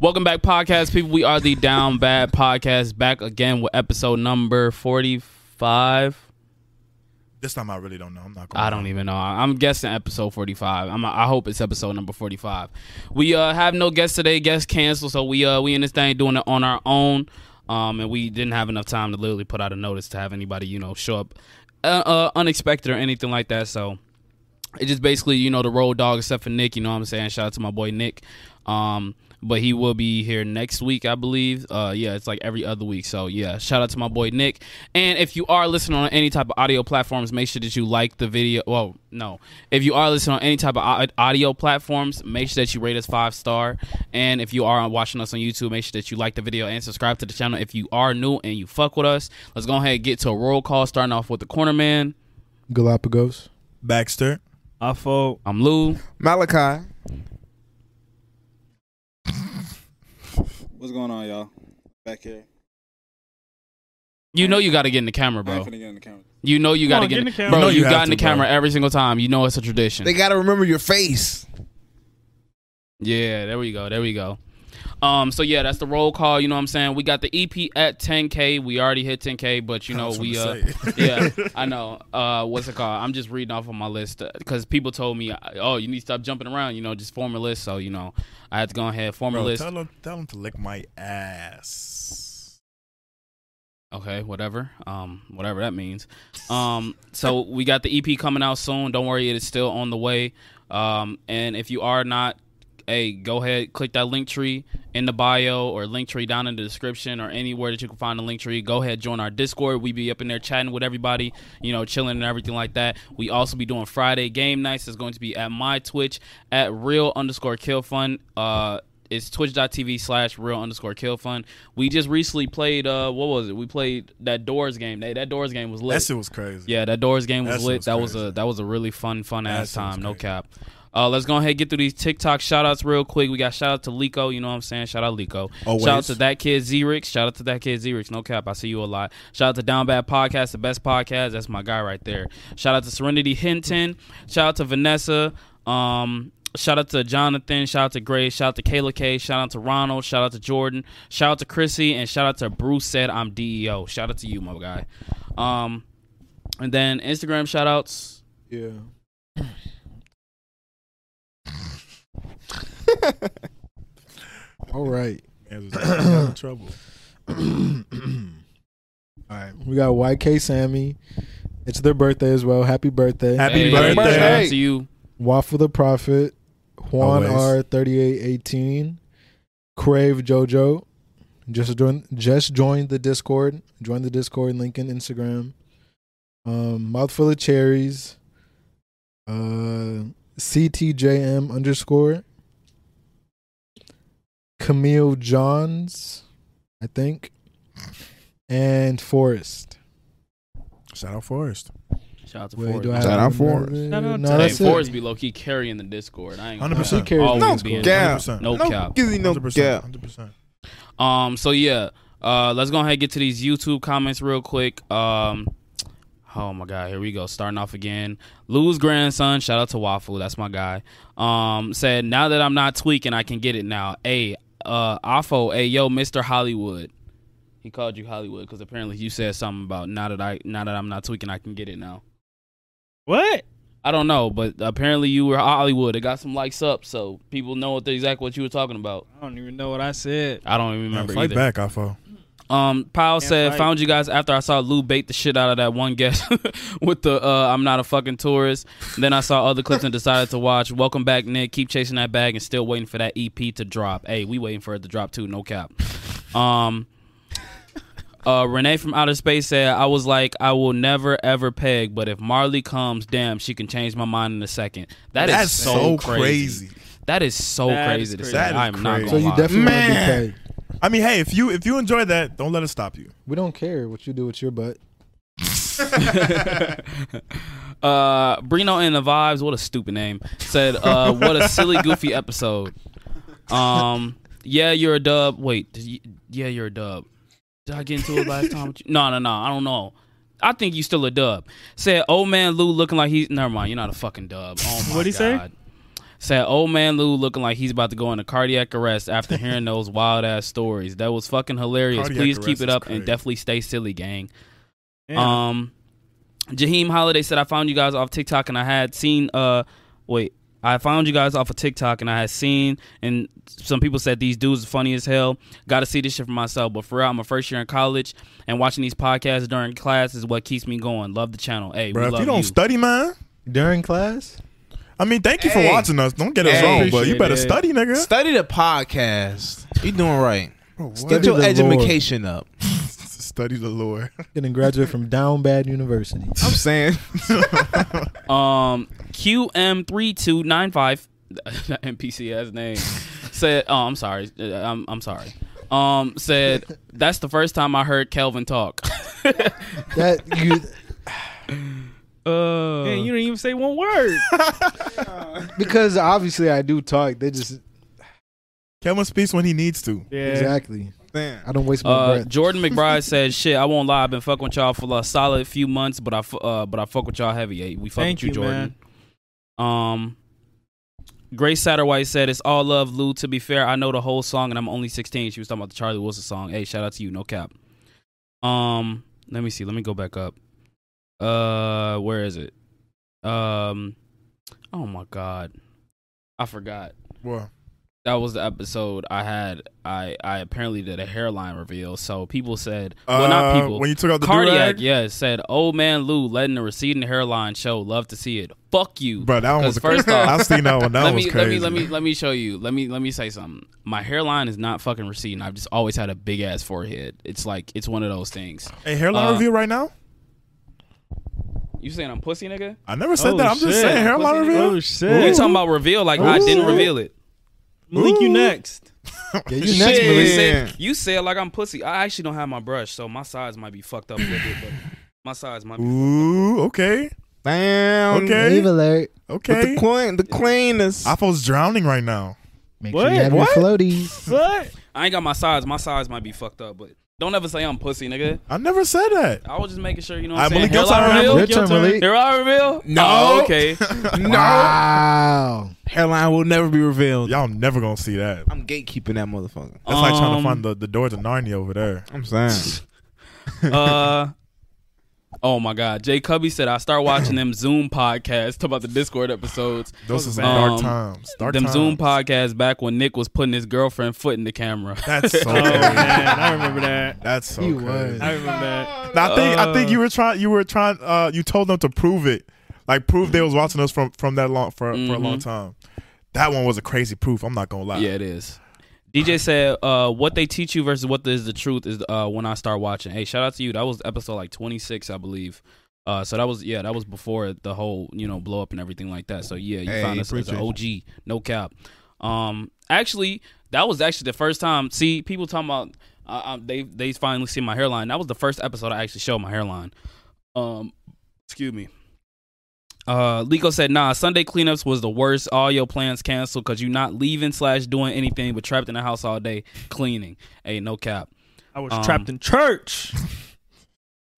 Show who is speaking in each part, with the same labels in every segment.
Speaker 1: Welcome back, podcast people. We are the Down Bad Podcast, back again with episode number forty-five.
Speaker 2: This time I really don't know. I'm not. Gonna
Speaker 1: I don't even know. I'm guessing episode 45. I'm, I hope it's episode number 45. We uh, have no guests today. Guests canceled, so we uh, we in this thing doing it on our own. Um, and we didn't have enough time to literally put out a notice to have anybody you know show up uh, uh, unexpected or anything like that. So it just basically you know the road dog except for Nick. You know what I'm saying? Shout out to my boy Nick. Um, but he will be here next week, I believe. Uh, yeah, it's like every other week. So yeah, shout out to my boy Nick. And if you are listening on any type of audio platforms, make sure that you like the video. Well, no, if you are listening on any type of au- audio platforms, make sure that you rate us five star. And if you are watching us on YouTube, make sure that you like the video and subscribe to the channel. If you are new and you fuck with us, let's go ahead and get to a roll call. Starting off with the corner man. e-
Speaker 3: Galapagos.
Speaker 2: Baxter.
Speaker 4: I thought
Speaker 1: I'm Lou.
Speaker 3: Malachi.
Speaker 5: What's going on, y'all? Back here.
Speaker 1: You know you got to get in the camera,
Speaker 5: I ain't
Speaker 1: bro.
Speaker 5: finna get in the camera.
Speaker 1: You know you
Speaker 4: Come
Speaker 1: got to
Speaker 4: on,
Speaker 1: get, in the
Speaker 2: You
Speaker 1: camera. Bro,
Speaker 2: know
Speaker 1: you,
Speaker 2: you have
Speaker 1: got in
Speaker 2: to,
Speaker 1: the camera
Speaker 2: bro.
Speaker 1: every single time. You know it's a tradition.
Speaker 3: They gotta remember your face.
Speaker 1: yeah, there we go. There we go. Um, so yeah, that's the roll call. You know what I'm saying? We got the EP at 10K. We already hit 10K, but you
Speaker 2: I
Speaker 1: know
Speaker 2: was
Speaker 1: we uh,
Speaker 2: gonna say.
Speaker 1: yeah, I know. Uh, what's it called? I'm just reading off of my list because people told me, oh, you need to stop jumping around. You know, just form a list. So you know, I had to go ahead form a
Speaker 2: Bro,
Speaker 1: list.
Speaker 2: tell him, tell him to lick my ass.
Speaker 1: Okay, whatever. Um, whatever that means. Um, so we got the EP coming out soon. Don't worry, it is still on the way. Um, and if you are not, hey, go ahead, click that link tree in the bio or link tree down in the description or anywhere that you can find the link tree. Go ahead, join our Discord. We be up in there chatting with everybody, you know, chilling and everything like that. We also be doing Friday game nights. It's going to be at my Twitch at real underscore kill fun. Uh it's twitch.tv slash real underscore kill fun. We just recently played uh what was it? We played that doors game. That, that doors game was lit.
Speaker 2: That shit was crazy.
Speaker 1: yeah, that doors game was
Speaker 2: That shit
Speaker 1: lit.
Speaker 2: was
Speaker 1: that was a
Speaker 2: crazy.
Speaker 1: that was a really fun, fun ass
Speaker 2: shit was
Speaker 1: time, no
Speaker 2: crazy.
Speaker 1: cap. Uh, let's go ahead and get through these TikTok shout outs real quick. We got shout out to Lico, you know what I'm saying? Shout out Lico.
Speaker 2: Always.
Speaker 1: Shout out to that kid Zerix. Shout out to that kid Zerix. No cap. I see you a lot. Shout out to Down Bad Podcast, the best podcast. That's my guy right there. Shout out to Serenity Hinton. Shout out to Vanessa. Um, shout out to Jonathan. Shout out to Grace. Shout out to Kayla K. Shout out to Ronald. Shout out to Jordan. Shout out to Chrissy. And shout out to Bruce said I'm DEO. Shout out to you, my guy. Um, and then Instagram shout outs.
Speaker 3: Yeah. All right.
Speaker 2: It was like, I'm in trouble.
Speaker 3: All right. We got YK Sammy. It's their birthday as well. Happy birthday.
Speaker 2: Happy
Speaker 3: birthday.
Speaker 1: Shout out to you.
Speaker 3: Waffle the Prophet. Juan
Speaker 2: Always.
Speaker 3: R thirty eight eighteen. Crave Jojo. Just join just joined the Discord. Join the Discord link in Instagram. Um Mouthful of Cherries. Uh CTJM underscore. Camille Johns, I think. And Forrest.
Speaker 2: Shout out Forrest.
Speaker 1: Shout out to
Speaker 3: Wait,
Speaker 1: Forrest.
Speaker 3: do I
Speaker 6: Shout
Speaker 3: have
Speaker 6: out
Speaker 3: another-
Speaker 6: Forrest.
Speaker 4: Shout out
Speaker 3: No,
Speaker 4: to-
Speaker 1: Hey,
Speaker 3: that's
Speaker 1: Forrest
Speaker 3: it.
Speaker 1: be low key carrying the Discord. I ain't gonna
Speaker 2: 100%.
Speaker 1: lie.
Speaker 3: She carries
Speaker 1: Always
Speaker 3: the
Speaker 6: No
Speaker 1: being-
Speaker 3: Discord.
Speaker 6: cap.
Speaker 1: No
Speaker 6: No
Speaker 1: cap.
Speaker 6: gizzy, no
Speaker 2: 100%.
Speaker 6: cap.
Speaker 2: 100%.
Speaker 1: Um. So yeah. Uh. Let's go ahead and get to these YouTube comments real quick. Um. Oh my God! Here we go. Starting off again. Lou's grandson. Shout out to Waffle. That's my guy. Um. Said now that I'm not tweaking, I can get it now. Hey. Uh. Afo. Hey. Yo, Mr. Hollywood. He called you Hollywood because apparently you said something about now that I now that I'm not tweaking, I can get it now.
Speaker 4: what?
Speaker 1: I don't know, but apparently you were Hollywood. It got some likes up, so people know what the, exactly what you were talking about.
Speaker 4: I don't even know what I said.
Speaker 1: I don't even remember
Speaker 2: Fight
Speaker 1: either.
Speaker 2: back, Afo.
Speaker 1: Um, Powell
Speaker 4: Can't
Speaker 1: said,
Speaker 4: fight.
Speaker 1: "Found you guys after I saw Lou bait the shit out of that one guest with the uh, I'm not a fucking tourist." Then I saw other clips and decided to watch. Welcome back, Nick. Keep chasing that bag and still waiting for that EP to drop. Hey, we waiting for it to drop too. No cap. Um, uh, Renee from Outer Space said, "I was like, I will never ever peg, but if Marley comes, damn, she can change my mind in a second. That's
Speaker 2: That's
Speaker 1: so,
Speaker 2: so
Speaker 1: crazy.
Speaker 2: crazy.
Speaker 1: That is so
Speaker 4: That
Speaker 1: crazy
Speaker 4: is
Speaker 1: to
Speaker 4: crazy.
Speaker 1: say.
Speaker 2: That is
Speaker 1: I'm not
Speaker 2: crazy.
Speaker 1: gonna
Speaker 3: So you
Speaker 1: lie.
Speaker 3: definitely want to be
Speaker 6: Man.
Speaker 3: paid.
Speaker 2: I mean, hey, if you if you enjoy that, don't let it stop you.
Speaker 3: We don't care what you do with your butt.
Speaker 1: uh, Brino and the Vibes, what a stupid name. Said, uh, what a silly, goofy episode. Um, yeah, you're a dub. Wait, did you, yeah, you're a dub. Did I get into it last time? With you? No, no, no. I don't know. I think you still a dub. Said, old man Lou looking like he's. Never mind. You're not a fucking dub. Oh my
Speaker 4: What'd he say?
Speaker 1: God. Said old man Lou looking like he's about to go into cardiac arrest after hearing those wild ass stories. That was fucking hilarious.
Speaker 2: Cardiac
Speaker 1: Please
Speaker 2: arrest
Speaker 1: keep it
Speaker 2: is
Speaker 1: up
Speaker 2: crazy.
Speaker 1: and definitely stay silly, gang.
Speaker 4: Yeah.
Speaker 1: Um, Jaheim Holiday said, "I found you guys off TikTok, and I had seen. Uh, wait, I found you guys off of TikTok, and I had seen, and some people said these dudes are funny as hell. Got to see this shit for myself. But for real, I'm a first year in college, and watching these podcasts during class is what keeps me going. Love the channel. Hey, we
Speaker 2: Bro, if
Speaker 1: love
Speaker 2: you don't study, man.
Speaker 3: During class?
Speaker 2: I mean, thank you
Speaker 6: Hey.
Speaker 2: for watching us. Don't get us
Speaker 6: Hey.
Speaker 2: wrong, but you
Speaker 4: Appreciate
Speaker 2: better
Speaker 4: it.
Speaker 2: study, nigga.
Speaker 6: Study the podcast. You doing right.
Speaker 2: Bro, what?
Speaker 6: Get
Speaker 3: Study
Speaker 6: your
Speaker 3: the
Speaker 6: education up.
Speaker 2: study the Lord.
Speaker 3: Getting graduate from Down Bad University.
Speaker 6: I'm saying.
Speaker 1: Um, QM3295, NPC's name, said, oh, I'm sorry. Uh, I'm, I'm sorry. Um, said, that's the first time I heard Kelvin talk.
Speaker 3: That you
Speaker 1: Uh,
Speaker 4: Man, you didn't even say one word.
Speaker 3: because obviously I do talk. They just
Speaker 2: Kevin speaks when he needs to.
Speaker 4: yeah.
Speaker 3: exactly.
Speaker 6: Damn.
Speaker 3: I don't waste my
Speaker 1: Uh,
Speaker 3: breath.
Speaker 1: Jordan McBride said, "Shit, I won't lie. I've been fucking with y'all for a solid few months, but I fu- uh, but I fuck with y'all heavy. eh? We fuck
Speaker 4: Thank
Speaker 1: with you,
Speaker 4: you,
Speaker 1: Jordan." Um, Grace Satterwhite said, "It's all love, Lou. To be fair, I know the whole song, and I'm only 16." She was talking about the Charlie Wilson song. Hey, shout out to you, no cap. Um, let me see. Let me go back up. Uh, where is it? Um, oh my god, I forgot
Speaker 2: Well,
Speaker 1: that was the episode I had. I I apparently did a hairline reveal. So people said, well,
Speaker 2: uh,
Speaker 1: not people.
Speaker 2: When you took out the
Speaker 1: Cardiac,
Speaker 2: durag,
Speaker 1: yeah, said, "Old man Lou letting the receding hairline show. Love to see it. Fuck you."
Speaker 2: bro, that one
Speaker 1: 'Cause
Speaker 2: was.
Speaker 1: first off,
Speaker 2: I've seen that one. That
Speaker 1: let
Speaker 2: was
Speaker 1: me
Speaker 2: crazy.
Speaker 1: let me let me let me show you. Let me let me say something. My hairline is not fucking receding. I've just always had a big ass forehead. It's like it's one of those things.
Speaker 2: Hey, hairline
Speaker 1: Uh,
Speaker 2: reveal right now.
Speaker 1: You saying I'm pussy, nigga?
Speaker 2: I never said
Speaker 4: oh,
Speaker 2: that. I'm just
Speaker 4: shit.
Speaker 2: saying hairline
Speaker 1: Pussy nigga.
Speaker 2: reveal.
Speaker 4: Oh
Speaker 1: You
Speaker 4: shit.
Speaker 1: talking about reveal? Like I didn't reveal it.
Speaker 4: Malik, you next.
Speaker 3: Yeah, you next,
Speaker 1: Shit,
Speaker 3: Malik.
Speaker 1: you
Speaker 6: Malik.
Speaker 1: said, you said like I'm pussy. I actually don't have my brush, so my sides might be fucked up a little bit. But my sides might. Be
Speaker 2: Ooh, okay,
Speaker 6: Damn.
Speaker 2: Okay.
Speaker 3: Leave alert.
Speaker 6: But the
Speaker 2: okay.
Speaker 6: queen, the cleanest.
Speaker 2: I was drowning right now.
Speaker 3: Make
Speaker 4: What?
Speaker 3: sure you have
Speaker 4: What?
Speaker 3: your floaties.
Speaker 4: What?
Speaker 1: I ain't got my sides. My sides might be fucked up, but don't ever say I'm pussy, nigga.
Speaker 2: I never said that.
Speaker 1: I was just making sure you know.
Speaker 2: I
Speaker 1: What I'm saying.
Speaker 2: believe your side
Speaker 1: Hairline
Speaker 2: remember.
Speaker 1: reveal.
Speaker 3: Your
Speaker 4: Your
Speaker 3: turn,
Speaker 4: turn.
Speaker 3: Malik.
Speaker 1: Hairline reveal.
Speaker 6: No.
Speaker 1: Oh, okay.
Speaker 6: no.
Speaker 3: Wow.
Speaker 6: Hairline will never be revealed.
Speaker 2: Y'all never gonna see that.
Speaker 6: I'm gatekeeping that motherfucker.
Speaker 2: That's like trying to
Speaker 1: Um,
Speaker 2: find the, the door to Narnia over there.
Speaker 6: I'm saying.
Speaker 1: uh. Oh my God, Jay Cubby said I start watching them Zoom podcasts talk about the Discord episodes.
Speaker 2: Those is
Speaker 1: Um,
Speaker 2: dark times. Dark
Speaker 1: them
Speaker 2: times.
Speaker 1: Zoom podcasts back when Nick was putting his girlfriend foot in the camera.
Speaker 2: That's so.
Speaker 4: Oh
Speaker 2: crazy.
Speaker 4: man, I remember that.
Speaker 2: That's so.
Speaker 3: He
Speaker 2: crazy.
Speaker 3: was.
Speaker 4: I remember that.
Speaker 2: Now, I think I
Speaker 1: Uh.
Speaker 2: think you were trying. You were trying. Uh, you told them to prove it, like prove they was watching us from from that long for for a long
Speaker 1: Mhm.
Speaker 2: time. That one was a crazy proof. I'm not gonna lie.
Speaker 1: Yeah, it is. DJ said, uh, "What they teach you versus what is the truth is uh, when I start watching." Hey, shout out to you. That was episode like twenty six, I believe. Uh, so that was yeah, that was before the whole you know blow up and everything like that. So yeah, you
Speaker 6: Hey,
Speaker 1: found us as an OG,
Speaker 6: appreciate
Speaker 1: no cap. Um, actually, that was actually the first time. See, people talking about uh, uh, they they finally see my hairline. That was the first episode I actually showed my hairline. Um, excuse me. Uh, Lico said, "Nah, Sunday cleanups was the worst. All your plans canceled because you not leaving slash doing anything but trapped in the house all day cleaning. Hey, no cap.
Speaker 4: I was
Speaker 1: Um,
Speaker 4: trapped in church.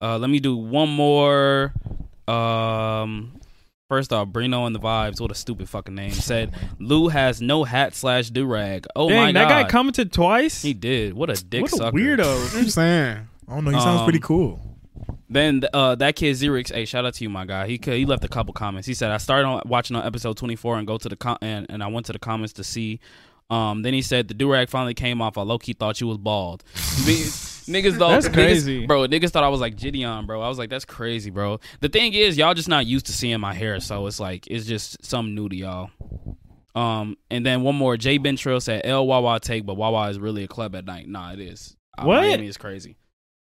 Speaker 1: Uh, let me do one more. Um, first off, Brino and the Vibes. What a stupid fucking name. Said Lou has no hat slash do rag. Oh my
Speaker 4: Dang, that
Speaker 1: god,
Speaker 4: guy commented twice.
Speaker 1: he did. What a dick
Speaker 4: what a
Speaker 1: sucker.
Speaker 4: weirdo.
Speaker 6: I'm saying.
Speaker 2: I don't know. He sounds
Speaker 1: Um,
Speaker 2: pretty cool.
Speaker 1: Then uh, that kid Xerix, hey, shout out to you, my guy. He could, he left a couple comments. He said I started on, watching on episode twenty four and go to the com- and, and I went to the comments to see. Um, then he said the durag finally came off. I low key thought you was bald. Ni- niggas though,
Speaker 4: That's
Speaker 1: niggas-
Speaker 4: crazy.
Speaker 1: bro. Niggas thought I was like Gideon, bro. I was like, that's crazy, bro. The thing is, y'all just not used to seeing my hair, so it's like it's just something new to y'all. Um, and then one more, Jay Bentrill said L Wawa take, but Wawa is really a club at night. Nah, it is. Uh,
Speaker 4: What?
Speaker 1: Miami is crazy.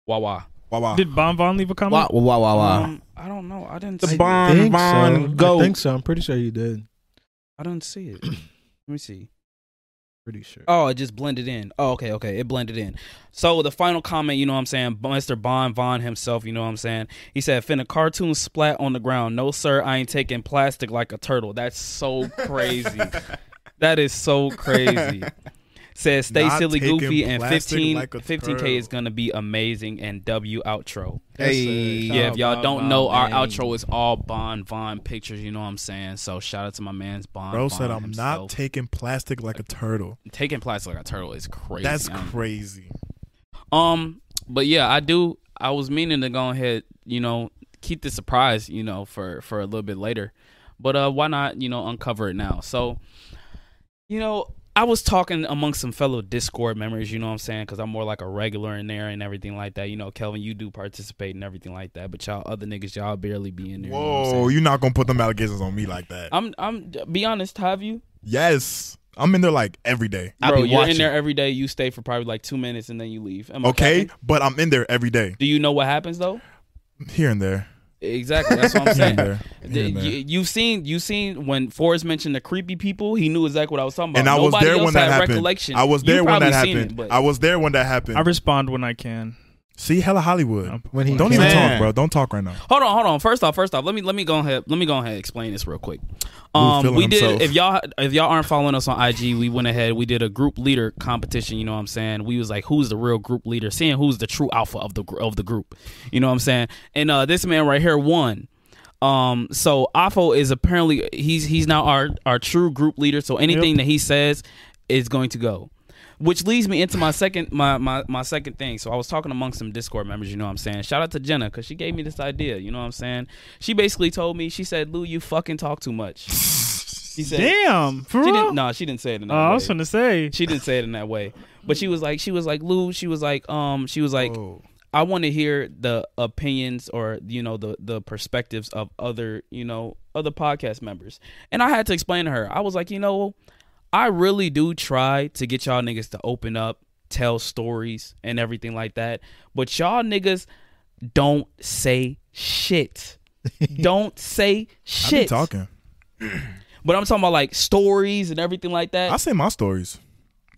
Speaker 1: Wawa.
Speaker 6: Wow, wow.
Speaker 4: Did Bon Von leave a
Speaker 6: Wow,
Speaker 4: comment?
Speaker 6: wow, wow, Oh, wow.
Speaker 1: Um, I don't know. I didn't.
Speaker 6: the
Speaker 1: see
Speaker 6: Bon
Speaker 3: think
Speaker 6: Bon
Speaker 3: so.
Speaker 6: Goat.
Speaker 3: I think so. I'm pretty sure you did.
Speaker 1: I didn't see it. Let me see.
Speaker 3: pretty sure.
Speaker 1: Oh, it just blended in. Oh, okay, okay. It blended in. So the final comment, you know what I'm saying? Mr. Bon Von himself, you know what I'm saying? He said, Finna cartoon splat on the ground. No, sir, I ain't taking plastic like a turtle. That's so crazy. that is so crazy. Says stay
Speaker 2: Not
Speaker 1: silly
Speaker 2: taking
Speaker 1: goofy and
Speaker 2: plastic
Speaker 1: 15
Speaker 2: like a
Speaker 1: 15k
Speaker 2: turtle.
Speaker 1: is gonna be amazing and W outro.
Speaker 6: Hey,
Speaker 1: Yeah, if y'all
Speaker 4: Bon
Speaker 1: don't
Speaker 4: Von,
Speaker 1: know, our
Speaker 4: man.
Speaker 1: outro is all Bon Von pictures. You know what I'm saying? So shout out to my man's Bon.
Speaker 2: Bro
Speaker 1: Von
Speaker 2: said I'm not
Speaker 1: himself."
Speaker 2: taking plastic like a turtle.
Speaker 1: taking plastic like a turtle is crazy.
Speaker 2: That's
Speaker 1: I don't-
Speaker 2: crazy.
Speaker 1: Um, but yeah, I do. I was meaning to go ahead, you know, keep the surprise, you know, for for a little bit later. But uh, why not, you know, uncover it now? So, you know, I was talking amongst some fellow Discord members, you know what I'm saying? Because I'm more like a regular in there and everything like that. You know, Kelvin, you do participate and everything like that, but y'all other niggas, y'all barely be in there. you know what I'm
Speaker 2: Whoa,
Speaker 1: saying?
Speaker 2: you're not gonna put them allegations on me like that.
Speaker 1: I'm, I'm, be honest, have you?
Speaker 2: yes, I'm in there like every day.
Speaker 6: I
Speaker 1: Bro,
Speaker 6: be
Speaker 1: you're
Speaker 6: watching.
Speaker 1: in there every day. You stay for probably like two minutes and then you leave. Am I
Speaker 2: Okay,
Speaker 1: capping?
Speaker 2: but I'm in there every day,
Speaker 1: Do you know what happens though?
Speaker 2: here and there.
Speaker 1: Exactly. That's what I'm
Speaker 2: Here and
Speaker 1: saying.
Speaker 2: there.
Speaker 1: The,
Speaker 2: Here and there.
Speaker 1: you, you've seen you've seen when Forrest mentioned the creepy people, he knew exactly what I was talking about.
Speaker 2: and I was
Speaker 1: Nobody
Speaker 2: there
Speaker 1: else
Speaker 2: when that
Speaker 1: had
Speaker 2: happened.
Speaker 1: Recollection.
Speaker 2: I was
Speaker 1: You
Speaker 2: there when
Speaker 1: probably
Speaker 2: that
Speaker 1: seen
Speaker 2: happened.
Speaker 1: it, but-
Speaker 2: I was there when that happened.
Speaker 4: I respond when I can.
Speaker 2: See, hella Hollywood.
Speaker 4: I'm-
Speaker 3: When he
Speaker 2: Don't
Speaker 3: came-
Speaker 2: even
Speaker 6: Man.
Speaker 2: talk, bro. Don't talk right now.
Speaker 1: hold on, hold on. First off, first off, let me let me go ahead let me go ahead and explain this real quick.
Speaker 2: Ooh,
Speaker 1: Um,
Speaker 2: feeling
Speaker 1: we did
Speaker 2: himself.
Speaker 1: if y'all if y'all aren't following us on IG, we went ahead we did a group leader competition. You know what I'm saying? We was like, who's the real group leader? Seeing who's the true alpha of the gr- of the group. You know what I'm saying? And uh, this man right here won. Um, so Afo is apparently he's he's now our our true group leader. So anything that he says is going to go. Which leads me into my second my, my my second thing. So I was talking amongst some Discord members, you know what I'm saying? Shout out to Jenna cuz she gave me this idea, you know what I'm saying? She basically told me she said, "Lou, you fucking talk too much." She said
Speaker 4: Damn, for
Speaker 1: She
Speaker 4: real.
Speaker 1: didn't no, she didn't say it in that
Speaker 4: Oh, I
Speaker 1: way.
Speaker 4: was gonna say.
Speaker 1: She didn't say it in that way. But she was like she was like, "Lou, she was like um she was like
Speaker 2: Oh.
Speaker 1: I want to hear the opinions or you know the the perspectives of other you know other podcast members. And I had to explain to her. I was like, you know, I really do try to get y'all niggas to open up, tell stories and everything like that. But y'all niggas don't say shit. don't say
Speaker 2: I be
Speaker 1: shit.
Speaker 2: talking.
Speaker 1: But I'm talking about like stories and everything like that
Speaker 2: I say my stories.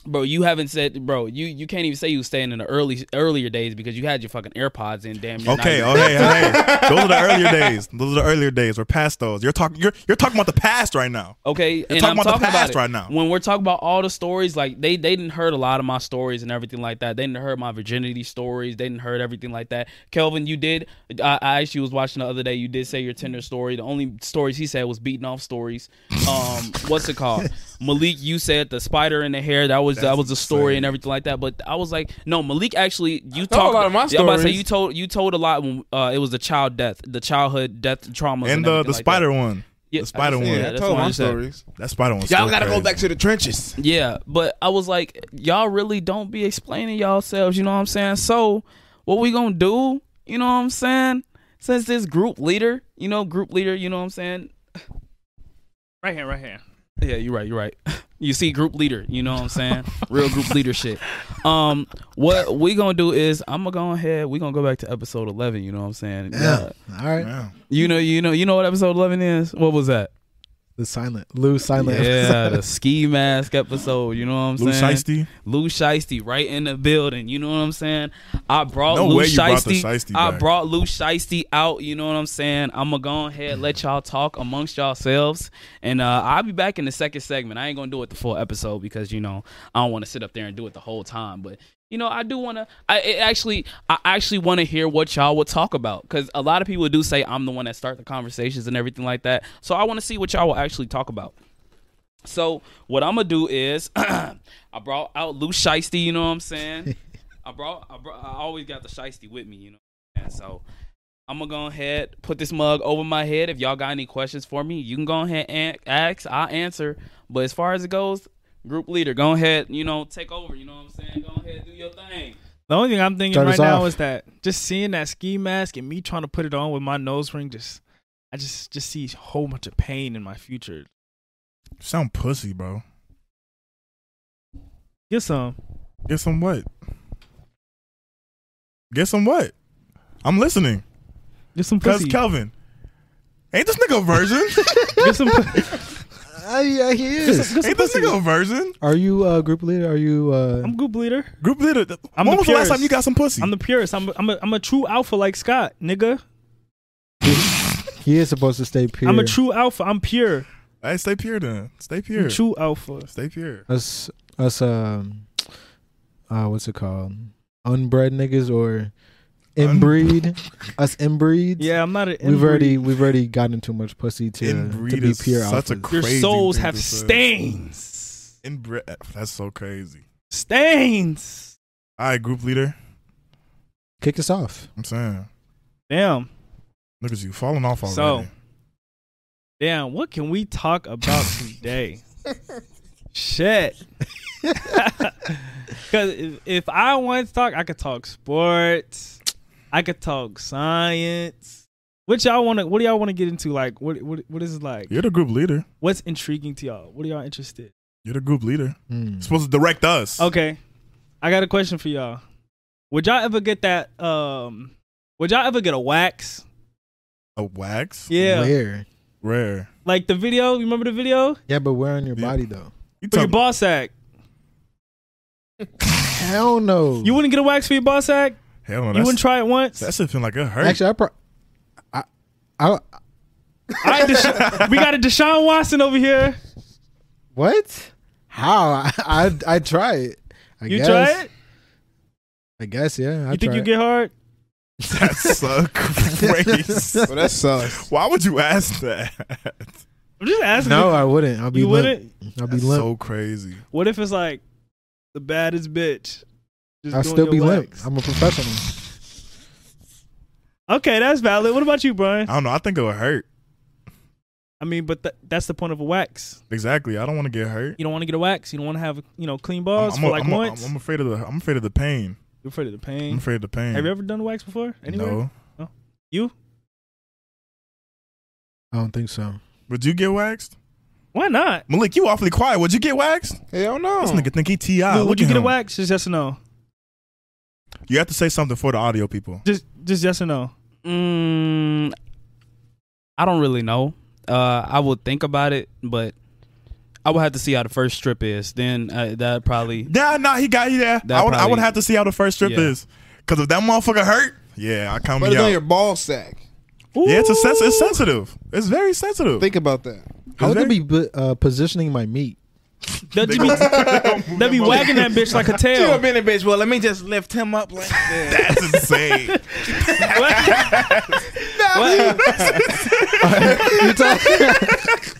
Speaker 1: bro you haven't said bro you you can't even say you was staying in the early earlier days because you had your fucking airpods in damn near not
Speaker 2: Okay,
Speaker 1: even-
Speaker 2: okay, hey. Those are the earlier days. Those are the earlier days. We're past those. You're talking. You're, you're talking about the past right now.
Speaker 1: okay and
Speaker 2: talking
Speaker 1: i'm
Speaker 2: about the
Speaker 1: talking about
Speaker 2: past
Speaker 1: it.
Speaker 2: right now.
Speaker 1: when we're talking about all the stories like they they didn't heard a lot of my stories and everything like that they didn't heard my virginity stories they didn't heard everything like that kelvin you did i, I actually was watching the other day you did say your tinder story the only stories he said was beating off stories um what's it called malik you said the spider in the hair that was that was a story and everything like that but i was like no malik actually you
Speaker 6: told
Speaker 1: talked
Speaker 6: a lot of my
Speaker 1: Yeah, I'm about to say,
Speaker 6: stories.
Speaker 1: you told you told a lot when uh, it was the child death the childhood death traumas and,
Speaker 2: And the
Speaker 1: everything
Speaker 2: the
Speaker 1: like that.
Speaker 2: spider one.
Speaker 1: Yeah,
Speaker 2: the spider
Speaker 1: I
Speaker 2: one.
Speaker 1: just-
Speaker 6: yeah,
Speaker 1: that's
Speaker 6: I told
Speaker 1: what I
Speaker 6: my
Speaker 1: said.
Speaker 6: stories.
Speaker 2: That spider one.
Speaker 6: Y'all gotta go back to the trenches.
Speaker 1: Yeah, but I was like, y'all really don't be explaining yourselves, you know what I'm saying? So, what we gonna do, you know what I'm saying? Since this group leader, you know, group leader, you know what I'm saying?
Speaker 4: Right here, right here.
Speaker 1: Yeah, you're right, you're right. You see group leader, you know what I'm saying? Real group leadership. Um, what we gonna do is I'm gonna go ahead, we gonna go back to episode eleven, you know what I'm saying?
Speaker 3: Yeah. All right.
Speaker 2: Yeah.
Speaker 1: You know, you know, you know what episode eleven is? What was that?
Speaker 3: The silent. Lou silent.
Speaker 1: Yeah, the ski mask episode, you know what I'm
Speaker 2: Lou
Speaker 1: saying?
Speaker 2: Shiesty.
Speaker 1: Lou Shiesty right in the building. You know what I'm saying? I brought
Speaker 2: No
Speaker 1: Lou
Speaker 2: way you brought the
Speaker 1: Shiesty.
Speaker 2: Shiesty
Speaker 1: I
Speaker 2: back.
Speaker 1: brought Lou Shiesty out. You know what I'm saying? I'm gonna go ahead let y'all talk amongst yourselves, and uh, I'll be back in the second segment. I ain't gonna do it the full episode because you know I don't want to sit up there and do it the whole time, but. You know, I do want to. I it actually, I actually want to hear what y'all would talk about because a lot of people do say I'm the one that start the conversations and everything like that. So I want to see what y'all will actually talk about. So what I'm gonna do is I brought out Lou Shiesty, you know what I'm saying? I brought I, brought, I always got the Shiesty with me, you know. And so I'm gonna go ahead put this mug over my head. If y'all got any questions for me, you can go ahead and ask. I will answer. But as far as it goes, group leader, go ahead, you know, take over. You know what I'm saying? Go ahead, do your thing.
Speaker 4: The only thing I'm thinking
Speaker 3: Start us
Speaker 4: right now
Speaker 3: off.
Speaker 4: is that just seeing that ski mask and me trying to put it on with my nose ring, just I just just see a whole bunch of pain in my future.
Speaker 2: Sound pussy, bro.
Speaker 4: Get some.
Speaker 2: Get some what? Get some what? I'm listening.
Speaker 4: Get some
Speaker 2: Cause
Speaker 4: pussy.
Speaker 2: Kelvin. Ain't this nigga a virgin?
Speaker 4: Get some. pu-
Speaker 3: Uh, yeah, he is.
Speaker 4: Good
Speaker 2: Ain't this
Speaker 4: pussy.
Speaker 2: nigga a virgin?
Speaker 3: Are you uh, group leader? Are you? Uh,
Speaker 4: I'm group leader.
Speaker 2: Group leader.
Speaker 4: I'm
Speaker 2: when
Speaker 4: the
Speaker 2: was the last
Speaker 4: purist.
Speaker 2: time you got some pussy?
Speaker 4: I'm the purist. I'm I'm a, I'm a true alpha like Scott, nigga.
Speaker 3: he is supposed to stay pure.
Speaker 4: I'm a true alpha. I'm pure.
Speaker 2: hey, stay pure then. Stay
Speaker 4: I'm
Speaker 2: pure.
Speaker 4: true alpha.
Speaker 2: Stay pure.
Speaker 3: us us um uh what's it called unbred niggas or inbreed us inbreeds
Speaker 4: Yeah, I'm not an.
Speaker 3: we've
Speaker 4: inbreed.
Speaker 3: already we've already gotten too much pussy to, to
Speaker 2: Inbreed
Speaker 3: be
Speaker 2: is
Speaker 3: pure
Speaker 2: such a
Speaker 3: alphas.
Speaker 2: cr-
Speaker 4: Your
Speaker 2: Crazy
Speaker 4: souls
Speaker 2: thing
Speaker 4: have
Speaker 2: to say.
Speaker 4: stains.
Speaker 2: Inbred. That's so crazy.
Speaker 4: Stains.
Speaker 2: All right, group leader.
Speaker 3: kick us off
Speaker 2: I'm saying,
Speaker 4: Damn.
Speaker 2: look at you falling off already.
Speaker 4: So- Damn. What can we talk about today? Shit. Because if, if I want to talk, I could talk sports. I could talk science. What y'all want to? What do y'all want to get into? Like, what what what is it like?
Speaker 2: You're the group leader.
Speaker 4: What's intriguing to y'all? What are y'all interested?
Speaker 2: You're the group leader.
Speaker 3: Hmm.
Speaker 2: You're supposed to direct us.
Speaker 4: Mm. Okay. I got a question for y'all. Would y'all ever get that um would y'all ever get a wax?
Speaker 2: A wax.
Speaker 4: Yeah.
Speaker 3: where
Speaker 2: Rare.
Speaker 4: Like the video, you remember the video?
Speaker 3: yeah but where on your
Speaker 2: Yeah.
Speaker 3: body though
Speaker 2: You
Speaker 4: For your
Speaker 2: talking-
Speaker 4: ball sack.
Speaker 3: hell no
Speaker 4: You wouldn't get a wax for your ball sack?
Speaker 2: Hell no.
Speaker 4: You
Speaker 2: Oh, that's-
Speaker 4: wouldn't try it once?
Speaker 2: That shit feel like it hurt.
Speaker 3: actually i pro i i
Speaker 4: I had Desha- we got a Deshaun Watson over here.
Speaker 3: what how i i, I try it I
Speaker 4: You
Speaker 3: guess.
Speaker 4: try it?
Speaker 3: I guess, yeah. I
Speaker 4: You think
Speaker 3: try
Speaker 4: you
Speaker 3: it.
Speaker 4: get hard?
Speaker 2: That's so crazy.
Speaker 6: Well, that sucks.
Speaker 2: Why would you ask that?
Speaker 4: I'm just asking.
Speaker 3: No, I wouldn't. I'll be
Speaker 4: you
Speaker 3: limp.
Speaker 4: wouldn't?
Speaker 3: I'll be
Speaker 2: That's
Speaker 3: limp.
Speaker 2: so crazy.
Speaker 4: What if it's like the baddest bitch? just
Speaker 3: I'll
Speaker 4: doing
Speaker 3: still
Speaker 4: your
Speaker 3: be limp.
Speaker 4: wax?
Speaker 3: I'm a professional.
Speaker 4: Okay, that's valid. What about you, Brian?
Speaker 2: I don't know. I think it would hurt.
Speaker 4: I mean, but th- that's the point of a wax.
Speaker 2: Exactly. I don't want to get hurt.
Speaker 4: You don't want to get a wax. You don't want to have you know clean balls
Speaker 2: a-
Speaker 4: for like
Speaker 2: I'm, a-
Speaker 4: once.
Speaker 2: I'm afraid of the. I'm afraid of the pain.
Speaker 4: You're afraid of the
Speaker 2: I'm
Speaker 4: pain.
Speaker 2: afraid of the pain.
Speaker 4: Have you ever done wax before? Anywhere?
Speaker 2: No.
Speaker 3: I don't think so.
Speaker 2: Would you get waxed?
Speaker 4: Why not?
Speaker 2: Malik, you awfully quiet. Would you get waxed?
Speaker 6: Hell no.
Speaker 2: This nigga think he ti.
Speaker 4: Would-
Speaker 2: Look
Speaker 4: Would you
Speaker 2: at
Speaker 4: get a
Speaker 2: him.
Speaker 4: wax? Just yes or no.
Speaker 2: You have to say something for the audio people.
Speaker 4: Just just yes or no.
Speaker 1: Mm, I don't really know. Uh, I would think about it, but I would have to see how the first strip is. Then uh, that probably
Speaker 2: Nah, nah, he got you there.
Speaker 1: That
Speaker 2: I would, I would
Speaker 1: probably-
Speaker 2: have to see how the first strip
Speaker 1: Yeah.
Speaker 2: is. Cause if that motherfucker hurt, yeah, I come
Speaker 6: But
Speaker 2: me
Speaker 6: it's on
Speaker 2: out.
Speaker 6: your ball sack.
Speaker 2: yeah, it's a sens- it's
Speaker 4: Ooh.
Speaker 2: sensitive. It's very sensitive.
Speaker 6: Think about that.
Speaker 3: How would
Speaker 2: Is
Speaker 3: they be bu- uh, positioning my meat?
Speaker 4: They'll just be, they'll be wagging that bitch like a
Speaker 6: You
Speaker 4: tail.
Speaker 6: a minute, bitch. Well, let me just lift him up like that.
Speaker 2: That's insane.
Speaker 4: What?
Speaker 3: you talking?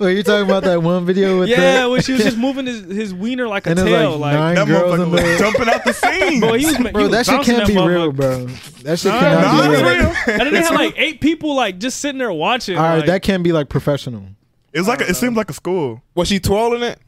Speaker 3: Wait, you talking about that one video with
Speaker 4: Yeah,
Speaker 3: the,
Speaker 4: when she was just moving his, his wiener like a
Speaker 3: and there's
Speaker 4: tail.
Speaker 3: like nine
Speaker 4: Like,
Speaker 2: that
Speaker 3: girls in
Speaker 2: motherfucker was
Speaker 3: the
Speaker 2: jumping out the scene.
Speaker 4: bro, he was, he
Speaker 3: bro.
Speaker 4: was
Speaker 3: That shit
Speaker 4: bouncing
Speaker 3: can't be
Speaker 4: motherfucker.
Speaker 3: real, bro. That shit
Speaker 4: Nah,
Speaker 3: cannot
Speaker 2: nah,
Speaker 3: be
Speaker 2: it's
Speaker 3: real.
Speaker 2: real.
Speaker 4: And then they had like eight people like just sitting there watching.
Speaker 3: All right,
Speaker 4: like,
Speaker 3: that can't be like professional.
Speaker 2: It's like a, it seems like a school.
Speaker 6: Was she twirling it?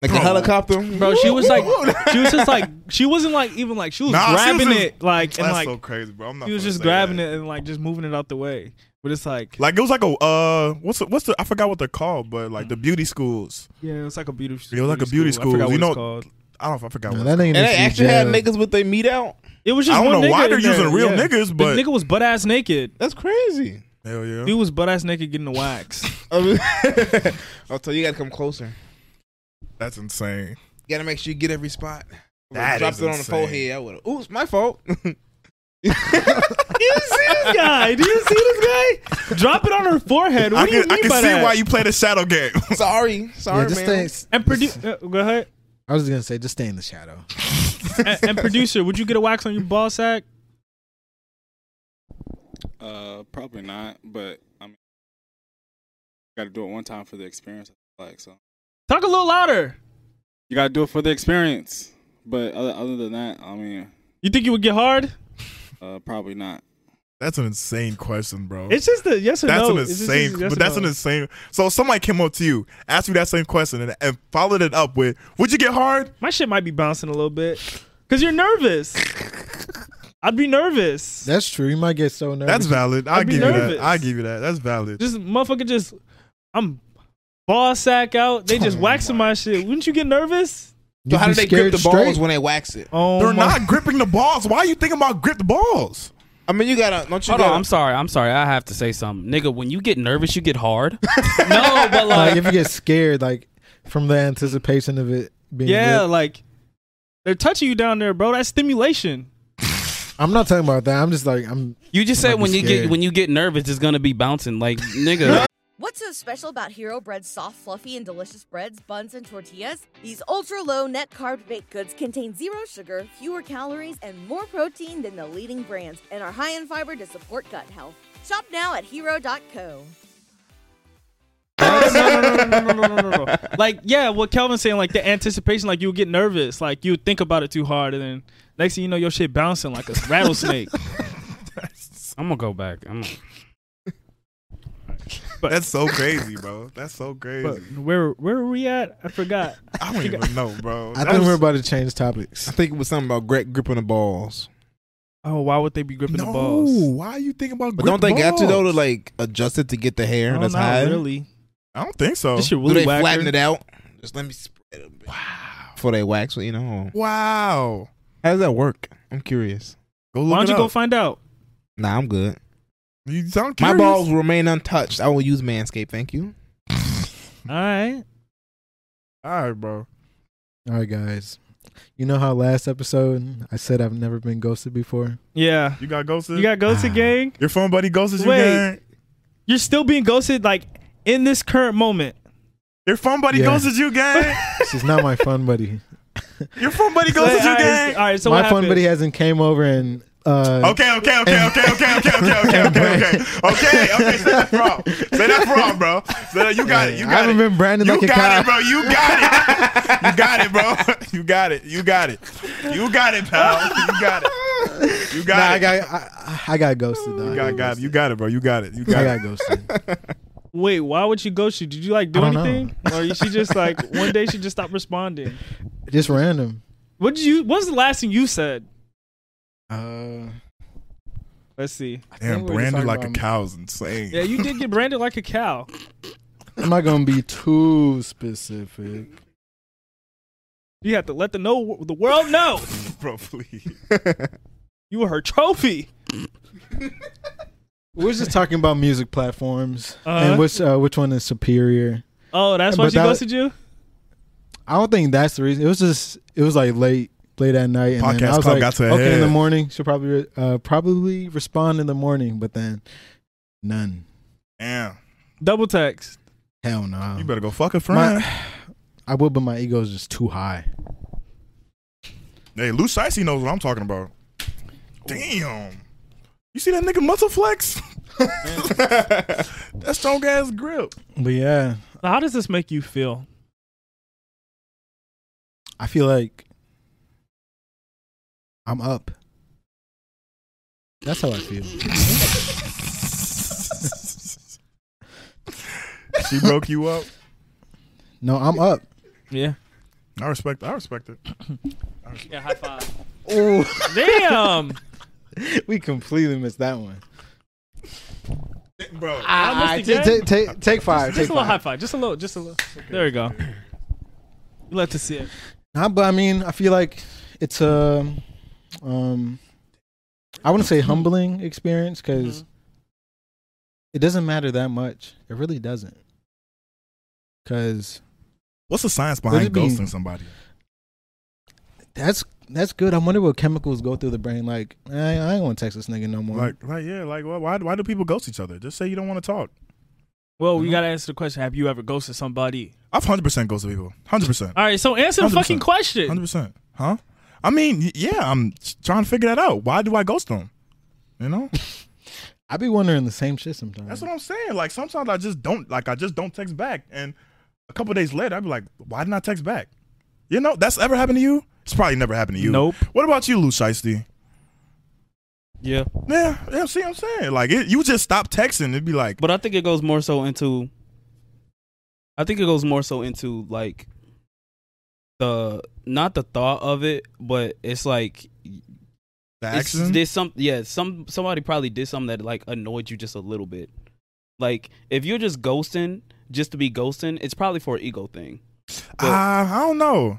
Speaker 6: Like
Speaker 2: Bro.
Speaker 6: a helicopter?
Speaker 4: bro, she was like, she was just like, she wasn't like even like she was
Speaker 2: Nah, she was
Speaker 4: grabbing
Speaker 2: just-
Speaker 4: it like and
Speaker 2: That's
Speaker 4: like
Speaker 2: so crazy, bro. I'm not.
Speaker 4: he was
Speaker 2: gonna
Speaker 4: just
Speaker 2: say
Speaker 4: grabbing
Speaker 2: that.
Speaker 4: it and like just moving it out the way. But it's like,
Speaker 2: Like it was like a uh, what's the, what's the I forgot what they're called, but like the
Speaker 4: Mm.
Speaker 2: beauty schools.
Speaker 4: yeah, it's like a beauty.
Speaker 2: It was like a beauty
Speaker 4: I forgot
Speaker 2: school.
Speaker 4: what
Speaker 2: You
Speaker 4: it's
Speaker 2: know-
Speaker 4: called.
Speaker 2: I don't. I forgot.
Speaker 3: No,
Speaker 2: what
Speaker 3: that
Speaker 2: it's
Speaker 3: ain't.
Speaker 6: And they actually had niggas with their meat out?
Speaker 4: It was just
Speaker 2: called. I
Speaker 4: one
Speaker 2: don't know
Speaker 4: nigga
Speaker 2: why they're
Speaker 4: in there.
Speaker 2: using real
Speaker 4: Yeah.
Speaker 2: niggas,
Speaker 4: The
Speaker 2: but
Speaker 4: nigga was butt ass naked.
Speaker 6: That's crazy.
Speaker 2: hell yeah.
Speaker 4: He was butt ass naked getting the wax.
Speaker 6: I mean- I'll tell Oh, you, you gotta come closer. You
Speaker 2: That's insane.
Speaker 6: gotta make sure you get every spot.
Speaker 2: That
Speaker 6: dropped
Speaker 2: is
Speaker 6: it on the
Speaker 2: insane.
Speaker 6: forehead. I would. Oops, my fault.
Speaker 4: Do you see this guy? Do you see this guy? Drop it on her forehead. What
Speaker 2: I
Speaker 4: do you
Speaker 2: can,
Speaker 4: mean
Speaker 2: I can
Speaker 4: by
Speaker 2: see
Speaker 4: that?
Speaker 2: why you play the shadow game.
Speaker 6: sorry, sorry,
Speaker 3: Yeah, just
Speaker 6: man.
Speaker 3: stay.
Speaker 4: and produ- uh, go ahead.
Speaker 3: I was just gonna say, just stay in the shadow.
Speaker 4: And, and producer, would you get a wax on your ball sack?
Speaker 5: Uh, probably not. But I mean, got to do it one time for the experience. Like so,
Speaker 4: Talk a little louder.
Speaker 5: you got to do it for the experience. But other, other than that, I mean,
Speaker 4: You think you would get hard?
Speaker 5: uh, probably not.
Speaker 2: that's an insane question, bro.
Speaker 4: It's just a yes or
Speaker 2: that's
Speaker 4: no.
Speaker 2: an
Speaker 4: It's just-
Speaker 2: insane,
Speaker 4: it's yes
Speaker 2: but
Speaker 4: or
Speaker 2: that's
Speaker 4: no.
Speaker 2: an insane. So if somebody came up to you, asked you that same question, and, and followed it up with, "Would you get hard?"
Speaker 4: My shit might be bouncing a little bit because you're nervous. I'd be nervous.
Speaker 3: That's true. You might get so nervous.
Speaker 2: That's valid. I
Speaker 4: I'd be
Speaker 2: give you
Speaker 4: nervous.
Speaker 2: that. I give you that. That's valid.
Speaker 4: just motherfucker, just I'm ball sack out. They
Speaker 2: Oh
Speaker 4: just waxing my shit. Wouldn't you get nervous?
Speaker 3: You'd
Speaker 6: So how
Speaker 3: be
Speaker 6: do they grip
Speaker 3: scared
Speaker 6: the
Speaker 3: straight.
Speaker 6: balls when they wax it?
Speaker 4: Oh
Speaker 2: They're
Speaker 4: my-
Speaker 2: not gripping the balls. Why are you thinking about grip the balls?
Speaker 6: I mean, you gotta. Don't you?
Speaker 1: Hold
Speaker 6: gotta,
Speaker 1: on, I'm sorry, I'm sorry. I have to say something, nigga. When you get nervous, you get hard. no, but
Speaker 3: like
Speaker 1: like,
Speaker 3: if you get scared, like from the anticipation of it being.
Speaker 4: Yeah,
Speaker 3: lit.
Speaker 4: like they're touching you down there, bro. That's stimulation.
Speaker 3: I'm not talking about that. I'm just like I'm.
Speaker 1: you just said
Speaker 3: Might be
Speaker 1: when you get
Speaker 3: scared.
Speaker 1: when you get nervous, it's gonna be bouncing, like, nigga.
Speaker 7: What's so special about Hero Bread's soft, fluffy, and delicious breads, buns, and tortillas? These ultra low net carb baked goods contain zero sugar, fewer calories, and more protein than the leading brands, and are high in fiber to support gut health. Shop now at hero.co.
Speaker 4: no, no, no, no, no, no, no, no, no, no. Like, yeah, what Kelvin's saying, like the anticipation, like you get nervous, like you think about it too hard, and then next thing you know, your shit bouncing like a rattlesnake.
Speaker 1: I'm gonna go back. I'm gonna-
Speaker 2: That's so crazy, bro. That's so crazy.
Speaker 4: But where where were we at? I forgot.
Speaker 2: I don't even know, bro.
Speaker 3: I
Speaker 2: That
Speaker 3: think
Speaker 2: was-
Speaker 3: we're about to change
Speaker 6: I
Speaker 3: topics.
Speaker 6: think it was something about Greg gripping the balls.
Speaker 4: Oh, why would they be gripping
Speaker 2: no.
Speaker 4: the balls?
Speaker 2: Why are you thinking about?
Speaker 6: But
Speaker 2: grip
Speaker 6: don't they got to though to
Speaker 2: balls?
Speaker 6: like adjust it to get the hair
Speaker 4: Oh,
Speaker 6: that's
Speaker 4: not
Speaker 6: high?
Speaker 4: really.
Speaker 2: I don't think so.
Speaker 4: This shit
Speaker 6: Do
Speaker 4: really
Speaker 6: they
Speaker 4: whacker.
Speaker 6: flatten it out? Just let me spread a bit. Wow. Before they wax, it, you know.
Speaker 2: Wow.
Speaker 6: How does that work? I'm curious.
Speaker 2: Go look
Speaker 4: Why don't
Speaker 2: it
Speaker 4: you
Speaker 2: up.
Speaker 4: go find out?
Speaker 6: Nah, I'm good.
Speaker 2: you sound
Speaker 6: My
Speaker 2: curious.
Speaker 6: balls remain untouched. I will use Manscaped. Thank you.
Speaker 4: All right.
Speaker 2: All right, bro.
Speaker 3: All right, guys. You know how last episode I said I've never been ghosted before.
Speaker 4: Yeah.
Speaker 2: You got ghosted.
Speaker 4: You got ghosted,
Speaker 3: Ah.
Speaker 4: gang.
Speaker 2: your phone buddy ghosted you.
Speaker 4: Wait.
Speaker 2: gang?
Speaker 4: You're still being ghosted, like in this current moment.
Speaker 2: Your phone buddy
Speaker 3: Yeah.
Speaker 2: ghosted you, gang.
Speaker 3: She's not my fun buddy.
Speaker 2: your phone buddy
Speaker 4: Wait,
Speaker 2: ghosted
Speaker 4: all
Speaker 2: you,
Speaker 4: right,
Speaker 2: gang.
Speaker 4: all right, so
Speaker 3: my
Speaker 4: what
Speaker 3: fun
Speaker 4: happened?
Speaker 3: buddy hasn't came over and. Uh,
Speaker 2: Okay, okay, okay, okay, okay, okay, okay, okay,
Speaker 3: and
Speaker 2: okay,
Speaker 3: Brand-
Speaker 2: okay, okay, okay. Say that wrong. Say that wrong, bro. Say that you got it. You
Speaker 3: I
Speaker 2: got
Speaker 3: haven't
Speaker 2: it.
Speaker 3: been branded
Speaker 2: You
Speaker 3: like a
Speaker 2: got it,
Speaker 3: cop.
Speaker 2: bro. You got it. You got it, bro. You got it. You got it. You got it, pal. You got it. You
Speaker 3: nah, I
Speaker 2: got it.
Speaker 3: got I, I got ghosted. Though.
Speaker 2: You
Speaker 3: I
Speaker 2: got, got it. You got it, bro. You got it. You
Speaker 3: I
Speaker 2: got
Speaker 3: got
Speaker 2: it.
Speaker 3: ghosted.
Speaker 4: Wait, why would she ghost you? Did you like do
Speaker 3: I don't know.
Speaker 4: anything, or she just like one day she just stopped responding?
Speaker 3: Just random.
Speaker 4: What did you? What's the last thing you said?
Speaker 3: Uh,
Speaker 4: Let's see.
Speaker 2: Damn, branded like a cow's insane.
Speaker 4: Yeah, you did get branded like a cow.
Speaker 3: I'm not gonna be too specific.
Speaker 4: You have to let the know the world know
Speaker 2: bro, please.
Speaker 4: you were her trophy.
Speaker 3: We're just talking about music platforms
Speaker 4: Uh-huh.
Speaker 3: and which uh, which one is superior.
Speaker 4: Oh, that's why
Speaker 3: But
Speaker 4: she
Speaker 3: that-
Speaker 4: ghosted you.
Speaker 3: I don't think that's the reason. It was just it was like late late at night, and then
Speaker 2: Podcast
Speaker 3: I was
Speaker 2: call
Speaker 3: like,
Speaker 2: got to a
Speaker 3: okay, in the
Speaker 2: head.
Speaker 3: morning she'll probably uh, probably respond in the morning, but then none.
Speaker 2: Damn.
Speaker 4: Double text.
Speaker 3: Hell no.
Speaker 2: You better go fuck a friend.
Speaker 3: my, I would, but my ego is just too high.
Speaker 2: hey, Lou Shicey knows what I'm talking about. Damn. You see that nigga muscle flex? that strong ass grip.
Speaker 3: But yeah,
Speaker 4: Now, How does this make you feel?
Speaker 3: I feel like I'm up. That's how I feel.
Speaker 2: She broke you up.
Speaker 3: No, I'm up.
Speaker 4: Yeah.
Speaker 2: I respect. I respect it.
Speaker 4: Yeah. High five.
Speaker 3: Ooh,
Speaker 4: Damn.
Speaker 3: we completely missed that one.
Speaker 2: Bro,
Speaker 4: I missed again.
Speaker 3: Take, take, take five.
Speaker 4: Just
Speaker 3: Take
Speaker 4: a little high
Speaker 3: five.
Speaker 4: five. Just a little. Just a little. There we go. You left to see it.
Speaker 3: Nah, but I mean, I feel like it's a, um, I wouldn't say humbling experience because
Speaker 2: Mm-hmm.
Speaker 3: it doesn't matter that much. It really doesn't. Because
Speaker 2: what's the science
Speaker 3: What
Speaker 2: behind
Speaker 3: does it mean?
Speaker 2: ghosting somebody?
Speaker 3: That's that's good. I wonder what chemicals go through the brain. Like, I, I ain't want to text this nigga no more.
Speaker 2: Like, like, yeah, like, why, why, why do people ghost each other? Just say you don't want to talk.
Speaker 4: Well, we gotta answer the question. Have you ever ghosted somebody?
Speaker 2: I've hundred percent ghosted people. Hundred percent.
Speaker 4: All right. So answer the
Speaker 2: 100%.
Speaker 4: fucking question.
Speaker 2: Hundred percent. Huh? I mean, y- yeah, I'm s- trying to figure that out. Why do I ghost them? You know,
Speaker 3: I be wondering the same shit sometimes.
Speaker 2: that's what I'm saying. Like sometimes I just don't, like I just don't text back, and a couple days later I'd be like, why didn't I text back? You know, that's ever happened to you? It's probably never happened to you.
Speaker 4: Nope.
Speaker 2: What about you, Lou Shiesty?
Speaker 1: yeah,
Speaker 2: Yeah, yeah. See, what I'm saying, like, it, you just stop texting. It'd be like,
Speaker 1: but I think it goes more so into. I think it goes more so into like the not the thought of it, but it's like
Speaker 2: the
Speaker 1: it's-
Speaker 2: action.
Speaker 1: there's some yeah some somebody probably did something that like annoyed you just a little bit. Like if you're just
Speaker 2: Ah,
Speaker 1: ghosting just to be ghosting, it's probably for an ego thing.
Speaker 2: Uh, I don't know.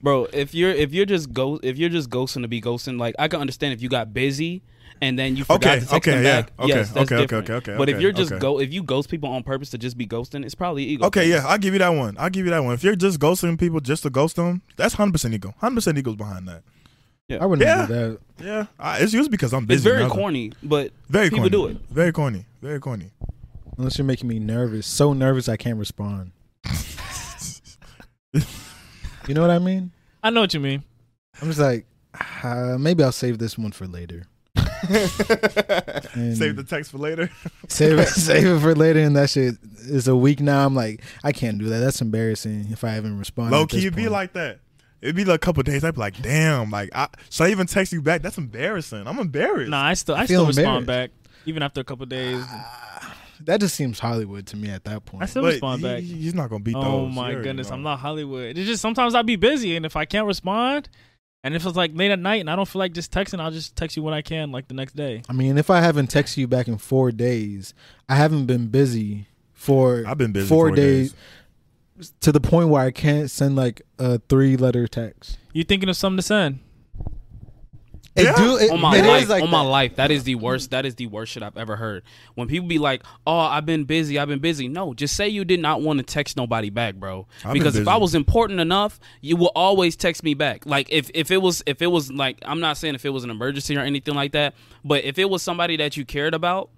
Speaker 1: bro. If you're if you're just go if you're just ghosting to be ghosting, like I can understand if you got busy and then you forgot
Speaker 2: Okay,
Speaker 1: to text
Speaker 2: okay,
Speaker 1: them
Speaker 2: yeah,
Speaker 1: back.
Speaker 2: okay,
Speaker 1: yes, that's
Speaker 2: okay, okay,
Speaker 1: different.
Speaker 2: okay, okay,
Speaker 1: But if
Speaker 2: okay,
Speaker 1: you're just
Speaker 2: okay.
Speaker 1: go if you ghost people on purpose to just be ghosting, it's probably ego.
Speaker 2: Okay, yeah, I'll give you that one. I'll give you that one. If you're just ghosting people just to ghost them, that's 100% ego. 100% ego's behind that.
Speaker 3: I wouldn't
Speaker 2: Yeah.
Speaker 3: do that.
Speaker 2: Yeah, I, it's usually because I'm busy.
Speaker 1: It's very
Speaker 2: now, though.
Speaker 1: corny, but
Speaker 2: Very
Speaker 1: people
Speaker 2: corny.
Speaker 1: do it.
Speaker 2: Very corny. Very corny.
Speaker 3: Unless you're making me nervous. So nervous I can't respond. you know what I mean?
Speaker 4: I know what you mean.
Speaker 3: I'm just like, uh, maybe I'll save this one for later. And
Speaker 2: Save the text for later.
Speaker 3: save it, save it for later. And that shit is a week now. I'm like, I can't do that. That's embarrassing if I haven't responded.
Speaker 2: Low
Speaker 3: at this
Speaker 2: key, it'd be
Speaker 3: point.
Speaker 2: like that. It'd be like a couple days. I'd be like, damn, like, I, should I even text you back? That's embarrassing. I'm embarrassed.
Speaker 4: Nah, I still I,
Speaker 3: feel
Speaker 4: still respond back even after a couple days.
Speaker 3: Ah, that just seems Hollywood to me at that point.
Speaker 4: I still
Speaker 2: But
Speaker 4: respond
Speaker 2: he-
Speaker 4: back.
Speaker 2: he's not gonna beat those.
Speaker 4: Oh
Speaker 2: You
Speaker 4: my
Speaker 2: already
Speaker 4: goodness,
Speaker 2: know.
Speaker 4: I'm not Hollywood. It's just sometimes I'll be busy, and if I can't respond, and if it's like late at night and I don't feel like just texting, I'll just text you when I can, like the next day.
Speaker 3: I mean, if I haven't texted you back in four days, I haven't been busy for
Speaker 2: I've been busy
Speaker 3: four,
Speaker 2: four
Speaker 3: days, to the point where I can't send like a three letter text.
Speaker 4: You thinking of something to send?
Speaker 3: It
Speaker 2: Yeah.
Speaker 3: do it,
Speaker 1: on my
Speaker 3: it is
Speaker 1: life,
Speaker 3: like
Speaker 1: on my
Speaker 3: that.
Speaker 1: life, that is the worst. That is the worst shit I've ever heard. When people be like, "Oh, I've been busy. I've been busy." No, just say you did not want to text nobody back, bro.
Speaker 2: I've been
Speaker 1: because if I
Speaker 2: busy.
Speaker 1: was important enough, you will always text me back. Like if if it was if it was like I'm not saying if it was an emergency or anything like that, but if it was somebody that you cared about.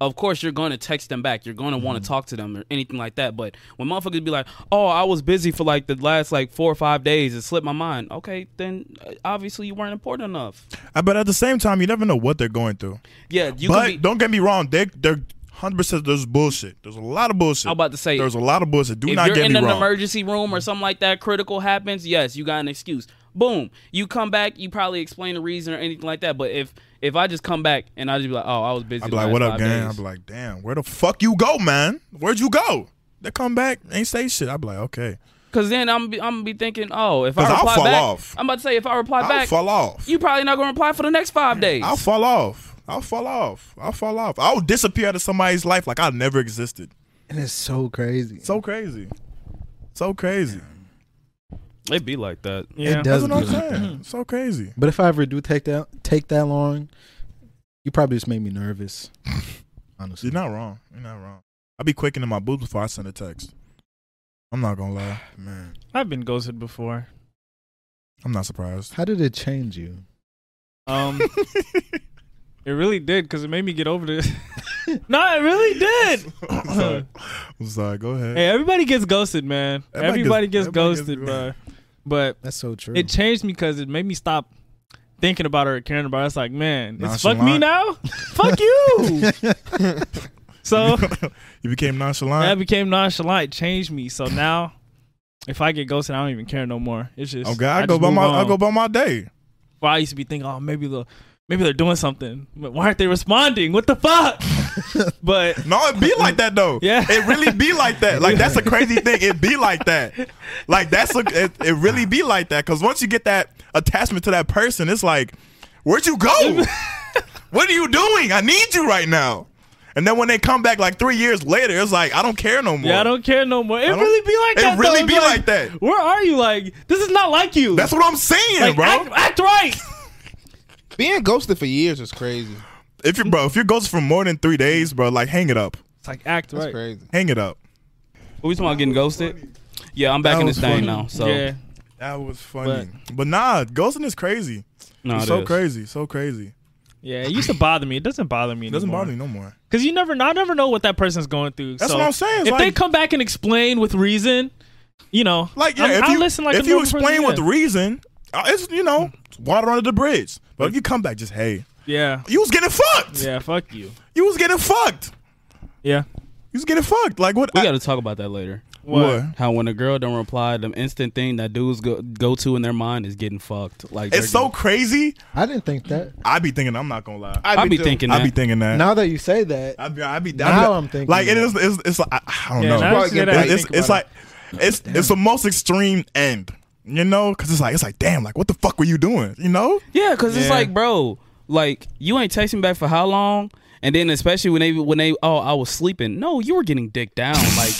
Speaker 1: Of course, you're going to text them back. You're going to
Speaker 3: Mm-hmm.
Speaker 1: want to talk to them or anything like that. But when motherfuckers be like, "Oh, I was busy for like the last like four or five days. It slipped my mind." Okay, then uh, obviously you weren't important enough.
Speaker 2: Uh, But at the same time, you never know what they're going through.
Speaker 1: Yeah, you
Speaker 2: but
Speaker 1: could be,
Speaker 2: don't get me wrong, they they're hundred percent. There's bullshit. There's a lot of bullshit.
Speaker 1: I'm about to say,
Speaker 2: there's a lot of bullshit. Do
Speaker 1: if
Speaker 2: not
Speaker 1: you're
Speaker 2: get
Speaker 1: in
Speaker 2: me
Speaker 1: an
Speaker 2: wrong.
Speaker 1: emergency room or something like that, critical happens. Yes, you got an excuse. Boom. You come back. You probably explain the reason or anything like that. But if if I just come back and I just be like, oh, I was busy.
Speaker 2: I'd be
Speaker 1: the
Speaker 2: like,
Speaker 1: last
Speaker 2: what up,
Speaker 1: five
Speaker 2: gang? I'd
Speaker 1: days."
Speaker 2: be like, damn, where the fuck you go, man? Where'd you go? They come back, ain't say shit. I'd be like, okay,
Speaker 1: Cause then I'm be, I'm gonna be thinking, oh, if I
Speaker 2: 'Cause I'll
Speaker 1: reply
Speaker 2: fall
Speaker 1: back,
Speaker 2: off.
Speaker 1: I'm about to say if I reply
Speaker 2: I'll
Speaker 1: back,
Speaker 2: fall off.
Speaker 1: you probably not gonna reply for the next five days.
Speaker 2: I'll fall off. I'll fall off. I'll fall off. I'll disappear out of somebody's life like I never existed.
Speaker 3: and it's so crazy.
Speaker 2: So crazy. So crazy.
Speaker 1: it be like that.
Speaker 4: Yeah,
Speaker 3: does.
Speaker 2: That's what I'm
Speaker 3: be like
Speaker 1: Mm-hmm.
Speaker 2: saying. So crazy.
Speaker 3: But if I ever do take that take that long, you probably just made me nervous. Honestly,
Speaker 2: You're not wrong. You're not wrong. I'll be quaking in my boots before I send a text. I'm not gonna lie, man.
Speaker 4: I've been ghosted before.
Speaker 2: I'm not surprised.
Speaker 3: How did it change you?
Speaker 4: Um, it really did because it made me get over this. no, it really did.
Speaker 2: I'm sorry. I'm sorry. Go ahead.
Speaker 4: Hey, everybody gets ghosted, man.
Speaker 2: Everybody
Speaker 4: Everybody,
Speaker 2: gets-
Speaker 4: gets,
Speaker 2: everybody gets
Speaker 4: ghosted, bro.
Speaker 2: ghosted.
Speaker 4: But
Speaker 3: That's so true.
Speaker 4: it changed me because it made me stop thinking about her, caring about her. It's like, man, it's fuck
Speaker 2: Nonchalant.
Speaker 4: me now, fuck you. so
Speaker 2: you became
Speaker 4: that
Speaker 2: nonchalant.
Speaker 4: became nonchalant, changed me. So now, if I get ghosted, I don't even care no more. It's just
Speaker 2: okay, I, go
Speaker 4: just
Speaker 2: by
Speaker 4: move
Speaker 2: my I
Speaker 4: on.
Speaker 2: go by my day.
Speaker 4: Well, I used to be thinking, oh, maybe the maybe they're doing something. But why aren't they responding? What the fuck? but
Speaker 2: No, it be like that though.
Speaker 4: Yeah.
Speaker 2: it really be like that. Like that's a crazy thing. It be like that. Like that's a it, it really be like that. Cause once you get that attachment to that person, it's like, where'd you go? what are you doing? I need you right now. And then when they come back like three years later, it's like I don't care no more.
Speaker 4: yeah, I don't care no more. It
Speaker 2: don't-
Speaker 4: really be like
Speaker 2: it
Speaker 4: that. though.
Speaker 2: really
Speaker 4: It's
Speaker 2: be like that.
Speaker 4: Where are you? Like this is not like you.
Speaker 2: That's what I'm saying,
Speaker 4: like,
Speaker 2: bro.
Speaker 4: Act, act right.
Speaker 6: Being ghosted for years is crazy.
Speaker 2: if you bro, if you goes for more than three days, bro, like hang it up,
Speaker 4: It's like act
Speaker 6: That's
Speaker 4: right.
Speaker 6: crazy.
Speaker 2: hang it up.
Speaker 1: What we talking about getting ghosted? Yeah, I'm back in
Speaker 2: was
Speaker 1: this thing
Speaker 2: funny.
Speaker 1: now. So
Speaker 4: Yeah.
Speaker 2: That was funny. But, nah, ghosting is crazy.
Speaker 1: no,
Speaker 2: It's
Speaker 1: it
Speaker 2: so
Speaker 1: is.
Speaker 2: crazy, so crazy.
Speaker 4: Yeah, it used to bother me. It doesn't bother me.
Speaker 2: It doesn't bother me no more.
Speaker 4: because you never, I never know what that person's going through.
Speaker 2: That's
Speaker 4: So
Speaker 2: what I'm saying. It's
Speaker 4: If they
Speaker 2: like-
Speaker 4: come back and explain with reason, you know,
Speaker 2: Like yeah,
Speaker 4: I'm-
Speaker 2: if
Speaker 4: I'll
Speaker 2: you,
Speaker 4: listen like
Speaker 2: if
Speaker 4: a
Speaker 2: you
Speaker 4: normal person,
Speaker 2: explain what the
Speaker 4: yeah.
Speaker 2: reason, uh, it's you know it's water under the bridge. But if you come back, just hey,
Speaker 4: yeah,
Speaker 2: you was getting fucked.
Speaker 4: yeah, fuck you.
Speaker 2: You was getting fucked.
Speaker 4: Yeah,
Speaker 2: You was getting fucked. Like what?
Speaker 1: We
Speaker 2: I-
Speaker 1: got to talk about that later.
Speaker 2: what?
Speaker 1: How when a girl don't reply, the instant thing that dudes go, go to in their mind is getting fucked. Like
Speaker 2: It's
Speaker 1: they're
Speaker 2: so crazy.
Speaker 3: I didn't think that.
Speaker 2: I be thinking. I'm not gonna lie. I,
Speaker 1: getting- I be thinking that.
Speaker 2: be thinking that.
Speaker 3: Now that you say that,
Speaker 2: I be. I be. I be
Speaker 3: Now I'm thinking
Speaker 2: Like it
Speaker 3: that.
Speaker 2: is. It's. It's. Like, I, I don't
Speaker 4: yeah.
Speaker 2: know.
Speaker 4: now
Speaker 6: Probably
Speaker 4: you say
Speaker 6: get
Speaker 4: that.
Speaker 6: back.
Speaker 2: it's it's,
Speaker 6: think
Speaker 2: it's like
Speaker 6: about
Speaker 2: it's it's the most extreme end. You know, because it's like it's like damn, like what the fuck were you doing? You know,
Speaker 1: yeah, because it's
Speaker 4: Yeah.
Speaker 1: like, bro, like you ain't texting back for how long? And then especially when they when they oh I was sleeping. No, you were getting dick down. Like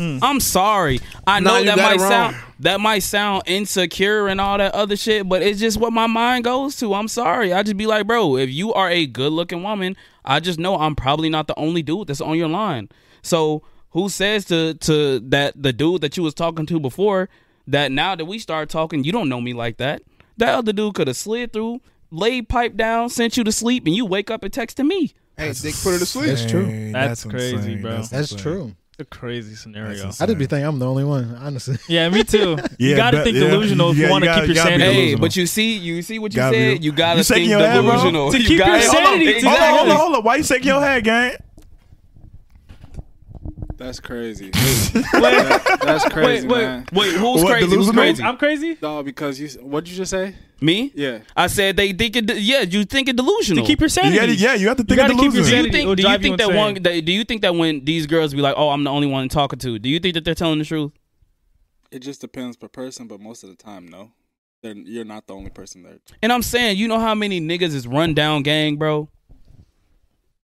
Speaker 1: I'm sorry. I
Speaker 6: Mm. Nah,
Speaker 1: know
Speaker 6: you
Speaker 1: that
Speaker 6: got
Speaker 1: might
Speaker 6: it wrong.
Speaker 1: sound that might sound insecure and all that other shit, but it's just what my mind goes to. I'm sorry. I just be like, bro, if you are a good looking woman, I just know I'm probably not the only dude that's on your line. So who says to to that the dude that you was talking to before that now that we start talking, you don't know me like that. That other dude could have slid through, laid pipe down, sent you to sleep, and you wake up and texting me.
Speaker 6: Hey, dick put her to sleep.
Speaker 3: That's true.
Speaker 2: Dang,
Speaker 4: That's crazy, bro.
Speaker 3: That's
Speaker 2: insane.
Speaker 3: true.
Speaker 4: The crazy scenario.
Speaker 2: That's
Speaker 3: I just be thinking I'm the only one, honestly.
Speaker 4: Yeah, me too. you
Speaker 2: Yeah,
Speaker 4: gotta
Speaker 2: but-
Speaker 4: think
Speaker 2: yeah,
Speaker 4: delusional if
Speaker 2: yeah,
Speaker 4: you
Speaker 2: you
Speaker 4: want to
Speaker 2: gotta-
Speaker 4: keep your
Speaker 2: gotta be
Speaker 4: sanity.
Speaker 1: Hey,
Speaker 2: delusional.
Speaker 1: but you see, you see what you
Speaker 2: Gotta be-
Speaker 1: said. You gotta
Speaker 2: You shaking
Speaker 1: think
Speaker 2: your head, bro?
Speaker 1: delusional.
Speaker 4: To
Speaker 1: You
Speaker 4: keep your
Speaker 1: gotta-
Speaker 4: sanity,
Speaker 2: Hold on,
Speaker 1: Hold on.
Speaker 2: hold
Speaker 1: Exactly.
Speaker 2: on, hold on. Why you shaking your head, gang?
Speaker 5: That's crazy. That- that's crazy,
Speaker 4: wait, wait,
Speaker 5: man.
Speaker 1: Wait, who's
Speaker 2: What,
Speaker 1: crazy? Who's
Speaker 2: delusional?
Speaker 1: crazy?
Speaker 4: I'm crazy.
Speaker 5: No, because you. What'd you just say?
Speaker 1: Me?
Speaker 5: Yeah.
Speaker 1: I said they think it. Yeah, you think it delusional.
Speaker 4: To keep your
Speaker 2: You
Speaker 4: sanity.
Speaker 2: gotta, yeah, you have to think of
Speaker 4: gotta
Speaker 2: the
Speaker 4: keep your
Speaker 2: losers.
Speaker 1: do you
Speaker 4: sanity will
Speaker 1: think? Do you
Speaker 4: drive you
Speaker 1: think that
Speaker 4: insane.
Speaker 1: one? That, do you think that when these girls be like, "Oh, I'm the only one talking to," do you think that they're telling the truth?
Speaker 5: It just depends per person, but most of the time, no. Then you're not the only person there.
Speaker 1: And I'm saying, you know how many niggas is run down gang, bro.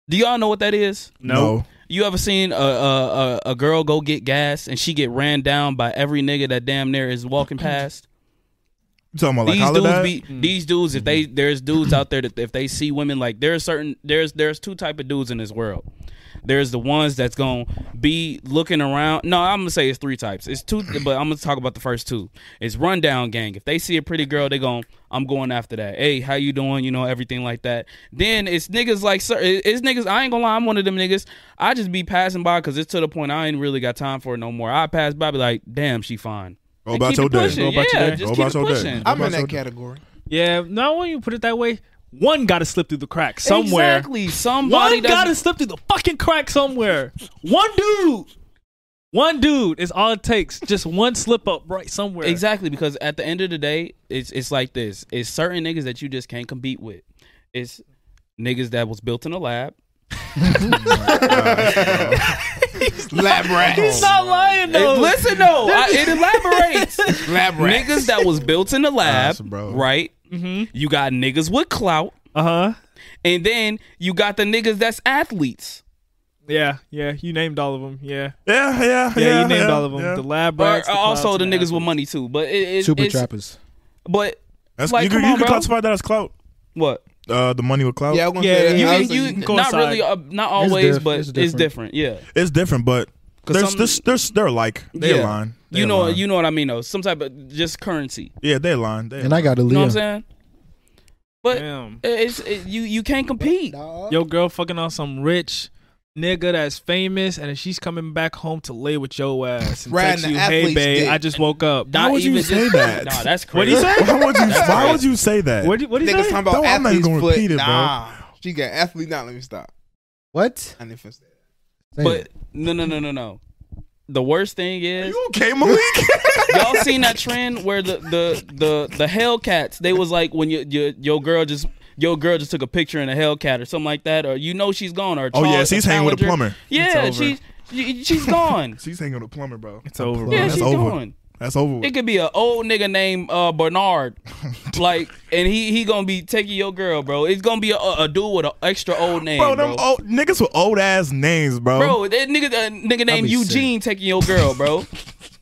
Speaker 1: Do y'all know what that is?
Speaker 2: No.
Speaker 1: You ever seen a, a a a girl go get gas and she get ran down by every nigga that damn near is walking past?
Speaker 2: You talking about like
Speaker 1: these
Speaker 2: holiday?
Speaker 1: dudes be
Speaker 4: Mm.
Speaker 1: these dudes if they there's dudes out there that if they see women like there's certain there's there's two type of dudes in this world there's the ones that's gonna be looking around no i'm gonna say it's three types it's two but i'm gonna talk about the first two it's rundown gang if they see a pretty girl they gon' i'm going after that hey how you doing you know everything like that then it's niggas like sir it- it's niggas i ain't gonna lie i'm one of them niggas i just be passing by because it's to the point i ain't really got time for it no more i pass by be like damn she fine
Speaker 2: Go
Speaker 1: And
Speaker 2: about
Speaker 1: keep
Speaker 2: your
Speaker 1: it
Speaker 2: day.
Speaker 1: pushing.
Speaker 4: Go about your
Speaker 1: Yeah,
Speaker 4: day.
Speaker 1: just
Speaker 2: Go
Speaker 1: keep
Speaker 2: about
Speaker 1: it
Speaker 2: your day.
Speaker 1: pushing.
Speaker 6: I'm in
Speaker 2: That's
Speaker 6: that
Speaker 2: okay.
Speaker 6: category.
Speaker 4: Yeah, no, when you put it that way, one gotta slip through the cracks somewhere.
Speaker 1: Exactly. Somebody
Speaker 4: One
Speaker 1: does
Speaker 4: gotta slip through the fucking crack somewhere. One dude. One dude is all it takes. Just one slip up right somewhere.
Speaker 1: Exactly, because at the end of the day, it's it's like this. It's certain niggas that you just can't compete with. It's niggas that was built in a lab.
Speaker 6: Lab
Speaker 4: He's
Speaker 6: rats.
Speaker 4: not lying though.
Speaker 1: It- listen though, I, it elaborates.
Speaker 6: Lab rats.
Speaker 1: niggas that was built in the lab,
Speaker 2: Awesome, bro.
Speaker 1: right? You got niggas with clout,
Speaker 4: Uh
Speaker 1: Uh-huh.
Speaker 4: huh.
Speaker 1: and then you got the niggas that's athletes.
Speaker 4: Yeah, yeah. You named all of them. Yeah,
Speaker 2: Yeah, yeah, yeah.
Speaker 4: yeah. you named
Speaker 2: yeah,
Speaker 4: all of them.
Speaker 2: yeah.
Speaker 4: The lab
Speaker 1: But
Speaker 4: rats. the
Speaker 1: also
Speaker 4: clowns,
Speaker 1: the
Speaker 4: and
Speaker 1: niggas with
Speaker 4: athletes.
Speaker 1: money too. But it, it,
Speaker 3: Super
Speaker 1: it's,
Speaker 3: trappers.
Speaker 1: But
Speaker 2: That's,
Speaker 1: Like,
Speaker 2: you could,
Speaker 1: come
Speaker 2: you
Speaker 1: on,
Speaker 2: could
Speaker 1: bro.
Speaker 2: classify that as clout.
Speaker 1: what?
Speaker 2: Uh, the money with clout.
Speaker 6: Yeah, I was gonna
Speaker 4: Yeah,
Speaker 6: say that.
Speaker 1: You,
Speaker 6: I was
Speaker 1: you,
Speaker 6: like,
Speaker 4: go
Speaker 1: not
Speaker 4: inside.
Speaker 1: really, uh, not always,
Speaker 3: diff-
Speaker 1: but
Speaker 3: it's
Speaker 1: it's different.
Speaker 3: different.
Speaker 1: Yeah.
Speaker 2: it's different, but there's,
Speaker 1: some-
Speaker 2: there's, there's, they're like they
Speaker 1: Yeah.
Speaker 2: align. They
Speaker 1: you know,
Speaker 2: align.
Speaker 1: you know what I mean though. Some type of just currency.
Speaker 2: yeah, they align. They
Speaker 3: And I got a
Speaker 1: You know what
Speaker 3: Leo.
Speaker 1: I'm saying? But
Speaker 4: Damn.
Speaker 1: it's it, you you can't compete.
Speaker 4: Your girl fucking on some rich nigga that's famous, and she's coming back home to lay with your ass and
Speaker 6: Riding
Speaker 4: text
Speaker 6: the
Speaker 4: you, "Hey
Speaker 6: athlete's
Speaker 4: babe,
Speaker 6: dick."
Speaker 4: align. I just woke up."
Speaker 1: Not
Speaker 2: would you
Speaker 1: even
Speaker 2: say
Speaker 1: just,
Speaker 2: that?
Speaker 1: Nah, that's crazy.
Speaker 4: What do you say?
Speaker 2: Why would you? why
Speaker 1: right.
Speaker 2: would you say that?
Speaker 4: What do what do you
Speaker 6: Niggas talking
Speaker 4: say?
Speaker 6: about
Speaker 2: No, I'm not
Speaker 6: athlete's
Speaker 2: gonna
Speaker 6: foot.
Speaker 2: repeat it, bro.
Speaker 6: nah, she got athlete. Now let me stop.
Speaker 3: What?
Speaker 6: I didn't finish that.
Speaker 3: Say
Speaker 1: But
Speaker 3: it.
Speaker 1: no no no no no. The worst thing is
Speaker 2: you okay, Malik?
Speaker 1: y'all seen that trend where the the the the Hellcats they was like when your your your girl just your girl just took a picture in a Hellcat or something like that or you know she's gone or
Speaker 2: Oh, yeah,
Speaker 1: Charles-
Speaker 2: she's hanging with a
Speaker 1: Challenger.
Speaker 2: plumber.
Speaker 1: Yeah,
Speaker 4: It's over.
Speaker 1: she's she- she's gone.
Speaker 2: She's hanging with a plumber, bro.
Speaker 4: It's
Speaker 1: yeah,
Speaker 4: over.
Speaker 2: Oh, that's
Speaker 1: she's
Speaker 2: over.
Speaker 1: gone.
Speaker 2: That's over.
Speaker 1: It
Speaker 2: With.
Speaker 1: could be an old nigga named uh, Bernard, like, and he he gonna be taking your girl, bro. It's gonna be a, a dude with an extra old name,
Speaker 2: Bro,
Speaker 1: bro.
Speaker 2: them old niggas with old ass names, bro.
Speaker 1: Bro, that nigga, that nigga named
Speaker 3: be
Speaker 1: Eugene taking your girl, bro.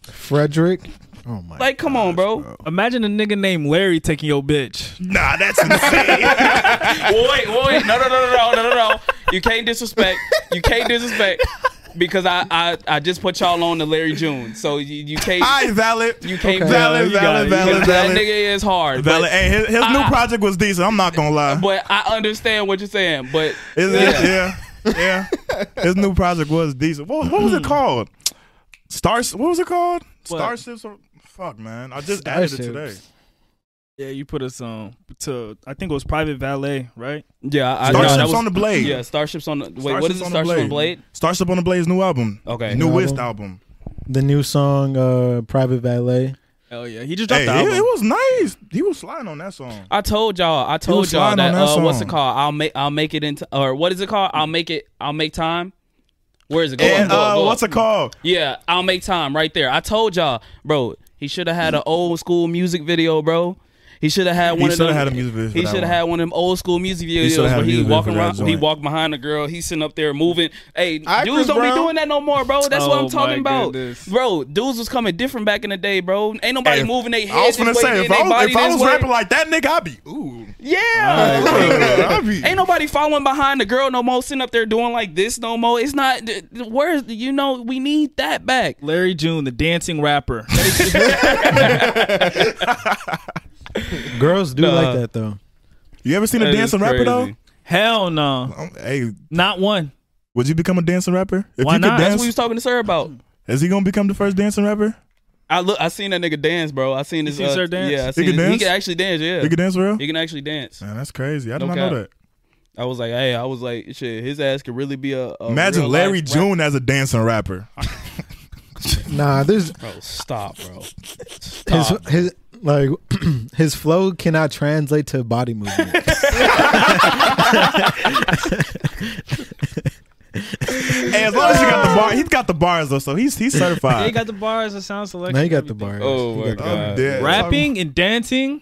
Speaker 3: Frederick. Oh my.
Speaker 1: Like, come on, bro.
Speaker 4: Imagine a nigga named Larry taking your bitch.
Speaker 2: Nah, Ah, that's insane.
Speaker 1: wait, wait, no, no, no, no, no, no, no. You can't disrespect. You can't disrespect because I I, I just put y'all on to Larry June, so you, you can't
Speaker 2: I valid.
Speaker 1: you can't
Speaker 3: Okay.
Speaker 2: Valid,
Speaker 4: You got
Speaker 2: valid,
Speaker 4: it, you
Speaker 2: valid,
Speaker 1: because that
Speaker 2: valid.
Speaker 1: nigga is hard. but-
Speaker 2: Valid. Hey, his, his new
Speaker 1: I-
Speaker 2: project was decent. I'm not gonna lie.
Speaker 1: But I understand what you're saying, but
Speaker 2: Is it? Yeah. yeah, His new project was decent. What, what was
Speaker 4: Hmm.
Speaker 2: it called? Stars. What was it called? Starships. Or, fuck, man. I just added it today.
Speaker 3: Starships.
Speaker 4: Yeah, you put us um to I think it was private valet, right?
Speaker 1: yeah, I, no,
Speaker 2: Starships
Speaker 1: that was,
Speaker 2: on the Blade.
Speaker 1: Yeah, Starships on the wait. what is it?
Speaker 2: Starships
Speaker 1: Starship on the Blade?
Speaker 2: Starship on the Blade's new album.
Speaker 1: Okay.
Speaker 2: Newest
Speaker 3: Album.
Speaker 2: album.
Speaker 3: The new song, uh, Private Valet.
Speaker 4: Hell yeah, he just dropped
Speaker 2: Hey,
Speaker 4: the
Speaker 2: it,
Speaker 4: album.
Speaker 2: it was nice. He was sliding on that song.
Speaker 1: I told y'all. I
Speaker 2: was
Speaker 1: told y'all
Speaker 2: flying
Speaker 1: that.
Speaker 2: on that
Speaker 1: uh, what's it
Speaker 2: song.
Speaker 1: called? I'll make. I'll make it into. Or what is it called? I'll make it. I'll make time. Where is it? Go up,
Speaker 2: And
Speaker 1: go up,
Speaker 2: uh,
Speaker 1: go up.
Speaker 2: what's it called?
Speaker 1: Yeah, I'll make time right there. I told y'all, bro. He should have had an old school music video, bro. He should have had
Speaker 2: He
Speaker 1: one of
Speaker 2: should have
Speaker 1: them.
Speaker 2: had a music video. for
Speaker 1: He
Speaker 2: that
Speaker 1: should have
Speaker 2: one.
Speaker 1: had one of them old school music videos
Speaker 2: shoulda had
Speaker 1: where
Speaker 2: a
Speaker 1: he
Speaker 2: music video
Speaker 1: walking
Speaker 2: for
Speaker 1: around,
Speaker 2: that
Speaker 1: he
Speaker 2: joint.
Speaker 1: walk behind a girl, he's sitting up there moving. Hey,
Speaker 6: Alright,
Speaker 1: dudes
Speaker 6: Chris
Speaker 1: don't
Speaker 6: Brown.
Speaker 1: be doing that no more, bro. That's what
Speaker 4: Oh,
Speaker 1: I'm talking
Speaker 4: my
Speaker 1: about,
Speaker 4: goodness.
Speaker 1: bro. Dudes was coming different back in the day, bro. Ain't nobody
Speaker 2: Hey,
Speaker 1: moving their head.
Speaker 2: I was
Speaker 1: this
Speaker 2: gonna
Speaker 1: way,
Speaker 2: say if
Speaker 1: then they
Speaker 2: I was,
Speaker 1: body
Speaker 2: if I
Speaker 1: this
Speaker 2: was
Speaker 1: way.
Speaker 2: rapping like that, nigga, I'd be ooh.
Speaker 1: yeah.
Speaker 2: I'd be.
Speaker 1: Ain't nobody following behind the girl no more, sitting up there doing like this no more. It's not. th- th- Where's you know we need that back.
Speaker 4: Larry June, the dancing rapper.
Speaker 3: Girls do
Speaker 1: Nah.
Speaker 3: like that though.
Speaker 2: You ever seen a
Speaker 1: That is
Speaker 2: dancing rapper though?
Speaker 1: crazy.
Speaker 4: Hell no,
Speaker 2: Um, Hey,
Speaker 4: not one.
Speaker 2: would you become a dancing rapper? If
Speaker 4: Why
Speaker 2: you
Speaker 4: not?
Speaker 1: That's what
Speaker 2: dance,
Speaker 1: we was talking to sir about.
Speaker 2: is he gonna become the first dancing rapper?
Speaker 1: I look. I seen that nigga dance, bro. I seen this.
Speaker 4: seen
Speaker 1: uh,
Speaker 4: Sir dance?
Speaker 1: Yeah, I
Speaker 4: He
Speaker 1: seen
Speaker 2: can
Speaker 1: this-
Speaker 2: dance?
Speaker 1: He can actually dance. Yeah,
Speaker 2: You can dance for real?
Speaker 1: He can actually dance.
Speaker 2: Man, that's crazy. I did
Speaker 1: No
Speaker 2: not
Speaker 1: cap.
Speaker 2: know that.
Speaker 1: I was like, hey, I was like, shit, his ass could really be a. a
Speaker 2: Imagine
Speaker 1: real-life
Speaker 2: Larry
Speaker 1: rap-
Speaker 2: June as a dancing rapper.
Speaker 3: Nah, there's
Speaker 1: Bro, stop, bro.
Speaker 3: his
Speaker 1: Stop.
Speaker 3: his like his flow cannot translate to body movement.
Speaker 2: hey, as long as you got the bar, he's got the bars though, so he's he's certified.
Speaker 4: They got the bars, the sound selection.
Speaker 3: now you got the bar.
Speaker 4: everything.
Speaker 1: Oh my
Speaker 2: I'm
Speaker 1: god.
Speaker 2: dead.
Speaker 4: Rapping and dancing,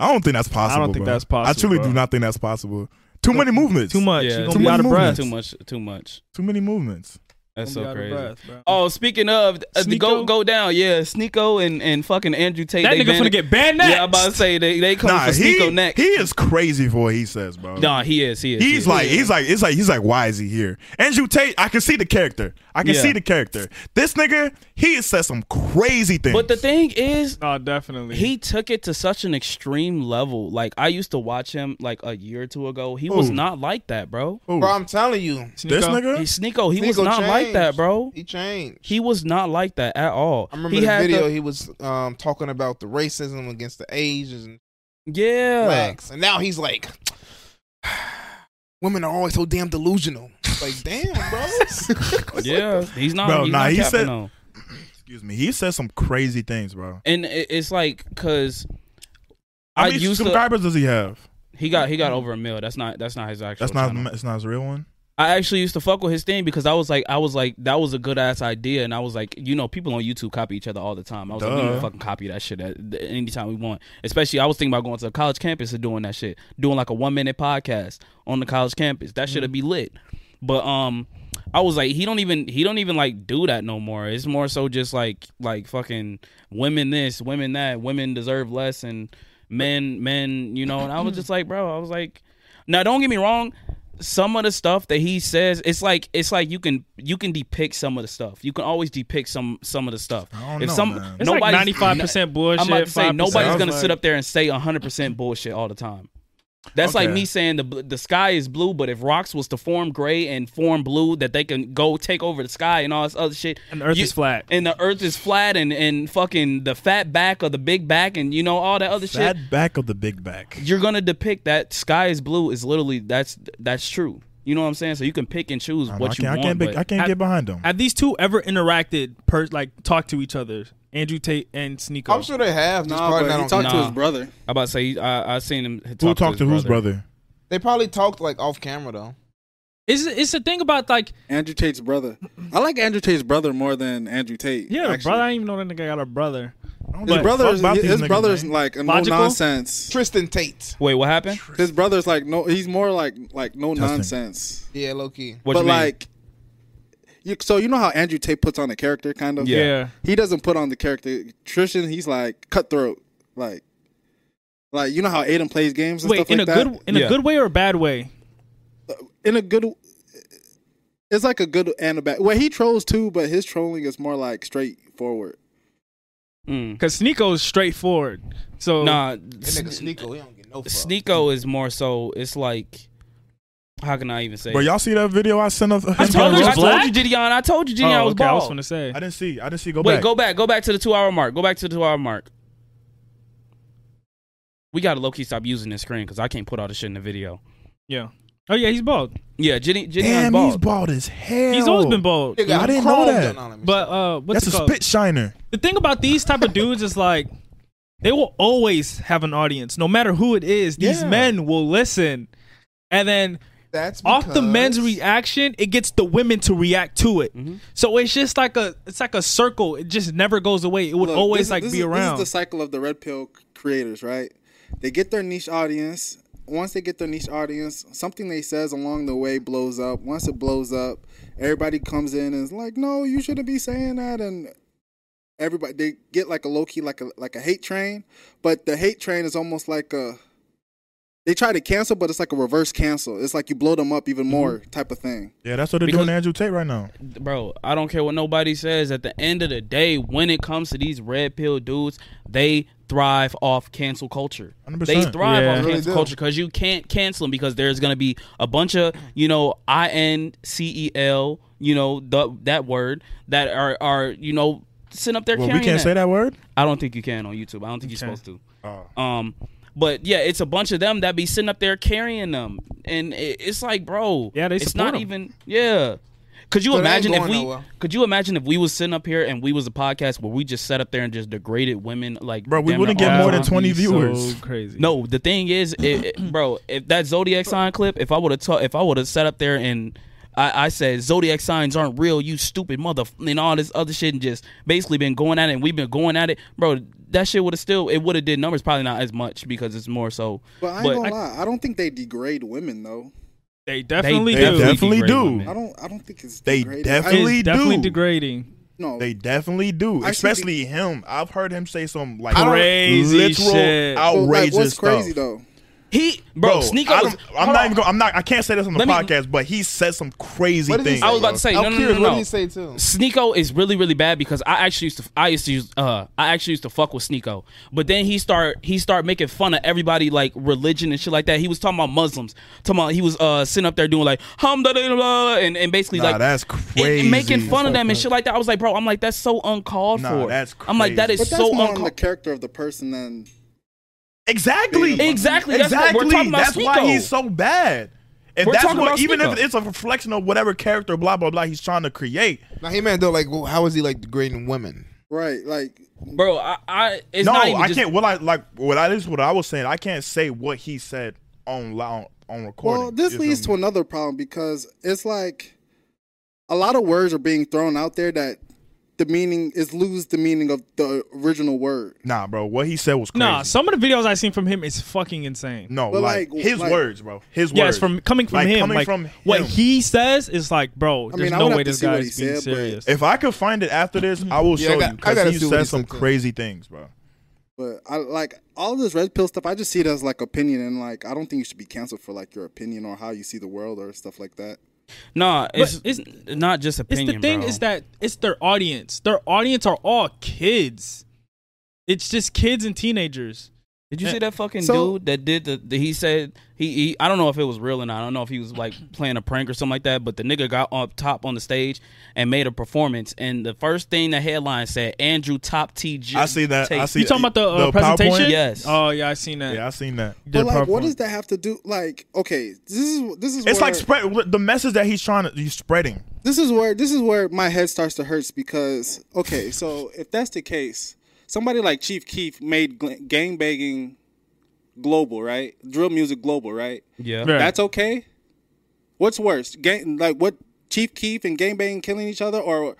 Speaker 2: I don't think that's possible.
Speaker 4: think
Speaker 2: bro.
Speaker 4: that's possible,
Speaker 2: I truly
Speaker 4: bro.
Speaker 2: do not think that's possible. Too many movements.
Speaker 4: too much.
Speaker 1: Yeah,
Speaker 4: You're
Speaker 1: too
Speaker 4: gonna be out of
Speaker 2: many
Speaker 4: breath.
Speaker 1: Too much. Too much.
Speaker 2: Too many movements.
Speaker 1: That's so
Speaker 4: Gonna be out of
Speaker 1: crazy.
Speaker 4: breath, bro.
Speaker 1: Oh, speaking of, uh, the go
Speaker 4: Sneeko?
Speaker 1: go down. Yeah, Sneeko and and fucking Andrew Tate.
Speaker 4: that
Speaker 1: they
Speaker 4: nigga
Speaker 1: banned-
Speaker 4: finna get banned next.
Speaker 1: Yeah, I'm about to say they they coming
Speaker 2: Nah,
Speaker 1: for
Speaker 2: he,
Speaker 1: Sneeko next.
Speaker 2: he is crazy for what he says, bro.
Speaker 1: nah, he is. He is. he
Speaker 2: He's
Speaker 1: is.
Speaker 2: like, he's like, it's like, he's like, why is he here? Andrew Tate, I can see the character. I can
Speaker 1: Yeah.
Speaker 2: see the character. This nigga, he has said some crazy things.
Speaker 1: But the thing is,
Speaker 4: oh, definitely.
Speaker 1: He took it to such an extreme level. Like I used to watch him like a year or two ago. He was
Speaker 2: Ooh.
Speaker 1: not like that, bro.
Speaker 2: Ooh,
Speaker 6: Bro, I'm telling you.
Speaker 2: this
Speaker 4: Sneeko.
Speaker 2: nigga,
Speaker 1: Hey, Sneeko, he was
Speaker 6: Sneeko
Speaker 1: not like
Speaker 6: changed.
Speaker 1: that, bro.
Speaker 6: He changed.
Speaker 1: He was not like that at all.
Speaker 6: I remember
Speaker 1: he
Speaker 6: the
Speaker 1: had
Speaker 6: video. he was um, talking about the racism against the Asians and
Speaker 1: yeah,
Speaker 6: blacks, and now he's like, "Women are always so damn delusional." It's like, damn, bro.
Speaker 1: yeah. He's not.
Speaker 2: Bro,
Speaker 1: he's
Speaker 2: nah,
Speaker 1: not
Speaker 2: he
Speaker 1: capping
Speaker 2: said-
Speaker 1: on.
Speaker 2: excuse me, he said some crazy things, bro.
Speaker 1: and it- it's like because
Speaker 2: How
Speaker 1: I
Speaker 2: many
Speaker 1: used to.
Speaker 2: subscribers does he have?
Speaker 1: He got he got over a mil. That's not that's not his actual.
Speaker 2: That's not,
Speaker 1: channel.
Speaker 2: it's not his real one.
Speaker 1: I actually used to fuck with his thing because I was like, I was like, that was a good ass idea, and I was like, you know, people on YouTube copy each other all the time. I was like, we
Speaker 2: Duh.
Speaker 1: can fucking copy that shit at, at any time we want. Especially, I was thinking about going to a college campus and doing that shit, doing like a one minute podcast on the college campus. That shit'd be lit. But um, I was like, he don't even he don't even like do that no more. It's more so just like like fucking women this, women that, women deserve less, and men men, you know. And I was just like, bro, I was like. Now, don't get me wrong. Some of the stuff that he says, it's like it's like you can you can depict some of the stuff. You can always depict some some of the stuff.
Speaker 2: I don't
Speaker 1: if
Speaker 2: know,
Speaker 1: some
Speaker 2: man.
Speaker 4: It's like
Speaker 1: nobody's-
Speaker 4: 95% bullshit.
Speaker 1: I'm about to say
Speaker 4: 5%.
Speaker 1: nobody's gonna
Speaker 2: Sounds
Speaker 1: sit
Speaker 2: like-
Speaker 1: up there and say 100 percent bullshit all the time. That's like
Speaker 2: Okay.
Speaker 1: me saying the bl- the sky is blue, but if rocks was to form gray and form blue, that they can go take over the sky and all this other shit.
Speaker 4: And the Earth
Speaker 1: you-
Speaker 4: is flat.
Speaker 1: And the earth is flat, and and fucking the fat back or the big back, and you know all that other shit
Speaker 2: That back of the big back.
Speaker 1: you're gonna depict that sky is blue is literally that's that's true. You know what I'm saying? So you can pick and choose
Speaker 2: I, don't know,
Speaker 1: what
Speaker 2: I
Speaker 1: you
Speaker 2: can't, I
Speaker 1: want.
Speaker 2: can't, be,
Speaker 1: but-
Speaker 2: I can't
Speaker 4: I-
Speaker 2: get behind him.
Speaker 4: Have these two ever interacted, per like talk to each other? Andrew Tate and Sneeko.
Speaker 6: I'm sure they have. Just
Speaker 5: Nah,
Speaker 6: probably
Speaker 5: but
Speaker 6: not
Speaker 5: he
Speaker 6: on
Speaker 5: talked to
Speaker 1: Nah.
Speaker 5: his brother.
Speaker 1: I'm about to say I I seen him talk
Speaker 2: Who talked
Speaker 1: his
Speaker 2: to whose brother?
Speaker 6: They probably talked like off camera though.
Speaker 4: It's it's the thing about like
Speaker 5: Andrew Tate's brother. I like Andrew Tate's brother more than Andrew Tate.
Speaker 4: yeah, the
Speaker 5: actually.
Speaker 4: brother. I didn't even know that nigga got a brother.
Speaker 2: I don't
Speaker 5: His
Speaker 2: give a
Speaker 5: brother
Speaker 2: fuck
Speaker 5: is
Speaker 2: about these
Speaker 5: his
Speaker 2: niggas,
Speaker 5: brother is
Speaker 2: man.
Speaker 5: like a no
Speaker 4: Logical?
Speaker 5: nonsense.
Speaker 6: Tristan Tate.
Speaker 1: Wait, what happened?
Speaker 5: His brother's like no. He's more like like no
Speaker 2: Testing.
Speaker 5: nonsense.
Speaker 6: Yeah, low key.
Speaker 1: What
Speaker 5: but
Speaker 1: you mean?
Speaker 5: like, you, so you know how Andrew Tate puts on a character, kind of.
Speaker 1: Yeah.
Speaker 4: Yeah.
Speaker 5: He doesn't put on the character. Tristan, he's like cutthroat, like, like you know how Aiden plays games and
Speaker 4: Wait,
Speaker 5: stuff
Speaker 4: in
Speaker 5: like
Speaker 4: a
Speaker 5: that.
Speaker 4: good in
Speaker 1: Yeah.
Speaker 4: a good way or a bad way?
Speaker 5: in a good. It's like a good and a bad. Well, he trolls too, but his trolling is more like straightforward.
Speaker 1: Mm.
Speaker 4: Because Sneeko's straightforward. So
Speaker 1: Nah,
Speaker 6: That nigga
Speaker 1: S-
Speaker 6: Sneeko, he don't get no fuck.
Speaker 1: Sneeko is more so. It's like how can I even say?
Speaker 2: Bro,
Speaker 1: it?
Speaker 2: y'all see that video I sent of him?
Speaker 1: I told,
Speaker 4: Sneeko
Speaker 1: you,
Speaker 4: was
Speaker 1: I told
Speaker 4: black?
Speaker 1: you, Gideon. I told you,
Speaker 4: oh,
Speaker 1: Gideon. I was
Speaker 4: okay, I was
Speaker 1: bald.
Speaker 4: gonna say.
Speaker 2: I didn't see. I didn't see. Go
Speaker 1: Wait,
Speaker 2: back.
Speaker 1: go back. Go back to the two hour mark. Go back to the two hour mark. We gotta low key stop using this screen because I can't put all this shit in the video.
Speaker 4: Yeah. Oh yeah, he's bald.
Speaker 1: Yeah, Gideon. Gideon's
Speaker 2: Damn,
Speaker 1: bald.
Speaker 2: he's bald as hell.
Speaker 4: He's always been bald.
Speaker 6: Nigga,
Speaker 2: I
Speaker 6: I'm
Speaker 2: didn't know
Speaker 6: chromed
Speaker 2: that.
Speaker 6: on him.
Speaker 4: But uh, what's
Speaker 2: That's a
Speaker 4: it called?
Speaker 2: spit shiner.
Speaker 4: the thing about these type of dudes is like they will always have an audience no matter who it is these
Speaker 2: Yeah.
Speaker 4: men will listen and then
Speaker 6: that's because,
Speaker 4: off the men's reaction it gets the women to react to it
Speaker 5: Mm-hmm.
Speaker 4: so it's just like a it's like a circle it just never goes away it would
Speaker 5: Look,
Speaker 4: always
Speaker 5: this is-
Speaker 4: like
Speaker 5: this
Speaker 4: be
Speaker 5: is-
Speaker 4: around
Speaker 5: This is the cycle of the red pill c- creators, right? They get their niche audience. Once they get their niche audience, something they says along the way blows up. Once it blows up, everybody comes in and is like, "No, you shouldn't be saying that." And everybody they get like a low key like a like a hate train, but the hate train is almost like a they try to cancel, but it's like a reverse cancel. It's like you blow them up
Speaker 4: Mm-hmm.
Speaker 5: even more type of thing.
Speaker 2: Yeah, that's what they're
Speaker 1: Because-
Speaker 2: doing to Andrew Tate right now.
Speaker 1: bro, I don't care what nobody says. At the end of the day, when it comes to these red pill dudes, they thrive off cancel culture.
Speaker 2: 100%.
Speaker 1: They thrive
Speaker 4: Yeah.
Speaker 1: off
Speaker 4: They
Speaker 6: really
Speaker 1: cancel
Speaker 6: do.
Speaker 1: culture because you can't cancel them because there's gonna be a bunch of you know I N C E L you know the, that word that are are you know sitting up there
Speaker 2: Well, we
Speaker 1: carrying
Speaker 2: can't say that word.
Speaker 1: I don't think you can on YouTube. I don't think you're supposed to.
Speaker 2: Oh.
Speaker 1: Um, but yeah, it's a bunch of them that be sitting up there carrying them, and it, it's like, bro,
Speaker 4: Yeah, they
Speaker 1: it's
Speaker 4: support
Speaker 1: not
Speaker 4: 'em.
Speaker 1: even, yeah. Could you
Speaker 6: So they ain't
Speaker 1: imagine if
Speaker 6: going
Speaker 1: we?
Speaker 6: nowhere.
Speaker 1: Could you imagine if we was sitting up here and we was a podcast where we just sat up there and just degraded women like?
Speaker 2: Bro, we
Speaker 1: damn near
Speaker 2: wouldn't
Speaker 1: all
Speaker 2: get
Speaker 1: the
Speaker 2: more
Speaker 1: time?
Speaker 2: than 20
Speaker 4: That'd be
Speaker 2: viewers.
Speaker 4: So crazy.
Speaker 1: No, the thing is, it, it- bro, if that zodiac sign clip, if I would have ta- if I would have sat up there and I, I said zodiac signs aren't real, you stupid mother, f- and all this other shit, and just basically been going at it, and we've been going at it, bro. That shit would have still it would have did numbers, probably not as much because it's more so.
Speaker 5: But I ain't
Speaker 1: But-
Speaker 5: gonna lie, I don't think they degrade women though.
Speaker 4: They definitely
Speaker 2: They
Speaker 4: do.
Speaker 2: definitely
Speaker 1: degrade
Speaker 2: do.
Speaker 1: women.
Speaker 5: I don't. I don't think it's.
Speaker 2: They
Speaker 5: degrading.
Speaker 4: It's
Speaker 2: definitely-
Speaker 5: I,
Speaker 4: definitely
Speaker 2: do.
Speaker 4: degrading.
Speaker 5: no.
Speaker 2: They definitely do,
Speaker 5: I actually
Speaker 2: especially him. I've heard him say some like
Speaker 4: I don't- Crazy
Speaker 2: literal
Speaker 4: shit.
Speaker 5: Well, like,
Speaker 2: outrageous
Speaker 5: what's crazy
Speaker 2: stuff.
Speaker 5: though?
Speaker 1: He, bro,
Speaker 2: Bro,
Speaker 1: sneaker.
Speaker 2: I
Speaker 1: was-
Speaker 2: don't, I'm
Speaker 1: hold
Speaker 2: not
Speaker 1: on.
Speaker 2: even. Go, I'm not. I can't say this on the
Speaker 1: Let me-
Speaker 2: podcast, but he said some crazy
Speaker 6: What did he
Speaker 2: things.
Speaker 6: say?
Speaker 1: I was about to say,
Speaker 6: I'm
Speaker 1: no, no, no,
Speaker 6: curious.
Speaker 1: no,
Speaker 6: What
Speaker 1: no.
Speaker 6: did he say too?
Speaker 1: Sneeko is really really bad because I actually used to I used to use uh I actually used to fuck with Sneeko, but then he start he start making fun of everybody like religion and shit like that. He was talking about Muslims, talking about he was uh sitting up there doing like hum da da da da," and and basically
Speaker 2: Nah,
Speaker 1: like
Speaker 2: that's
Speaker 1: and- and making
Speaker 2: crazy.
Speaker 1: fun of them and shit like that. I was like, bro, I'm like that's so uncalled
Speaker 2: Nah,
Speaker 1: for.
Speaker 2: that's
Speaker 1: I'm like that
Speaker 2: crazy.
Speaker 1: is
Speaker 5: But that's
Speaker 1: so
Speaker 5: more on
Speaker 1: uncalled.
Speaker 5: the character of the person than
Speaker 2: Exactly.
Speaker 1: Exactly, that's what- we're talking about
Speaker 2: That's why
Speaker 1: Sneeko.
Speaker 2: he's so bad. And
Speaker 1: We're
Speaker 2: that's
Speaker 1: talking
Speaker 2: what,
Speaker 1: about
Speaker 2: even
Speaker 1: Sneeko.
Speaker 2: if it's a reflection of whatever character, blah blah blah, he's trying to create.
Speaker 6: Now he man though, like, well, how is he like degrading women?
Speaker 5: right. Like
Speaker 1: bro, I, I it's
Speaker 2: no,
Speaker 1: not even
Speaker 2: I
Speaker 1: just,
Speaker 2: can't. Well, I like what I this is what I was saying. I can't say what he said on li- on, on recording.
Speaker 5: Well, this
Speaker 2: You
Speaker 5: leads
Speaker 2: feel
Speaker 5: to
Speaker 2: me?
Speaker 5: another problem because it's like a lot of words are being thrown out there that the meaning is lose the meaning of the original word.
Speaker 2: Nah, bro. What he said was crazy.
Speaker 4: Nah, some of the videos I seen from him is fucking insane.
Speaker 2: no,
Speaker 5: But,
Speaker 2: like,
Speaker 5: like,
Speaker 2: his
Speaker 5: like-
Speaker 2: words, bro. His
Speaker 4: Yeah,
Speaker 2: words
Speaker 4: it's from coming from
Speaker 2: Like,
Speaker 4: him.
Speaker 2: Coming
Speaker 4: like
Speaker 2: from him.
Speaker 4: what he says is like, bro.
Speaker 5: I
Speaker 4: There's
Speaker 5: mean, I
Speaker 4: no
Speaker 5: would have
Speaker 4: way
Speaker 5: to
Speaker 4: this
Speaker 5: see what
Speaker 4: guy
Speaker 5: he
Speaker 4: is being
Speaker 5: said, but-
Speaker 4: serious.
Speaker 2: If I could find it after this,
Speaker 5: Mm-hmm.
Speaker 2: I will
Speaker 6: Yeah,
Speaker 2: show
Speaker 6: I got-
Speaker 2: you
Speaker 6: I gotta
Speaker 2: because he
Speaker 6: see what
Speaker 2: said
Speaker 6: he
Speaker 2: some
Speaker 6: said, too.
Speaker 2: crazy things, bro.
Speaker 5: But I like all this red pill stuff. I just see it as like opinion, and like I don't think you should be canceled for like your opinion or how you see the world or stuff like that.
Speaker 1: nah, it's
Speaker 4: But-
Speaker 1: it's not just opinion.
Speaker 4: it's the thing
Speaker 1: bro.
Speaker 4: is that it's their audience. Their audience are all kids. It's just kids and teenagers.
Speaker 1: Did
Speaker 2: Eh,
Speaker 1: you see that fucking
Speaker 5: So-
Speaker 1: dude that did the, the? He said he, he. I don't know if it was real or not. I don't know if he was like playing a prank or something like that. But the nigga got up top on the stage and made a performance. And the first thing the headline said, Andrew Top T. J-
Speaker 2: I see that. I
Speaker 1: Tate."
Speaker 2: see.
Speaker 4: you talking about the, uh,
Speaker 2: PowerPoint?
Speaker 4: presentation?
Speaker 1: Yes.
Speaker 4: Oh yeah, I seen that.
Speaker 2: Yeah, I seen that.
Speaker 4: The
Speaker 5: but like, what
Speaker 4: PowerPoint.
Speaker 5: does that have to do? Like, okay, this is this is
Speaker 2: It's
Speaker 5: where,
Speaker 2: like spread the message that he's trying to he's spreading.
Speaker 5: this is where this is where my head starts to hurt because okay, so if that's the case, somebody like Chief Keef made gl- gang banging global, right? Drill music global, right?
Speaker 1: Yeah.
Speaker 4: Right.
Speaker 5: That's okay. What's worse, gang like what Chief Keef and gang banging killing each other or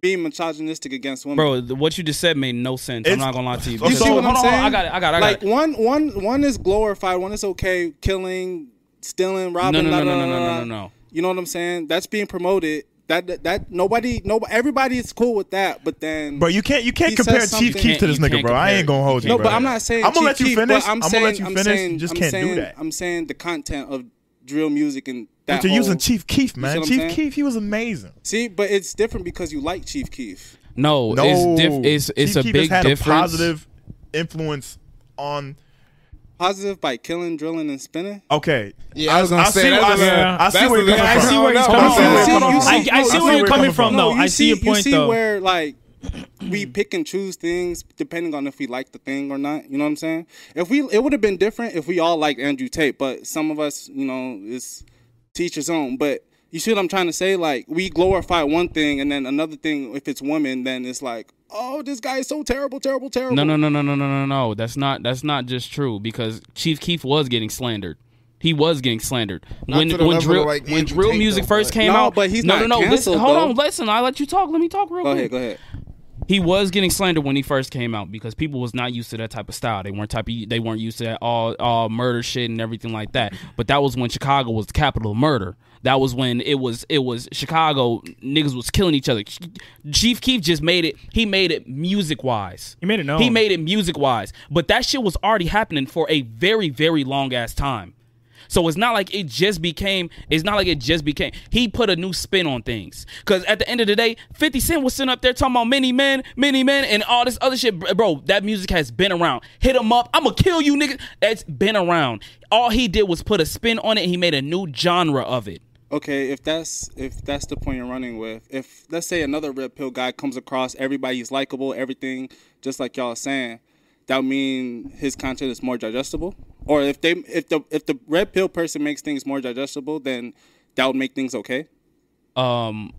Speaker 5: being misogynistic against women?
Speaker 1: Bro, the, what you just said made no sense. I'm
Speaker 2: It's-
Speaker 1: not gonna lie to you.
Speaker 2: You
Speaker 5: You
Speaker 2: So,
Speaker 5: see what I'm
Speaker 1: hold on,
Speaker 5: saying?
Speaker 1: hold on, I got it. I got it. I got
Speaker 5: like
Speaker 1: it.
Speaker 5: one, one, one is glorified. One is okay, killing, stealing,
Speaker 1: No,
Speaker 5: robbing.
Speaker 1: no,
Speaker 5: da,
Speaker 1: no, no,
Speaker 5: da,
Speaker 1: no,
Speaker 5: da,
Speaker 1: no,
Speaker 5: da,
Speaker 1: no, no,
Speaker 5: da.
Speaker 1: no.
Speaker 5: You know what I'm saying? That's being promoted. That that, that nobody, nobody, everybody's cool with that. But then,
Speaker 2: Bro, you can't you can't
Speaker 5: He
Speaker 2: compare
Speaker 5: says
Speaker 2: Chief
Speaker 5: something-
Speaker 2: Keef to this
Speaker 1: You can't
Speaker 2: nigga, bro. I
Speaker 1: compare
Speaker 2: ain't gonna
Speaker 1: it.
Speaker 2: hold you.
Speaker 5: no,
Speaker 2: bro.
Speaker 5: but I'm not saying.
Speaker 2: I'm gonna let
Speaker 5: Chief
Speaker 2: you
Speaker 5: Keef, but
Speaker 2: finish.
Speaker 5: I'm,
Speaker 2: gonna
Speaker 5: saying,
Speaker 2: let you
Speaker 5: I'm
Speaker 2: finish.
Speaker 5: saying,
Speaker 2: you just
Speaker 5: I'm
Speaker 2: can't
Speaker 5: saying,
Speaker 2: do that.
Speaker 5: I'm saying the content of drill music and that.
Speaker 2: But you're
Speaker 5: whole-
Speaker 2: using Chief Keef,
Speaker 5: see
Speaker 2: man.
Speaker 5: what I'm
Speaker 2: Chief
Speaker 5: saying?
Speaker 2: Keef, he was amazing.
Speaker 5: See, but it's different because you like Chief Keef.
Speaker 1: No, it's diff- it's it's
Speaker 2: Chief
Speaker 1: a
Speaker 2: Keef
Speaker 1: big
Speaker 2: has had
Speaker 1: difference.
Speaker 2: a positive influence on.
Speaker 5: Positive by killing, drilling, and spinning.
Speaker 2: Okay,
Speaker 6: Yeah, I, was gonna
Speaker 2: I
Speaker 6: say
Speaker 2: see.
Speaker 6: that.
Speaker 2: I
Speaker 6: was
Speaker 2: see-
Speaker 6: a-
Speaker 4: Yeah.
Speaker 2: I see
Speaker 6: that's
Speaker 2: where
Speaker 6: the
Speaker 2: you're
Speaker 6: thing.
Speaker 4: I
Speaker 2: coming
Speaker 4: see
Speaker 2: from.
Speaker 4: where he's
Speaker 6: No,
Speaker 4: coming
Speaker 6: I'm saying
Speaker 4: from.
Speaker 6: that.
Speaker 5: See,
Speaker 2: Hold on,
Speaker 5: you
Speaker 2: hold on.
Speaker 5: see-
Speaker 4: I, I
Speaker 5: no,
Speaker 4: see
Speaker 2: I
Speaker 4: where
Speaker 2: see
Speaker 4: you're
Speaker 2: where
Speaker 4: coming
Speaker 2: you're
Speaker 4: from,
Speaker 2: coming
Speaker 4: though.
Speaker 5: you
Speaker 4: I see your
Speaker 5: You
Speaker 4: point,
Speaker 5: see
Speaker 4: though.
Speaker 5: where like we pick and choose things depending on if we like the thing or not. You know what I'm saying? If we, it would have been different if we all liked Andrew Tate, but some of us, you know, is teacher's own. But you see what I'm trying to say? Like we glorify one thing, and then another thing. If it's women, then it's like, oh, this guy is so terrible, terrible, terrible.
Speaker 1: No, no, no, no, no, no, no, no. That's not that's not just true because Chief Keef was getting slandered. He was getting slandered when
Speaker 6: to the
Speaker 1: when
Speaker 6: level
Speaker 1: drill
Speaker 6: of, like,
Speaker 1: when
Speaker 6: Andrew
Speaker 1: drill
Speaker 6: Tate,
Speaker 1: music
Speaker 6: though,
Speaker 1: first
Speaker 6: but-
Speaker 1: came
Speaker 5: No,
Speaker 1: out.
Speaker 5: but he's
Speaker 1: no,
Speaker 5: not
Speaker 1: no, no.
Speaker 5: canceled,
Speaker 1: listen, hold
Speaker 5: though.
Speaker 1: on, listen. I let you talk. Let me talk real
Speaker 5: Go
Speaker 1: quick.
Speaker 5: ahead, go ahead.
Speaker 1: he was getting slandered when he first came out because people was not used to that type of style. They weren't type of, they weren't used to that all all murder shit and everything like that. But that was when Chicago was the capital of murder. That was when it was it was Chicago niggas was killing each other. Chief Keef just made it. He made it music wise.
Speaker 4: He made it known.
Speaker 1: He made it music wise. But that shit was already happening for a very very long ass time. So it's not like it just became. It's not like it just became. He put a new spin on things. Cause at the end of the day, Fifty Cent was sitting up there talking about many men, many men, and all this other shit, Br- bro. That music has been around. Hit him up. I'ma kill you, nigga. That's been around. All he did was put a spin on it. and He made a new genre of it.
Speaker 5: okay, if that's if that's the point you're running with, if let's say another red pill guy comes across, everybody's likable, everything, just like y'all saying, that would mean his content is more digestible. Or if they if the if the red pill person makes things more digestible, then that would make things okay.
Speaker 1: Um,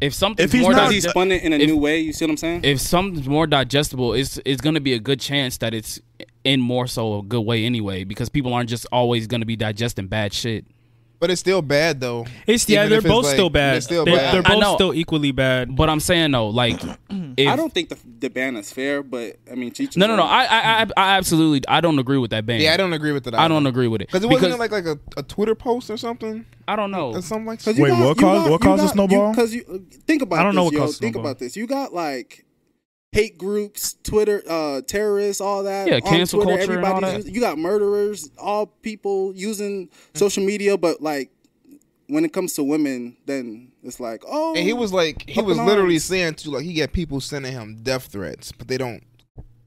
Speaker 1: if something
Speaker 2: If he's
Speaker 1: more
Speaker 2: not-
Speaker 5: Because
Speaker 1: dig-
Speaker 5: he spun it in a
Speaker 1: if-
Speaker 5: new way. You see what I'm saying?
Speaker 1: if something's more digestible, it's it's gonna be a good chance that it's in more so a good way anyway because people aren't just always gonna be digesting bad shit.
Speaker 6: But it's still bad though.
Speaker 4: It's yeah,
Speaker 6: Even
Speaker 4: they're
Speaker 6: if it's,
Speaker 4: both
Speaker 6: like,
Speaker 4: still bad.
Speaker 6: They're still
Speaker 4: they're,
Speaker 6: bad.
Speaker 4: they're
Speaker 1: I know.
Speaker 4: both still equally bad.
Speaker 1: But I'm saying though, like, if,
Speaker 5: I don't think the the ban is fair, but I mean, Cheech
Speaker 1: No, no, no. I, I, I, I absolutely, I don't agree with that ban.
Speaker 6: yeah, I don't agree with that.
Speaker 1: I don't agree with it
Speaker 6: because it wasn't like like a, a Twitter post or something
Speaker 1: I don't know.
Speaker 6: or something like.
Speaker 5: Cause
Speaker 6: that.
Speaker 5: you
Speaker 2: Wait,
Speaker 5: got-
Speaker 2: what caused-
Speaker 5: you
Speaker 2: what
Speaker 5: got- you
Speaker 2: caused the
Speaker 5: got-
Speaker 2: snowball?
Speaker 5: You, Cause you think about.
Speaker 4: I don't
Speaker 5: this,
Speaker 4: know what
Speaker 5: yo.
Speaker 4: caused the
Speaker 5: Think
Speaker 4: snowball.
Speaker 5: about this. You got like hate groups, Twitter, uh, terrorists, all that.
Speaker 1: Yeah,
Speaker 5: On
Speaker 1: cancel
Speaker 5: Twitter,
Speaker 1: culture and all
Speaker 5: everybody's
Speaker 1: that.
Speaker 5: us- You got murderers, all people using
Speaker 4: Mm.
Speaker 5: social media, but like when it comes to women, then it's like oh.
Speaker 6: And he was like, he
Speaker 5: Up
Speaker 6: was
Speaker 5: in
Speaker 6: literally
Speaker 5: arms.
Speaker 6: saying too, like he got people sending him death threats, but they don't,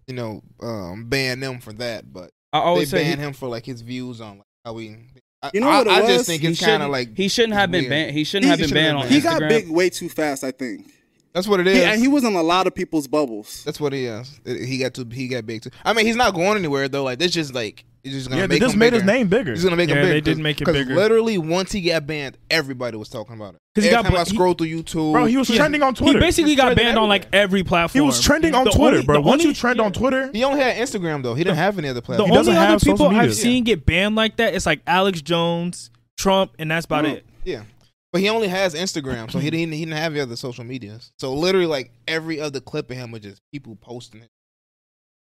Speaker 6: you know, um, ban them for that. But
Speaker 1: I always
Speaker 6: they
Speaker 1: say
Speaker 6: ban him for like his views on like, how we. I,
Speaker 5: You know
Speaker 6: I,
Speaker 5: what it
Speaker 6: I just
Speaker 5: was?
Speaker 6: think
Speaker 1: he
Speaker 6: it's kind of
Speaker 1: shouldn't-
Speaker 6: like
Speaker 1: he shouldn't have been
Speaker 6: weird.
Speaker 1: banned. He shouldn't
Speaker 6: He
Speaker 1: have been
Speaker 6: shouldn't
Speaker 1: banned
Speaker 6: have
Speaker 1: on
Speaker 6: been
Speaker 5: He
Speaker 1: Instagram.
Speaker 5: got big way too fast. I think.
Speaker 6: That's what it is.
Speaker 5: He, and he was in a lot of people's bubbles.
Speaker 6: That's what he is. He got too. He got big too. I mean, he's not going anywhere though. Like this, just like it's just gonna
Speaker 2: Yeah, they
Speaker 6: make
Speaker 2: just
Speaker 6: him
Speaker 2: made
Speaker 6: bigger.
Speaker 2: his name bigger.
Speaker 6: He's gonna make him
Speaker 4: Yeah,
Speaker 6: bigger.
Speaker 4: they did
Speaker 6: 'cause-
Speaker 4: make it
Speaker 6: 'cause
Speaker 4: bigger.
Speaker 6: Literally, once he got banned, everybody was talking about it.
Speaker 4: 'Cause he
Speaker 6: Every
Speaker 4: got
Speaker 6: time I
Speaker 4: bla- he-
Speaker 6: scroll through YouTube,
Speaker 2: Bro, he was
Speaker 4: Yeah.
Speaker 2: trending on Twitter.
Speaker 4: He basically got
Speaker 6: trending
Speaker 4: banned on like every
Speaker 2: He
Speaker 4: platform.
Speaker 2: was trending on
Speaker 4: The
Speaker 2: Twitter,
Speaker 4: only-
Speaker 2: bro.
Speaker 4: the
Speaker 2: Once you
Speaker 4: only-
Speaker 2: trend on Twitter,
Speaker 6: He only had Instagram though. He didn't have any other
Speaker 4: The
Speaker 6: platform.
Speaker 4: only
Speaker 2: doesn't
Speaker 4: other
Speaker 2: have social
Speaker 4: people
Speaker 2: media.
Speaker 4: I've seen get banned like that is like Alex Jones, Trump, and that's
Speaker 2: Mm.
Speaker 4: about
Speaker 6: No.
Speaker 4: it.
Speaker 6: Yeah. But he only has Instagram, so he didn't he didn't have the other social medias. So literally like every other clip of him was just people posting it.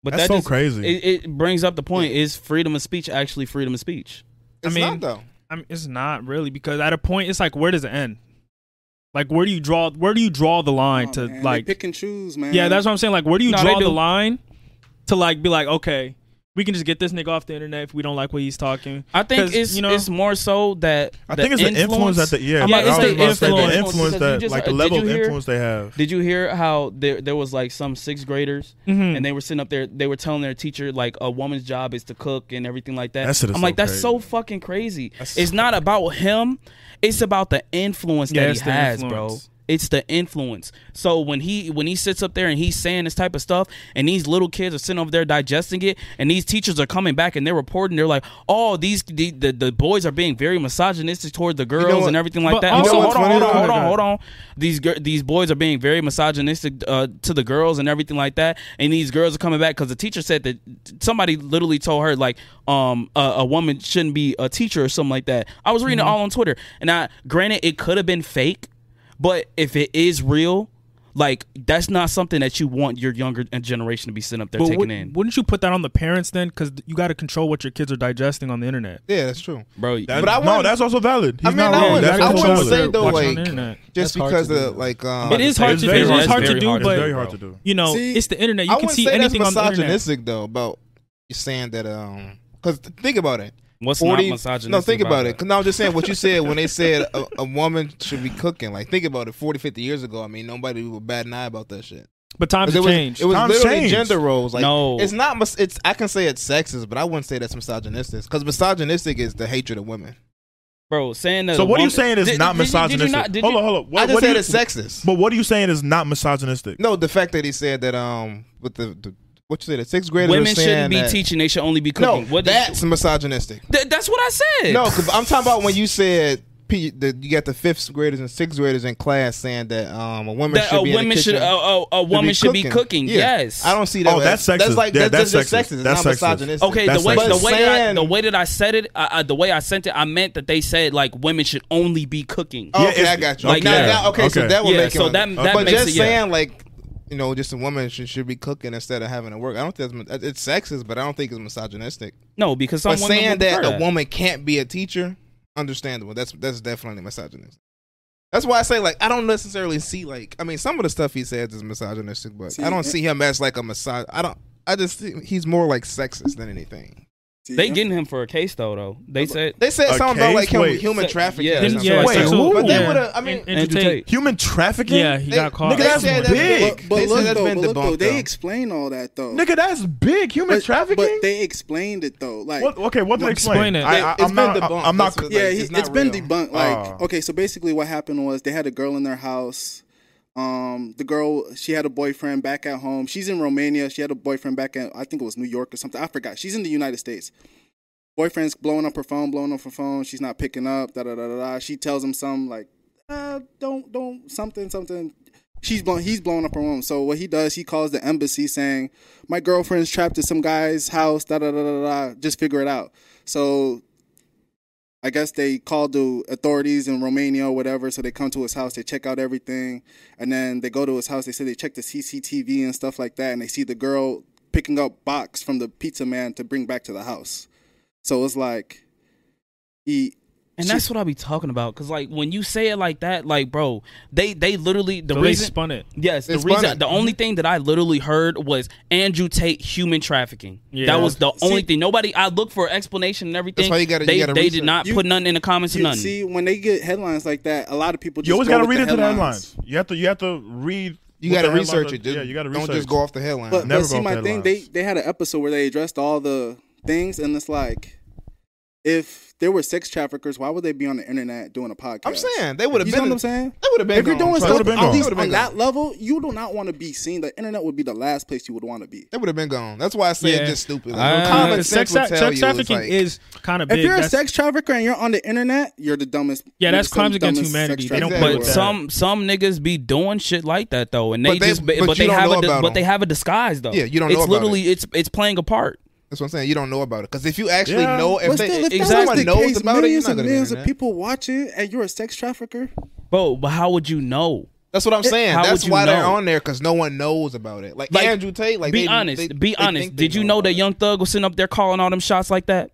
Speaker 1: but
Speaker 2: that's
Speaker 1: that
Speaker 2: so
Speaker 1: just-
Speaker 2: crazy.
Speaker 1: It, it brings up the point: is freedom of speech actually freedom of speech?
Speaker 4: I
Speaker 6: It's
Speaker 4: mean-
Speaker 6: not though.
Speaker 4: I mean, it's not really because at a point, it's like where does it end? Like where do you draw? Where do you draw the line
Speaker 5: Oh,
Speaker 4: to
Speaker 5: man, they
Speaker 4: like?
Speaker 5: pick and choose, man.
Speaker 4: Yeah, that's what I'm saying. Like where do you
Speaker 1: No, they
Speaker 4: draw
Speaker 1: do.
Speaker 4: the line to like be like okay, we can just get this nigga off the internet if we don't like what he's talking.
Speaker 1: I
Speaker 4: 'Cause,
Speaker 1: think it's
Speaker 4: you know-
Speaker 1: it's more so that
Speaker 2: I
Speaker 1: the
Speaker 2: think it's the influence that the yeah,
Speaker 1: I'm
Speaker 2: yeah
Speaker 1: like,
Speaker 2: I
Speaker 1: it's
Speaker 2: was
Speaker 1: the
Speaker 2: about to say,
Speaker 1: influence,
Speaker 2: the
Speaker 1: because
Speaker 2: influence
Speaker 1: you
Speaker 2: that
Speaker 1: just-
Speaker 2: like
Speaker 1: uh,
Speaker 2: the
Speaker 1: did
Speaker 2: level
Speaker 1: you
Speaker 2: of
Speaker 1: hear-
Speaker 2: influence they have.
Speaker 1: Did you hear how there there was like some sixth graders
Speaker 4: Mhm.
Speaker 1: and they were sitting up there they were telling their teacher like a woman's job is to cook and everything like that.
Speaker 2: That shit is
Speaker 1: I'm
Speaker 2: so
Speaker 1: like that's
Speaker 2: crazy.
Speaker 1: so fucking crazy.
Speaker 2: That's
Speaker 1: it's
Speaker 2: so
Speaker 1: not about him. It's about the influence
Speaker 4: Yeah,
Speaker 1: that
Speaker 4: it's
Speaker 1: he
Speaker 4: the
Speaker 1: has, bro.
Speaker 4: influence.
Speaker 1: It's the influence. So when he when he sits up there and he's saying this type of stuff, and these little kids are sitting over there digesting it, and these teachers are coming back and they're reporting, they're like, "Oh, these the the, the boys are being very misogynistic toward the girls
Speaker 6: what-
Speaker 1: and everything like
Speaker 4: But
Speaker 1: that." Also,
Speaker 4: also- You know
Speaker 1: hold
Speaker 4: what's
Speaker 1: on,
Speaker 4: funny
Speaker 1: hold on,
Speaker 4: though?
Speaker 1: hold on,
Speaker 4: Oh my
Speaker 1: hold
Speaker 4: God.
Speaker 1: on. These gir- these boys are being very misogynistic uh, to the girls and everything like that, and these girls are coming back because the teacher said that somebody literally told her like, um, a, a woman shouldn't be a teacher or something like that. I was reading
Speaker 2: Mm-hmm.
Speaker 1: it all on Twitter, and I granted it could have been fake, but if it is real, like that's not something that you want your younger generation to be sitting up there
Speaker 4: But
Speaker 1: taking
Speaker 4: wou-
Speaker 1: in,
Speaker 4: wouldn't you put that on the parents then? Because you got to control what your kids are digesting on the internet.
Speaker 6: Yeah, that's true.
Speaker 1: bro.
Speaker 2: That-
Speaker 6: But I
Speaker 2: no,
Speaker 6: wouldn't-
Speaker 2: that's also valid. He's
Speaker 6: I mean,
Speaker 2: not
Speaker 6: I
Speaker 2: wrong.
Speaker 6: wouldn't-
Speaker 2: That's
Speaker 6: I
Speaker 2: also
Speaker 6: wouldn't
Speaker 2: valid.
Speaker 6: say though
Speaker 4: Watch it on
Speaker 6: like
Speaker 4: the internet.
Speaker 6: just
Speaker 3: That's hard
Speaker 6: because
Speaker 3: to do.
Speaker 6: of like um
Speaker 4: It is hard
Speaker 2: It's
Speaker 4: to do.
Speaker 2: very
Speaker 4: It's
Speaker 2: hard-
Speaker 4: hard
Speaker 2: it's
Speaker 4: to
Speaker 2: very
Speaker 4: do,
Speaker 2: hard. It's very
Speaker 4: but
Speaker 2: hard to do.
Speaker 4: you know,
Speaker 5: See,
Speaker 4: it's the internet. You
Speaker 6: I
Speaker 4: can
Speaker 6: wouldn't
Speaker 4: see
Speaker 6: say
Speaker 4: anything on
Speaker 6: that's
Speaker 4: the internet.
Speaker 6: misogynistic though about you saying that um because think about it.
Speaker 1: What's not misogynistic?
Speaker 6: No, think about it.
Speaker 1: that?
Speaker 6: Cause no, I'm just saying what you said when they said a, a woman should be cooking. Like think about it. 40, 50 years ago, I mean nobody would bat an eye about that shit.
Speaker 4: But times
Speaker 6: But it
Speaker 4: have
Speaker 6: was,
Speaker 4: changed.
Speaker 6: It was
Speaker 2: Times
Speaker 6: literally
Speaker 2: changed.
Speaker 6: gender roles. Like,
Speaker 1: No.
Speaker 6: it's not. mis- It's I can say it's sexist, but I wouldn't say that's misogynistic because misogynistic is the hatred of women.
Speaker 1: bro. Saying that.
Speaker 2: So
Speaker 1: a
Speaker 2: what are you
Speaker 1: woman-
Speaker 2: saying is
Speaker 1: Did-
Speaker 2: not
Speaker 1: did- did you not-
Speaker 2: misogynistic?
Speaker 1: did
Speaker 2: Hold
Speaker 1: you-
Speaker 2: on, hold on.
Speaker 6: I
Speaker 2: What-
Speaker 6: just
Speaker 2: what do
Speaker 6: said
Speaker 2: you-
Speaker 6: it's sexist.
Speaker 2: But what are you saying is not misogynistic?
Speaker 6: no, the fact that he said that um with the, the what you say the sixth graders
Speaker 1: Women
Speaker 6: are saying
Speaker 1: shouldn't be
Speaker 6: that-
Speaker 1: teaching; they should only be
Speaker 6: No,
Speaker 1: cooking. what did-
Speaker 6: that's misogynistic.
Speaker 1: Th- that's what I said.
Speaker 6: No, because I'm talking about when you said. P, the, you got the fifth graders and sixth graders in class saying that um a woman
Speaker 1: that
Speaker 6: should
Speaker 1: a
Speaker 6: be in the
Speaker 1: woman should
Speaker 6: kitchen.
Speaker 1: a, a, a
Speaker 6: to
Speaker 1: woman should be cooking.
Speaker 6: Yeah.
Speaker 1: Yes,
Speaker 6: I don't see that.
Speaker 2: Oh,
Speaker 6: as-
Speaker 2: that's
Speaker 6: That's
Speaker 2: sexist.
Speaker 6: like
Speaker 2: Yeah,
Speaker 6: that's,
Speaker 2: that's
Speaker 6: just
Speaker 2: sexist.
Speaker 6: sexist.
Speaker 2: That's
Speaker 6: not
Speaker 2: sexist.
Speaker 6: misogynistic.
Speaker 1: Okay,
Speaker 2: That's
Speaker 1: the way
Speaker 2: sexist.
Speaker 1: the
Speaker 6: But
Speaker 1: way that I,
Speaker 6: saying-
Speaker 1: the way that I said it, I, I, the way I sent it, I meant that they said like women should only be cooking.
Speaker 6: Oh,
Speaker 2: Yeah,
Speaker 6: okay,
Speaker 2: it's-
Speaker 6: I got you.
Speaker 1: like,
Speaker 6: Now-
Speaker 1: yeah.
Speaker 6: now- okay, so
Speaker 2: Okay.
Speaker 6: that would
Speaker 1: Yeah,
Speaker 6: make it.
Speaker 1: so that- that
Speaker 6: but
Speaker 1: makes
Speaker 6: just
Speaker 1: it, yeah.
Speaker 6: saying like you know, just a woman should, should be cooking instead of having to work. I don't think that's, it's sexist, but I don't think it's misogynistic.
Speaker 1: No, because
Speaker 6: But
Speaker 1: someone
Speaker 6: saying that a woman can't be a teacher, understandable. That's that's definitely misogynistic. That's why I say like I don't necessarily see like I mean some of the stuff he says is misogynistic, but
Speaker 5: See,
Speaker 6: I don't
Speaker 5: it-
Speaker 6: see him as like a misog. I don't. I just think he's more like sexist than anything.
Speaker 5: See,
Speaker 1: They
Speaker 5: I'm-
Speaker 1: getting him for a case though. Though they said
Speaker 6: They said
Speaker 2: A
Speaker 6: something about like
Speaker 2: case?
Speaker 6: hum-
Speaker 2: Wait.
Speaker 6: human
Speaker 1: Se-
Speaker 6: trafficking.
Speaker 1: yeah,
Speaker 6: or
Speaker 1: Didn't-
Speaker 6: something
Speaker 2: yeah,
Speaker 6: like
Speaker 2: wait,
Speaker 6: that.
Speaker 2: who-
Speaker 6: but they
Speaker 2: yeah.
Speaker 6: would have. I mean,
Speaker 1: Andrew Tate.
Speaker 2: Human trafficking?
Speaker 4: Yeah, he
Speaker 6: They-
Speaker 4: got caught.
Speaker 2: Nigga, that's
Speaker 6: said
Speaker 2: big.
Speaker 5: But, but
Speaker 6: they said
Speaker 5: look
Speaker 6: that's
Speaker 5: though,
Speaker 6: been
Speaker 5: but look though,
Speaker 6: debunked.
Speaker 5: they
Speaker 6: though.
Speaker 5: explain all that though.
Speaker 2: Nigga, that's big. Human
Speaker 5: but,
Speaker 2: trafficking?
Speaker 5: But they explained it though. Like
Speaker 2: what, okay, what they explain?
Speaker 4: Explain it.
Speaker 2: I, I,
Speaker 6: It's
Speaker 2: I'm
Speaker 6: been
Speaker 2: not,
Speaker 6: debunked.
Speaker 2: I'm not,
Speaker 6: That's what-
Speaker 2: yeah.
Speaker 6: like,
Speaker 5: yeah,
Speaker 6: it's
Speaker 5: he,
Speaker 6: not
Speaker 5: it's been
Speaker 6: real.
Speaker 5: debunked. Like,
Speaker 2: Oh.
Speaker 5: okay, so basically what happened was they had a girl in their house. Um, the girl, she had a boyfriend back at home. She's in Romania. She had a boyfriend back at I think it was New York or something. I forgot. She's in the United States. Boyfriend's blowing up her phone, blowing up her phone. She's not picking up. Da da da da. da. She tells him some like, uh, don't don't something something. She's blown. He's blowing up her room. So what he does, he calls the embassy saying, "My girlfriend's trapped at some guy's house." Da da da da da. Just figure it out. So I guess they called the authorities in Romania or whatever. So they come to his house, they check out everything, and then they go to his house. They say they check the CCTV and stuff like that, and they see the girl picking up box from the pizza man to bring back to the house. So it's like he
Speaker 1: And
Speaker 5: She-
Speaker 1: that's what I be talking about. Cause like when you say it like that, like bro, they they literally the
Speaker 4: So they
Speaker 1: reason
Speaker 4: spun it.
Speaker 1: yes the
Speaker 6: They spun
Speaker 1: reason
Speaker 6: it.
Speaker 1: the only thing that I literally heard was Andrew Tate human trafficking.
Speaker 4: Yeah.
Speaker 1: That was the
Speaker 5: See-
Speaker 1: only thing. Nobody I looked for explanation and everything.
Speaker 6: why you gotta- you
Speaker 1: they
Speaker 6: gotta
Speaker 1: they
Speaker 6: research.
Speaker 1: did not
Speaker 5: You-
Speaker 1: put nothing in the comments or
Speaker 5: you,
Speaker 1: nothing.
Speaker 5: see when they get headlines like that, a lot of people just
Speaker 2: You always
Speaker 5: go
Speaker 2: gotta
Speaker 5: with
Speaker 2: read
Speaker 5: the
Speaker 2: into the
Speaker 5: headlines.
Speaker 2: headlines. You have to, you have to read.
Speaker 6: You
Speaker 2: what
Speaker 6: got to
Speaker 2: the headlines
Speaker 6: research
Speaker 2: are-
Speaker 6: it. Dude.
Speaker 2: Yeah, you got to research.
Speaker 6: Don't just go off the headline.
Speaker 5: But,
Speaker 2: Never
Speaker 5: but
Speaker 2: go
Speaker 5: see,
Speaker 2: off
Speaker 5: my
Speaker 2: the
Speaker 5: thing, they
Speaker 2: headlines.
Speaker 5: they had an episode where they addressed all the things, and it's like, if there were sex traffickers, why would they be on the internet doing a podcast?
Speaker 6: I'm saying they would have
Speaker 5: you
Speaker 6: been.
Speaker 5: know what I'm saying?
Speaker 6: They would have been.
Speaker 5: if you're
Speaker 6: gone.
Speaker 5: doing
Speaker 2: They
Speaker 5: stuff
Speaker 2: would've been
Speaker 5: on,
Speaker 2: gone.
Speaker 5: these,
Speaker 6: They would've
Speaker 5: on
Speaker 6: been
Speaker 5: that level, you do not want to be seen. The internet would be the last place you would want to be.
Speaker 6: They would have been gone. That's why I say
Speaker 4: Yeah.
Speaker 6: it's just stupid. Like,
Speaker 1: I-
Speaker 6: common sense
Speaker 4: Uh, sex,
Speaker 6: would
Speaker 4: tra-
Speaker 6: tell
Speaker 4: sex
Speaker 6: you it's
Speaker 4: trafficking
Speaker 6: like-
Speaker 4: is kind of
Speaker 5: If
Speaker 4: big.
Speaker 5: you're a
Speaker 4: That's-
Speaker 5: sex trafficker and you're on the internet, you're the dumbest.
Speaker 4: Yeah, that's
Speaker 5: you're the
Speaker 4: crimes against
Speaker 5: dumbest sex
Speaker 4: humanity. They don't
Speaker 5: trafficker
Speaker 6: play
Speaker 5: in the
Speaker 1: But
Speaker 6: with
Speaker 5: world.
Speaker 6: that.
Speaker 1: some some niggas be doing shit like that though, and they,
Speaker 6: But they-
Speaker 1: just but,
Speaker 6: but you
Speaker 1: they
Speaker 6: don't
Speaker 1: have
Speaker 6: know
Speaker 1: a
Speaker 6: about
Speaker 1: but
Speaker 6: 'em.
Speaker 1: they have a disguise though.
Speaker 6: Yeah, you don't
Speaker 1: It's
Speaker 6: know about
Speaker 1: literally it's it's playing a part.
Speaker 6: That's what I'm saying. You don't know about it because if you actually
Speaker 2: Yeah.
Speaker 6: know, if
Speaker 5: But
Speaker 6: they,
Speaker 5: still, if
Speaker 6: if
Speaker 5: that was
Speaker 6: someone
Speaker 5: the
Speaker 6: knows
Speaker 5: case,
Speaker 6: about it, you're
Speaker 5: millions
Speaker 6: not
Speaker 5: and
Speaker 6: gonna
Speaker 5: millions
Speaker 6: be
Speaker 5: of people watching, and you're a sex trafficker.
Speaker 1: Bro, but how would you know?
Speaker 6: That's what I'm saying.
Speaker 1: how
Speaker 6: That's
Speaker 1: would you
Speaker 6: why they're
Speaker 1: know?
Speaker 6: on there because no one knows about it. Like,
Speaker 1: Like,
Speaker 6: Andrew Tate. Like,
Speaker 1: be
Speaker 6: they-
Speaker 1: honest,
Speaker 6: they-
Speaker 1: be
Speaker 6: they
Speaker 1: honest.
Speaker 6: think they
Speaker 1: Did you know
Speaker 6: about
Speaker 1: that
Speaker 6: it.
Speaker 1: Young Thug was sitting up there calling all them shots like that?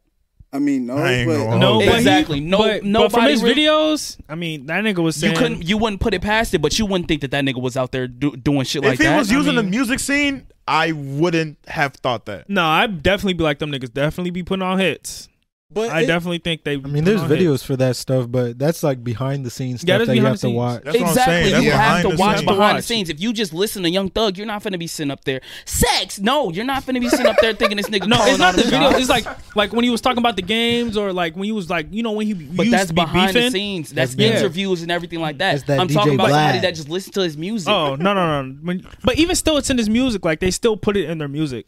Speaker 5: I mean, no,
Speaker 2: I ain't
Speaker 5: but
Speaker 2: gonna
Speaker 4: no,
Speaker 2: hold
Speaker 4: Oh, but he-
Speaker 1: Exactly. No-
Speaker 4: but, but from
Speaker 1: nobody
Speaker 4: his
Speaker 1: re-
Speaker 4: videos, I mean, that nigga was saying
Speaker 1: You couldn't, you wouldn't put it past it, but you wouldn't think that that nigga was out there do, doing shit
Speaker 2: If
Speaker 1: like
Speaker 2: he
Speaker 1: that.
Speaker 2: was
Speaker 1: I
Speaker 2: using the
Speaker 1: mean,
Speaker 2: music scene, I wouldn't have thought that.
Speaker 4: No, I'd definitely be like them niggas. Definitely be putting on hits.
Speaker 5: but
Speaker 4: I
Speaker 5: it-
Speaker 4: definitely think they.
Speaker 3: I mean, there's videos for that stuff, but that's like behind the scenes
Speaker 4: Yeah,
Speaker 3: stuff
Speaker 4: that's
Speaker 3: that you
Speaker 4: behind
Speaker 3: have to
Speaker 4: the scenes.
Speaker 3: watch.
Speaker 2: That's what I'm
Speaker 1: exactly,
Speaker 2: saying. That's
Speaker 1: you have
Speaker 2: behind
Speaker 1: to
Speaker 2: the
Speaker 1: watch
Speaker 2: scenes.
Speaker 1: behind the
Speaker 4: Watch.
Speaker 1: scenes. If you just listen to Young Thug, you're not finna be sitting up there sex. No, you're not finna be sitting up there thinking this nigga.
Speaker 4: No,
Speaker 1: calling
Speaker 4: it's not
Speaker 1: all
Speaker 4: the
Speaker 1: them
Speaker 4: video.
Speaker 1: shots.
Speaker 4: It's like like when he was talking about the games or like when he was like you know when he
Speaker 1: But
Speaker 4: used
Speaker 1: that's
Speaker 4: to be
Speaker 1: behind
Speaker 4: beefing.
Speaker 1: the scenes. That's
Speaker 3: That's behind-
Speaker 1: interviews and everything like that.
Speaker 3: That's that
Speaker 1: I'm
Speaker 3: DJ
Speaker 1: talking about somebody
Speaker 3: Vlad.
Speaker 1: that just listens to his music.
Speaker 4: Oh no no no! When, but even still, it's in his music. Like they still put it in their music.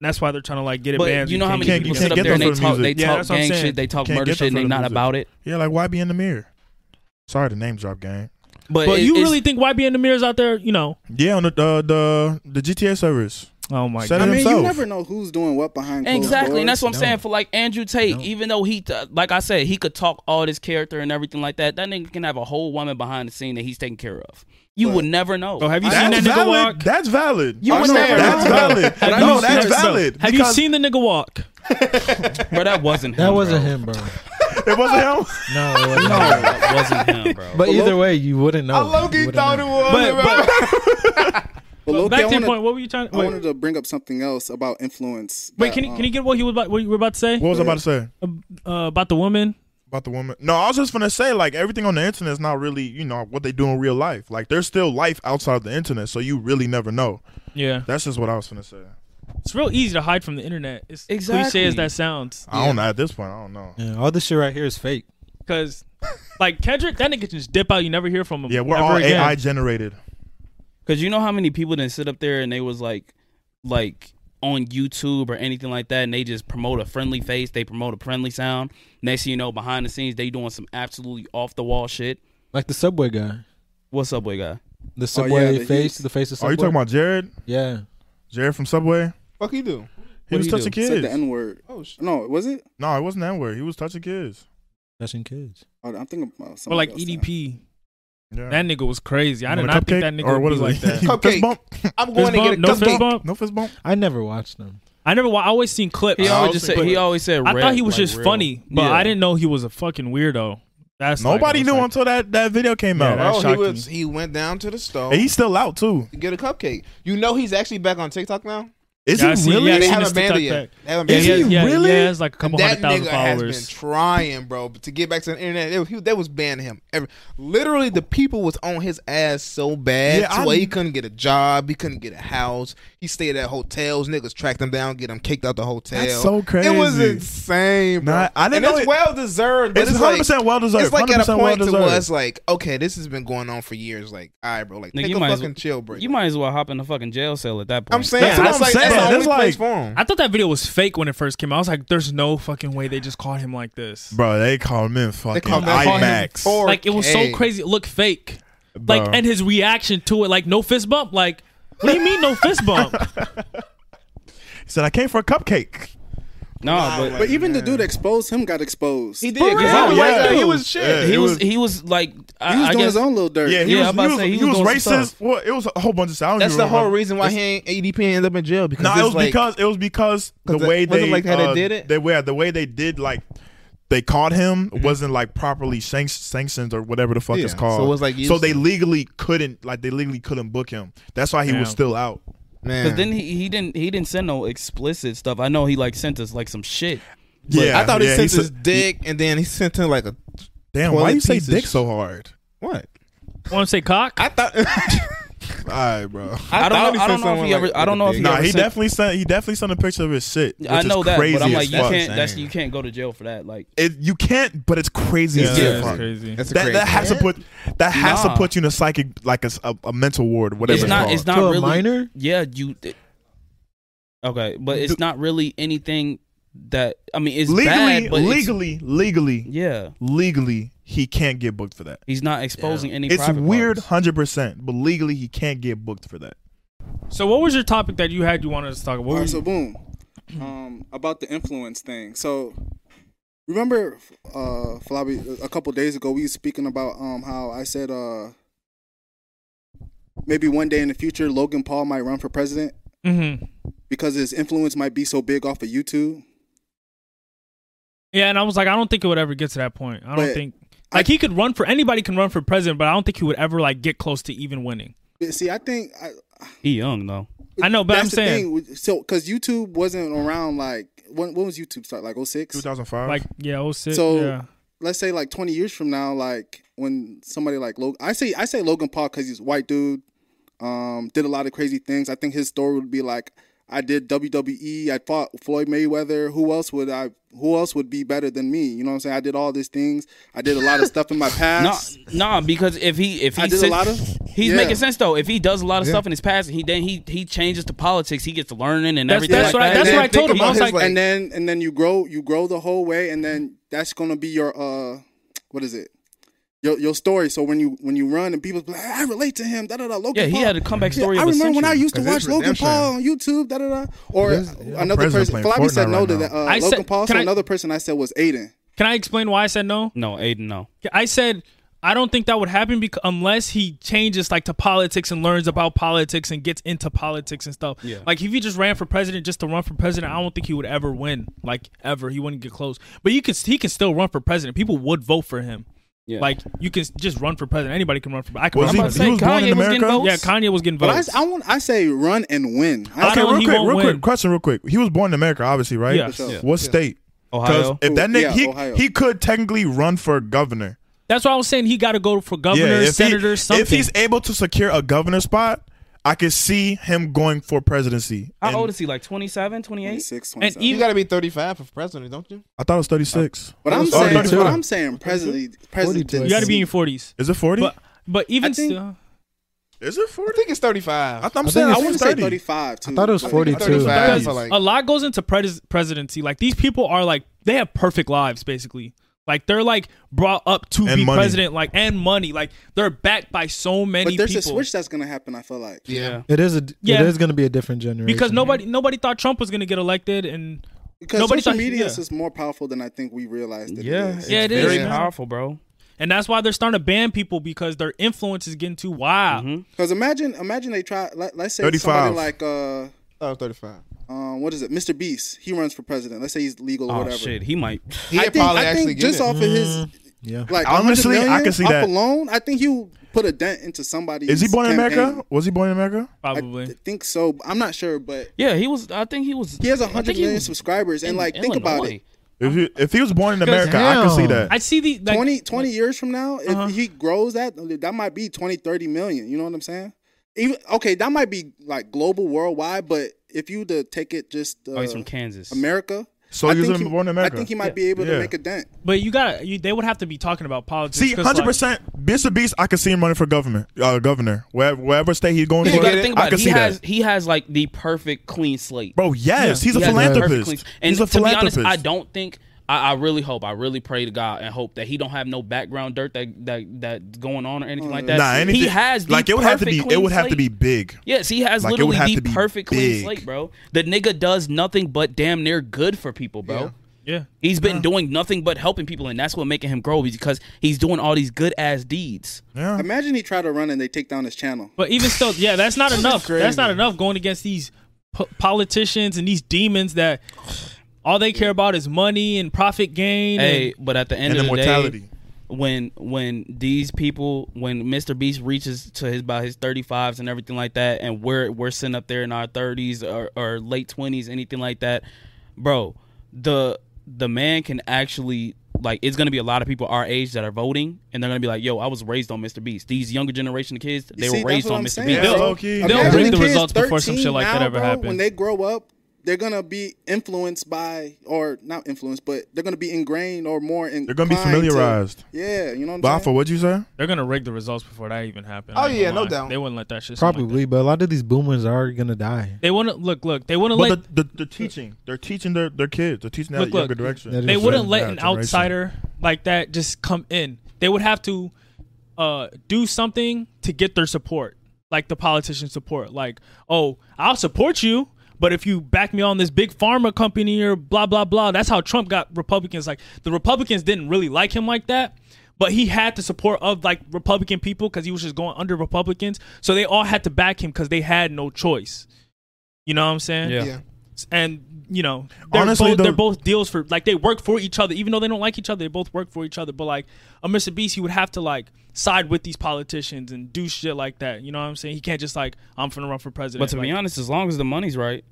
Speaker 4: And that's why they're trying to like get it
Speaker 1: but
Speaker 4: banned.
Speaker 1: you know how
Speaker 4: can't-
Speaker 1: many
Speaker 2: can't-
Speaker 1: people
Speaker 2: you
Speaker 1: sit up
Speaker 2: can't
Speaker 1: there and
Speaker 2: get
Speaker 1: they
Speaker 2: them
Speaker 1: talk,
Speaker 2: for the
Speaker 1: they
Speaker 4: music. Yeah,
Speaker 1: talk
Speaker 4: that's what I'm
Speaker 1: gang
Speaker 4: saying.
Speaker 1: shit, they talk
Speaker 2: Can't
Speaker 1: murder
Speaker 2: get
Speaker 1: shit, and
Speaker 2: them
Speaker 1: they
Speaker 2: for the
Speaker 1: not
Speaker 2: music.
Speaker 1: about it.
Speaker 2: Yeah, like why be in the mirror? Sorry, the name drop gang.
Speaker 1: But,
Speaker 4: But
Speaker 1: it-
Speaker 4: you
Speaker 1: it's-
Speaker 4: really think YB and the mirrors out there? You know?
Speaker 2: Yeah, on the uh, the the GTA service.
Speaker 4: Oh my
Speaker 2: Shut
Speaker 4: god!
Speaker 5: I mean, you
Speaker 2: himself.
Speaker 5: never know who's doing what behind closed
Speaker 1: Exactly, and
Speaker 5: doors.
Speaker 1: that's what I'm saying. For like Andrew Tate, even though he, uh, like I said, he could talk all this character and everything like that. That nigga can have a whole woman behind the scene that he's taking care of. You would never know.
Speaker 4: Oh, have you seen
Speaker 2: That's
Speaker 4: that nigga walk?
Speaker 2: valid. That's valid.
Speaker 1: You
Speaker 2: I'm
Speaker 1: would
Speaker 2: saying
Speaker 1: never
Speaker 2: That's
Speaker 1: know.
Speaker 5: Have
Speaker 2: valid.
Speaker 5: you
Speaker 2: No,
Speaker 5: seen
Speaker 2: that's
Speaker 5: that stuff?
Speaker 2: valid.
Speaker 4: Have you
Speaker 2: because
Speaker 4: seen the nigga walk?
Speaker 1: bro, that wasn't him.
Speaker 3: That wasn't
Speaker 1: bro.
Speaker 3: him, bro.
Speaker 2: It wasn't him.
Speaker 3: No, it wasn't him.
Speaker 1: That wasn't him, bro.
Speaker 3: But either way, you wouldn't know.
Speaker 6: I
Speaker 3: You
Speaker 6: low-key
Speaker 3: wouldn't
Speaker 6: thought it
Speaker 3: know.
Speaker 6: was.
Speaker 4: But-
Speaker 6: bro.
Speaker 5: But Loki, I
Speaker 4: Back to your
Speaker 5: wanna-
Speaker 4: point. What were you trying?
Speaker 5: I
Speaker 4: Wait,
Speaker 5: wanted to bring up something else about influence.
Speaker 4: wait
Speaker 5: that,
Speaker 4: can you
Speaker 5: um,
Speaker 4: can you get what he was about, what you were about to say
Speaker 2: What was I about to say
Speaker 4: uh, about the woman?
Speaker 2: about the woman? No, I was just gonna say like everything on the internet is not really you know what they do in real life. Like there's still life outside of the internet, so you really never know.
Speaker 4: Yeah,
Speaker 2: That's just what I was gonna say.
Speaker 4: it's real easy to hide from the internet. It's
Speaker 1: Exactly.
Speaker 4: cliche as that sounds,
Speaker 2: I don't know at this point. I don't know.
Speaker 3: Yeah, all this shit right here is fake.
Speaker 4: because like Kendrick, that nigga can just dip out. You never hear from him.
Speaker 2: Yeah, we're
Speaker 4: ever
Speaker 2: all
Speaker 4: again.
Speaker 2: AI generated.
Speaker 1: Because you know how many people didn't sit up there and they was like, like on YouTube or anything like that, and they just promote a friendly face, they promote a friendly sound. Next thing you know, behind the scenes, they doing some absolutely off the wall shit.
Speaker 3: Like the subway guy,
Speaker 2: Oh,
Speaker 1: What's up, boy guy?
Speaker 3: the subway
Speaker 5: the
Speaker 3: face,
Speaker 5: heat.
Speaker 3: the face of
Speaker 2: Are
Speaker 3: subway.
Speaker 2: you talking about Jared?
Speaker 3: Yeah,
Speaker 2: Jared from Subway?
Speaker 6: Fuck you do.
Speaker 2: He
Speaker 1: What'd
Speaker 2: was touching
Speaker 1: he do?
Speaker 5: said
Speaker 2: kids.
Speaker 5: the N word?
Speaker 6: Oh shit.
Speaker 5: No, was it?
Speaker 2: no, it wasn't that word. He was touching kids.
Speaker 3: touching kids.
Speaker 5: uh, Oh, I'm thinking about something.
Speaker 4: or like EDP.
Speaker 2: Yeah.
Speaker 4: E That nigga was crazy. I did
Speaker 2: Want a
Speaker 4: not think that
Speaker 2: cupcake?
Speaker 4: nigga
Speaker 2: or
Speaker 4: would
Speaker 2: what
Speaker 4: be
Speaker 2: is
Speaker 4: like
Speaker 2: it?
Speaker 4: that.
Speaker 6: Cupcake.
Speaker 2: Fist bump?
Speaker 6: I'm going
Speaker 4: Fist
Speaker 6: to get a
Speaker 4: bump? No fist
Speaker 6: cupcake.
Speaker 4: bump.
Speaker 2: No fist bump.
Speaker 3: I never watched them.
Speaker 4: I never. wa- I always seen clips.
Speaker 8: He
Speaker 4: I
Speaker 8: always just said
Speaker 4: but
Speaker 8: he always said.
Speaker 4: I thought
Speaker 8: red,
Speaker 4: he was
Speaker 8: like,
Speaker 4: just
Speaker 8: real.
Speaker 4: funny, but
Speaker 8: Yeah.
Speaker 4: I didn't know he was a fucking weirdo. That's like-
Speaker 2: Nobody
Speaker 4: I was
Speaker 2: knew
Speaker 4: like,
Speaker 2: until that, that video came
Speaker 4: Yeah,
Speaker 2: out.
Speaker 4: that
Speaker 6: Oh, he
Speaker 4: shocked
Speaker 6: was.
Speaker 4: me.
Speaker 6: He went down to the store
Speaker 2: And he's still out too.
Speaker 6: to get a cupcake. You know, he's actually back on TikTok now.
Speaker 2: Is
Speaker 4: Yeah, I
Speaker 2: he
Speaker 4: seen-
Speaker 2: really?
Speaker 4: yeah, I
Speaker 6: they
Speaker 4: seen
Speaker 6: haven't
Speaker 4: his TikTok
Speaker 6: banned it yet.
Speaker 4: back.
Speaker 6: They haven't
Speaker 4: Yeah,
Speaker 6: banned
Speaker 4: he
Speaker 6: it
Speaker 4: has,
Speaker 6: yet.
Speaker 4: yeah,
Speaker 2: Really?
Speaker 4: really? yeah, it's like a couple
Speaker 6: That
Speaker 4: hundred
Speaker 6: nigga
Speaker 4: thousand
Speaker 6: has
Speaker 4: followers.
Speaker 6: been trying, bro, to get back to the internet. It, he, that was banning him. Every, literally, the people was on his ass so bad
Speaker 2: Yeah,
Speaker 6: to
Speaker 2: I-
Speaker 6: where he couldn't get a job, he couldn't get a house, he stayed at hotels. Niggas tracked him down, get him kicked out the hotel.
Speaker 2: That's so
Speaker 6: It was
Speaker 2: crazy.
Speaker 6: insane, bro.
Speaker 2: Nah, I didn't
Speaker 6: and
Speaker 2: know
Speaker 6: it's
Speaker 2: it-
Speaker 6: well deserved. but
Speaker 2: It's
Speaker 6: like-
Speaker 2: 100 percent well deserved.
Speaker 6: It's like
Speaker 2: 100%
Speaker 6: at a
Speaker 2: well
Speaker 6: point to
Speaker 2: deserved.
Speaker 6: where it's like, okay, this has been going on for years. Like, all right, bro, like
Speaker 1: Nigga,
Speaker 6: take
Speaker 1: you
Speaker 6: a
Speaker 1: might as
Speaker 6: fucking
Speaker 1: well-
Speaker 6: chill break.
Speaker 1: You might as well hop in the fucking jail cell at that point.
Speaker 6: I'm saying
Speaker 2: That's what
Speaker 6: that's
Speaker 2: I'm
Speaker 6: like
Speaker 2: saying.
Speaker 6: that's the only
Speaker 2: That's
Speaker 6: place
Speaker 2: like-
Speaker 6: for him.
Speaker 4: I thought that video was fake when it first came out. I was like, "There's no fucking way they just caught him like this."
Speaker 2: bro, they call him in fucking
Speaker 6: call him- they call him
Speaker 2: IMAX.
Speaker 6: Thor.
Speaker 4: Like it was so
Speaker 6: Okay.
Speaker 4: crazy. It looked fake.
Speaker 2: Bro.
Speaker 4: Like and his reaction to it, like no fist bump. Like what do you mean no fist bump?
Speaker 2: He said, "I came for a cupcake."
Speaker 1: no, but
Speaker 6: like-
Speaker 5: But even the dude that exposed him got exposed.
Speaker 1: he
Speaker 5: He,
Speaker 1: did. 'cause
Speaker 4: real?
Speaker 1: I was
Speaker 4: Yeah.
Speaker 1: like,
Speaker 6: he was shit.
Speaker 2: Yeah,
Speaker 1: he
Speaker 2: it
Speaker 1: was he was like I,
Speaker 5: was
Speaker 1: I
Speaker 5: doing
Speaker 1: guess,
Speaker 5: his own little dirt.
Speaker 2: Yeah, he
Speaker 1: Yeah,
Speaker 2: was.
Speaker 1: I'm about
Speaker 2: He
Speaker 1: to
Speaker 2: was,
Speaker 1: say, he
Speaker 2: he was
Speaker 1: was doing some
Speaker 2: racist.
Speaker 1: stuff.
Speaker 2: Well, it was a whole bunch of stuff. I don't
Speaker 6: That's
Speaker 2: even
Speaker 6: the whole
Speaker 2: remember.
Speaker 6: reason why he ain't ADP ended up in jail because
Speaker 2: No,
Speaker 6: it's
Speaker 2: it was
Speaker 6: like,
Speaker 2: because it was because the
Speaker 6: 'Cause it-
Speaker 2: way
Speaker 6: wasn't
Speaker 2: they
Speaker 6: like how they
Speaker 2: uh,
Speaker 6: did it?
Speaker 2: They were the way they did like they caught him
Speaker 1: Mm-hmm.
Speaker 2: wasn't like properly sanct- sanctioned or whatever the fuck it's
Speaker 6: Yeah,
Speaker 2: called.
Speaker 6: so it was, like,
Speaker 2: so
Speaker 6: used
Speaker 2: they
Speaker 6: to-
Speaker 2: legally couldn't like they legally couldn't book him. That's why he was
Speaker 4: Yeah.
Speaker 2: still out.
Speaker 6: man.
Speaker 1: Cause then he, he didn't he didn't send no explicit stuff. I know he like sent us like some shit.
Speaker 2: Yeah,
Speaker 6: I thought he
Speaker 2: yeah,
Speaker 6: sent
Speaker 2: said-
Speaker 6: his dick, and then he sent him like a
Speaker 2: Damn, why
Speaker 6: toilet
Speaker 2: you say
Speaker 6: piece of
Speaker 2: dick
Speaker 6: sh-
Speaker 2: so hard?
Speaker 6: what?
Speaker 4: Want to say cock?
Speaker 6: I thought.
Speaker 2: All right, bro.
Speaker 1: I,
Speaker 6: thought
Speaker 1: don't
Speaker 6: he
Speaker 1: know. I
Speaker 6: sent
Speaker 1: don't know if
Speaker 6: someone
Speaker 1: he ever.
Speaker 6: like
Speaker 1: I don't know if
Speaker 6: the
Speaker 1: he
Speaker 6: dick.
Speaker 2: Nah,
Speaker 1: ever
Speaker 2: he
Speaker 1: sent-
Speaker 2: definitely sent. He definitely sent a picture of his shit.
Speaker 1: I
Speaker 2: which
Speaker 1: know
Speaker 2: is
Speaker 1: that,
Speaker 2: crazy
Speaker 1: but I'm
Speaker 2: as
Speaker 1: like you
Speaker 2: fuck.
Speaker 1: can't. That's you can't go to jail for that. Like
Speaker 2: It, you can't, but it's crazy as
Speaker 4: Yeah,
Speaker 2: fuck.
Speaker 4: it's crazy.
Speaker 6: That's a
Speaker 2: That, that has to put that has
Speaker 1: Nah.
Speaker 2: to put you in a psychic like a, s- a- a mental ward, whatever.
Speaker 1: it's not.
Speaker 2: Called.
Speaker 1: It's not
Speaker 3: to
Speaker 1: really.
Speaker 3: a minor,
Speaker 1: Yeah, you. It, okay, but it's not really anything that I mean. It's
Speaker 2: legally,
Speaker 1: bad, but it's-
Speaker 2: legally, legally,
Speaker 1: yeah,
Speaker 2: legally, he can't get booked for that.
Speaker 1: he's not exposing any.
Speaker 2: It's
Speaker 1: private
Speaker 2: weird,
Speaker 1: parts.
Speaker 2: hundred percent, but legally, he can't get booked for that.
Speaker 4: So what was your topic that you had you wanted us to talk about? What
Speaker 5: All
Speaker 4: were
Speaker 5: right, so
Speaker 4: you-
Speaker 5: boom, um, about the influence thing. So remember, uh, Flavi, a couple days ago we was speaking about um how I said uh maybe one day in the future Logan Paul might run for president
Speaker 4: Mhm.
Speaker 5: because his influence might be so big off of YouTube.
Speaker 4: Yeah, and I was like, I don't think it would ever get to that point. I don't
Speaker 5: But
Speaker 4: think
Speaker 5: I-
Speaker 4: like he could run for anybody can run for president, but I don't think he would ever like get close to even winning.
Speaker 5: But see, I think I,
Speaker 1: He young though.
Speaker 4: I know, but
Speaker 5: that's
Speaker 4: I'm
Speaker 5: the
Speaker 4: saying
Speaker 5: thing. with- So because YouTube wasn't around like when when was YouTube start like 06?
Speaker 2: 2005.
Speaker 4: like yeah, oh six.
Speaker 5: So-
Speaker 4: yeah.
Speaker 5: let's say like 20 years from now like when somebody like Logan I say I say Logan Paul cuz he's a white dude um did a lot of crazy things I think his story would be like I did WWE I fought Floyd Mayweather who else would I who else would be better than me you know what I'm saying I did all these things I did a lot of stuff in my
Speaker 1: No,
Speaker 5: past
Speaker 1: nah, because if he if he
Speaker 5: I did a
Speaker 1: sit-
Speaker 5: lot of-
Speaker 1: he's
Speaker 5: yeah.
Speaker 1: making sense though. If he does a lot of stuff in his past, and he then he he changes to politics. He gets to learning and
Speaker 4: That's-
Speaker 1: everything. like
Speaker 4: that's what I-
Speaker 1: that.
Speaker 4: that's
Speaker 6: And
Speaker 4: what I
Speaker 6: then
Speaker 4: told
Speaker 6: think
Speaker 4: him. I
Speaker 6: about
Speaker 4: was
Speaker 6: his,
Speaker 4: like,
Speaker 6: like-
Speaker 5: and then and then you grow you grow the whole way and then that's going to be your uh what is it your, your story so when you when you run and people be like I relate to him da da da Logan
Speaker 1: Yeah, he
Speaker 5: Paul."
Speaker 1: had a comeback story.
Speaker 5: Yeah, I
Speaker 1: of a
Speaker 5: remember when I
Speaker 1: century.
Speaker 5: used to
Speaker 6: 'Cause
Speaker 5: watch
Speaker 6: it's
Speaker 5: Logan
Speaker 6: redemption.
Speaker 5: Paul on YouTube, da da da. Or
Speaker 3: Yes, yeah.
Speaker 5: another
Speaker 2: President
Speaker 5: person,
Speaker 2: playing
Speaker 5: Flavi said
Speaker 2: Fortnite
Speaker 5: no
Speaker 2: right
Speaker 5: to
Speaker 2: now.
Speaker 5: that. Uh,
Speaker 4: I
Speaker 5: Logan
Speaker 4: said-
Speaker 5: Paul.
Speaker 4: can
Speaker 5: So
Speaker 4: I-
Speaker 5: another person I said was Aiden.
Speaker 4: Can I explain why I said no?
Speaker 1: No, Aiden, no.
Speaker 4: I said I don't think that would happen because unless he changes like to politics and learns about politics and gets into politics and stuff.
Speaker 1: Yeah.
Speaker 4: Like if he just ran for president just to run for president, I don't think he would ever win. Like ever, he wouldn't get close. But you could he can still run for president. People would vote for him.
Speaker 1: Yeah.
Speaker 4: Like you can just run for president. Anybody can run for. I can
Speaker 2: Was
Speaker 4: run
Speaker 2: he-
Speaker 4: for
Speaker 1: I'm about to say
Speaker 4: president.
Speaker 2: was born in
Speaker 1: Kanye was getting
Speaker 2: America?
Speaker 1: votes.
Speaker 4: Yeah, Kanye was getting
Speaker 5: But I,
Speaker 4: votes.
Speaker 5: I want I say run and win. I
Speaker 4: I
Speaker 2: okay,
Speaker 4: don't-
Speaker 2: real
Speaker 4: he
Speaker 2: quick,
Speaker 4: won't
Speaker 2: real
Speaker 4: win.
Speaker 2: quick, question, real quick. He was born in America, obviously, right?
Speaker 4: Yeah.
Speaker 5: Yeah.
Speaker 2: What state? Because
Speaker 1: Ohio.
Speaker 2: if that
Speaker 5: Ooh,
Speaker 2: nigga,
Speaker 5: yeah,
Speaker 2: he
Speaker 5: Ohio.
Speaker 2: he could technically run for governor.
Speaker 4: That's why I was saying he got to go for governor,
Speaker 2: if he-
Speaker 4: senator, something.
Speaker 2: If he's able to secure a governor spot, I could see him going for presidency.
Speaker 1: How
Speaker 2: And
Speaker 1: old is he? Like 27, 28?
Speaker 5: 26,
Speaker 4: and
Speaker 5: 27.
Speaker 4: even
Speaker 6: You got to be 35 for president, don't you?
Speaker 2: I thought it was 36.
Speaker 5: but I'm
Speaker 2: Oh,
Speaker 5: saying,
Speaker 2: 32.
Speaker 5: but I'm saying, president, president,
Speaker 4: you got to be in your forties.
Speaker 2: Is it 40?
Speaker 4: But but even
Speaker 5: I think-
Speaker 4: still,
Speaker 2: Is it 40?
Speaker 6: I think it's 35.
Speaker 2: I th- I'm
Speaker 3: I
Speaker 2: saying
Speaker 3: think
Speaker 2: I
Speaker 5: I
Speaker 3: it's
Speaker 5: want
Speaker 2: was
Speaker 5: to say
Speaker 2: 30.
Speaker 5: 35 too.
Speaker 3: I thought it was
Speaker 5: but-
Speaker 3: 42.
Speaker 6: 35 for like
Speaker 4: a lot goes into pres- presidency. Like these people are like they have perfect lives basically. Like they're like brought up to
Speaker 2: And
Speaker 4: be
Speaker 2: money.
Speaker 4: president, like and money. Like they're backed by so many
Speaker 5: But there's
Speaker 4: people.
Speaker 5: a switch that's gonna happen. I feel like.
Speaker 6: yeah.
Speaker 3: it is a
Speaker 4: Yeah.
Speaker 3: it is going to be a different generation
Speaker 4: because nobody nobody thought Trump was gonna get elected, and
Speaker 5: Because
Speaker 4: Nobody
Speaker 5: social
Speaker 4: thought-
Speaker 5: media
Speaker 4: yeah.
Speaker 5: is just more powerful than I think we realized. That
Speaker 1: Yeah,
Speaker 5: it is.
Speaker 4: Yeah, it
Speaker 1: it's very
Speaker 4: is, man.
Speaker 1: powerful, bro.
Speaker 4: and that's why they're starting to ban people because their influence is getting too wild.
Speaker 1: Mm-hmm.
Speaker 5: Because imagine, imagine they try. Let, let's say
Speaker 2: 35.
Speaker 5: somebody like uh,
Speaker 6: Oh, 35.
Speaker 5: um, what is it, Mr. Beast? He runs for president. Let's say he's legal or
Speaker 1: Oh
Speaker 5: whatever.
Speaker 1: shit, Mm. he might.
Speaker 6: He
Speaker 5: I
Speaker 6: would
Speaker 5: think,
Speaker 6: probably
Speaker 5: I think
Speaker 6: actually get
Speaker 5: just
Speaker 6: it.
Speaker 5: off of his
Speaker 3: Yeah.
Speaker 5: like
Speaker 2: Honestly,
Speaker 5: 100 million
Speaker 2: I can see
Speaker 5: up
Speaker 2: that.
Speaker 5: alone. I think he will put a dent into somebody's.
Speaker 2: Is he born in
Speaker 5: campaign.
Speaker 2: America? Was he born in America?
Speaker 5: I
Speaker 4: Probably.
Speaker 5: th- think so. but I'm not sure, but
Speaker 1: Yeah, he was. I think he was.
Speaker 5: he has
Speaker 1: I think
Speaker 5: 100
Speaker 1: he
Speaker 5: million
Speaker 1: was
Speaker 5: subscribers, and
Speaker 1: in
Speaker 5: like, think about
Speaker 1: Illinois.
Speaker 5: it.
Speaker 2: If he, if he was born in America, I can see
Speaker 3: hell.
Speaker 2: that.
Speaker 4: I see the like,
Speaker 5: 20, 20 years from now, if
Speaker 4: Uh-huh.
Speaker 5: he grows that, that might be 20, 30 million. You know what I'm saying? Even okay, that might be like global, worldwide, but if you to take it just uh,
Speaker 1: Oh, he's from Kansas.
Speaker 5: America,
Speaker 2: So
Speaker 5: I
Speaker 2: he was
Speaker 5: think
Speaker 2: in- born in America.
Speaker 5: I think he might be able to
Speaker 2: Yeah.
Speaker 5: make a dent.
Speaker 4: But you got you, they would have to be talking about politics.
Speaker 2: See,
Speaker 4: 'cause,
Speaker 2: hundred
Speaker 4: like,
Speaker 2: percent, Mr. Beast. I can see him running for government, uh, governor, wherever, wherever state he's going
Speaker 1: Yeah,
Speaker 2: for.
Speaker 1: you gotta think
Speaker 2: I
Speaker 1: about
Speaker 2: can
Speaker 1: it. He
Speaker 2: see
Speaker 1: has
Speaker 2: that,
Speaker 1: he has like the perfect clean slate.
Speaker 2: bro. Yes, he's a
Speaker 1: He has the perfect clean-
Speaker 2: philanthropist.
Speaker 1: And
Speaker 2: he's a
Speaker 1: to be honest,
Speaker 2: philanthropist.
Speaker 1: I don't think. I, I really hope. I really pray to God and hope that he don't have no background dirt that that that's going on or anything like that.
Speaker 2: Mm. Nah, anything,
Speaker 1: he has the
Speaker 2: like it would have to
Speaker 1: perfect
Speaker 2: be. It
Speaker 1: clean
Speaker 2: would have to
Speaker 1: slate.
Speaker 2: be big.
Speaker 1: Yes, he has
Speaker 2: Like, it would
Speaker 1: literally
Speaker 2: have
Speaker 1: the
Speaker 2: to be
Speaker 1: perfect
Speaker 2: big.
Speaker 1: clean slate, bro. The nigga does nothing but damn near good for people, bro.
Speaker 4: Yeah.
Speaker 1: He's been doing nothing but helping people, and that's what making him grow because he's doing all these good ass deeds.
Speaker 2: Yeah.
Speaker 5: Imagine he tried to run and they take down his channel.
Speaker 4: But even still, yeah, that's not enough. That's not enough going against these po- politicians and these demons that all they care about is money and profit gain.
Speaker 1: Hey, but at the end
Speaker 2: And
Speaker 1: of the
Speaker 2: immortality.
Speaker 1: day, when when these people, when Mr. Beast reaches to his about his thirty fives and everything like that, and we're we're sitting up there in our thirties or, or late twenties, anything like that, bro, the the man can actually like it's gonna be a lot of people our age that are voting, and they're gonna be like, "Yo, I was raised on Mr. Beast." These younger generation of kids, they
Speaker 5: You see,
Speaker 1: were raised
Speaker 5: that's what
Speaker 1: on
Speaker 5: I'm
Speaker 1: Mr.
Speaker 5: saying,
Speaker 1: Beast.
Speaker 4: bro.
Speaker 2: Yeah, low-key.
Speaker 4: They'll
Speaker 5: Imagine
Speaker 4: read
Speaker 5: the
Speaker 4: the
Speaker 5: kids
Speaker 4: results before some
Speaker 5: 13
Speaker 4: shit like that
Speaker 5: now,
Speaker 4: ever
Speaker 5: bro,
Speaker 4: happens.
Speaker 5: When they grow up, they're gonna be influenced by, or not influenced, but they're gonna be ingrained or more. In,
Speaker 2: They're gonna be
Speaker 5: inclined to-
Speaker 2: familiarized.
Speaker 5: yeah, you know what I'm
Speaker 2: Bafa,
Speaker 5: saying.
Speaker 2: what'd you say?
Speaker 4: They're gonna rig the results before that even happened.
Speaker 6: Oh,
Speaker 4: I ain't
Speaker 6: yeah,
Speaker 4: gonna
Speaker 6: no
Speaker 4: lie.
Speaker 6: doubt.
Speaker 4: They wouldn't let that shit. slide like
Speaker 3: Probably, but a lot of these boomers are gonna die.
Speaker 4: that. They wouldn't look. Look, they wouldn't let.
Speaker 2: But the, the, the teaching, they're teaching their, their kids. They're teaching that
Speaker 4: Look, look,
Speaker 2: younger direction.
Speaker 3: that is
Speaker 4: they
Speaker 3: It's
Speaker 4: wouldn't
Speaker 3: a
Speaker 4: let
Speaker 2: bad
Speaker 4: an
Speaker 2: generation.
Speaker 4: outsider like that just come in. They would have to uh, do something to get their support, like the politician support. Like, oh, I'll support you, but if you back me on this big pharma company or blah blah blah. That's how Trump got Republicans. Like the Republicans didn't really like him like that. But he had the support of like Republican people because he was just going under Republicans. So they all had to back him because they had no choice. You know what I'm saying?
Speaker 1: Yeah.
Speaker 6: Yeah.
Speaker 4: and you know they're
Speaker 2: Honestly,
Speaker 4: both,
Speaker 2: though-
Speaker 4: they're both deals for like they work for each other even though they don't like each other they both work for each other but like a mr beast he would have to like side with these politicians and do shit like that you know what i'm saying he can't just like i'm finna run for president
Speaker 1: But to be
Speaker 4: Like,
Speaker 1: honest, as long as the money's right,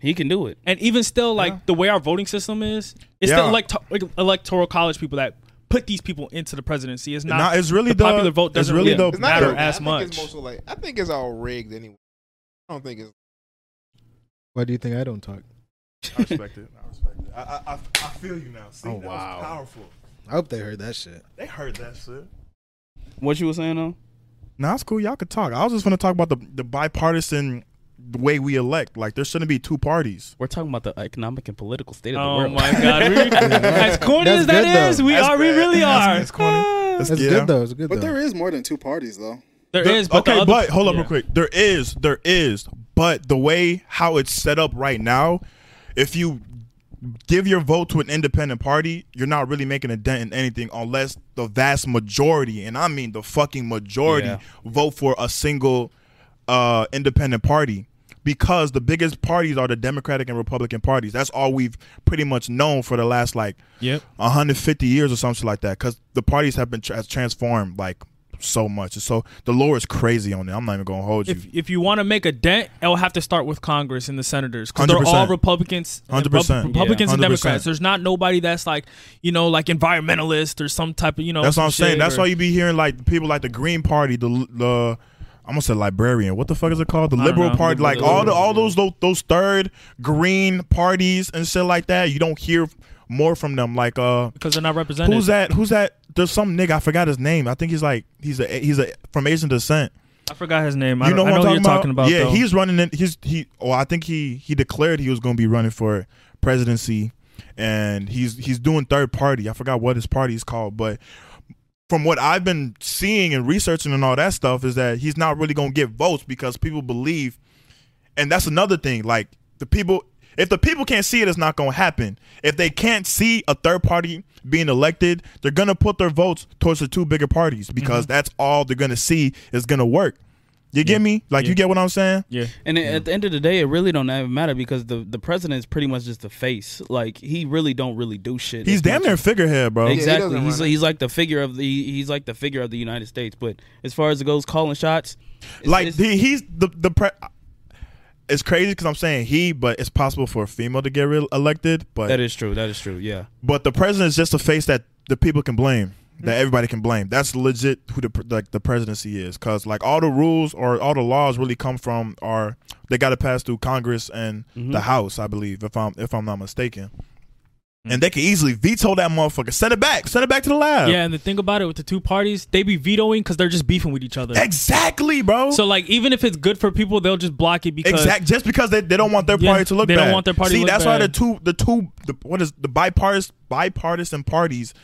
Speaker 1: he can do it.
Speaker 4: and even still like the way our voting system is it's
Speaker 2: Yeah.
Speaker 4: the electo- like, electoral college people that put these people into the presidency it's not
Speaker 2: Nah, it's really the-
Speaker 4: popular vote
Speaker 2: it's
Speaker 4: doesn't
Speaker 2: really
Speaker 4: really,
Speaker 2: the-
Speaker 6: It's not
Speaker 4: matter
Speaker 6: rigged. I
Speaker 4: as
Speaker 6: think
Speaker 4: much
Speaker 6: It's mostly like, I think it's all rigged anyway. I don't think it's.
Speaker 3: Why do you think I don't talk?
Speaker 2: I respect it. I respect it. I, I, I, I feel you now. See,
Speaker 3: Oh,
Speaker 2: that
Speaker 3: wow.
Speaker 2: was powerful.
Speaker 3: I hope they heard that shit.
Speaker 2: They heard that shit.
Speaker 1: What you were saying though?
Speaker 2: Nah, it's cool. Y'all could talk. I was just gonna talk about the, the bipartisan way we elect. Like there shouldn't be two parties.
Speaker 1: We're talking about the economic and political state of the
Speaker 4: oh
Speaker 1: world.
Speaker 4: my god we, as corny
Speaker 3: That's
Speaker 4: as that
Speaker 3: good, though.
Speaker 4: is we
Speaker 2: That's
Speaker 4: are we
Speaker 2: bad.
Speaker 4: really
Speaker 2: That's-
Speaker 4: are
Speaker 2: that's corny. That's-
Speaker 3: It's
Speaker 2: yeah.
Speaker 3: good though. It's good
Speaker 5: But
Speaker 3: though.
Speaker 5: there is more than two parties, though.
Speaker 4: There is
Speaker 2: There-
Speaker 4: but the
Speaker 2: okay,
Speaker 4: other-
Speaker 2: but hold up
Speaker 4: Yeah.
Speaker 2: real quick. There is, there is, but the way how it's set up right now, if you give your vote to an independent party, you're not really making a dent in anything unless the vast majority, and I mean the fucking majority,
Speaker 1: Yeah.
Speaker 2: vote for a single uh, independent party. Because the biggest parties are the Democratic and Republican parties. That's all we've pretty much known for the last like
Speaker 4: Yep.
Speaker 2: 150 years or something like that because the parties have been tra- transformed like so much so the lore is crazy on it i'm not even gonna hold you
Speaker 4: if if you want to make a dent, it'll have to start with Congress and the senators because they're
Speaker 2: 100%.
Speaker 4: all Republicans, and
Speaker 2: 100%.
Speaker 4: Repu- Republicans and
Speaker 2: Yeah. 100%.
Speaker 4: Democrats. There's not nobody that's like you know like environmentalist or some type of you know.
Speaker 2: that's what i'm
Speaker 4: some
Speaker 2: saying
Speaker 4: shit
Speaker 2: that's
Speaker 4: or-
Speaker 2: why you be hearing like people like the green party the the i'm gonna say librarian what the fuck is it called the liberal
Speaker 4: know.
Speaker 2: party like all the all those those, those third green parties and shit like that you don't hear more from them like uh
Speaker 4: because they're not represented.
Speaker 2: who's that who's that there's some nigga i forgot his name i think he's like he's a he's a from asian descent
Speaker 4: I forgot his name. I,
Speaker 2: You know,
Speaker 4: don't- I
Speaker 2: what
Speaker 4: know
Speaker 2: I'm
Speaker 4: who
Speaker 2: talking
Speaker 4: you're
Speaker 2: about?
Speaker 4: talking about.
Speaker 2: Yeah,
Speaker 4: though.
Speaker 2: he's running. In, he's he. Well, I think he he declared he was going to be running for presidency, and he's he's doing third party. I forgot what his party is called, but from what I've been seeing and researching and all that stuff is that he's not really going to get votes because people believe, and that's another thing. Like the people, If the people can't see it, it's not going to happen. If they can't see a third party being elected, they're going to put their votes towards the two bigger parties because
Speaker 4: Mm-hmm.
Speaker 2: that's all they're going to see is going to work. You get me? Like, you get what I'm saying?
Speaker 4: Yeah.
Speaker 1: And at the end of the day, it really don't even matter because the the president is pretty much just the face. Like he really don't really do shit.
Speaker 2: He's
Speaker 1: as
Speaker 2: damn
Speaker 1: much
Speaker 2: near a figurehead, bro.
Speaker 1: Exactly.
Speaker 6: doesn't
Speaker 1: he's
Speaker 6: run it.
Speaker 1: he's like the figure of the he's like the figure of the United States. But as far as it goes, calling shots, it's-
Speaker 2: like
Speaker 1: it's-
Speaker 2: the, he's the the pre- it's crazy because I'm saying he, but it's possible for a female to get re- elected. But
Speaker 1: that is true. That is true. Yeah.
Speaker 2: but the president is just a face that the people can blame, that everybody can blame. That's legit who the pre- like the presidency is, because like all the rules or all the laws really come from are they got to pass through Congress and
Speaker 1: Mm-hmm.
Speaker 2: the House, I believe, if I'm if I'm not mistaken.
Speaker 1: Mm-hmm.
Speaker 2: And they can easily veto that motherfucker. Send it back. Send it back to the lab.
Speaker 4: Yeah, and the thing about it with the two parties, they be vetoing because they're just beefing with each other.
Speaker 2: Exactly, bro.
Speaker 4: So like, even if it's good for people, they'll just block it because
Speaker 2: Exact. Just because they, they don't want their
Speaker 4: Yeah,
Speaker 2: party to look
Speaker 4: they don't
Speaker 2: bad.
Speaker 4: want their party to
Speaker 2: See,
Speaker 4: look
Speaker 2: that's why the
Speaker 4: bad.
Speaker 2: two the two the, what is the bipartisan bipartisan parties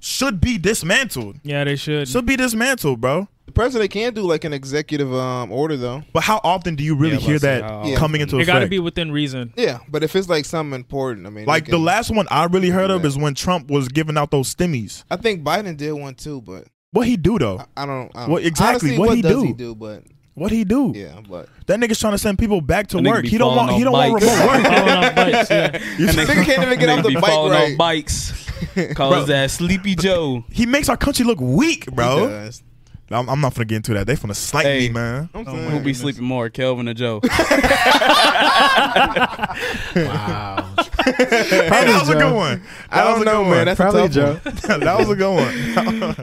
Speaker 2: should be dismantled.
Speaker 4: yeah, they should.
Speaker 2: Should be dismantled, bro.
Speaker 6: The president can do like an executive um order though.
Speaker 2: But how often do you really
Speaker 1: Yeah,
Speaker 2: hear
Speaker 1: let's see
Speaker 2: that
Speaker 1: how
Speaker 6: Yeah.
Speaker 2: coming into
Speaker 4: it got to
Speaker 2: effect?
Speaker 4: be within reason.
Speaker 6: Yeah, but if it's like something important, I mean,
Speaker 2: like
Speaker 6: they
Speaker 2: the
Speaker 6: can-
Speaker 2: last one I really heard of
Speaker 6: Yeah.
Speaker 2: is when Trump was giving out those stimmies.
Speaker 6: I think Biden did one too, but
Speaker 2: What he do though?
Speaker 6: I, I don't. I don't
Speaker 2: What- exactly,
Speaker 6: honestly,
Speaker 2: what he
Speaker 6: does
Speaker 2: do?
Speaker 6: he do? But
Speaker 2: What he do?
Speaker 6: yeah, but
Speaker 2: That nigga's trying to send people back to
Speaker 1: That nigga
Speaker 2: work.
Speaker 1: be
Speaker 2: He don't
Speaker 1: falling
Speaker 2: want. He
Speaker 1: off
Speaker 2: don't want
Speaker 1: bikes.
Speaker 2: remote work.
Speaker 4: Falling off bikes, yeah.
Speaker 6: nigga can't even get off
Speaker 1: Niggas
Speaker 6: the
Speaker 1: be
Speaker 6: bike
Speaker 1: falling
Speaker 6: right.
Speaker 1: off bikes. Call his ass Sleepy Joe.
Speaker 2: He makes our country look weak,
Speaker 6: He
Speaker 2: bro.
Speaker 6: does.
Speaker 2: I'm, I'm not gonna get into that. They finna slight
Speaker 1: Hey.
Speaker 2: me, man.
Speaker 6: I'm
Speaker 4: my
Speaker 1: Who
Speaker 6: saying.
Speaker 1: be sleeping more, Kelvin or Joe? wow.
Speaker 2: Hey, that was a good one.
Speaker 6: I
Speaker 2: That was
Speaker 6: don't
Speaker 2: a
Speaker 6: know,
Speaker 2: good
Speaker 6: man.
Speaker 2: one.
Speaker 6: That's a
Speaker 3: Probably
Speaker 6: tough
Speaker 3: Joe.
Speaker 6: one.
Speaker 2: that was a good one.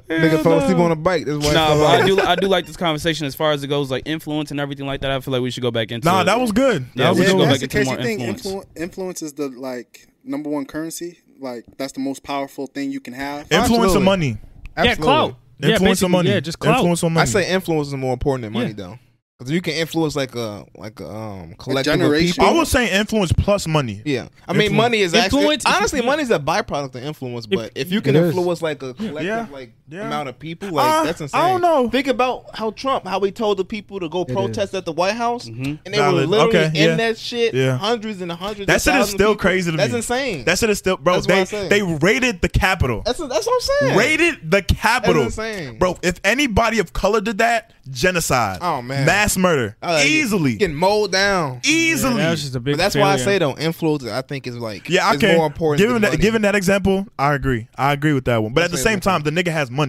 Speaker 6: Nigga fell asleep on a bike. That's why.
Speaker 1: Nah, but
Speaker 6: he fell
Speaker 1: I
Speaker 6: off.
Speaker 1: do I do like this conversation as far as it goes, like influence and everything like that. I feel like we should go back into.
Speaker 2: nah,
Speaker 1: it.
Speaker 2: that was good. That
Speaker 1: Yeah,
Speaker 2: was
Speaker 1: we
Speaker 2: a
Speaker 1: should
Speaker 2: good
Speaker 1: go
Speaker 2: one.
Speaker 1: back
Speaker 5: in
Speaker 1: into
Speaker 5: case
Speaker 1: more
Speaker 5: you think
Speaker 1: influence.
Speaker 5: influ- influence is the like number one currency. Like that's the most powerful thing you can have.
Speaker 2: Influence of
Speaker 6: Absolutely.
Speaker 2: money.
Speaker 4: Yeah,
Speaker 6: Absolutely.
Speaker 4: clout. Yeah,
Speaker 2: Influence
Speaker 4: basically,
Speaker 2: of money.
Speaker 4: Yeah, just clout.
Speaker 2: Influence of money.
Speaker 6: I say influence is more important than money
Speaker 4: Yeah.
Speaker 6: though, because you can influence like a like a um collective
Speaker 5: generation.
Speaker 6: of people.
Speaker 2: I would say influence plus money.
Speaker 6: Yeah, I mean,
Speaker 2: Influence.
Speaker 6: money is
Speaker 4: Influence-
Speaker 6: actually honestly money is a byproduct of influence. But if, you can
Speaker 3: It is.
Speaker 6: influence like a collective
Speaker 2: Yeah.
Speaker 6: like
Speaker 2: Yeah.
Speaker 6: amount of people, like
Speaker 2: Uh,
Speaker 6: that's insane.
Speaker 2: I don't know.
Speaker 6: Think about how Trump, how he told the people to go protest at the White House, and they
Speaker 2: Mm-hmm. Valid.
Speaker 6: were literally
Speaker 2: Okay,
Speaker 6: in
Speaker 2: yeah.
Speaker 6: that shit.
Speaker 2: Yeah.
Speaker 6: hundreds and hundreds.
Speaker 2: That shit
Speaker 6: of
Speaker 2: is
Speaker 6: thousands of
Speaker 2: still
Speaker 6: people.
Speaker 2: crazy to
Speaker 6: That's
Speaker 2: me.
Speaker 6: insane.
Speaker 2: That shit is still, bro.
Speaker 6: That's what I'm
Speaker 2: they
Speaker 6: saying.
Speaker 2: they raided the Capitol.
Speaker 6: that's that's what I'm saying.
Speaker 2: Raided the Capitol.
Speaker 6: That's insane.
Speaker 2: Bro, if anybody of color did that, genocide.
Speaker 6: Oh, man.
Speaker 2: Mass murder.
Speaker 6: I like it.
Speaker 2: Easily.
Speaker 6: getting mowed down.
Speaker 2: Easily.
Speaker 4: That was just a big.
Speaker 6: But that's why I
Speaker 4: failure.
Speaker 6: say though, influence I think is like
Speaker 2: Yeah, I
Speaker 6: is
Speaker 2: can.
Speaker 6: more important.
Speaker 2: Given
Speaker 6: than
Speaker 2: that,
Speaker 6: money.
Speaker 2: given that example, I agree. I agree with that one. But at the
Speaker 6: say
Speaker 2: same
Speaker 6: that.
Speaker 2: time, the nigga has money.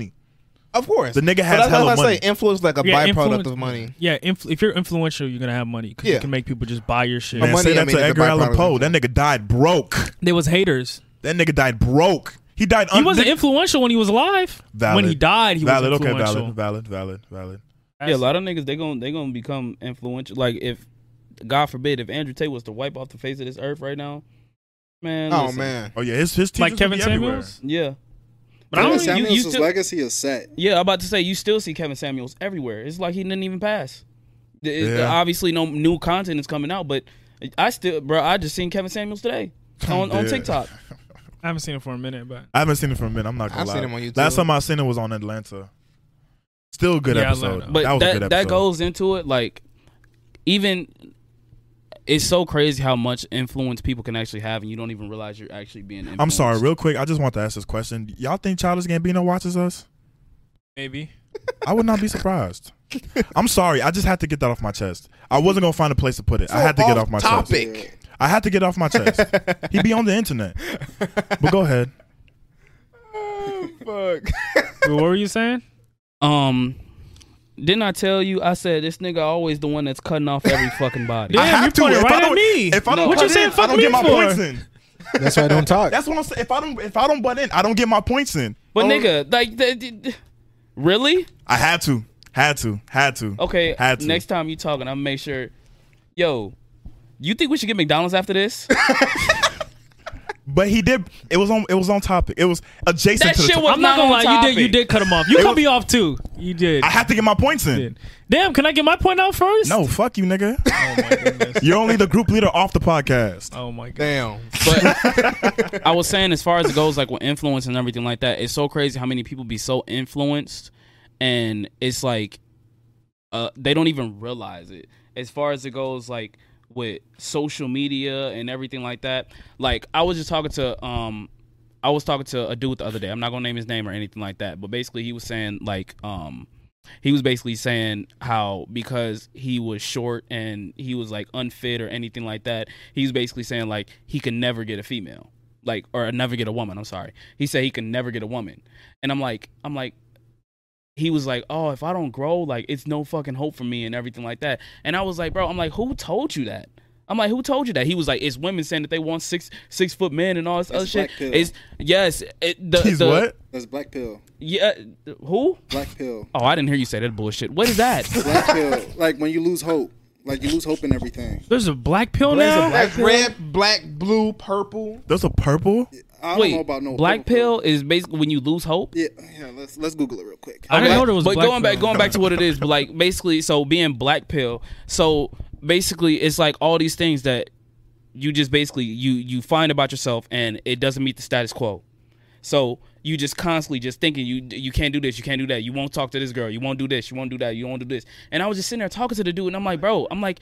Speaker 6: of course
Speaker 2: The nigga
Speaker 6: But
Speaker 2: has
Speaker 6: that's
Speaker 2: hella
Speaker 6: why I
Speaker 2: money.
Speaker 6: say influence is like a
Speaker 4: Yeah,
Speaker 6: byproduct
Speaker 4: influence-
Speaker 6: of money.
Speaker 4: Yeah, influ- if you're influential, you're gonna have money because
Speaker 6: Yeah.
Speaker 4: you can make people just buy your shit.
Speaker 6: But
Speaker 2: Man,
Speaker 6: money,
Speaker 2: say
Speaker 6: I
Speaker 2: that
Speaker 6: mean,
Speaker 2: to
Speaker 6: is a
Speaker 2: Edgar Allan
Speaker 6: byproduct.
Speaker 2: Poe. That nigga died broke.
Speaker 4: They was haters. Uh,
Speaker 2: That nigga died broke. He died.
Speaker 4: He
Speaker 2: un-
Speaker 4: wasn't influential when he was alive.
Speaker 2: Valid.
Speaker 4: When he died, he
Speaker 2: valid.
Speaker 4: was
Speaker 2: okay,
Speaker 4: influential.
Speaker 2: valid, valid, valid, valid.
Speaker 1: Yeah, a lot of niggas they gon' they gonna become influential. Like if God forbid if Andrew Tate was to wipe off the face of this earth right now, man.
Speaker 6: Oh
Speaker 1: listen.
Speaker 6: man,
Speaker 2: Oh yeah, his his teachers
Speaker 4: Like
Speaker 2: would
Speaker 4: Kevin
Speaker 2: be everywhere.
Speaker 4: Samuels.
Speaker 1: Yeah. But I
Speaker 5: Kevin
Speaker 1: don't you,
Speaker 5: Samuels'
Speaker 1: you still,
Speaker 5: legacy is set.
Speaker 1: Yeah, I'm about to say you still see Kevin Samuels everywhere. It's like he didn't even pass. Th- it-
Speaker 2: Yeah.
Speaker 1: Obviously, no new content is coming out, but I still, bro, I just seen Kevin Samuels today on, on
Speaker 2: Yeah.
Speaker 1: TikTok.
Speaker 4: I haven't seen it for a minute, but
Speaker 2: I haven't seen it for a minute. I'm not gonna
Speaker 6: I've
Speaker 2: lie.
Speaker 6: seen him on YouTube.
Speaker 2: Last time I seen it was on Atlanta. Still a good
Speaker 4: Yeah,
Speaker 2: episode.
Speaker 4: Atlanta.
Speaker 1: But
Speaker 2: that was
Speaker 1: that
Speaker 2: a good episode.
Speaker 1: that goes into it like even it's so crazy how much influence people can actually have, and you don't even realize you're actually being. Influenced.
Speaker 2: I'm sorry, real quick. I just want to ask this question. Y'all think Childish Gambino watches us?
Speaker 4: maybe.
Speaker 2: I would not be surprised. I'm sorry. I just had to get that off my chest. I wasn't gonna find a place to put it. I had to get off my chest.
Speaker 6: topic.
Speaker 2: I had to get off my chest. he be on the internet. But go ahead.
Speaker 6: Fuck.
Speaker 4: But what were you saying?
Speaker 1: Um, didn't I tell you? I said this nigga always the one that's cutting off every fucking body.
Speaker 4: Damn, you pointed
Speaker 2: If
Speaker 4: right
Speaker 2: I
Speaker 4: at
Speaker 2: don't,
Speaker 4: me.
Speaker 2: If I don't,
Speaker 4: What
Speaker 2: butt
Speaker 4: you saying
Speaker 2: in, I
Speaker 4: fuck
Speaker 2: don't
Speaker 4: me
Speaker 2: get my
Speaker 4: for?
Speaker 2: points in.
Speaker 3: That's why I don't talk.
Speaker 2: That's what I'm saying. If I don't, if I don't butt in, I don't get my points in.
Speaker 1: but nigga, like, th- th- th- really?
Speaker 2: I had to, had to, had to.
Speaker 1: Okay,
Speaker 2: had to.
Speaker 1: next time you talking, I'll make sure. Yo, you think we should get McDonald's after this?
Speaker 2: But he did. It was on. It was on topic. It was adjacent
Speaker 1: that
Speaker 2: to the.
Speaker 1: shit
Speaker 2: to-
Speaker 1: was
Speaker 4: I'm not
Speaker 1: on
Speaker 4: gonna lie, you
Speaker 1: topic.
Speaker 4: did you did cut him off. You
Speaker 2: It
Speaker 4: cut
Speaker 2: was-
Speaker 4: me off too. You did.
Speaker 2: I had to get my points in.
Speaker 4: did. Damn, can I get my point out first?
Speaker 2: No, fuck you, nigga.
Speaker 4: Oh my goodness.
Speaker 2: You're only the group leader off the podcast.
Speaker 4: oh my god.
Speaker 6: Damn.
Speaker 1: But I was saying, as far as it goes, like with influence and everything like that, it's so crazy how many people be so influenced, and it's like, uh, they don't even realize it. As far as it goes, like with social media and everything like that. Like I was just talking to um I was talking to a dude the other day. I'm not gonna name his name or anything like that, but basically he was saying like um he was basically saying how because he was short and he was like unfit or anything like that, he was basically saying like he could never get a female. Like or never get a woman, I'm sorry. He said he could never get a woman. And I'm like I'm like he was like, "Oh, if I don't grow, like it's no fucking hope for me and everything like that." And I was like, "Bro, I'm like, who told you that?" I'm like, "Who told you that?" He was like, "It's women saying that they want six six foot men and all this other shit."
Speaker 5: black pill.
Speaker 1: It's yes, it, the,
Speaker 2: He's
Speaker 1: the-
Speaker 2: what?
Speaker 5: That's black pill.
Speaker 1: Yeah, who?
Speaker 5: Black pill.
Speaker 1: Oh, I didn't hear you say that bullshit. What is that?
Speaker 5: Black pill. Like when you lose hope. Like you lose hope in everything.
Speaker 4: There's a black pill
Speaker 5: There's a
Speaker 4: now.
Speaker 5: black
Speaker 6: That's red, black, blue, purple.
Speaker 2: That's a purple.
Speaker 5: I don't
Speaker 1: Wait,
Speaker 5: know about no
Speaker 1: black
Speaker 5: purple
Speaker 1: pill is basically when you lose hope.
Speaker 5: Yeah, yeah. Let's let's Google it real quick.
Speaker 4: I didn't know there was. a
Speaker 1: but
Speaker 4: black
Speaker 1: going back
Speaker 4: pill.
Speaker 1: going back to what it is but like basically so being black pill so basically it's like all these things that you just basically you you find about yourself and it doesn't meet the status quo so you just constantly just thinking you you can't do this you can't do that you won't talk to this girl you won't do this you won't do that you won't do this and i was just sitting there talking to the dude and i'm like bro i'm like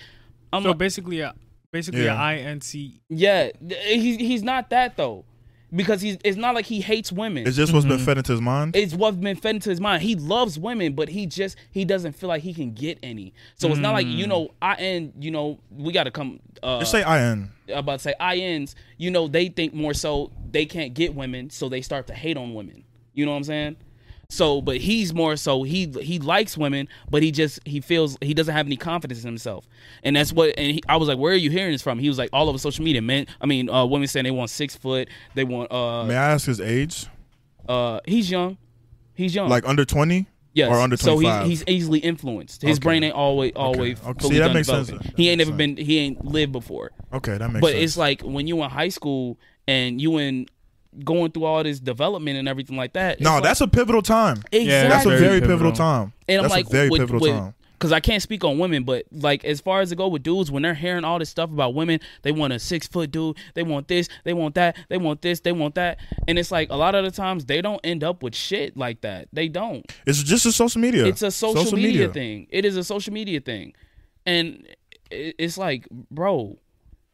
Speaker 1: i'm
Speaker 4: So
Speaker 1: like,
Speaker 4: basically, a, basically
Speaker 2: Yeah.
Speaker 4: a INC.
Speaker 1: yeah he, he's not that though because he's it's not like he hates women
Speaker 2: It's just what's
Speaker 1: Mm-hmm.
Speaker 2: been fed into his mind.
Speaker 1: it's what's been fed into his mind. He loves women, but he just he doesn't feel like he can get any. So it's not like you know I and you know we got to come. Uh,
Speaker 2: Just say IN.
Speaker 1: about to say INs. You know they think more so they can't get women, so they start to hate on women. You know what I'm saying? So, but he's more so he he likes women, but he just he feels he doesn't have any confidence in himself, and that's what. And he, I was like, "Where are you hearing this from?" He was like, "All over social media, man. I mean, uh, women saying they want six foot, they want uh
Speaker 2: May I ask his age?
Speaker 1: uh." He's young, he's young.
Speaker 2: Like under twenty?
Speaker 1: uh, Yes.
Speaker 2: Or under
Speaker 1: so
Speaker 2: twenty
Speaker 1: he's,
Speaker 2: five?
Speaker 1: he's easily influenced. His
Speaker 2: Okay.
Speaker 1: brain ain't always always
Speaker 2: Okay. See,
Speaker 1: fully
Speaker 2: that
Speaker 1: done
Speaker 2: makes sense.
Speaker 1: developing.
Speaker 2: That
Speaker 1: He ain't
Speaker 2: makes
Speaker 1: never been. He ain't lived before.
Speaker 2: okay, that makes
Speaker 1: but
Speaker 2: sense.
Speaker 1: it's like when you in high school and you in going through all this development and everything like that.
Speaker 2: no, that's a pivotal time.
Speaker 1: exactly.
Speaker 4: Yeah,
Speaker 2: That's a
Speaker 4: Very
Speaker 2: very
Speaker 4: pivotal.
Speaker 2: pivotal time.
Speaker 1: and I'm
Speaker 2: That's
Speaker 1: like,
Speaker 2: a very
Speaker 1: with,
Speaker 2: pivotal
Speaker 1: with,
Speaker 2: time.
Speaker 1: Cause I can't speak on women, but like as far as it go with dudes, when they're hearing all this stuff about women, they want a six foot dude, they want this, they want that, they want this, they want that, and it's like a lot of the times they don't end up with shit like that. They don't.
Speaker 2: It's just a social media.
Speaker 1: It's a social, media, thing. It is a social media thing, and i- it's like, bro,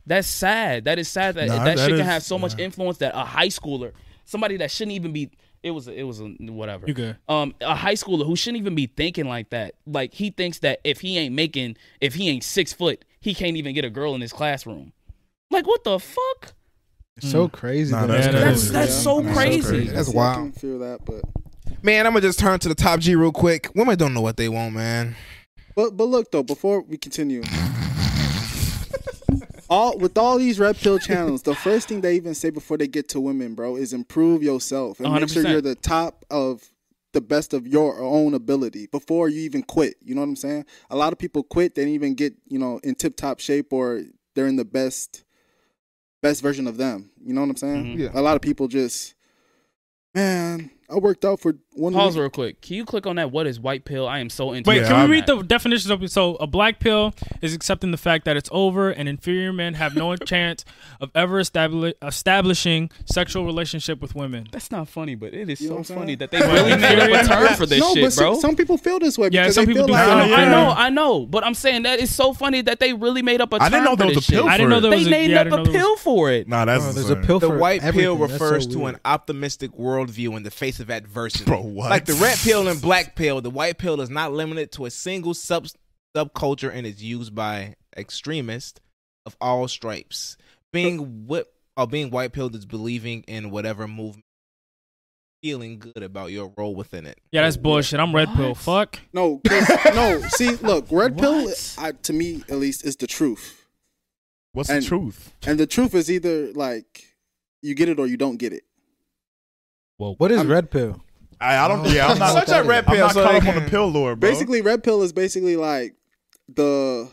Speaker 1: that's sad. That is sad that
Speaker 2: Nah,
Speaker 1: that,
Speaker 2: that
Speaker 1: shit can
Speaker 2: is-
Speaker 1: have so much influence that a high schooler, somebody that shouldn't even be, it was it was a, whatever.
Speaker 4: You good.
Speaker 1: Um, a high schooler who shouldn't even be thinking like that. Like he thinks that if he ain't making, if he ain't six foot, he can't even get a girl in his classroom. Like what the fuck?
Speaker 3: It's so crazy.
Speaker 2: Nah,
Speaker 3: though.
Speaker 2: that's
Speaker 3: Yeah,
Speaker 2: crazy.
Speaker 1: That's
Speaker 2: Yeah.
Speaker 1: that's so
Speaker 2: That's so
Speaker 1: crazy.
Speaker 2: crazy.
Speaker 6: That's
Speaker 5: See, I
Speaker 6: wild.
Speaker 5: can feel that, but
Speaker 6: Man, I'm gonna just turn to the top G real quick. Women don't know what they want, man.
Speaker 5: but but look though, before we continue, all with all these red pill channels, the first thing they even say before they get to women, bro, is improve yourself and make sure
Speaker 1: 100%.
Speaker 5: you're the top of the best of your own ability before you even quit. You know what I'm saying? A lot of people quit, they didn't even get you know in tip top shape or they're in the best best version of them. You know what I'm saying?
Speaker 1: Mm-hmm.
Speaker 6: Mhm. Yeah.
Speaker 5: A lot of people just man, I worked out for one
Speaker 1: Pause
Speaker 5: week.
Speaker 1: real quick. Can you click on that? What is white pill? I am so into.
Speaker 4: Wait,
Speaker 2: Yeah,
Speaker 4: can
Speaker 2: I'm-
Speaker 4: we read the definitions of so a black pill is accepting the fact that it's over and inferior men have no chance of ever establish, establishing sexual relationship with women.
Speaker 1: That's not funny, but it is
Speaker 5: You know
Speaker 1: so
Speaker 5: what I'm
Speaker 1: funny
Speaker 5: saying?
Speaker 1: that they really made up a term for this
Speaker 5: no,
Speaker 1: shit,
Speaker 5: but
Speaker 1: bro.
Speaker 5: Some, some people feel this way
Speaker 4: Yeah,
Speaker 5: because
Speaker 4: some
Speaker 5: they
Speaker 4: people
Speaker 5: feel
Speaker 4: do
Speaker 5: like
Speaker 4: feel
Speaker 2: Nah,
Speaker 1: I know,
Speaker 2: yeah.
Speaker 1: I know, I know, but I'm saying that it's so funny that they really made up a term
Speaker 2: I didn't know
Speaker 1: for
Speaker 2: there was
Speaker 1: this
Speaker 2: a pill
Speaker 1: shit.
Speaker 4: I didn't
Speaker 2: For
Speaker 4: know
Speaker 2: it.
Speaker 4: there
Speaker 1: They
Speaker 4: was. a,
Speaker 1: named
Speaker 4: yeah, I
Speaker 1: up
Speaker 4: didn't
Speaker 1: a
Speaker 4: know there was-
Speaker 1: pill for it.
Speaker 2: Nah, that's
Speaker 3: Oh, there's a
Speaker 2: insane.
Speaker 3: pill
Speaker 6: The
Speaker 3: for
Speaker 6: white pill
Speaker 3: everything. That's so
Speaker 6: refers to
Speaker 3: weird.
Speaker 6: an optimistic worldview in the face of adversity.
Speaker 2: Bro, what?
Speaker 6: Like the red pill and black pill, the white pill is not limited to a single sub subculture and is used by extremists of all stripes. Being what or being white pilled is believing in whatever movement, feeling good about your role within it.
Speaker 4: Yeah, that's bullshit. I'm red pill.
Speaker 1: What?
Speaker 4: Fuck.
Speaker 5: No, 'cause- no. See, look, red pill,
Speaker 1: What?
Speaker 5: I, to me at least, is the truth,
Speaker 2: What's
Speaker 5: And-
Speaker 2: the truth?
Speaker 5: and the truth is either like you get it or you don't get it.
Speaker 3: What is
Speaker 5: I'm-
Speaker 3: red pill?
Speaker 2: I, I don't. Yeah, I'm not.
Speaker 6: Such a red
Speaker 2: I'm
Speaker 6: pill,
Speaker 2: not
Speaker 6: so
Speaker 2: caught
Speaker 6: they
Speaker 2: up on
Speaker 6: can-
Speaker 2: the pill lore, bro.
Speaker 5: Basically, red pill is basically like the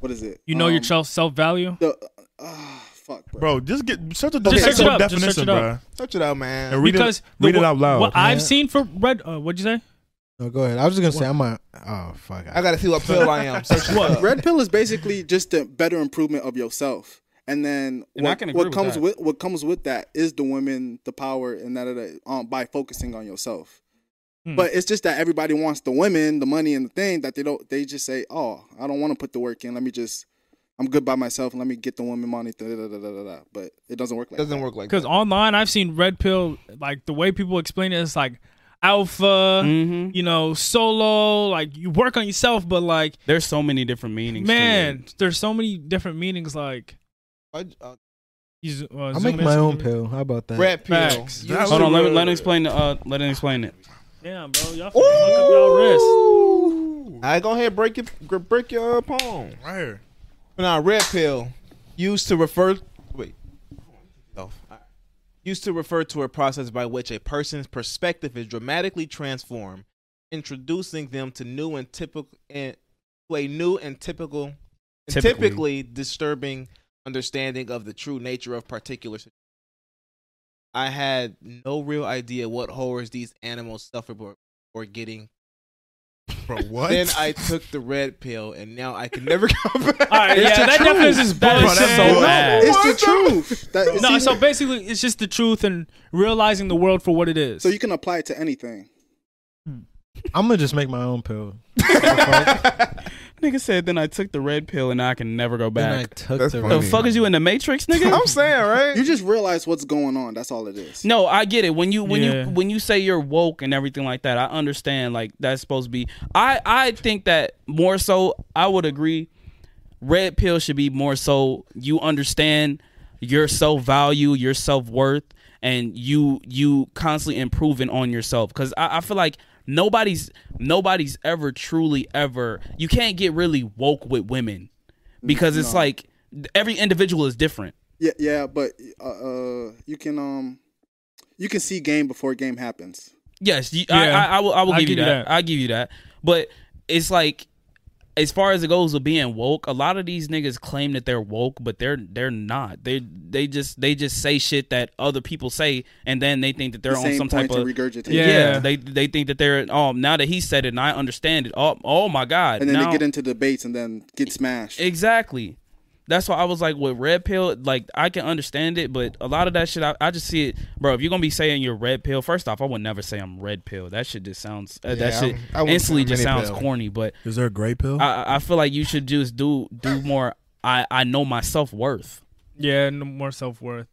Speaker 5: what is it?
Speaker 4: You know your
Speaker 5: Um,
Speaker 4: self self value.
Speaker 5: The uh, fuck, bro.
Speaker 2: bro, just get such a
Speaker 4: Just
Speaker 2: definition,
Speaker 4: search it up, just
Speaker 2: definition
Speaker 4: search it up.
Speaker 2: bro.
Speaker 6: Search it out, man.
Speaker 2: And read
Speaker 4: because
Speaker 2: it. Read
Speaker 4: the,
Speaker 2: it out loud.
Speaker 4: What I've
Speaker 3: Yeah.
Speaker 4: seen for red. Uh, what'd you say?
Speaker 3: No, go ahead. I was just gonna say I'm a. Oh fuck.
Speaker 6: I gotta see what pill I am. Search it up.
Speaker 5: Red pill is basically just the better improvement of yourself, and then
Speaker 1: And I
Speaker 5: what,
Speaker 1: can agree
Speaker 5: what
Speaker 1: with
Speaker 5: comes
Speaker 1: that.
Speaker 5: with what comes with that is the women, the power, and that, that um, by focusing on yourself.
Speaker 4: Hmm.
Speaker 5: But it's just that everybody wants the women, the money, and the thing that they don't. They just say, "Oh, I don't want to put the work in. Let me just, I'm good by myself. Let me get the woman money. Da, da, da, da, da, da. But it doesn't work like that.
Speaker 6: Doesn't work like
Speaker 4: Because
Speaker 6: that.
Speaker 4: online, I've seen red pill like the way people explain it is like alpha,
Speaker 3: Mm-hmm.
Speaker 1: Mhm.
Speaker 4: you know, solo. Like you work on yourself, but like
Speaker 1: There's so many different meanings. to
Speaker 4: man,
Speaker 1: it.
Speaker 4: there's so many different meanings. Like
Speaker 6: I- uh,
Speaker 4: you z- uh,
Speaker 3: I
Speaker 4: zoom
Speaker 3: make
Speaker 4: in,
Speaker 3: my
Speaker 4: zoom
Speaker 3: own
Speaker 4: in.
Speaker 3: pill. How about that?
Speaker 6: Red pill.
Speaker 4: Facts.
Speaker 6: You-
Speaker 1: Hold on, let, me- let him explain. The, uh, let him explain it.
Speaker 4: Damn, bro, y'all finna fuck up y'all wrist.
Speaker 6: I go ahead break your gr- break your uh, palm.
Speaker 2: Right here.
Speaker 6: Now, red pill used to refer wait. Oh. Used to refer to a process by which a person's perspective is dramatically transformed, introducing them to new and typical and to a new and typical and
Speaker 1: Typically.
Speaker 6: typically disturbing understanding of the true nature of particular situations. I had no real idea what horrors these animals suffer or, or getting.
Speaker 2: Bro, what?
Speaker 6: Then I took the red pill, and now I can never come back.
Speaker 4: All right,
Speaker 1: It's
Speaker 4: yeah,
Speaker 1: the
Speaker 4: that
Speaker 1: truth.
Speaker 4: definition is
Speaker 1: That is
Speaker 4: bullshit.
Speaker 2: so
Speaker 4: No,
Speaker 1: bad.
Speaker 5: It's the truth. That-
Speaker 4: No,
Speaker 5: see,
Speaker 4: so basically, it's just the truth and realizing the world for what it is.
Speaker 5: so you can apply it to anything.
Speaker 3: I'm gonna just make my own pill.
Speaker 1: Nigga said, then I took the red pill and I can never go
Speaker 8: Then I
Speaker 1: back.
Speaker 8: took
Speaker 2: That's
Speaker 8: the
Speaker 2: funny.
Speaker 1: The fuck is you in the Matrix, nigga?
Speaker 6: I'm saying, right?
Speaker 5: You just realize what's going on. That's all it is.
Speaker 1: No, I get it. When you when
Speaker 4: Yeah.
Speaker 1: you when you say you're woke and everything like that, I understand. Like that's supposed to be. I I think that more so. I would agree. Red pill should be more so. You understand your self value, your self worth, and you you constantly improving on yourself. Because I, I feel like nobody's nobody's ever truly ever. You can't get really woke with women because it's like every individual is different.
Speaker 5: Yeah, yeah, but uh, uh, you can um, you can see game before game happens.
Speaker 1: Yes, you,
Speaker 4: Yeah.
Speaker 1: I, I, I will. I will
Speaker 4: I'll
Speaker 1: give, you
Speaker 4: give you
Speaker 1: that.
Speaker 4: that.
Speaker 1: I'll give you that. But it's like, as far as it goes with being woke, a lot of these niggas claim that they're woke, but they're they're not. They they just they just say shit that other people say, and then they think that they're
Speaker 5: the
Speaker 1: on
Speaker 5: same
Speaker 1: some type
Speaker 5: point
Speaker 1: of
Speaker 5: to regurgitate.
Speaker 4: Yeah.
Speaker 1: yeah. They they think that they're oh now that he said it and I understand it. Oh oh my god.
Speaker 5: and then
Speaker 1: now-
Speaker 5: they get into debates and then get smashed.
Speaker 1: Exactly. That's why I was like with red pill, like I can understand it, but a lot of that shit, I, I just see it, bro. If you're gonna be saying you're red pill, first off, I would never say I'm red pill. That shit just sounds, uh, that
Speaker 6: Yeah,
Speaker 1: shit
Speaker 6: I'm- I wouldn't
Speaker 1: instantly
Speaker 6: say I'm
Speaker 1: just
Speaker 6: any
Speaker 1: sounds
Speaker 6: pill.
Speaker 1: corny. But
Speaker 8: Is there a gray pill?
Speaker 1: I- I, I feel like you should just do do more. I I know my self worth.
Speaker 4: yeah, no more self worth.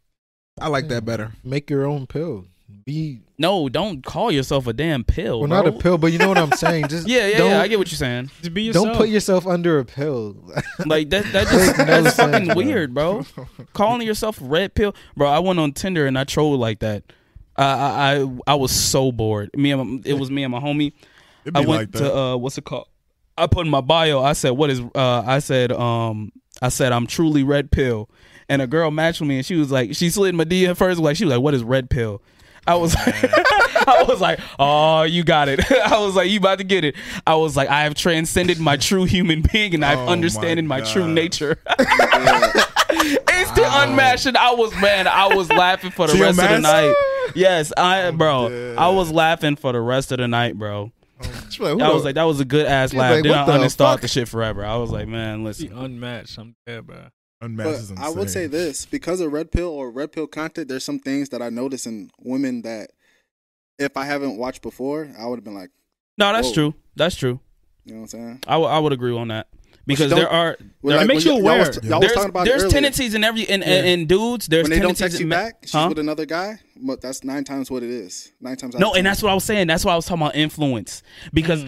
Speaker 6: I like that better.
Speaker 3: Make your own pill. Be
Speaker 1: No, don't call yourself a damn pill.
Speaker 3: well, not a
Speaker 1: bro.
Speaker 3: pill, but you know what I'm saying. Just
Speaker 1: Oh, Yeah, yeah,
Speaker 3: don't,
Speaker 1: yeah. I get what you're saying.
Speaker 4: Just be yourself.
Speaker 3: Don't put yourself under a pill.
Speaker 1: Like that, that just
Speaker 3: Makes no
Speaker 1: that's
Speaker 3: sense,
Speaker 1: fucking
Speaker 3: bro.
Speaker 1: weird, bro. Calling yourself red pill, bro. I went on Tinder and I trolled like that. I I I- I was so bored. Me and my, it was me and my homie.
Speaker 2: It'd be
Speaker 1: I went
Speaker 2: like that.
Speaker 1: to uh, what's it called? I put in my bio. I said, "What is?" Uh, I said, "Um, I said I'm truly red pill." And a girl matched with me, and she was like, she slid in my DM first. Like she was like, "What is red pill?" I was like, I was like, oh, you got it. I was like, you about to get it. I was like, I have transcended my true human being, and I've
Speaker 2: Oh my
Speaker 1: understanding my, true
Speaker 2: God.
Speaker 1: nature. It's the unmatched. And I was man, I was laughing for the
Speaker 2: To your Oh,
Speaker 1: rest of the
Speaker 2: mask?
Speaker 1: night. Yes, I bro,
Speaker 2: dead.
Speaker 1: I was laughing for the rest of the night, bro.
Speaker 6: She's like, who
Speaker 1: I
Speaker 6: the-
Speaker 1: was like, that was a good ass
Speaker 6: She's
Speaker 1: laugh.
Speaker 6: like,
Speaker 1: then I
Speaker 6: what the
Speaker 1: uninstalled
Speaker 6: fuck?
Speaker 1: the shit forever. I was like, man,
Speaker 4: Be
Speaker 1: listen.
Speaker 4: unmatched. I'm dead, bro.
Speaker 2: Unmatched
Speaker 5: But
Speaker 2: is
Speaker 5: I would say
Speaker 2: insane.
Speaker 5: this because of red pill or red pill content, there's some things that I notice in women that if I haven't watched before, I would have been like,
Speaker 1: No, that's
Speaker 5: Whoa.
Speaker 1: true. That's true.
Speaker 5: you know what I'm saying?
Speaker 1: I would- I would agree on that because
Speaker 5: don't-
Speaker 1: there are
Speaker 5: Well,
Speaker 1: It
Speaker 5: like,
Speaker 4: makes
Speaker 5: when
Speaker 4: you
Speaker 5: y-
Speaker 4: aware.
Speaker 5: Y'all was, y'all was
Speaker 1: there's,
Speaker 5: talking about it
Speaker 1: there's
Speaker 5: earlier.
Speaker 1: tendencies in every in, in, in dudes. There's
Speaker 5: when they don't
Speaker 1: tendencies
Speaker 5: text you
Speaker 1: in ma-
Speaker 5: back, she's
Speaker 1: Huh?
Speaker 5: with another guy. But that's nine times what it is. Nine times. out
Speaker 1: No,
Speaker 5: of ten.
Speaker 1: and that's what I was saying. That's why I was talking about influence because,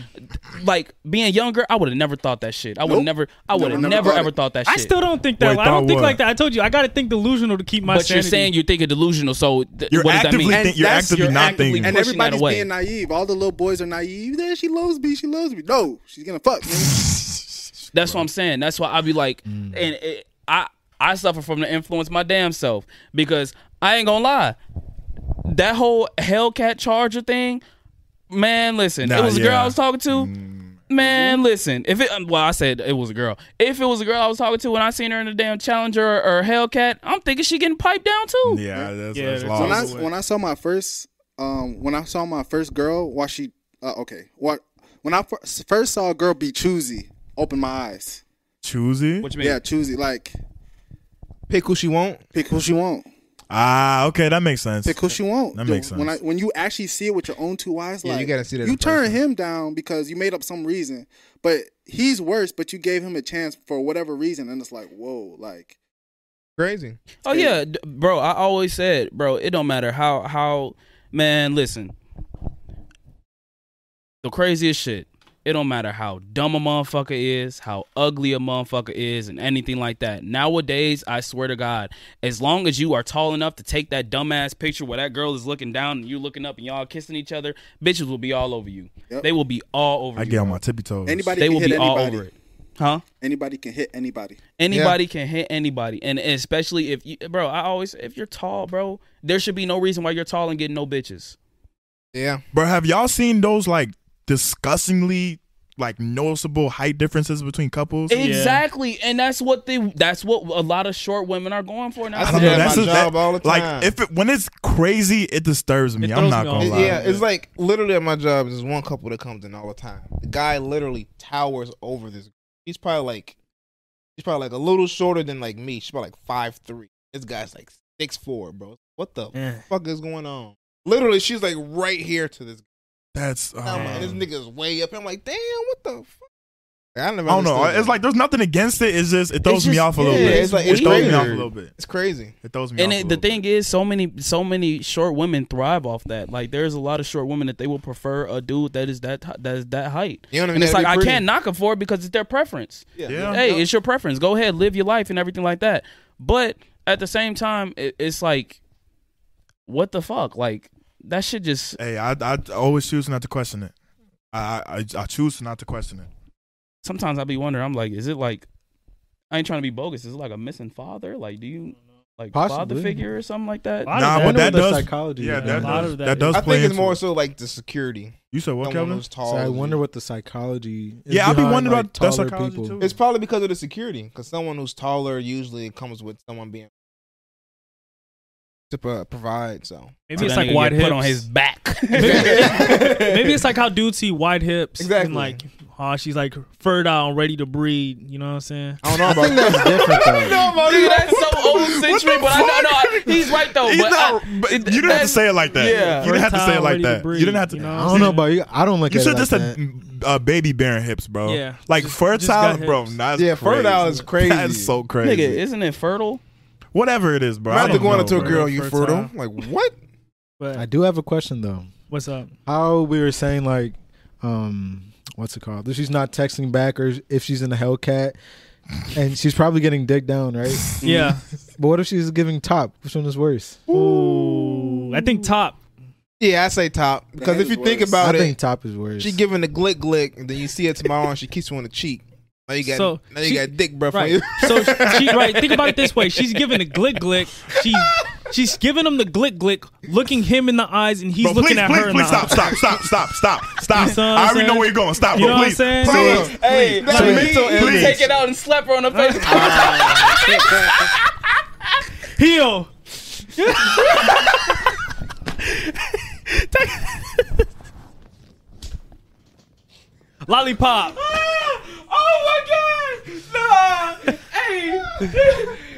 Speaker 1: like, being younger, I would have never thought that shit. I would
Speaker 5: Mm. Nope.
Speaker 1: never. I would have
Speaker 5: Never
Speaker 1: never
Speaker 5: thought
Speaker 1: ever
Speaker 5: it.
Speaker 1: thought that.
Speaker 4: I
Speaker 1: shit.
Speaker 4: still don't think that.
Speaker 2: Wait,
Speaker 4: I don't
Speaker 2: thought
Speaker 4: think
Speaker 2: what?
Speaker 4: like that. I told you, I got to think delusional to keep my.
Speaker 1: But you're
Speaker 4: sanity.
Speaker 1: saying you're thinking delusional. So th-
Speaker 2: You're
Speaker 1: what does that
Speaker 2: actively
Speaker 1: mean?
Speaker 2: think- you're
Speaker 1: That's-
Speaker 2: actively not thinking.
Speaker 5: And
Speaker 1: pushing that
Speaker 5: everybody's
Speaker 1: away.
Speaker 5: being naive. All the little boys are naive. Yeah, she loves me. She loves me. No, she's gonna fuck. nigga.
Speaker 1: That's what I'm saying. That's why I be like,
Speaker 2: Mm.
Speaker 1: and it, I I suffer from the influence my damn self because I ain't gonna lie, that whole Hellcat Charger thing, man. Listen,
Speaker 2: Nah,
Speaker 1: it was a girl
Speaker 2: yeah. Mm.
Speaker 1: I was talking to. Man, listen. If it um, well, I said it was a girl. If it was a girl I was talking to, and I seen her in a damn Challenger or, or Hellcat, I'm thinking she getting piped down too.
Speaker 2: Yeah, that's,
Speaker 4: Yeah,
Speaker 2: that's
Speaker 4: there's
Speaker 2: lost.
Speaker 5: when I
Speaker 4: the way.
Speaker 5: when I saw my first um when I saw my first girl, why she uh, okay what when I fir- first saw a girl be choosy, opened my eyes.
Speaker 2: Choosy.
Speaker 1: What you mean?
Speaker 5: Yeah, choosy. Like
Speaker 6: pick who she want.
Speaker 5: pick who she want.
Speaker 2: Ah, okay, that makes sense.
Speaker 5: Pick who she want.
Speaker 2: That makes
Speaker 5: When I,
Speaker 2: sense.
Speaker 5: when you actually see it with your own two eyes,
Speaker 6: Yeah,
Speaker 5: like
Speaker 6: you gotta see that
Speaker 5: You
Speaker 6: in
Speaker 5: turn
Speaker 6: person.
Speaker 5: him down because you made up some reason, but he's worse. But you gave him a chance for whatever reason, and it's like, whoa, like
Speaker 6: Crazy.
Speaker 1: Oh yeah, d- bro. I always said, bro, it don't matter how how man. Listen, the craziest shit. It don't matter how dumb a motherfucker is, how ugly a motherfucker is, and anything like that. Nowadays, I swear to God, as long as you are tall enough to take that dumbass picture where that girl is looking down and you looking up and y'all kissing each other, bitches will be all over you.
Speaker 5: Yep.
Speaker 1: They will be all over
Speaker 2: I
Speaker 1: you.
Speaker 2: get on
Speaker 1: bro.
Speaker 2: my tippy toes.
Speaker 5: anybody
Speaker 1: They
Speaker 5: can
Speaker 1: will
Speaker 5: hit
Speaker 1: be all
Speaker 5: anybody.
Speaker 1: over it. Huh?
Speaker 5: Anybody can hit anybody.
Speaker 1: Anybody can hit anybody, and especially if you, bro. I always, if you're tall, bro, there should be no reason why you're tall and getting no bitches.
Speaker 6: Yeah.
Speaker 2: Bro, have y'all seen those like disgustingly like noticeable height differences between couples?
Speaker 1: Exactly, and that's what they, that's what a lot of short women are going for now.
Speaker 6: I
Speaker 2: I don't
Speaker 6: Yeah,
Speaker 2: know. That's
Speaker 6: my
Speaker 2: just,
Speaker 6: job
Speaker 2: that-
Speaker 6: all the time.
Speaker 2: Like if it, when it's crazy, it disturbs me.
Speaker 4: It
Speaker 2: I'm
Speaker 4: throws
Speaker 2: not
Speaker 4: me
Speaker 2: gonna
Speaker 4: off.
Speaker 2: lie.
Speaker 6: yeah, it's like literally at my job, there's one couple that comes in all the time. The guy literally towers over this. He's probably like, he's probably like a little shorter than like me. She's probably like five three. This guy's like six four, bro. What the
Speaker 4: Mm.
Speaker 6: fuck is going on? Literally, she's like right here to this.
Speaker 2: That's
Speaker 6: Guy. I'm
Speaker 2: um,
Speaker 6: like, this nigga's way up. I'm like, damn, what the fuck? I, never
Speaker 2: I don't know.
Speaker 6: understood
Speaker 2: It's
Speaker 6: that.
Speaker 2: like there's nothing against it. It's just it throws me
Speaker 1: just-
Speaker 2: off a little
Speaker 1: yeah,
Speaker 2: bit.
Speaker 6: it's like-
Speaker 2: it
Speaker 6: it's
Speaker 2: throws me
Speaker 6: weird.
Speaker 2: off a little bit.
Speaker 6: it's crazy.
Speaker 2: It throws me
Speaker 1: and
Speaker 2: off. a
Speaker 1: it, the
Speaker 2: little
Speaker 1: thing is, so many, so many short women thrive off that. Like, there's a lot of short women that they will prefer a dude that is that that is that height.
Speaker 6: You don't even
Speaker 1: and it's
Speaker 6: gotta
Speaker 1: like
Speaker 6: be
Speaker 1: I
Speaker 6: pretty.
Speaker 1: can't knock them for it because it's their preference.
Speaker 2: bit. yeah.
Speaker 1: hey, it's your preference. Go ahead, live your life and everything like that. But at the same time, it, it's like, what the fuck? Like that shit just
Speaker 2: Hey, I, I always choose not to question it. I, I I choose not to question it.
Speaker 1: sometimes I be wondering. I'm like, is it like I ain't trying to be bogus? Is it like a missing father? Like, do you like father
Speaker 3: Possibly.
Speaker 1: figure or something like that?
Speaker 4: Why
Speaker 2: Nah,
Speaker 4: does
Speaker 2: but
Speaker 4: that-
Speaker 2: that does.
Speaker 3: psychology.
Speaker 2: yeah,
Speaker 3: is.
Speaker 2: that
Speaker 4: A lot
Speaker 2: does.
Speaker 4: of
Speaker 2: That,
Speaker 4: that is-
Speaker 2: does
Speaker 6: I
Speaker 2: play
Speaker 6: think it's
Speaker 2: into
Speaker 6: more
Speaker 2: it.
Speaker 6: so like the security.
Speaker 2: You said what,
Speaker 6: Someone
Speaker 2: Kevin?
Speaker 6: who's tall.
Speaker 3: So I
Speaker 6: is
Speaker 3: wonder
Speaker 6: usually-
Speaker 3: what the psychology. Is
Speaker 2: Yeah, I be
Speaker 3: behind,
Speaker 2: wondering
Speaker 3: like,
Speaker 2: about that
Speaker 3: taller
Speaker 2: psychology,
Speaker 3: people.
Speaker 2: too.
Speaker 6: It's probably because of the security. Because someone who's taller usually comes with someone being to pro- provide. So
Speaker 4: Maybe
Speaker 1: So
Speaker 4: it's
Speaker 1: that
Speaker 4: like
Speaker 1: nigga
Speaker 4: wide
Speaker 1: get
Speaker 4: hips.
Speaker 1: put on his back.
Speaker 4: Maybe it's like how dudes see wide hips.
Speaker 6: Exactly.
Speaker 4: And like, oh, she's like fertile and ready to breed. You know what I'm saying?
Speaker 6: I don't know about
Speaker 3: That's different though.
Speaker 1: Dude, that's so old century, but I know, no, I- he's right though.
Speaker 2: He's
Speaker 1: but I-
Speaker 2: not- but
Speaker 1: it-
Speaker 2: you didn't have to
Speaker 1: that's-
Speaker 2: say it like that.
Speaker 1: yeah.
Speaker 2: you didn't have to say it
Speaker 4: Fertile,
Speaker 2: like
Speaker 4: ready to
Speaker 2: that.
Speaker 4: breathe,
Speaker 2: you didn't have to.
Speaker 4: you know?
Speaker 3: I don't know about you. I don't look
Speaker 2: You
Speaker 3: at
Speaker 2: should
Speaker 3: it
Speaker 2: just
Speaker 3: like
Speaker 2: a
Speaker 3: that.
Speaker 2: uh, baby bearing hips, bro.
Speaker 4: Yeah.
Speaker 2: like
Speaker 4: Just- just
Speaker 2: fertile,
Speaker 4: got
Speaker 2: bro.
Speaker 4: hips.
Speaker 2: Nah, that's
Speaker 6: Yeah, fertile
Speaker 2: crazy.
Speaker 6: is crazy.
Speaker 2: That's so crazy.
Speaker 1: Nigga, isn't it fertile?
Speaker 2: Whatever it is, bro. I
Speaker 6: Imagine
Speaker 2: don't
Speaker 6: going
Speaker 2: know,
Speaker 6: up to a
Speaker 2: bro.
Speaker 6: girl, you
Speaker 4: First
Speaker 6: fertile.
Speaker 4: time.
Speaker 6: Like what?
Speaker 4: But
Speaker 3: I do have a question though.
Speaker 4: what's up?
Speaker 3: How we were saying like, um, what's it called? If she's not texting back, or if she's in a Hellcat, and she's probably getting dick down, right?
Speaker 4: Yeah.
Speaker 3: But what if she's giving top? Which one is worse?
Speaker 4: Ooh. I think top.
Speaker 6: Yeah, I say top because
Speaker 5: hand
Speaker 6: if you
Speaker 5: is
Speaker 6: think
Speaker 5: worse.
Speaker 6: about
Speaker 3: I
Speaker 6: it,
Speaker 3: think top is worse.
Speaker 6: she giving the glick glick, and then you see it tomorrow, and she keeps you on the cheek. Now you got
Speaker 4: So,
Speaker 6: now you
Speaker 4: she-
Speaker 6: got dick breath on
Speaker 4: Right.
Speaker 6: you.
Speaker 4: So she right. Think about it this way. She's giving the glick glick. She's she's giving him the glick glick, looking him in the eyes, and he's
Speaker 2: Bro,
Speaker 4: looking
Speaker 2: please,
Speaker 4: at
Speaker 2: please,
Speaker 4: her. in
Speaker 2: please
Speaker 4: the
Speaker 2: stop,
Speaker 4: eyes.
Speaker 2: stop, stop, stop, stop, stop.
Speaker 4: You see what I'm
Speaker 2: I already know
Speaker 4: saying?
Speaker 2: where you're going. Stop,
Speaker 4: You
Speaker 2: bro.
Speaker 4: know what I'm
Speaker 2: Please,
Speaker 4: saying?
Speaker 2: please,
Speaker 6: So- Hey,
Speaker 2: please,
Speaker 6: that's mental
Speaker 2: please,
Speaker 6: illness.
Speaker 2: please.
Speaker 1: Take it out and slap her on the face.
Speaker 4: Heel. Lollipop.
Speaker 1: oh my god! Nah! Hey!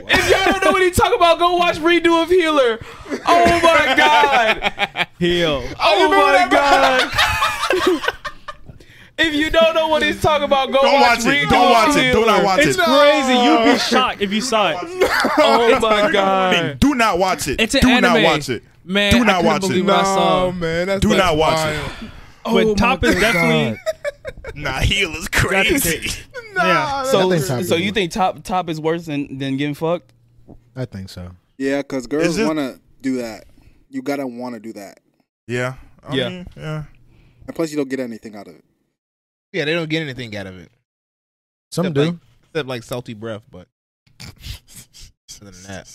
Speaker 1: if y'all don't know what he talking about, go watch Redo of Healer. Oh my god!
Speaker 4: Heel.
Speaker 1: Oh my god! if you don't know what he's talking about, go
Speaker 2: Don't
Speaker 1: watch,
Speaker 2: watch
Speaker 1: Redo
Speaker 2: it. Don't
Speaker 1: of
Speaker 2: watch it. Do
Speaker 1: Healer.
Speaker 2: not watch
Speaker 4: It's
Speaker 2: it.
Speaker 4: crazy. You'd be shocked if you saw it.
Speaker 1: Oh my
Speaker 2: Hey,
Speaker 1: god!
Speaker 2: Do not watch it.
Speaker 4: It's an
Speaker 2: Do not
Speaker 4: anime.
Speaker 2: watch it.
Speaker 4: Man,
Speaker 2: Do
Speaker 4: I
Speaker 2: not
Speaker 4: couldn't
Speaker 2: watch
Speaker 4: believe
Speaker 2: it.
Speaker 4: what I saw.
Speaker 6: man, that's
Speaker 2: Do
Speaker 6: like
Speaker 2: not watch
Speaker 6: wild.
Speaker 2: it.
Speaker 4: But top is definitely
Speaker 2: Nah, heel is crazy.
Speaker 4: yeah.
Speaker 1: So,
Speaker 3: I think top is
Speaker 1: so you
Speaker 3: worse.
Speaker 1: think top top is worse than, than getting fucked?
Speaker 3: I think so.
Speaker 5: Yeah, because girls
Speaker 2: it-
Speaker 5: want to do that. You gotta want to do that,
Speaker 2: Yeah. I
Speaker 1: Yeah.
Speaker 2: mean, yeah.
Speaker 5: and plus you don't get anything out of it.
Speaker 6: Yeah, they don't get anything out of it
Speaker 3: Some
Speaker 6: Except,
Speaker 3: do.
Speaker 6: like- except like salty breath, but other than that,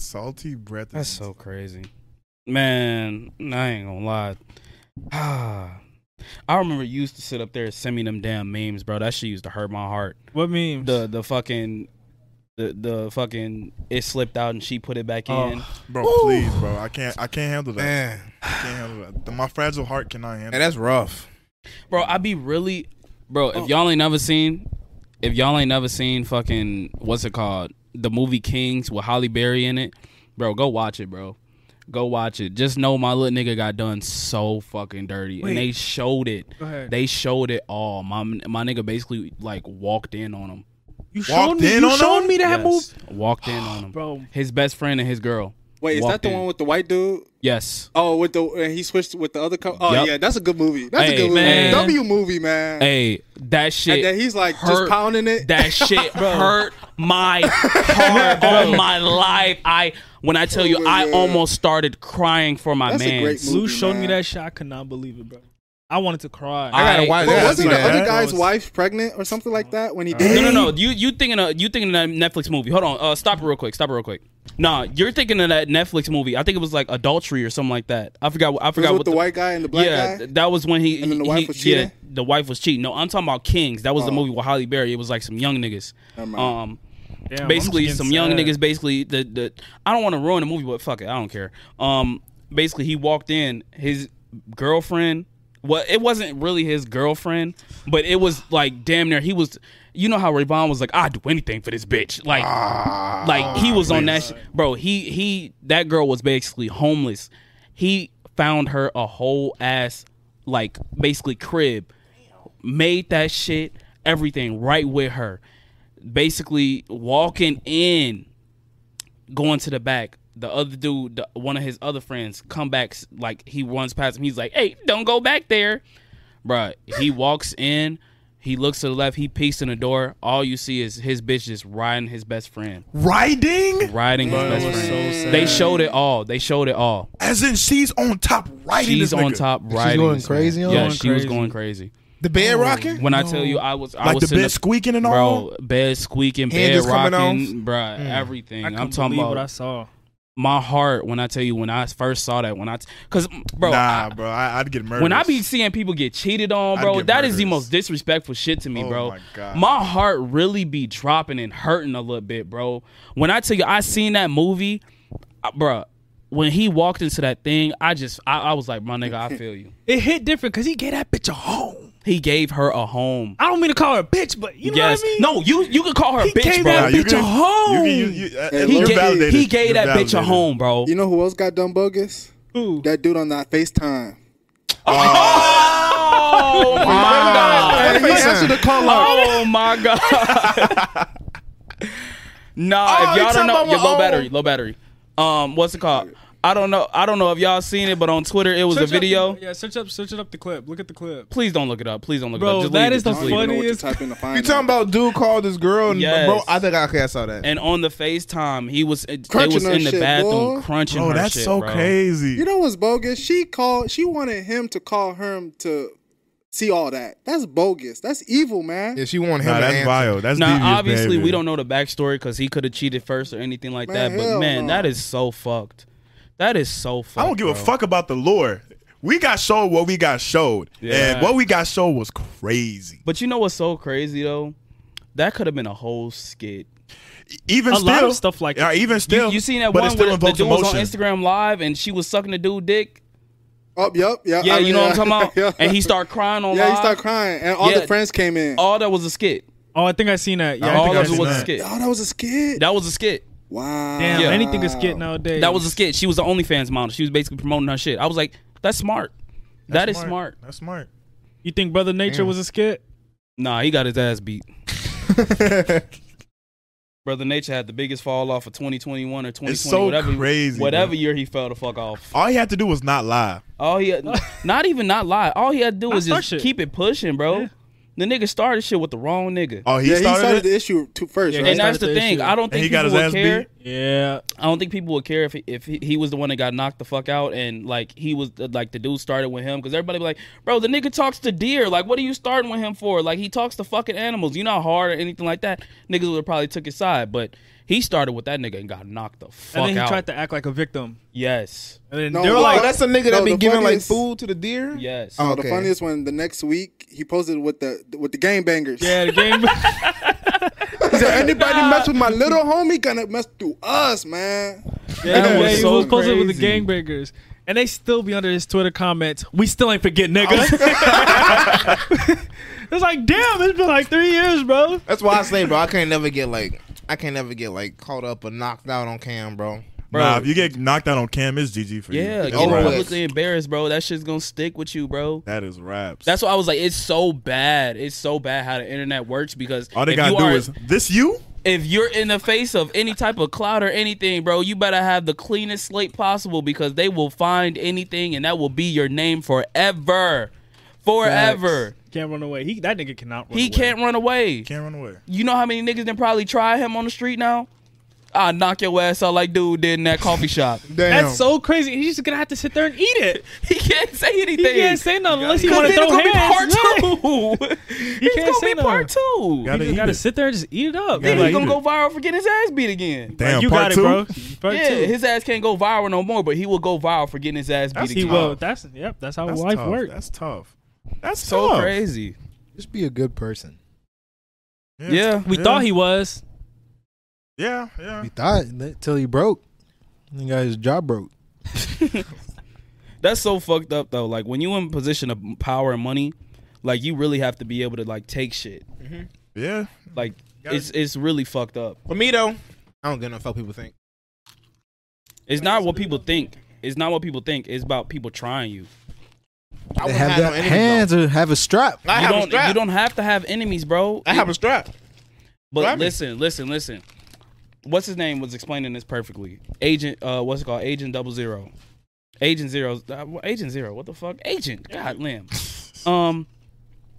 Speaker 2: Salty breath.
Speaker 1: That's so crazy. Man, I ain't gonna lie. Ah, I remember you used to sit up there sending me them damn memes, bro. That shit used to hurt my heart.
Speaker 4: What memes?
Speaker 1: The the fucking the the fucking it slipped out and she put it back
Speaker 4: Oh.
Speaker 1: in.
Speaker 2: bro. Please, bro. I can't. I can't handle that.
Speaker 6: man,
Speaker 2: I can't handle that. My fragile heart cannot handle.
Speaker 6: man, that's rough.
Speaker 1: Bro, I be really Bro,
Speaker 4: Oh.
Speaker 1: if y'all ain't never seen if y'all ain't never seen fucking what's it called? The movie Kings with Holly Berry in it. bro, go watch it, bro. Go watch it. Just know my little nigga got done so fucking dirty,
Speaker 4: Wait.
Speaker 1: and they showed it.
Speaker 4: Go ahead.
Speaker 1: They showed it all. My my nigga basically like walked in on him.
Speaker 4: You
Speaker 2: Walked
Speaker 4: showed me.
Speaker 2: in
Speaker 4: You
Speaker 2: on
Speaker 4: showed
Speaker 2: him?
Speaker 4: me that
Speaker 1: Yes.
Speaker 4: move,
Speaker 1: Walked in on him,
Speaker 4: bro.
Speaker 1: His best friend and his girl.
Speaker 5: Wait, is that
Speaker 1: walked
Speaker 5: the
Speaker 1: in.
Speaker 5: one with the white dude?
Speaker 1: Yes.
Speaker 5: Oh, with the and he switched with the other co- Oh
Speaker 1: Yep.
Speaker 5: yeah, that's a good movie. That's
Speaker 1: Hey,
Speaker 5: a good movie.
Speaker 1: man.
Speaker 5: W movie, man.
Speaker 1: Hey, that shit.
Speaker 5: and then he's like
Speaker 1: hurt-
Speaker 5: just pounding it.
Speaker 1: That shit hurt my heart all my life. I when I tell you, I
Speaker 5: Yeah.
Speaker 1: almost started crying for my
Speaker 5: Oh That's a
Speaker 1: man.
Speaker 5: great
Speaker 4: Lou
Speaker 5: Movie,
Speaker 4: showed me
Speaker 5: man.
Speaker 4: that shit. I could not believe it, bro. I wanted to cry.
Speaker 1: I gotta watch
Speaker 5: Well,
Speaker 2: Yeah,
Speaker 5: wasn't
Speaker 2: I see
Speaker 5: the other
Speaker 2: that.
Speaker 5: guy's wife pregnant or something like that when he did?
Speaker 1: No,
Speaker 5: it?
Speaker 1: no, no. You you thinking of you thinking of that Netflix movie? Hold on. Uh, stop it real quick. Stop it real quick. Nah, you're thinking of that Netflix movie. I think it was like adultery or something like that. I forgot. I
Speaker 5: It was
Speaker 1: forgot
Speaker 5: with
Speaker 1: what
Speaker 5: the, white guy and the black
Speaker 1: yeah,
Speaker 5: guy.
Speaker 1: th- that was when he.
Speaker 5: And then the
Speaker 1: he-
Speaker 5: wife
Speaker 1: he-
Speaker 5: was cheating? Oh.
Speaker 1: Yeah, the wife was cheating. No, I'm talking about Kings. That was the movie with Holly Berry. It was like some young niggas.
Speaker 5: Never mind.
Speaker 1: Um,
Speaker 4: Damn, I'm
Speaker 1: basically
Speaker 4: just
Speaker 1: some
Speaker 4: getting
Speaker 1: young
Speaker 4: sad.
Speaker 1: niggas basically the the I don't want to ruin the movie, but fuck it, I don't care. Um, basically he walked in, his girlfriend. Well, it wasn't really his girlfriend, but it was like damn near he was. You know how Rayvon was like, I'd do anything for this bitch. Like,
Speaker 5: Ah.
Speaker 1: like he was on that shit, bro. He he that girl was basically homeless. He found her a whole ass like basically crib made that shit everything right with her. Basically walking in, going to the back. The other dude, the, one of his other friends, come back s- like he runs past him. He's like, "Hey, don't go back there, bruh. He walks in. He looks to the left. He peeks in the door. All you see is his bitch just riding his best friend,
Speaker 2: Riding?
Speaker 1: riding his best friend. They showed it all. They showed it all.
Speaker 2: As in she's on top riding
Speaker 1: She's
Speaker 2: this nigga.
Speaker 1: on top riding.
Speaker 3: going
Speaker 1: this man.
Speaker 3: crazy on
Speaker 1: Yeah,
Speaker 3: him?
Speaker 1: she was
Speaker 4: Crazy.
Speaker 1: going crazy.
Speaker 6: The bed rocking?
Speaker 1: When I tell you, I was I
Speaker 2: Like
Speaker 1: was
Speaker 2: the
Speaker 1: in
Speaker 2: bed squeaking and all.
Speaker 1: bro, bed squeaking,
Speaker 6: Hinges
Speaker 1: bed
Speaker 6: coming
Speaker 1: rocking, bruh,
Speaker 2: Hmm.
Speaker 1: everything.
Speaker 4: I couldn't
Speaker 1: I'm talking
Speaker 4: believe
Speaker 1: about
Speaker 4: what I saw.
Speaker 1: my heart when I tell you when I first saw that when I, t- cause bro,
Speaker 2: nah, bro, I, I'd get murdered.
Speaker 1: when I be seeing people get cheated on,
Speaker 2: I'd
Speaker 1: bro,
Speaker 2: get
Speaker 1: that is the
Speaker 2: murderous.
Speaker 1: most disrespectful shit to me,
Speaker 2: Oh
Speaker 1: bro.
Speaker 2: my God.
Speaker 1: heart really be dropping and hurting a little bit, bro. When I tell you I seen that movie, uh, bro, when he walked into that thing, I just I, I was like, my nigga, I feel you.
Speaker 4: It hit different because he gave that bitch a home.
Speaker 1: He gave her a home.
Speaker 4: I don't mean to call her a bitch, but you know
Speaker 1: yes.
Speaker 4: what I mean.
Speaker 1: No, you you could call her a
Speaker 4: He
Speaker 1: bitch,
Speaker 4: gave
Speaker 1: bro.
Speaker 4: that
Speaker 2: Nah, you
Speaker 4: bitch
Speaker 2: can-
Speaker 4: a home.
Speaker 2: You, can- you, you, uh,
Speaker 5: He
Speaker 2: you're
Speaker 5: gave-
Speaker 2: validated.
Speaker 1: he gave
Speaker 2: You're
Speaker 1: that bitch a
Speaker 2: validated.
Speaker 1: home, bro.
Speaker 5: You know who else got done bogus?
Speaker 4: Ooh.
Speaker 5: That dude on that FaceTime.
Speaker 1: Oh my god!
Speaker 5: Hey, he answered the call out.
Speaker 1: Oh my god! nah,
Speaker 6: Oh,
Speaker 1: if
Speaker 6: you
Speaker 1: y'all
Speaker 6: talking
Speaker 1: don't know,
Speaker 6: about
Speaker 1: yeah, low
Speaker 6: my
Speaker 1: battery, low battery. Um, what's it called? I don't know. I don't know if y'all seen it, but on Twitter it was
Speaker 4: Search
Speaker 1: a video.
Speaker 4: Up, yeah, search up, search it up the clip. Look at the clip.
Speaker 1: Please don't look it up. Please don't look
Speaker 4: Bro,
Speaker 1: it up. Just
Speaker 4: that
Speaker 1: leave it.
Speaker 4: is the
Speaker 1: Just leave it.
Speaker 5: I don't even know what to
Speaker 4: funniest-
Speaker 5: type in to find
Speaker 6: You talking
Speaker 5: out.
Speaker 6: about dude called this girl and
Speaker 1: Yes.
Speaker 6: bro? I think I, okay, I saw that.
Speaker 1: And on the FaceTime, he was it, they
Speaker 5: Crunching
Speaker 1: was
Speaker 5: her
Speaker 1: in the
Speaker 5: shit,
Speaker 1: bathroom
Speaker 5: boy.
Speaker 1: crunching
Speaker 2: Bro,
Speaker 1: her
Speaker 2: Oh, that's
Speaker 1: shit,
Speaker 2: so
Speaker 1: bro.
Speaker 2: crazy.
Speaker 5: You know what's bogus? She called. She wanted him to call her to see all that. That's bogus. That's evil, man.
Speaker 6: yeah, she wanted him
Speaker 2: nah,
Speaker 6: to
Speaker 2: that's
Speaker 6: answer.
Speaker 2: vile. That's
Speaker 1: Now,
Speaker 2: devious
Speaker 1: obviously,
Speaker 2: behavior.
Speaker 1: we don't know the backstory because he could have cheated first or anything like
Speaker 5: Man,
Speaker 1: that. But
Speaker 5: hell
Speaker 1: man,
Speaker 5: no.
Speaker 1: that is so fucked. That is so fucked.
Speaker 2: I don't give a
Speaker 1: bro.
Speaker 2: fuck about the lore. We got showed what we got showed,
Speaker 1: Yeah.
Speaker 2: and what we got showed was crazy.
Speaker 1: But you know what's so crazy though? That could have been a whole skit.
Speaker 2: Even
Speaker 4: A
Speaker 2: still,
Speaker 4: lot of stuff like-
Speaker 2: yeah, even
Speaker 1: You,
Speaker 2: still,
Speaker 1: you seen that
Speaker 2: but it
Speaker 1: one
Speaker 2: still
Speaker 1: where the
Speaker 2: invokes
Speaker 1: dude was on
Speaker 2: emotion.
Speaker 1: Instagram live and she was sucking the dude dick?
Speaker 5: Oh, yep, yep.
Speaker 1: Yeah,
Speaker 5: I mean,
Speaker 1: you know what I'm talking about.
Speaker 5: yeah.
Speaker 1: And he started crying on
Speaker 5: Yeah,
Speaker 1: live.
Speaker 5: he started crying, and all
Speaker 1: Yeah.
Speaker 5: the friends came in. Oh,
Speaker 1: All that was a skit.
Speaker 4: Oh, I think I seen that. Yeah, I
Speaker 1: All
Speaker 4: think
Speaker 2: I
Speaker 4: I
Speaker 1: of it
Speaker 4: seen
Speaker 2: seen
Speaker 1: was a
Speaker 2: that.
Speaker 1: skit.
Speaker 5: that was a skit.
Speaker 1: That was a skit.
Speaker 5: wow.
Speaker 4: Damn,
Speaker 1: Yeah.
Speaker 4: anything is skit nowadays.
Speaker 1: That was a skit. She was the OnlyFans model. She was basically promoting her shit. I was like, that's smart. That's smart.
Speaker 2: That's smart.
Speaker 4: You think Brother Nature was a skit?
Speaker 1: Nah, he got his ass beat. Brother Nature had the biggest fall off of 2021 or 2020,
Speaker 2: It's so
Speaker 1: whatever,
Speaker 2: crazy,
Speaker 1: whatever
Speaker 2: bro.
Speaker 1: year he fell the fuck off.
Speaker 2: All he had to do was not lie.
Speaker 1: All he had, not even not lie. All he had to do
Speaker 4: Not
Speaker 1: was
Speaker 4: start
Speaker 1: just
Speaker 4: shit.
Speaker 1: keep it pushing, bro.
Speaker 4: Yeah.
Speaker 1: The nigga started shit with the wrong nigga,
Speaker 2: Oh, he
Speaker 5: yeah,
Speaker 2: started,
Speaker 5: he started
Speaker 2: it?
Speaker 5: the issue to first,
Speaker 4: Yeah,
Speaker 5: right?
Speaker 1: and that's the
Speaker 4: started the
Speaker 1: thing.
Speaker 4: issue.
Speaker 1: I don't
Speaker 2: And
Speaker 1: think
Speaker 2: he got
Speaker 1: people
Speaker 2: his
Speaker 1: would
Speaker 2: ass
Speaker 1: care.
Speaker 2: beat?
Speaker 4: Yeah.
Speaker 1: I don't think people would care if he, if he, he was the one that got knocked the fuck out and like he was like the dude started with him because everybody be like, bro, the nigga talks to deer. Like, what are you starting with him for? Like, he talks to fucking animals. You know how hard or anything like that. Niggas would have probably took his side, but he started with that nigga and got knocked the fuck
Speaker 4: And then he
Speaker 1: out.
Speaker 4: tried to act like a victim.
Speaker 1: yes,
Speaker 4: And then
Speaker 5: No,
Speaker 4: they were
Speaker 5: no,
Speaker 4: like,
Speaker 6: Oh, that's a nigga that
Speaker 5: No,
Speaker 6: be
Speaker 5: the
Speaker 6: giving like
Speaker 5: funniest-
Speaker 6: food to the deer.
Speaker 1: yes.
Speaker 6: Oh,
Speaker 5: So
Speaker 6: okay.
Speaker 5: The funniest one, the next week, he posted with the with the game bangers.
Speaker 4: yeah, the game.
Speaker 5: He said, anybody mess with my little homie gonna mess through us, man.
Speaker 4: Yeah,
Speaker 1: That was
Speaker 4: yeah, he
Speaker 1: so
Speaker 4: was posted with the
Speaker 1: crazy.
Speaker 4: gangbangers. And they still be under his Twitter comments. We still ain't forget niggas. it's like, damn, it's been like three years, bro.
Speaker 6: That's why I say, bro, I can't never get like, I can't never get like caught up or knocked out on cam, bro.
Speaker 1: Bro.
Speaker 2: Nah, if you get knocked out on cam, it's GG for
Speaker 1: yeah,
Speaker 2: you.
Speaker 1: get
Speaker 2: That's
Speaker 6: Oh,
Speaker 2: raps.
Speaker 1: publicly embarrassed, bro. That shit's gonna stick with you, bro.
Speaker 2: That is raps.
Speaker 1: That's why I was like, it's so bad. It's so bad how the internet works because
Speaker 2: all they
Speaker 1: if
Speaker 2: gotta
Speaker 1: you
Speaker 2: do
Speaker 1: are-
Speaker 2: is this you.
Speaker 1: if you're in the face of any type of cloud or anything, bro, you better have the cleanest slate possible because they will find anything and that will be your name forever. Forever.
Speaker 4: Can't run away. He that nigga cannot run
Speaker 1: He
Speaker 4: away.
Speaker 1: can't run away.
Speaker 2: Can't run away.
Speaker 1: You know how many niggas then probably try him on the street now? I knock your ass out like dude did in that coffee shop.
Speaker 3: Damn.
Speaker 4: That's so crazy. He's just gonna have to sit there and eat it.
Speaker 1: He can't say
Speaker 4: He
Speaker 1: anything.
Speaker 4: can't say nothing unless he
Speaker 1: Cause
Speaker 4: want to
Speaker 1: then
Speaker 4: throw hands.
Speaker 1: it's
Speaker 4: Yeah.
Speaker 1: gonna be part two. it's
Speaker 4: can't
Speaker 1: gonna
Speaker 4: say
Speaker 1: be part
Speaker 4: nothing.
Speaker 1: two.
Speaker 2: Gotta
Speaker 4: You
Speaker 2: eat
Speaker 4: gotta
Speaker 2: it.
Speaker 4: sit there and just eat it up.
Speaker 1: Then
Speaker 2: Gotta
Speaker 1: he's gonna
Speaker 2: eat
Speaker 1: go
Speaker 2: it.
Speaker 1: viral for getting his ass beat again.
Speaker 2: Damn,
Speaker 4: you
Speaker 2: part
Speaker 4: got
Speaker 2: two.
Speaker 4: it, bro. Part
Speaker 1: yeah,
Speaker 4: two.
Speaker 1: his ass can't go viral no more, but he will go viral for getting his ass beat
Speaker 2: That's
Speaker 4: he
Speaker 1: again.
Speaker 2: tough.
Speaker 4: will. That's yep. That's how
Speaker 2: That's
Speaker 4: life
Speaker 2: tough.
Speaker 4: works.
Speaker 2: That's tough. That's
Speaker 1: So
Speaker 2: tough.
Speaker 1: crazy.
Speaker 3: Just be a good person.
Speaker 1: Yeah.
Speaker 4: we
Speaker 2: yeah.
Speaker 4: thought he was.
Speaker 2: Yeah, yeah.
Speaker 3: He thought until he broke. Then got his job broke.
Speaker 1: That's so fucked up though. Like when you in position of power and money, like you really have to be able to like take shit.
Speaker 2: Yeah.
Speaker 1: Like
Speaker 2: Gotta-
Speaker 1: it's it's really fucked up.
Speaker 6: For me though, I don't give a fuck people think.
Speaker 1: It's not what people think. It's not what people think. It's about people trying you.
Speaker 6: I
Speaker 3: They
Speaker 6: wouldn't
Speaker 3: have
Speaker 6: no
Speaker 3: that
Speaker 6: enemies,
Speaker 3: hands or have a strap.
Speaker 6: though. I
Speaker 1: you
Speaker 6: have a
Speaker 1: don't you
Speaker 6: strap.
Speaker 1: don't have to have enemies, bro.
Speaker 6: I have a strap.
Speaker 1: But
Speaker 6: Right.
Speaker 1: listen, listen, listen. What's his name was explaining this perfectly. Agent, uh, what's it called? Agent Double Zero, Agent Zero, uh, Agent Zero. What the fuck? Agent. God damn. Um,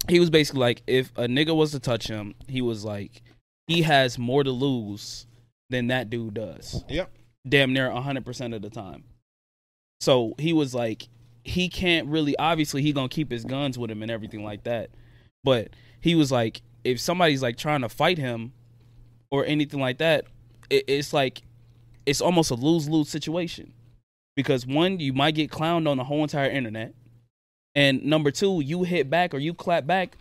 Speaker 1: he was basically like, if a nigga was to touch him, he was like, he has more to lose than that dude does.
Speaker 6: Yep.
Speaker 1: Damn near hundred percent of the time. So he was like, he can't really. Obviously, he gonna keep his guns with him and everything like that. But he was like, if somebody's like trying to fight him or anything like that, it, it's like it's almost a lose lose situation because one, you might get clowned on the whole entire internet, and number two, you hit back or you clap back,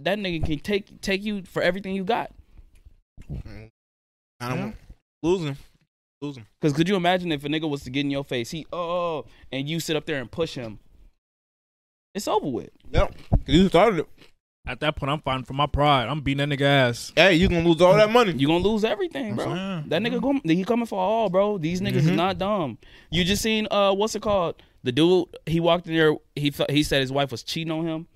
Speaker 1: that nigga can take take you for everything you got.
Speaker 6: I don't want losing. Losing.
Speaker 1: Because could you imagine if a nigga was to get in your face, he oh, and you sit up there and push him, it's over with.
Speaker 6: Yep. 'Cause You started it.
Speaker 4: At that point, I'm fighting for my pride. I'm beating that nigga ass.
Speaker 6: Hey, you gonna lose all that money.
Speaker 1: You gonna lose everything, bro.
Speaker 2: Yeah.
Speaker 1: That nigga, go, he coming for all, bro. These niggas is not dumb. You just seen uh, what's it called? The dude he walked in there. He fe- he said his wife was cheating on him,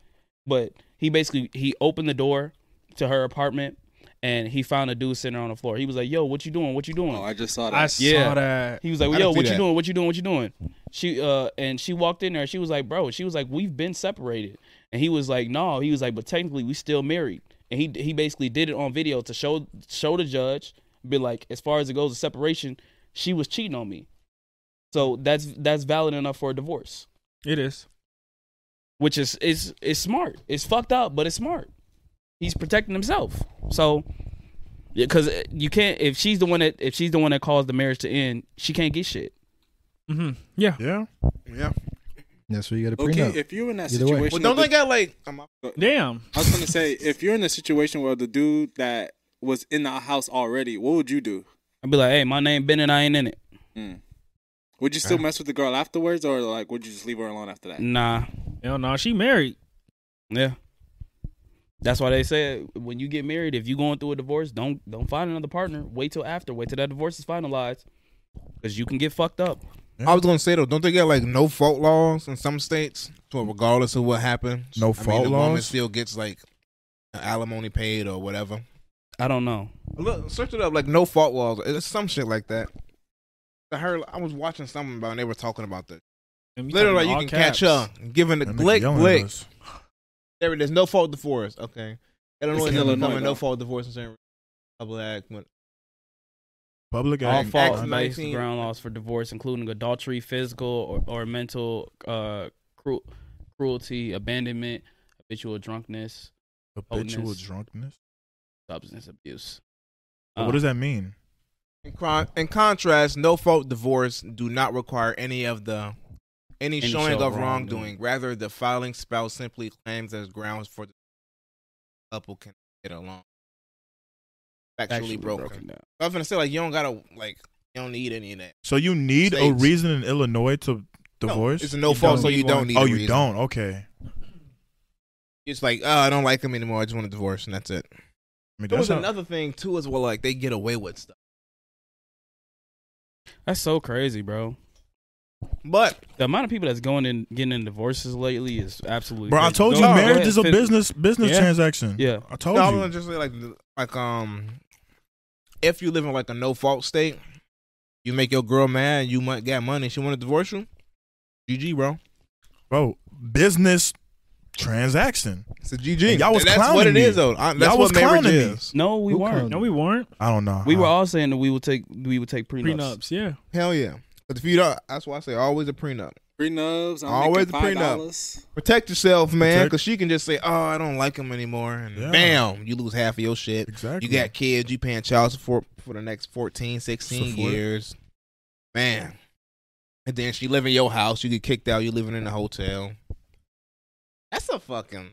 Speaker 1: but he basically he opened the door to her apartment and he found a dude sitting there on the floor. He was like, "Yo, what you doing? What you doing?"
Speaker 5: Oh, I just saw
Speaker 4: I
Speaker 5: that.
Speaker 4: saw
Speaker 1: Yeah.
Speaker 4: that.
Speaker 1: He was like,
Speaker 6: I
Speaker 1: "Yo,
Speaker 6: didn't see
Speaker 1: what you
Speaker 6: that.
Speaker 1: doing? What you doing? What you doing?" She uh and she walked in there. She was like, "Bro," she was like, "We've been separated." And he was like, "No," he was like, "But technically, we still married." And he he basically did it on video to show show the judge, be like, as far as it goes, the separation, she was cheating on me. So that's that's valid enough for a divorce,
Speaker 4: It is.
Speaker 1: which is is is smart. It's fucked up, but it's smart. He's protecting himself. So. Because you can't if she's the one that if she's the one that caused the marriage to end, she can't get shit.
Speaker 4: hmm Yeah.
Speaker 2: Yeah.
Speaker 6: Yeah.
Speaker 3: That's where you got to
Speaker 5: Okay,
Speaker 3: prenup.
Speaker 5: if you in that
Speaker 3: Either way.
Speaker 5: situation,
Speaker 6: Well, don't
Speaker 5: with
Speaker 6: they got like? I'm-
Speaker 4: Damn.
Speaker 5: the- I was gonna say, if you're in a situation where the dude that was in the house already, what would you do?
Speaker 1: I'd be like, hey, my name Ben and I ain't in it.
Speaker 5: Would you still mess with the girl afterwards, or like would you just leave her alone after that?
Speaker 1: Nah.
Speaker 4: Hell no, she married.
Speaker 1: Yeah. That's why they said when you get married, if you going through a divorce, don't don't find another partner. Wait till after. Wait till that divorce is finalized. Cause you can get fucked up.
Speaker 6: I was gonna say though, don't they got like no fault laws in some states? So regardless of what happened,
Speaker 2: No
Speaker 6: I
Speaker 2: fault
Speaker 6: mean, the woman
Speaker 2: laws?
Speaker 6: still gets like alimony paid or whatever.
Speaker 1: I don't know.
Speaker 6: Look, search it up. Like no fault laws. It's some shit like that. I heard. I was watching something about, and they were talking about this.
Speaker 4: And we
Speaker 6: Literally,
Speaker 4: talking
Speaker 6: you
Speaker 4: all
Speaker 6: can
Speaker 4: caps.
Speaker 6: catch her giving the
Speaker 2: That nigga
Speaker 6: click,
Speaker 2: yelling at
Speaker 6: click.
Speaker 2: us.
Speaker 6: There, there's no fault divorce. Okay, Illinois is
Speaker 5: in Illinois,
Speaker 6: becoming
Speaker 5: though.
Speaker 6: no fault divorce in certain public act. when-
Speaker 2: Public
Speaker 1: All
Speaker 2: act.
Speaker 1: fault
Speaker 6: Act
Speaker 1: based
Speaker 6: 19.
Speaker 1: ground laws for divorce, including adultery, physical or, or mental uh, cru- cruelty, abandonment, habitual drunkenness,
Speaker 2: Habitual
Speaker 1: Oldness.
Speaker 2: drunkenness.
Speaker 1: substance abuse.
Speaker 6: Uh.
Speaker 1: Um,
Speaker 2: what does that mean?
Speaker 6: In, con- in contrast, no fault divorce do not require any of the any, showing of wrongdoing. Rather, the filing spouse simply claims as grounds for the couple can get along. Factually, broken.
Speaker 1: down.
Speaker 6: I was gonna say like you don't gotta like you don't need any of that.
Speaker 2: So you need a
Speaker 6: States.
Speaker 2: reason in Illinois to
Speaker 6: No,
Speaker 2: divorce?
Speaker 6: it's a no fault, so
Speaker 4: need
Speaker 6: you
Speaker 4: one.
Speaker 6: don't need.
Speaker 2: oh,
Speaker 6: a
Speaker 2: you
Speaker 6: reason.
Speaker 2: don't. Okay.
Speaker 6: It's like oh, I don't like him anymore. I just want a divorce, and that's it.
Speaker 2: I mean,
Speaker 6: There
Speaker 2: that's
Speaker 6: was
Speaker 2: how-
Speaker 6: another thing too as well. Like they get away with stuff.
Speaker 1: That's so crazy, bro.
Speaker 6: But
Speaker 1: The amount of people that's going in getting in divorces lately is absolutely.
Speaker 2: Bro, I
Speaker 1: crazy.
Speaker 2: told
Speaker 1: Go-
Speaker 2: you,
Speaker 1: go
Speaker 2: marriage
Speaker 1: ahead,
Speaker 2: is a
Speaker 1: finish.
Speaker 2: business business
Speaker 1: Yeah.
Speaker 2: transaction.
Speaker 1: Yeah.
Speaker 2: I told
Speaker 6: no, I'm
Speaker 2: you.
Speaker 6: gonna just say like th- like um if you live in like a no fault state, you make your girl mad, you might get money, she wanna divorce you. GG, bro.
Speaker 2: bro, business transaction.
Speaker 6: It's a GG.
Speaker 2: And y'all was
Speaker 6: that's
Speaker 2: clowning
Speaker 6: what it
Speaker 2: me.
Speaker 6: is though. I, that's
Speaker 2: Y'all was
Speaker 6: what marriage
Speaker 2: clowning me.
Speaker 6: is.
Speaker 1: No, we
Speaker 3: Who
Speaker 1: weren't.
Speaker 3: counted?
Speaker 4: No, we weren't.
Speaker 2: I don't know.
Speaker 1: We were
Speaker 2: I-
Speaker 1: all saying that we would take we would take prenups.
Speaker 4: Prenups, yeah.
Speaker 6: Hell yeah. But if you don't, that's why I say always a prenup.
Speaker 5: Prenubs. I'm Always
Speaker 6: Always the
Speaker 5: the
Speaker 6: prenup.
Speaker 5: prenup.
Speaker 6: Protect yourself, man,
Speaker 2: Protect-
Speaker 6: because she can just say, "Oh, I don't like him anymore," and
Speaker 2: Yeah.
Speaker 6: bam, you lose half of your shit.
Speaker 2: Exactly.
Speaker 6: You got kids, you paying child support for the next 14, 16
Speaker 2: Support.
Speaker 6: years. Man. And then she live in your house, you get kicked out, you living in a hotel. That's a fucking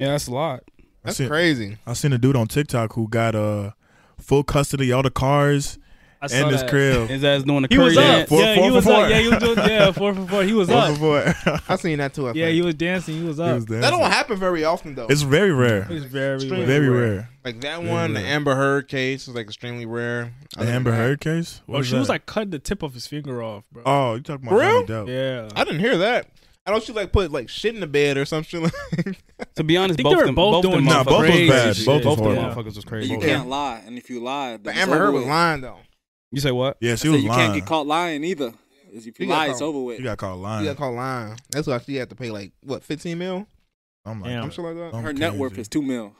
Speaker 1: Yeah, that's a lot.
Speaker 2: I
Speaker 6: that's
Speaker 2: seen,
Speaker 6: crazy.
Speaker 2: I seen a dude on TikTok who got uh full custody of all the cars
Speaker 4: I saw
Speaker 2: and his
Speaker 4: that.
Speaker 2: crib.
Speaker 1: His ass doing the
Speaker 4: He was
Speaker 1: curry
Speaker 4: up.
Speaker 1: dance.
Speaker 2: Four-
Speaker 4: yeah,
Speaker 2: four
Speaker 4: he
Speaker 2: for
Speaker 4: was
Speaker 2: four.
Speaker 4: up. Yeah, he was doing, yeah, four for four. He was
Speaker 2: Over
Speaker 4: up.
Speaker 2: for it.
Speaker 6: I seen that too. I
Speaker 4: Yeah,
Speaker 6: think.
Speaker 4: he was dancing. He was
Speaker 2: He
Speaker 4: up.
Speaker 2: was
Speaker 6: that don't
Speaker 2: dancing.
Speaker 6: happen very often though.
Speaker 2: It's very rare.
Speaker 4: He's very
Speaker 6: Extreme.
Speaker 4: well.
Speaker 2: Very
Speaker 6: rare.
Speaker 2: rare.
Speaker 6: like that
Speaker 2: very
Speaker 6: one, the
Speaker 2: rare.
Speaker 6: Amber Heard case was like extremely rare.
Speaker 2: The Amber Heard case? What
Speaker 4: Oh, she was
Speaker 2: that?
Speaker 4: like cutting the tip of his finger off, bro.
Speaker 2: Oh, you talking about
Speaker 6: For real?
Speaker 2: Johnny Depp.
Speaker 4: yeah.
Speaker 6: I didn't hear that. I don't she like put like shit in the bed or some shit like
Speaker 1: To be honest,
Speaker 4: think
Speaker 1: both
Speaker 4: they were
Speaker 1: them,
Speaker 4: both
Speaker 1: both them
Speaker 4: doing
Speaker 2: Nah, both was
Speaker 1: motherfuckers-
Speaker 2: bad.
Speaker 1: Shit.
Speaker 2: Both was
Speaker 1: them
Speaker 4: horrible.
Speaker 1: motherfuckers was
Speaker 5: But
Speaker 1: crazy.
Speaker 5: you can't lie, and if you lie,
Speaker 6: But
Speaker 5: then it's
Speaker 6: Amber
Speaker 5: over
Speaker 6: Heard was
Speaker 5: with.
Speaker 6: lying though.
Speaker 1: You say what?
Speaker 2: Yeah,
Speaker 5: I
Speaker 2: she
Speaker 5: said
Speaker 2: was
Speaker 5: you
Speaker 2: lying.
Speaker 5: can't get caught lying either. If you
Speaker 6: You got
Speaker 5: lie, it's
Speaker 6: caught.
Speaker 5: over with.
Speaker 2: You got caught lying.
Speaker 6: She got called lying. That's why she had to pay like what, fifteen mil?
Speaker 2: I'm like,
Speaker 4: Damn.
Speaker 2: I'm
Speaker 6: Something like that.
Speaker 2: I'm
Speaker 5: Her net
Speaker 2: crazy.
Speaker 5: worth is two mil.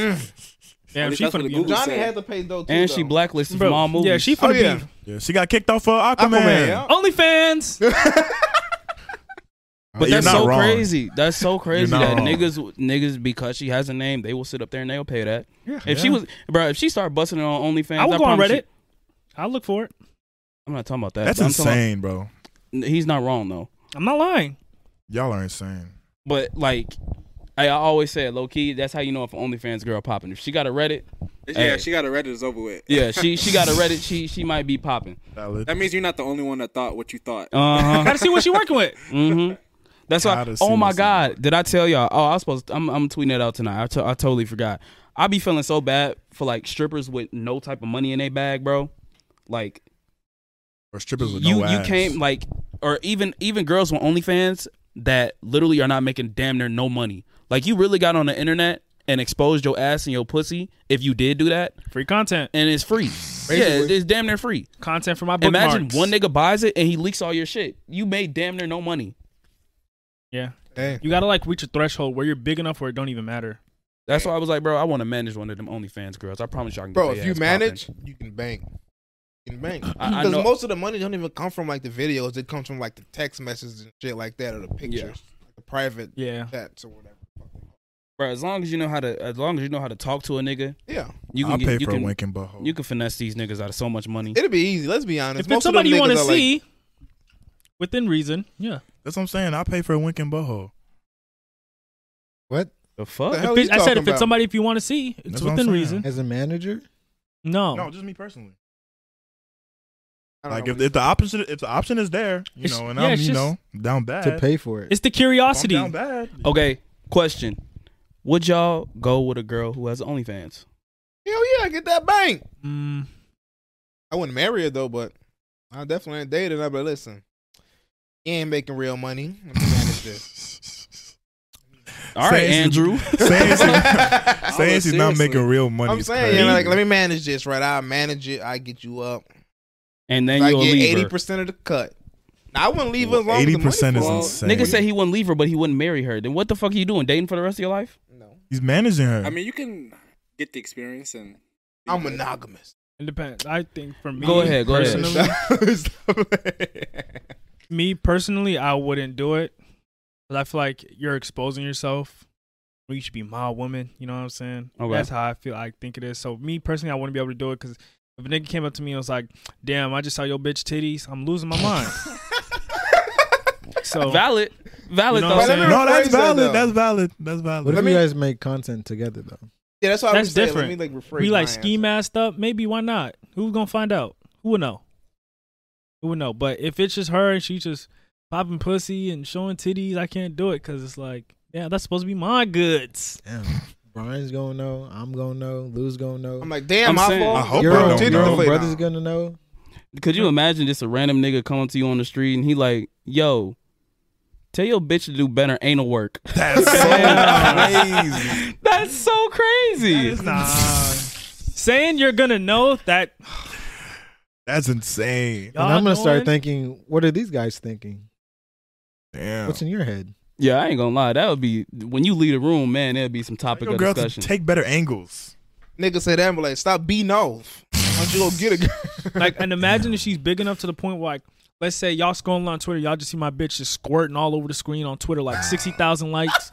Speaker 4: Damn,
Speaker 5: least
Speaker 4: she
Speaker 5: that's
Speaker 4: finna
Speaker 5: what the
Speaker 4: be
Speaker 5: Google
Speaker 4: on-
Speaker 6: Johnny
Speaker 5: said.
Speaker 6: had to pay though too.
Speaker 1: And she
Speaker 6: though.
Speaker 1: blacklisted
Speaker 4: Bro,
Speaker 1: from all movies.
Speaker 4: Yeah, she
Speaker 6: Oh
Speaker 4: finna
Speaker 6: yeah.
Speaker 2: Yeah, she got kicked off for Aquaman. Uh,
Speaker 6: Aquaman, yeah.
Speaker 2: Oh,
Speaker 4: be OnlyFans.
Speaker 1: But
Speaker 2: You're
Speaker 1: that's
Speaker 2: not
Speaker 1: so
Speaker 2: wrong.
Speaker 1: crazy. That's so crazy
Speaker 2: not
Speaker 1: that
Speaker 2: wrong.
Speaker 1: niggas, niggas, because she has a name, they will sit up there and they'll pay that.
Speaker 4: Yeah.
Speaker 1: If she was, bro, if she started busting it on OnlyFans,
Speaker 4: I would go on
Speaker 1: promise you-
Speaker 4: Reddit. I'll look for it.
Speaker 1: I'm not talking about that.
Speaker 2: That's
Speaker 1: but I'm talking
Speaker 2: insane, bro.
Speaker 1: about- he's not wrong though.
Speaker 4: I'm not lying.
Speaker 2: Y'all are insane.
Speaker 1: But like, I I always said, low key, that's how you know if an OnlyFans girl popping. If she got a Reddit,
Speaker 5: Yeah,
Speaker 1: Hey.
Speaker 5: she got a Reddit. It's over with.
Speaker 1: yeah, she she got a Reddit, she she might be popping.
Speaker 2: Valid.
Speaker 5: That means you're not the only one that thought what you thought.
Speaker 1: Uh huh.
Speaker 4: Gotta see what she working with.
Speaker 1: hmm That's why.
Speaker 2: Uh-huh. Gotta see
Speaker 1: Oh my
Speaker 2: what's in
Speaker 1: God! Did I tell y'all? Oh, I was supposed. I'm I'm tweeting that out tonight. I to- I totally forgot. I be feeling so bad for like strippers with no type of money in their bag, bro. Like
Speaker 2: Or strippers with
Speaker 1: you
Speaker 2: no
Speaker 1: you
Speaker 2: ass.
Speaker 1: came like, or even even girls with OnlyFans that literally are not making damn near no money. Like you really got on the internet and exposed your ass and your pussy if you did do that,
Speaker 4: Free content.
Speaker 1: and it's free. Yeah,
Speaker 6: Basically.
Speaker 1: it's damn near free.
Speaker 4: Content for my bookmarks.
Speaker 1: Imagine one nigga buys it and he leaks all your shit. You made damn near no money.
Speaker 4: Yeah.
Speaker 6: Dang.
Speaker 4: You gotta like reach a threshold where you're big enough where it don't even matter.
Speaker 1: That's why I was like, bro, I want to manage one of them OnlyFans girls. I promise you, I can. get
Speaker 6: Bro, if
Speaker 1: their
Speaker 6: you
Speaker 1: ass
Speaker 6: manage, you can bank. You can bank.
Speaker 1: I- I
Speaker 6: Because
Speaker 1: know-
Speaker 6: most of the money don't even come from like the videos. It comes from like the text messages and shit like that or the pictures. The private
Speaker 4: Yeah.
Speaker 6: chats or whatever.
Speaker 1: popping. bro, as long as you know how to, as long as you know how to talk to a nigga,
Speaker 6: Yeah.
Speaker 1: you can
Speaker 2: I'll
Speaker 1: get,
Speaker 2: pay
Speaker 1: you
Speaker 2: for
Speaker 1: can,
Speaker 2: a winking butthole.
Speaker 1: you can finesse these niggas out of so much money.
Speaker 6: It'd be easy, let's be
Speaker 4: If
Speaker 6: honest.
Speaker 4: it's
Speaker 6: of them
Speaker 4: somebody you
Speaker 6: niggas
Speaker 4: want to
Speaker 6: are, like-
Speaker 4: see, within reason, yeah.
Speaker 2: That's what I'm saying. I'll pay for a winking butthole.
Speaker 3: What?
Speaker 1: the
Speaker 6: The
Speaker 1: fuck?
Speaker 6: hell
Speaker 4: If
Speaker 6: you
Speaker 4: it- I said
Speaker 6: talking
Speaker 4: if it's
Speaker 6: about?
Speaker 4: somebody if you want to see, it's
Speaker 2: That's what I'm
Speaker 4: within
Speaker 2: saying.
Speaker 4: reason.
Speaker 3: As a manager?
Speaker 4: No.
Speaker 2: No, just me personally.
Speaker 6: I don't
Speaker 2: Like
Speaker 6: know
Speaker 2: if,
Speaker 6: what
Speaker 2: if the option if the option is there, you
Speaker 4: It's-
Speaker 2: know, and
Speaker 4: yeah,
Speaker 2: I'm
Speaker 4: it's
Speaker 2: you
Speaker 4: just-
Speaker 2: know down bad.
Speaker 3: To pay for it.
Speaker 4: It's the
Speaker 2: if I'm
Speaker 4: curiosity.
Speaker 2: down bad.
Speaker 1: Okay, question: Would y'all go with a girl who has OnlyFans?
Speaker 6: it- Hell yeah, get that bank.
Speaker 4: Mm,
Speaker 6: I wouldn't marry her though, but I definitely ain't dated her. But listen, you ain't making real money. Let me manage this.
Speaker 1: All right,
Speaker 2: Say-
Speaker 1: Andrew.
Speaker 2: saying she's,
Speaker 6: I'm
Speaker 2: saying she's not
Speaker 5: seriously.
Speaker 2: making real money. is
Speaker 6: saying, you know,
Speaker 2: crazy.
Speaker 6: like, let me manage this, right? I manage it. I get you up.
Speaker 1: and then
Speaker 6: I
Speaker 1: you'll
Speaker 6: get
Speaker 1: leave
Speaker 6: eighty
Speaker 1: her.
Speaker 6: percent of the cut. Now, I wouldn't leave her as long as the
Speaker 2: 80%
Speaker 6: money
Speaker 2: is
Speaker 6: fall.
Speaker 2: insane.
Speaker 1: Nigga said he wouldn't leave her, but he wouldn't marry her. Then what the fuck are you doing? Dating for the rest of your life?
Speaker 6: No,
Speaker 2: He's managing her.
Speaker 5: I mean, you can get the experience and.
Speaker 6: I'm monogamous.
Speaker 4: it depends. I think for me,
Speaker 1: Go ahead, go ahead.
Speaker 4: personally, me personally, I wouldn't do it. 'Cause I feel like you're exposing yourself. Well, You should be my woman. You know what I'm saying?
Speaker 1: Okay.
Speaker 4: That's how I feel. I think it is. So me personally, I wouldn't be able to do it because if a nigga came up to me and was like, "Damn, I just saw your bitch titties," I'm losing my mind. so
Speaker 1: Valid, valid.
Speaker 4: You Oh. know
Speaker 1: though.
Speaker 4: what I'm
Speaker 1: Sam.
Speaker 4: saying?
Speaker 2: no, that's
Speaker 6: Rephrase that,
Speaker 2: valid.
Speaker 6: though.
Speaker 2: That's valid. That's valid.
Speaker 3: What if
Speaker 6: Let
Speaker 3: you
Speaker 6: me-
Speaker 3: guys make content together though?
Speaker 6: yeah, that's why
Speaker 4: That's
Speaker 6: I was saying,
Speaker 4: different.
Speaker 6: Let me like rephrase
Speaker 4: we like
Speaker 6: my
Speaker 4: ski
Speaker 6: answer.
Speaker 4: masked up. Maybe why not? Who's gonna find out? Who would know? Who would know? But if it's just her and she just popping pussy and showing titties, I can't do it because it's like, yeah, that's supposed to be my goods.
Speaker 3: Damn. Brian's gonna know. I'm gonna know. Lou's gonna know.
Speaker 6: I'm like, damn,
Speaker 1: I'm
Speaker 6: my
Speaker 1: saying-
Speaker 6: fault.
Speaker 2: I hope
Speaker 3: your
Speaker 2: I
Speaker 3: own,
Speaker 2: don't
Speaker 6: Titty
Speaker 3: your
Speaker 2: know.
Speaker 3: own
Speaker 6: deflated.
Speaker 3: brother's gonna know.
Speaker 8: Could you imagine just a random nigga coming to you on the street and he like, yo, tell your bitch to do better anal work.
Speaker 2: That's so crazy.
Speaker 8: That's so crazy.
Speaker 4: Nah. Saying you're gonna know that
Speaker 2: That's insane.
Speaker 4: y'all
Speaker 3: and I'm gonna
Speaker 4: knowing-
Speaker 3: start thinking, what are these guys thinking?
Speaker 2: Damn.
Speaker 3: What's in your head?
Speaker 8: yeah, I ain't gonna lie. That would be when you leave the room, man. That'd be some topic
Speaker 2: Your
Speaker 8: of
Speaker 2: girl to
Speaker 8: discussion.
Speaker 2: take better angles.
Speaker 6: Nigga said that and be like, stop beating off. Why don't you go get a girl?
Speaker 4: like and imagine if she's big enough to the point where like let's say y'all scrolling on Twitter, y'all just see my bitch just squirting all over the screen on Twitter, like sixty thousand likes,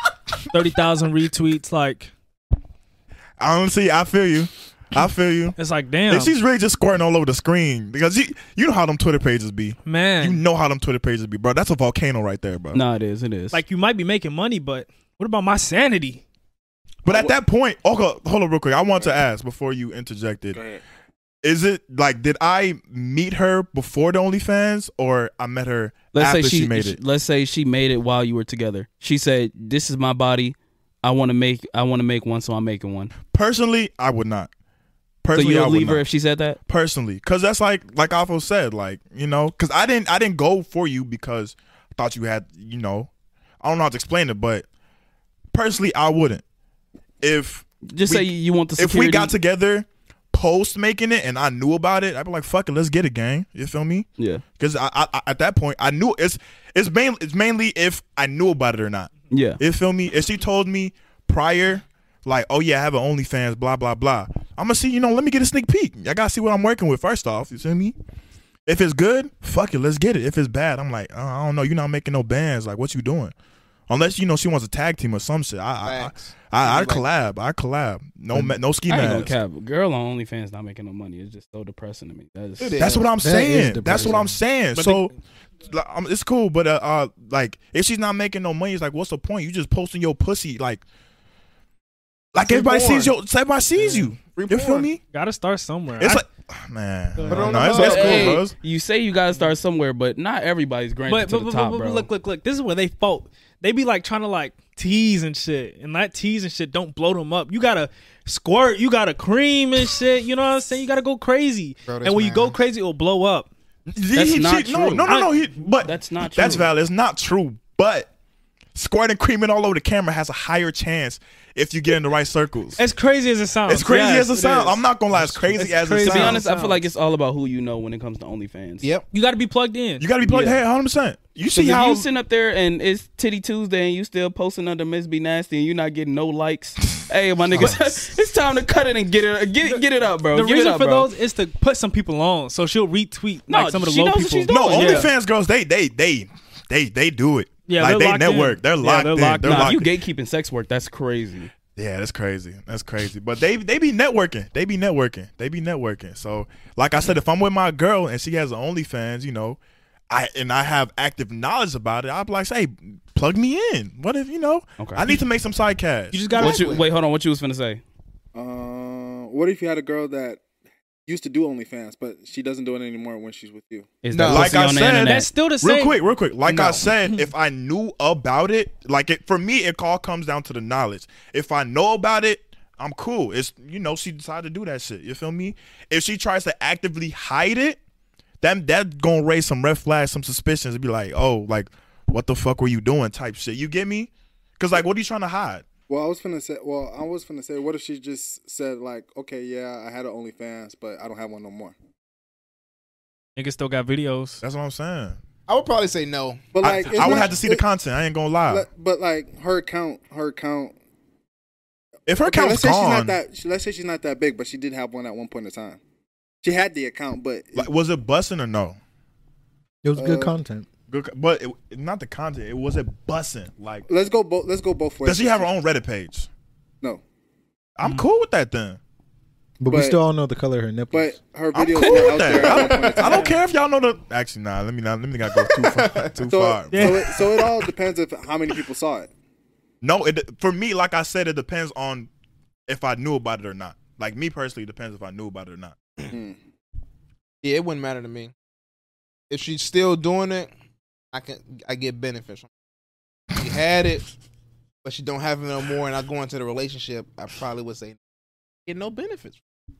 Speaker 4: thirty thousand retweets, like
Speaker 2: I don't see. I feel you. I feel you.
Speaker 4: it's like damn
Speaker 2: And she's really just squirting all over the screen because you you know how them Twitter pages be.
Speaker 4: man.
Speaker 2: You know how them Twitter pages be, bro. That's a volcano right there, bro.
Speaker 8: nah, it is. It is.
Speaker 4: like you might be making money, but what about my sanity?
Speaker 2: But at that point, okay, hold on real quick. I want to ask before you interjected. Is it like did I meet her before the OnlyFans or I met her
Speaker 8: let's
Speaker 2: after
Speaker 8: say she,
Speaker 2: made
Speaker 8: sh-
Speaker 2: it?
Speaker 8: Let's say she made it while you were together. She said, "This is my body. I want to make. I want to make one, so I'm making one."
Speaker 2: Personally, I would not.
Speaker 8: So
Speaker 2: Personally, I
Speaker 8: you'll
Speaker 2: would
Speaker 8: leave her
Speaker 2: not.
Speaker 8: if she said that.
Speaker 2: personally because that's like like Alfo said like you know because I didn't I didn't go for you because I thought you had you know I don't know how to explain it but personally I wouldn't if
Speaker 8: Just
Speaker 2: We-
Speaker 8: say you want the
Speaker 2: if
Speaker 8: security.
Speaker 2: we got together post making it and I knew about it I'd be like fuck it let's get it gang you feel me
Speaker 8: yeah,
Speaker 2: because I, I, I at that point I knew it's it's mainly it's mainly if I knew about it or not
Speaker 8: yeah,
Speaker 2: you feel me? If she told me prior, like, oh yeah, I have an OnlyFans, blah blah blah. I'm gonna see, you know, let me get a sneak peek. I gotta see what I'm working with first off. You see me? If it's good, fuck it, let's get it. If it's bad, I'm like, uh, I don't know, you're not making no bands. Like, what you doing? Unless you know she wants a tag team or some shit. I
Speaker 6: Facts.
Speaker 2: I I, I, I collab. I collab. No ma- no ski
Speaker 8: I ain't
Speaker 2: mask.
Speaker 8: gonna cap. Girl on OnlyFans not making no money. It's just so depressing to me. That is.
Speaker 6: It is.
Speaker 2: That's what I'm
Speaker 3: That is
Speaker 2: saying. That's what
Speaker 3: depressing.
Speaker 2: I'm saying. so like, um, it's cool, but uh, uh, like if she's not making no money, it's like, what's the point? You just posting your pussy, like, like
Speaker 6: Free
Speaker 2: everybody
Speaker 6: porn.
Speaker 2: sees your, everybody sees you.
Speaker 6: Free
Speaker 2: You feel
Speaker 6: porn.
Speaker 2: me?
Speaker 4: Gotta start somewhere.
Speaker 2: It's
Speaker 4: I-
Speaker 2: like, ah, man,
Speaker 4: Put
Speaker 2: I
Speaker 4: it
Speaker 2: don't
Speaker 6: on
Speaker 2: know.
Speaker 6: the
Speaker 2: It's,
Speaker 6: hub.
Speaker 2: it's cool,
Speaker 8: Hey,
Speaker 2: bros.
Speaker 8: you say you gotta start somewhere, but not everybody's granted
Speaker 4: but,
Speaker 8: to
Speaker 4: but,
Speaker 8: the
Speaker 4: but,
Speaker 8: top,
Speaker 4: but,
Speaker 8: bro.
Speaker 4: but look, look, look. This is where they fault. They be like trying to like tease and shit, and that tease and shit don't blow them up. You gotta squirt, you gotta cream and shit. You know what I'm saying? You gotta go crazy,
Speaker 6: Bro, this
Speaker 4: and when you go
Speaker 6: man.
Speaker 4: crazy, it'll blow up.
Speaker 2: He- he
Speaker 8: not
Speaker 2: cheat- No,
Speaker 8: true.
Speaker 2: no, no, no.
Speaker 4: I-
Speaker 2: He, but
Speaker 8: That's not
Speaker 2: That's
Speaker 8: true.
Speaker 2: valid. It's not true. But squirting creaming all over the camera has a higher chance if you get in the right circles.
Speaker 4: As crazy as it sounds,
Speaker 2: It's crazy
Speaker 4: yes,
Speaker 2: as it sounds. I'm not gonna lie. It's crazy
Speaker 4: It's
Speaker 2: as
Speaker 4: crazy.
Speaker 2: it
Speaker 8: to be
Speaker 2: sounds.
Speaker 8: honest, I feel like it's all about who you know when it comes to OnlyFans.
Speaker 6: Yep.
Speaker 4: You gotta be plugged in.
Speaker 2: you gotta be plugged.
Speaker 8: Yeah.
Speaker 2: Hey, 100. percent You see
Speaker 8: Because if
Speaker 2: how
Speaker 8: you sitting up there and it's Titty Tuesday and you still posting under Miss Be Nasty and you not getting no likes, hey, my niggas, it's time to cut it and get it, get get it up, bro.
Speaker 4: the
Speaker 8: Give it
Speaker 4: reason
Speaker 8: up,
Speaker 4: for
Speaker 8: bro.
Speaker 4: those is to put some people on, so she'll retweet
Speaker 8: No,
Speaker 4: like some of the
Speaker 8: she
Speaker 4: low
Speaker 8: knows what
Speaker 4: people.
Speaker 8: she's doing.
Speaker 2: No,
Speaker 8: Oh, yeah.
Speaker 2: OnlyFans girls, they they they they they do it.
Speaker 4: Yeah,
Speaker 2: like
Speaker 4: they're
Speaker 2: they
Speaker 4: locked in.
Speaker 2: network. They're
Speaker 4: Yeah,
Speaker 2: locked
Speaker 4: they're
Speaker 2: in.
Speaker 4: locked
Speaker 2: they're
Speaker 4: in.
Speaker 8: Nah, if
Speaker 2: locked
Speaker 8: you
Speaker 2: in.
Speaker 8: gatekeeping sex work, that's crazy.
Speaker 2: Yeah, that's crazy. That's crazy. But they they be networking. They be networking. They be networking. So like I said, if I'm with my girl and she has an OnlyFans, you know, I and I have active knowledge about it, I'd be like, hey, plug me in. What if you know?
Speaker 8: Okay.
Speaker 2: I need to make some side cash.
Speaker 4: You just gotta
Speaker 8: What you, wait, hold on. What you was finna say?
Speaker 5: Uh, what if you had a girl that used to do OnlyFans, but she doesn't do it anymore when she's with you?
Speaker 8: Is
Speaker 6: No,
Speaker 8: that
Speaker 2: like
Speaker 8: pussy
Speaker 2: I
Speaker 8: on the
Speaker 2: said,
Speaker 8: internet?
Speaker 4: That's still the same.
Speaker 2: Real quick, real quick. Like I
Speaker 6: No.
Speaker 2: said, if I knew about it, like it for me, it all comes down to the knowledge. If I know about it, I'm cool. It's you know, she decided to do that shit. You feel me? If she tries to actively hide it, that that gonna raise some red flags, some suspicions. Be like, oh, like what the fuck were you doing? Type shit. You get me? Cause like, what are you trying to hide?
Speaker 5: Well, I was finna say. Well, I was finna say. What if she just said like, okay, yeah, I had an OnlyFans, but I don't have one no more.
Speaker 4: Niggas still got videos.
Speaker 2: That's what I'm saying.
Speaker 6: I would probably say no.
Speaker 5: But
Speaker 2: I-
Speaker 5: like,
Speaker 2: I,
Speaker 5: it's
Speaker 2: would
Speaker 5: not-
Speaker 2: have to see the
Speaker 5: it-
Speaker 2: content. I ain't gonna lie.
Speaker 5: le- But like her account, her account.
Speaker 2: if her
Speaker 5: okay,
Speaker 2: account's
Speaker 5: let's say she's not
Speaker 2: gone,
Speaker 5: that. she- Let's say she's not that big, but she did have one at one point in time. She had the account, but
Speaker 2: like, was it busting or no?
Speaker 3: It was good
Speaker 5: Uh,
Speaker 3: content.
Speaker 2: Good, co- but it, not the content. It was it bussing like.
Speaker 5: let's go both. Let's go both ways.
Speaker 2: Does she have her own Reddit page?
Speaker 5: No,
Speaker 2: I'm
Speaker 1: Mm.
Speaker 2: cool with that then.
Speaker 3: But, we
Speaker 5: but-
Speaker 3: still all know the color of her
Speaker 5: but
Speaker 3: nipples.
Speaker 5: her
Speaker 2: I'm
Speaker 5: videos
Speaker 2: cool
Speaker 5: were
Speaker 2: with
Speaker 5: out there. at one point in
Speaker 2: that. I, I
Speaker 5: time.
Speaker 2: don't care if y'all know the. Actually, nah. Let me not. Let me not go too far. Too
Speaker 5: So,
Speaker 2: far.
Speaker 5: so, it, so it all depends of how many people saw it.
Speaker 2: No, it for me, like I said, it depends on if I knew about it or not. Like me personally, it depends if I knew about it or not.
Speaker 6: Yeah, it wouldn't matter to me. If she's still doing it, I can I get beneficial. She had it, but she don't have it no more, and I go into the relationship. I probably would say, get no benefits.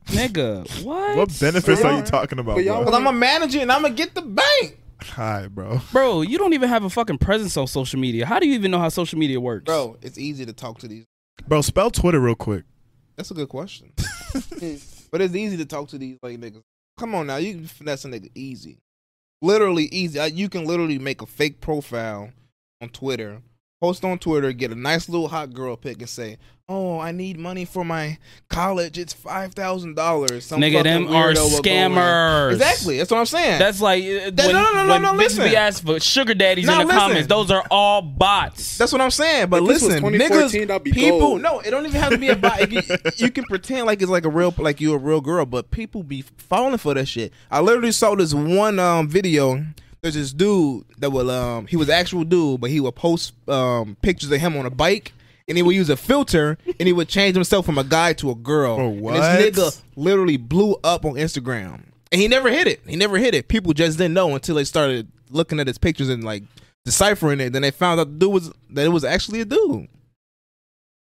Speaker 1: nigga. What?
Speaker 2: What benefits are you
Speaker 5: Alright.
Speaker 2: talking about,
Speaker 5: But y'all
Speaker 2: bro?
Speaker 6: Cause I'm a manager and I'm gonna get the bank,
Speaker 2: Hi, bro.
Speaker 1: Bro, you don't even have a fucking presence on social media. How do you even know how social media works?
Speaker 6: bro. It's easy to talk to these.
Speaker 2: Bro, spell Twitter real quick.
Speaker 6: That's a good question. but it's easy to talk to these like niggas. Come on now, you can finesse a nigga easy, literally easy. Uh, You can literally make a fake profile on Twitter, post on Twitter, get a nice little hot girl pic, and say, "Oh, I need money for my college. It's five thousand dollars."
Speaker 1: Nigga, them are scammers.
Speaker 6: Exactly. That's what I'm saying.
Speaker 1: That's like uh,
Speaker 6: That-
Speaker 1: when,
Speaker 6: no, no, no,
Speaker 1: when
Speaker 6: no,
Speaker 1: bitches
Speaker 6: listen.
Speaker 1: be asked for sugar daddies
Speaker 6: No,
Speaker 1: in the
Speaker 6: listen.
Speaker 1: comments. Those are all bots.
Speaker 6: That's what I'm saying. But
Speaker 5: If this was
Speaker 6: listen,
Speaker 5: 2014,
Speaker 6: niggas,
Speaker 5: that'd be
Speaker 6: people,
Speaker 5: gold.
Speaker 6: no, it don't even have to be a bot. It can- you can pretend like it's like a real, like you're a real girl, but people be falling for that shit. I literally saw this one um video. There's this dude that will um he was an actual dude, but he would post um pictures of him on a bike. And he would use a filter, and he would change himself from a guy to a girl.
Speaker 2: Bro,
Speaker 6: And this
Speaker 2: what?
Speaker 6: nigga literally blew up on Instagram, and he never hit it. He never hit it. People just didn't know until they started looking at his pictures and like deciphering it. Then they found out the dude was that it was actually a dude.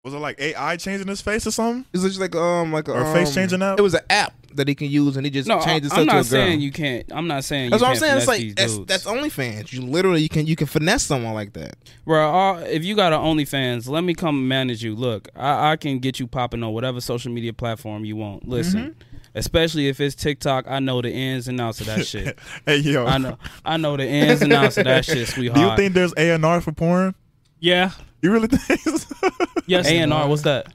Speaker 2: Was it like AI changing his face or something?
Speaker 6: It's just like um like a
Speaker 2: Or face
Speaker 6: um,
Speaker 2: changing app?
Speaker 6: It was an app that he can use, and he just
Speaker 1: no, I,
Speaker 6: changed
Speaker 1: am
Speaker 6: himself to a girl.
Speaker 1: not saying you can't. I'm not saying.
Speaker 6: that's
Speaker 1: you
Speaker 6: what I'm
Speaker 1: can't
Speaker 6: saying. It's
Speaker 1: finesse these
Speaker 6: like
Speaker 1: dudes.
Speaker 6: that's, that's OnlyFans. You literally you can you can finesse someone like that.
Speaker 1: Bro, all, if you got an OnlyFans, let me come manage you. Look, I, I can get you popping on whatever social media platform you want. Listen,
Speaker 4: Mm-hmm.
Speaker 1: especially if it's TikTok, I know the ins and outs of that shit.
Speaker 2: Hey,
Speaker 4: Oh.
Speaker 2: yo.
Speaker 1: I know, I know the ins and outs of that shit,
Speaker 2: Do you
Speaker 1: sweetheart.
Speaker 2: think there's A&R for porn?
Speaker 4: Yeah.
Speaker 2: You really think?
Speaker 4: Yes.
Speaker 1: A and R? What's that?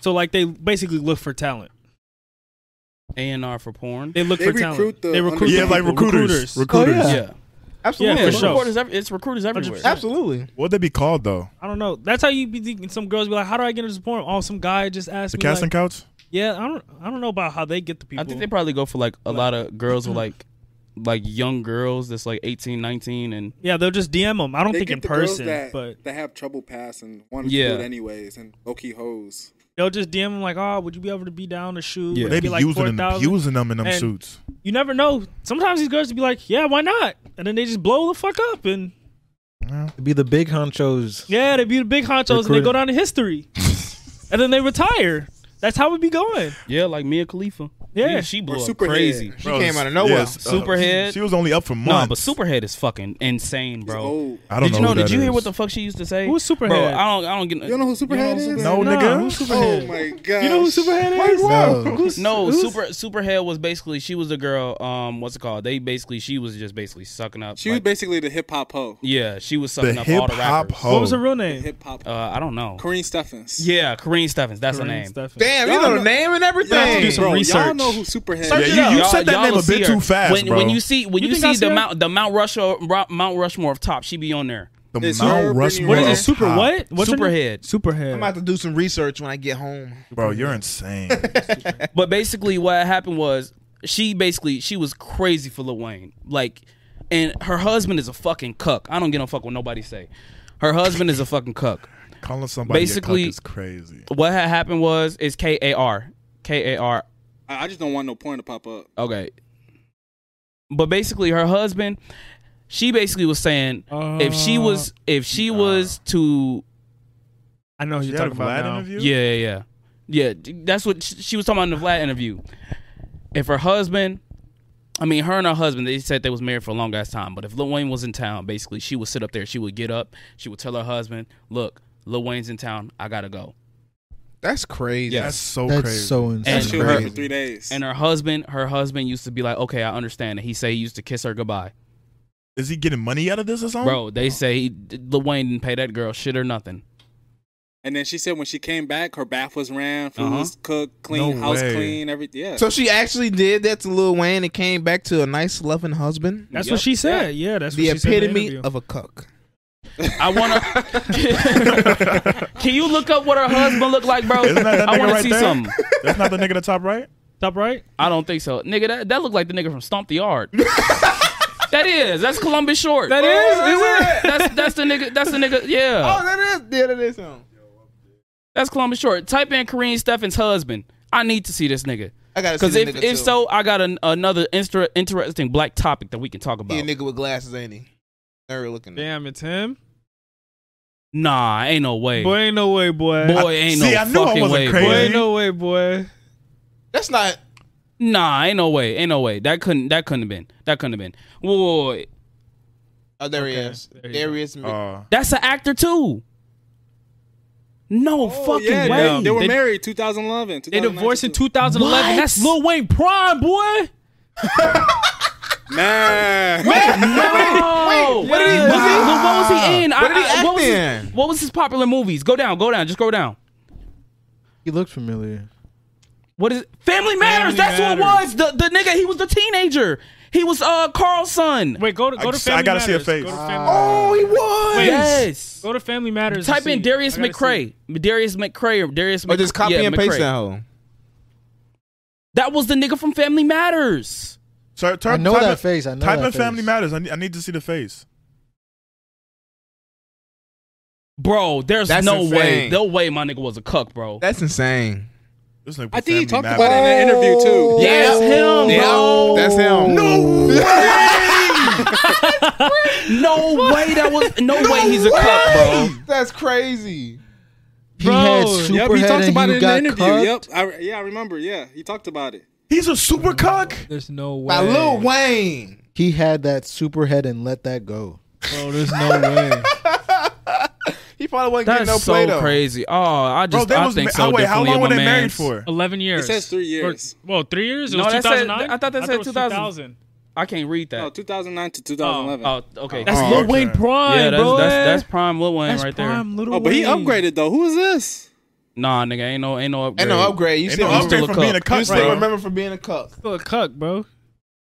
Speaker 4: So like they basically look for talent.
Speaker 1: A and R for porn?
Speaker 4: They look
Speaker 5: They
Speaker 4: for
Speaker 5: recruit
Speaker 4: talent.
Speaker 5: the
Speaker 4: they recruit.
Speaker 2: yeah,
Speaker 4: the
Speaker 2: like
Speaker 4: people,
Speaker 2: recruiters. Recruiters.
Speaker 3: Oh,
Speaker 1: Yeah,
Speaker 4: Yeah, for
Speaker 1: it's
Speaker 4: sure.
Speaker 1: recruiters ev- it's recruiters everywhere.
Speaker 6: Absolutely.
Speaker 2: What'd they be called, though?
Speaker 4: I don't know. That's how you be thinking. Some girls be like, "How do I get into porn?" Oh, some guy just asked
Speaker 2: The
Speaker 4: me.
Speaker 2: casting
Speaker 4: like-
Speaker 2: couch?
Speaker 4: yeah, I don't. I don't know about how they get the people.
Speaker 1: I think they probably go for like a lot of girls with like like young girls that's like 18, 19 and
Speaker 4: yeah, they'll just DM them. I don't
Speaker 5: They
Speaker 4: think
Speaker 5: get
Speaker 4: in
Speaker 5: the girls
Speaker 4: person,
Speaker 5: that,
Speaker 4: but
Speaker 5: that have trouble passing, want to
Speaker 1: Yeah.
Speaker 5: do it anyways, and low key hoes.
Speaker 4: they'll just DM them like, "Oh, would you be able to be down to shoot?"
Speaker 1: Yeah.
Speaker 4: Would
Speaker 2: They
Speaker 4: it
Speaker 2: be
Speaker 4: like
Speaker 2: using and
Speaker 4: 4,000?
Speaker 2: abusing them in them
Speaker 4: And-
Speaker 2: suits.
Speaker 4: You never know. Sometimes these girls be like, "Yeah, why not?" And then they just blow the fuck up, and
Speaker 3: Be the big honchos.
Speaker 4: yeah, they be the big honchos, and they
Speaker 3: Recruit.
Speaker 4: go down in history, and then they retire. That's how we be going.
Speaker 1: yeah, like Mia Khalifa.
Speaker 4: Yeah.
Speaker 1: she blew
Speaker 5: Or
Speaker 1: up
Speaker 5: Superhead.
Speaker 1: crazy.
Speaker 6: She came out of nowhere.
Speaker 2: uh,
Speaker 1: Superhead.
Speaker 2: She was only up for
Speaker 1: No,
Speaker 2: months.
Speaker 1: but Superhead is fucking insane,
Speaker 5: It's
Speaker 1: bro.
Speaker 5: old.
Speaker 2: I don't
Speaker 1: Did
Speaker 2: know.
Speaker 1: you know?
Speaker 2: who
Speaker 1: Did
Speaker 2: that
Speaker 1: you hear
Speaker 2: is.
Speaker 1: what the fuck she used to say?
Speaker 4: Who's Superhead?
Speaker 1: Bro, I don't. I don't get.
Speaker 5: You don't know who Superhead is?
Speaker 2: No,
Speaker 4: Nah,
Speaker 2: nigga.
Speaker 4: who's Superhead?
Speaker 5: Oh my god.
Speaker 4: You know who Superhead is?
Speaker 3: No.
Speaker 4: Who's-
Speaker 1: No,
Speaker 4: who's-
Speaker 1: super superhead was basically she was a girl. Um, what's it called? They basically she was just basically sucking up.
Speaker 5: She was
Speaker 1: like-
Speaker 5: basically the hip hop hoe.
Speaker 1: yeah, she was
Speaker 2: The
Speaker 1: sucking up
Speaker 2: hip
Speaker 1: all the
Speaker 2: hop
Speaker 1: rappers.
Speaker 2: hoe.
Speaker 4: What was her real name?
Speaker 5: Hip hop.
Speaker 1: Uh, I don't know.
Speaker 5: Kareem Steffens.
Speaker 1: Yeah, Kareen Steffens. That's her name.
Speaker 4: Stephan.
Speaker 6: Damn, you
Speaker 5: Y'all
Speaker 6: know
Speaker 5: know-
Speaker 6: the name and
Speaker 5: Y'all,
Speaker 6: everything.
Speaker 4: do some
Speaker 5: bro, y'all
Speaker 4: research.
Speaker 5: know who Superhead
Speaker 6: Search
Speaker 5: is.
Speaker 6: it up.
Speaker 2: Yeah, you, you
Speaker 1: Y'all-
Speaker 2: said that
Speaker 1: y'all
Speaker 2: name
Speaker 1: will
Speaker 2: a
Speaker 1: see
Speaker 2: bit
Speaker 1: her.
Speaker 2: too fast,
Speaker 1: when,
Speaker 2: bro.
Speaker 1: When you see when
Speaker 4: You
Speaker 1: you,
Speaker 4: think
Speaker 1: see
Speaker 4: I
Speaker 1: the
Speaker 4: see her?
Speaker 1: Mount the Mount Rushmore Ro- Mount Rushmore of top, she be on there.
Speaker 2: the
Speaker 5: It's her,
Speaker 2: Mount
Speaker 5: Brittany
Speaker 2: Rushmore,
Speaker 4: What is
Speaker 2: of
Speaker 4: it? Super
Speaker 2: pop.
Speaker 4: what? What's her name?
Speaker 1: Superhead.
Speaker 4: Superhead.
Speaker 6: I'm about to do some research when I get home.
Speaker 2: bro? You're insane.
Speaker 1: But basically, what happened was she basically she was crazy for Lil Wayne, like, and her husband is a fucking cuck. I don't get no fuck what nobody say. Her husband is a fucking cuck.
Speaker 2: Calling somebody
Speaker 1: Basically-
Speaker 2: a cuck is crazy.
Speaker 1: What had happened was is K A R K A R.
Speaker 5: I I just don't want no porn to pop up.
Speaker 1: Okay. But basically, her husband, she basically was saying if she was if she was to
Speaker 4: I know who
Speaker 2: You
Speaker 4: you're
Speaker 2: had a
Speaker 4: talking
Speaker 2: Vlad
Speaker 4: about now.
Speaker 2: interview?
Speaker 1: Yeah, yeah, yeah. Yeah, d- that's what sh- she was talking about in the Vlad interview. If her husband, I mean, her and her husband, they said they was married for a long ass time. But if Lil Wayne was in town, basically, she would sit up there. She would get up. She would tell her husband, "Look, Lil Wayne's in town. I gotta go."
Speaker 6: That's crazy.
Speaker 2: That's so
Speaker 3: That's
Speaker 2: crazy.
Speaker 3: so
Speaker 5: That
Speaker 1: And
Speaker 3: insane.
Speaker 5: shit was
Speaker 1: her-
Speaker 5: for three days.
Speaker 1: And her husband, her husband used to be like, "Okay, I understand." And he say he used to kiss her goodbye.
Speaker 2: is he getting money out of this or something?
Speaker 1: Bro, they say he, Lil Wayne didn't pay that girl shit or nothing.
Speaker 5: And then she said when she came back, her bath was ran, food
Speaker 1: Uh-huh.
Speaker 5: was cooked,
Speaker 2: No
Speaker 5: clean, house
Speaker 2: way.
Speaker 5: clean, everything. Yeah.
Speaker 6: So she actually did that to Lil Wayne and came back to a nice, loving husband.
Speaker 4: That's
Speaker 1: Yep.
Speaker 4: what she said. Yeah, that's
Speaker 6: the
Speaker 4: what she said in the
Speaker 6: epitome
Speaker 4: interview.
Speaker 6: of a cuck.
Speaker 1: I wanna. Can you look up what her husband looked like, bro?
Speaker 2: Isn't that that
Speaker 1: I
Speaker 2: nigga
Speaker 1: wanna
Speaker 2: right
Speaker 1: see
Speaker 2: there?
Speaker 1: something.
Speaker 2: That's not the nigga at the top right.
Speaker 4: Top right?
Speaker 1: I don't think so. Nigga, that, that looked like the nigga from Stomp the Yard. that is. That's Columbus Short.
Speaker 4: That is? Is it?
Speaker 1: That's that's the nigga. That's the nigga. Yeah.
Speaker 6: Oh, that is. Yeah, that is him.
Speaker 1: That's Columbus Short. Type in Kareem Steffens' husband. I need to see this nigga.
Speaker 6: I gotta see
Speaker 1: Because
Speaker 6: the
Speaker 1: if,
Speaker 6: nigga
Speaker 1: if
Speaker 6: too.
Speaker 1: so, I got an, another instra- interesting black topic that we can talk
Speaker 6: he
Speaker 1: about.
Speaker 6: a nigga with glasses, ain't he? Nerd looking.
Speaker 4: Damn, it's him.
Speaker 1: nah, ain't no way.
Speaker 4: Boy, ain't no way, boy.
Speaker 1: Boy, ain't
Speaker 2: See,
Speaker 1: no
Speaker 2: I knew I
Speaker 1: fucking
Speaker 2: wasn't
Speaker 1: way.
Speaker 4: Boy,
Speaker 2: crazy.
Speaker 1: Boy.
Speaker 4: ain't no way, boy.
Speaker 6: That's not.
Speaker 1: Nah, ain't no way, ain't no way. That couldn't, that couldn't have been, that couldn't have been. Whoa, whoa, whoa.
Speaker 6: Oh, there he is.
Speaker 4: there you
Speaker 6: There he is.
Speaker 2: Uh,
Speaker 1: that's an actor too. No fucking way.
Speaker 5: They, they were
Speaker 4: They-
Speaker 5: married 2011.
Speaker 4: They divorced in
Speaker 5: 2019.
Speaker 4: 2011.
Speaker 1: What?
Speaker 4: That's Lil Wayne prime, boy.
Speaker 5: Man.
Speaker 1: No.
Speaker 6: What did he?
Speaker 1: Was he-
Speaker 6: was he-
Speaker 1: what was he in? I-
Speaker 6: What did he
Speaker 1: I-
Speaker 6: act
Speaker 1: what was his-
Speaker 6: in?
Speaker 1: what was his popular movies? Go down, go down, just go down.
Speaker 3: He looked familiar.
Speaker 1: What is Family Matters? that's
Speaker 4: Matters.
Speaker 1: what it was. The the nigga, he was the teenager. He was uh Carl's son.
Speaker 4: Wait, go to
Speaker 2: I
Speaker 4: go to
Speaker 2: just- I
Speaker 4: Family
Speaker 2: gotta see a
Speaker 4: Matters.
Speaker 2: face.
Speaker 4: Go to Family,
Speaker 6: Oh, he was.
Speaker 4: Wait.
Speaker 1: Yes.
Speaker 4: go to Family Matters. and
Speaker 1: Type in
Speaker 4: see.
Speaker 1: Darius
Speaker 4: I gotta see.
Speaker 1: McCray. Darius McCray or Darius
Speaker 6: Or Oh, just copy
Speaker 1: yeah,
Speaker 6: and paste
Speaker 1: McCray.
Speaker 6: that whole.
Speaker 1: That was the nigga from Family Matters.
Speaker 2: sir, turn,
Speaker 3: I know
Speaker 2: type
Speaker 3: that
Speaker 2: in,
Speaker 3: face. I know
Speaker 2: Type
Speaker 3: that
Speaker 2: in
Speaker 3: face.
Speaker 2: Family Matters. I need, I need to see the face.
Speaker 1: Bro, there's
Speaker 6: That's
Speaker 1: no way.
Speaker 6: insane.
Speaker 1: No way my nigga was a cuck, bro.
Speaker 6: That's insane.
Speaker 2: This nigga
Speaker 5: I think he
Speaker 2: Family
Speaker 5: talked about it in an interview too.
Speaker 1: Yeah, Oh. that's him,
Speaker 6: Yeah,
Speaker 1: bro.
Speaker 6: that's him.
Speaker 2: No way!
Speaker 1: No way that was no, way he's a cuck, bro.
Speaker 6: That's crazy.
Speaker 3: He had
Speaker 4: Bro.
Speaker 3: super
Speaker 5: Yep, he talked about it in the
Speaker 3: got
Speaker 5: interview.
Speaker 3: cucked.
Speaker 5: Yep, I, yeah, I remember. Yeah, he talked about it.
Speaker 2: He's a super cuck.
Speaker 4: There's no way.
Speaker 6: By Lil Wayne.
Speaker 3: He had that super head and let that go.
Speaker 4: Bro, there's no way.
Speaker 6: He probably wasn't
Speaker 1: That's
Speaker 6: getting no
Speaker 1: so
Speaker 6: play though.
Speaker 1: crazy. Oh, I
Speaker 2: Bro,
Speaker 1: just
Speaker 2: they
Speaker 1: I
Speaker 2: was
Speaker 1: think
Speaker 2: ma-
Speaker 1: so.
Speaker 2: oh, wait, how
Speaker 1: differently
Speaker 2: long
Speaker 1: of
Speaker 2: were
Speaker 1: my
Speaker 2: they married
Speaker 1: mans.
Speaker 2: for?
Speaker 4: 11 years.
Speaker 5: It says three years.
Speaker 4: Well, three years? It
Speaker 1: No,
Speaker 4: was
Speaker 1: that said-
Speaker 4: 2009?
Speaker 1: I thought that said
Speaker 4: it was
Speaker 1: 2000.
Speaker 4: 2000.
Speaker 1: I can't read that.
Speaker 5: No, 2009 to 2011.
Speaker 1: Oh, okay.
Speaker 4: That's
Speaker 2: Oh,
Speaker 4: Lil
Speaker 2: okay.
Speaker 4: Wayne prime,
Speaker 1: yeah, that's,
Speaker 4: bro.
Speaker 1: that's that's prime Lil Wayne right there.
Speaker 4: prime Lil
Speaker 5: Oh, but he
Speaker 4: Wayne.
Speaker 5: upgraded though. Who is this?
Speaker 1: Nah, nigga, ain't no ain't no upgrade.
Speaker 6: Ain't no upgrade. You
Speaker 2: Ain't
Speaker 6: still,
Speaker 2: no
Speaker 6: you
Speaker 1: still
Speaker 2: upgrade
Speaker 1: a
Speaker 2: from being a
Speaker 6: still- you
Speaker 2: cuck,
Speaker 6: still
Speaker 2: bro.
Speaker 6: remember from being a cuck.
Speaker 4: Still a cuck, bro.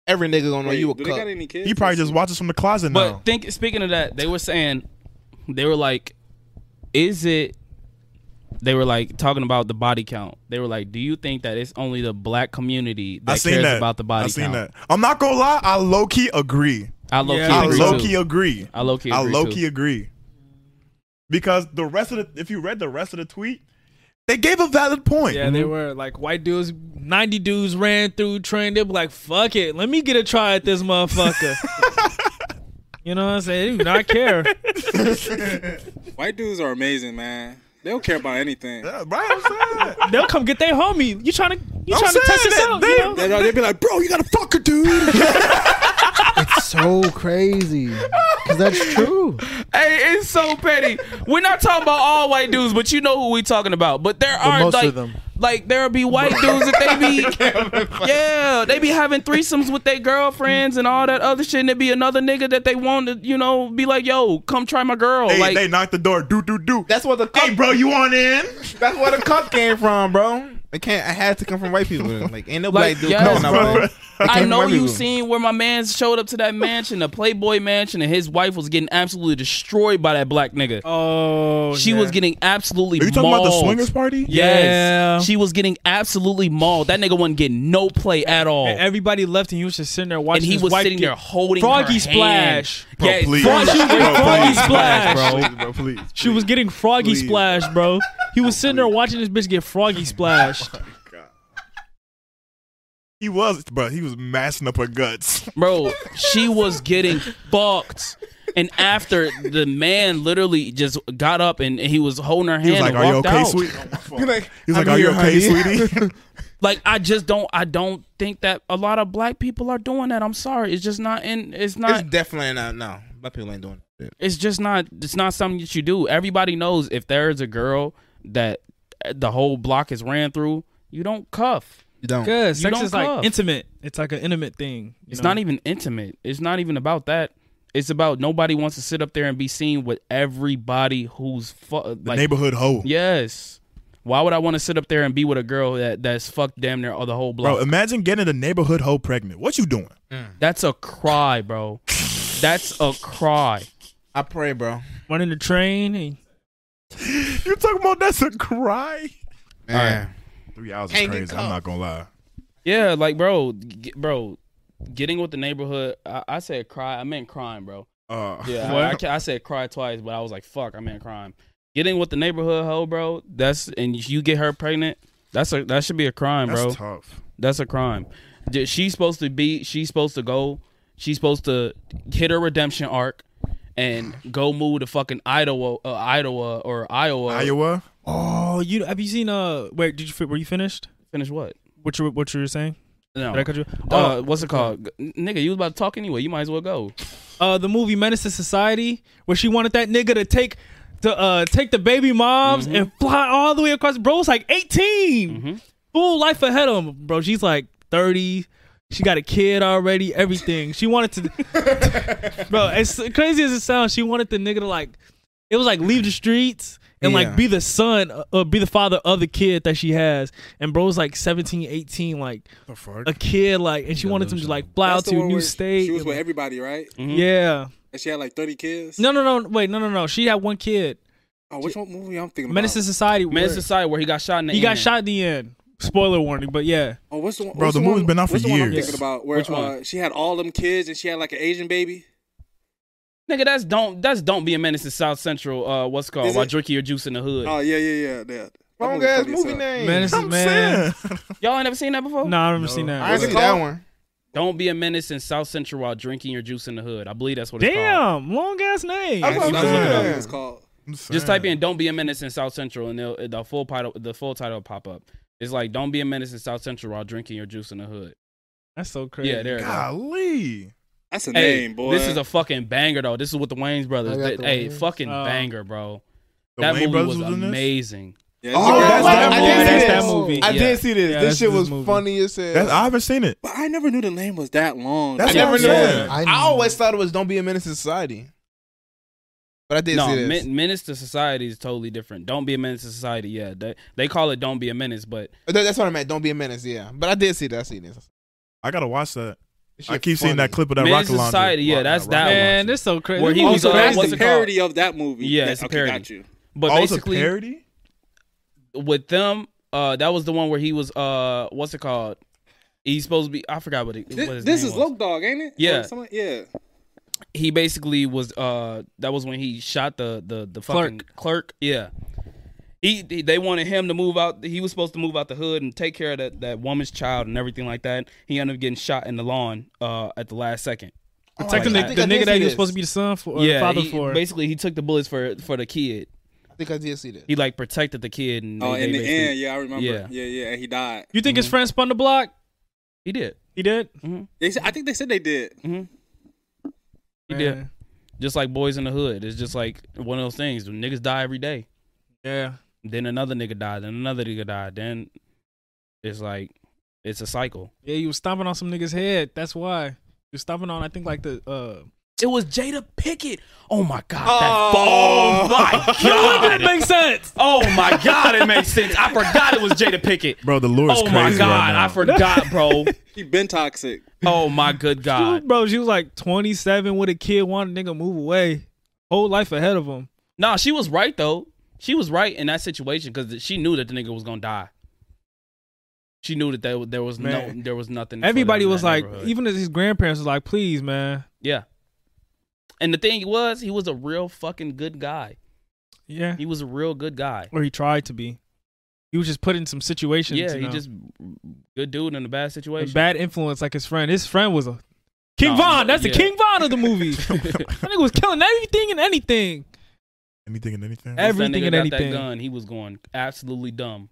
Speaker 6: Every nigga gonna know you a
Speaker 5: do they got
Speaker 6: cuck.
Speaker 5: any kids?
Speaker 2: He probably just
Speaker 5: Let's
Speaker 2: watches from the closet
Speaker 1: But
Speaker 2: now.
Speaker 1: think speaking of that, they were saying they were like, is it? They were like talking about the body count. They were like, do you think that it's only the black community that
Speaker 2: I seen
Speaker 1: cares
Speaker 2: that.
Speaker 1: about the body
Speaker 2: I seen that.
Speaker 1: count?
Speaker 2: I'm not gonna lie. I low key agree.
Speaker 1: I low key
Speaker 4: Yeah,
Speaker 2: I
Speaker 1: agree
Speaker 2: low
Speaker 1: too.
Speaker 2: key agree.
Speaker 1: I low key.
Speaker 2: I
Speaker 1: agree
Speaker 2: low
Speaker 1: too.
Speaker 2: key agree. Because the rest of the, if you read the rest of the tweet, they gave a valid point.
Speaker 4: Yeah, they were like white dudes, 90 dudes ran through train. They were like, fuck it, let me get a try at this motherfucker. you know what I'm saying? They do not care.
Speaker 5: see. White dudes are amazing, man. They don't care about anything.
Speaker 2: Yeah, right. I'm saying.
Speaker 4: They'll come get their homie. You trying to you
Speaker 2: I'm
Speaker 4: trying to
Speaker 2: saying
Speaker 4: test this
Speaker 2: that
Speaker 4: out?
Speaker 2: they-
Speaker 4: you know?
Speaker 5: They'd they'd be like, bro, you got to fuck her, dude.
Speaker 3: It's so crazy because that's true.
Speaker 1: Hey, it's so petty. We're not talking about all white dudes, but you know who we talking about. But there are
Speaker 3: most of
Speaker 1: like,
Speaker 3: them.
Speaker 1: like there'll be white dudes that they be, yeah, they be having threesomes with their girlfriends and all that other shit. And there be another nigga that they want to, you know, be like, yo, come try my girl.
Speaker 2: Hey,
Speaker 1: like,
Speaker 2: Mm-hmm. they knocked the door. Do do do.
Speaker 6: That's where the cuck,
Speaker 2: Hey, bro, you on in?
Speaker 6: That's where the cuck came from, bro. It can't. I had to come from white people. Like ain't no
Speaker 1: Like,
Speaker 6: black dude
Speaker 1: yes,
Speaker 6: coming out,
Speaker 2: bro.
Speaker 6: bro. It came
Speaker 1: I
Speaker 6: from
Speaker 1: know
Speaker 6: white
Speaker 1: you
Speaker 6: people.
Speaker 1: seen where my man showed up to that mansion, the Playboy mansion, and his wife was getting absolutely destroyed by that black nigga.
Speaker 4: Oh,
Speaker 1: she
Speaker 4: yeah.
Speaker 1: was getting absolutely.
Speaker 2: Are you talking about the
Speaker 1: mauled.
Speaker 2: swingers party?
Speaker 1: Yes.
Speaker 4: Yeah.
Speaker 1: She was getting absolutely mauled. That nigga wasn't getting no play at all.
Speaker 4: And everybody left, and he was just sitting there watching.
Speaker 1: Oh. And he
Speaker 4: his
Speaker 1: was
Speaker 4: wife
Speaker 1: sitting
Speaker 4: get-
Speaker 1: there holding her
Speaker 4: Froggy
Speaker 1: hand.
Speaker 4: splash.
Speaker 2: Bro,
Speaker 1: Yeah,
Speaker 2: please.
Speaker 4: Froggy-
Speaker 2: Bro,
Speaker 4: Froggy
Speaker 2: please.
Speaker 4: Splash,
Speaker 2: Please,
Speaker 1: bro.
Speaker 2: bro, please.
Speaker 4: She was getting froggy
Speaker 2: Please.
Speaker 4: splash, bro. He was sitting there watching this bitch get froggy splashed.
Speaker 2: He was, bro. He was mashing up her guts.
Speaker 1: Bro, she was getting fucked. And after the man literally just got up and he was holding her hand
Speaker 2: He was like,
Speaker 1: and
Speaker 2: "Are you
Speaker 1: walked
Speaker 2: okay,
Speaker 1: out.
Speaker 2: sweetie?"
Speaker 6: You're like,
Speaker 2: He was
Speaker 6: I'm
Speaker 2: like, "Are you
Speaker 6: here,
Speaker 2: okay,
Speaker 6: honey."
Speaker 2: sweetie?"
Speaker 1: Like I just don't I don't think that a lot of black people are doing that. I'm sorry. It's just not in it's not
Speaker 6: It's definitely not. No, black people ain't doing it.
Speaker 1: it's just not it's not something that you do. Everybody knows if there's a girl that the whole block is ran through, you don't cuff.
Speaker 6: You don't.
Speaker 4: Good.
Speaker 1: You
Speaker 4: Sex
Speaker 1: don't
Speaker 4: is
Speaker 1: cuff.
Speaker 4: like intimate. It's like an intimate thing. you
Speaker 1: It's
Speaker 4: know?
Speaker 1: not even intimate. It's not even about that. It's about nobody wants to sit up there and be seen with everybody who's fu- uh,
Speaker 2: The
Speaker 1: like
Speaker 2: neighborhood hoe.
Speaker 1: yes. Why would I want to sit up there and be with a girl that that's fucked damn near all the whole block?
Speaker 2: Bro, imagine getting a neighborhood hoe pregnant. What you doing?
Speaker 1: that's a cry, bro. that's a cry.
Speaker 6: I pray, bro.
Speaker 4: running the train. And
Speaker 2: You talking about that's a cry?
Speaker 6: Man.
Speaker 2: Three hours is
Speaker 6: Hang your
Speaker 2: crazy.
Speaker 6: cup.
Speaker 2: I'm not gonna lie.
Speaker 1: Yeah, like bro, g- bro, getting with the neighborhood. I, I said cry. I meant crime, bro.
Speaker 2: Uh,
Speaker 1: Yeah,
Speaker 4: What?
Speaker 1: I, I, ca- I said cry twice, but I was like, fuck, I meant crime. Getting with the neighborhood hoe, bro. That's and you get her pregnant. That's a that should be a crime,
Speaker 2: that's
Speaker 1: bro.
Speaker 2: tough.
Speaker 1: That's a crime. D- She's supposed to be. She's supposed to go. She's supposed to hit her redemption arc and go move to fucking Idaho, uh, Iowa or Iowa.
Speaker 2: Iowa.
Speaker 4: oh, you have you seen? Uh, wait, did you fi- were you finished?
Speaker 1: Finish what?
Speaker 4: What you what you were saying?
Speaker 1: No.
Speaker 4: Did I cut you?
Speaker 1: Uh, what's it called? G- Nigga, you was about to talk anyway. You might as well go.
Speaker 4: uh, the movie Menace to Society, where she wanted that nigga to take to uh, take the baby moms and fly all the way across. Bro was like 18, full life ahead of him. Bro, she's like 30. She got a kid already. Everything she wanted to, bro. As crazy as it sounds, she wanted the nigga to like. It was like leave the streets and
Speaker 6: Yeah.
Speaker 4: like be the son or be the father of the kid that she has. And bro was like 17, 18, like a kid, like, and she wanted him to like fly out
Speaker 5: That's the
Speaker 4: to a
Speaker 5: one
Speaker 4: new
Speaker 5: where
Speaker 4: state.
Speaker 5: She was
Speaker 4: and,
Speaker 5: with
Speaker 4: like,
Speaker 5: everybody, right?
Speaker 1: Mm-hmm.
Speaker 4: yeah.
Speaker 5: And she had like 30 kids.
Speaker 4: No, no, no. Wait, no, no, no. She had one kid.
Speaker 5: Oh, which one movie I'm thinking
Speaker 4: Menace to
Speaker 5: about?
Speaker 4: Society.
Speaker 1: Man, it's
Speaker 4: where
Speaker 1: the side where he got shot in the
Speaker 4: he got
Speaker 1: end.
Speaker 4: shot at the end. Spoiler warning, but yeah.
Speaker 5: Oh, what's the one?
Speaker 2: Bro,
Speaker 5: what's
Speaker 2: the movie's
Speaker 5: one-
Speaker 2: been out for
Speaker 5: what's the one I'm
Speaker 2: years.
Speaker 5: thinking about where
Speaker 1: Which one?
Speaker 5: uh, she had all them kids and she had like an Asian baby.
Speaker 1: Nigga, that's don't that's don't be a menace to South Central. Uh, what's it called?
Speaker 5: Is
Speaker 1: While
Speaker 5: it-
Speaker 1: drinking your juice in the hood.
Speaker 5: Oh yeah, yeah, yeah. That. that
Speaker 6: Wrong
Speaker 5: movie
Speaker 6: ass
Speaker 5: funny as
Speaker 6: movie
Speaker 5: hell.
Speaker 6: name.
Speaker 4: Menace
Speaker 2: I'm
Speaker 4: man.
Speaker 2: saying.
Speaker 1: Y'all ain't never seen that before.
Speaker 4: No, I've never seen that.
Speaker 6: I ain't
Speaker 5: What's it
Speaker 6: see that
Speaker 5: called?
Speaker 6: one.
Speaker 1: Don't be a menace in South Central while drinking your juice in the hood. I believe that's what it's called.
Speaker 4: Damn, long ass name.
Speaker 6: I
Speaker 5: That's
Speaker 6: was
Speaker 5: what
Speaker 6: like,
Speaker 2: Yeah.
Speaker 5: that
Speaker 6: yeah.
Speaker 5: was called.
Speaker 1: Just type in "Don't be a menace in South Central" and they'll, the full title the full title will pop up. It's like "Don't be a menace in South Central while drinking your juice in the hood."
Speaker 4: That's so crazy.
Speaker 1: Yeah, there it is.
Speaker 2: Golly.
Speaker 5: That's a
Speaker 1: Hey,
Speaker 5: name, boy.
Speaker 1: this is a fucking banger though. This is what the Wayne's brothers.
Speaker 3: I got
Speaker 1: did.
Speaker 3: the
Speaker 1: hey,
Speaker 3: Wayans.
Speaker 1: fucking
Speaker 4: Oh.
Speaker 1: banger, bro.
Speaker 2: The
Speaker 1: that
Speaker 2: Wayne
Speaker 1: movie
Speaker 2: brothers
Speaker 1: was,
Speaker 2: was in this?
Speaker 1: amazing.
Speaker 5: Yeah,
Speaker 6: Oh,
Speaker 5: it's a-
Speaker 6: that's
Speaker 4: I
Speaker 6: that movie.
Speaker 4: did see
Speaker 6: That's
Speaker 4: that
Speaker 6: that
Speaker 4: movie.
Speaker 6: I
Speaker 4: Yeah.
Speaker 6: did see this.
Speaker 4: Yeah, that's
Speaker 6: this shit
Speaker 4: this
Speaker 6: was
Speaker 4: movie.
Speaker 6: funny as hell.
Speaker 2: That's, I haven't seen it.
Speaker 5: But I never knew the name was that long.
Speaker 2: That's
Speaker 6: I
Speaker 2: what
Speaker 6: never
Speaker 2: I'm
Speaker 6: knew.
Speaker 2: saying.
Speaker 6: I, always thought it was "Don't be a menace to society," but I did
Speaker 1: no,
Speaker 6: see this.
Speaker 1: men- menace to society is totally different. Don't be a menace to society. Yeah, they, they call it "Don't be a menace," but
Speaker 6: That- that's what I meant. Don't be a menace. Yeah, but I did see that. I see this.
Speaker 2: I gotta watch that.
Speaker 6: This
Speaker 2: I
Speaker 6: shit
Speaker 2: keep seeing
Speaker 6: funny.
Speaker 2: that clip of that
Speaker 1: Menace
Speaker 2: rocket
Speaker 1: to
Speaker 2: launcher.
Speaker 1: society. Yeah,
Speaker 2: Rocket-
Speaker 1: that's
Speaker 2: rocket
Speaker 1: that one.
Speaker 4: Man, this so crazy.
Speaker 1: Where he
Speaker 4: This
Speaker 1: was,
Speaker 4: movie-
Speaker 5: so
Speaker 1: uh,
Speaker 5: that's
Speaker 1: what's
Speaker 5: the
Speaker 1: it called?
Speaker 5: parody of that movie.
Speaker 1: Yeah,
Speaker 5: That-
Speaker 1: it's a
Speaker 5: okay,
Speaker 1: parody.
Speaker 5: Got you.
Speaker 1: But
Speaker 2: Oh, it's a
Speaker 1: basically,
Speaker 2: parody.
Speaker 1: with them, uh, that was the one where he was uh, what's it called? He's supposed to be. I forgot what, it,
Speaker 5: This,
Speaker 1: what his
Speaker 5: this
Speaker 1: name
Speaker 5: is
Speaker 1: was.
Speaker 5: Loke Dog, ain't it?
Speaker 1: Yeah.
Speaker 5: Or something? yeah.
Speaker 1: He basically was. Uh, that was when he shot the the the fucking clerk. Yeah. He, he- they wanted him to move out. He was supposed to move out the hood and take care of that, that woman's child and everything like that. He ended up getting shot in the lawn uh, at the last second.
Speaker 4: Protecting
Speaker 6: I
Speaker 4: the,
Speaker 6: think
Speaker 4: the
Speaker 6: I did
Speaker 4: nigga that
Speaker 6: see
Speaker 4: he was
Speaker 6: this.
Speaker 4: supposed to be the son for, or the
Speaker 1: yeah,
Speaker 4: father
Speaker 1: he-
Speaker 4: for.
Speaker 1: basically he took the bullets for for the kid.
Speaker 6: I think I did see this.
Speaker 1: He like protected the kid. And
Speaker 5: Oh,
Speaker 1: they-
Speaker 5: in
Speaker 1: they
Speaker 5: the
Speaker 1: basically-
Speaker 5: end, yeah, I remember.
Speaker 1: Yeah.
Speaker 5: Yeah, yeah, and he died.
Speaker 4: You think
Speaker 1: Mm-hmm.
Speaker 4: his friend spun the block?
Speaker 1: he did. Mm-hmm.
Speaker 4: He did.
Speaker 5: They, said- I think they said they did.
Speaker 1: He did. Just like boys in the hood, it's just like one of those things. Niggas die every day.
Speaker 4: Yeah.
Speaker 1: Then another nigga died. Then another nigga died. Then it's like it's a cycle.
Speaker 4: Yeah, he was stomping on some nigga's head. That's why. He was stomping on, I think, like the. uh
Speaker 1: It was Jada Pickett. Oh my god.
Speaker 5: Oh.
Speaker 1: that, oh my god.
Speaker 4: That makes sense.
Speaker 1: oh my god. It makes sense. I forgot it was Jada Pickett.
Speaker 2: Bro, the lure's
Speaker 1: Oh
Speaker 2: crazy.
Speaker 1: my
Speaker 2: right
Speaker 1: god.
Speaker 2: now.
Speaker 1: I forgot, bro.
Speaker 5: He been toxic.
Speaker 1: Oh my good god.
Speaker 4: Bro, she was like 27 with a kid, wanted nigga move away. Whole life ahead of him.
Speaker 1: Nah, she was right though. She was right in that situation because she knew that the nigga was gonna die. She knew that there, there was no,
Speaker 4: Man.
Speaker 1: there was nothing. for them
Speaker 4: Everybody
Speaker 1: in
Speaker 4: was
Speaker 1: that
Speaker 4: like,
Speaker 1: neighborhood.
Speaker 4: even his grandparents was like, please, man.
Speaker 1: yeah. And the thing was, he was a real fucking good guy.
Speaker 4: Yeah.
Speaker 1: He was a real good guy.
Speaker 4: Or he tried to be. He was just put in some situations.
Speaker 1: Yeah, he
Speaker 4: you know.
Speaker 1: just good dude in a bad
Speaker 4: And
Speaker 1: situation.
Speaker 4: bad influence like his friend. His friend was a King
Speaker 1: Nah,
Speaker 4: Von. That's
Speaker 1: yeah.
Speaker 4: the King Von of the movie. that nigga was killing everything and anything.
Speaker 2: Anything and anything.
Speaker 4: Ev-
Speaker 1: Once that
Speaker 4: everything
Speaker 1: nigga
Speaker 4: and
Speaker 1: got
Speaker 4: anything.
Speaker 1: That gun, he was going absolutely dumb.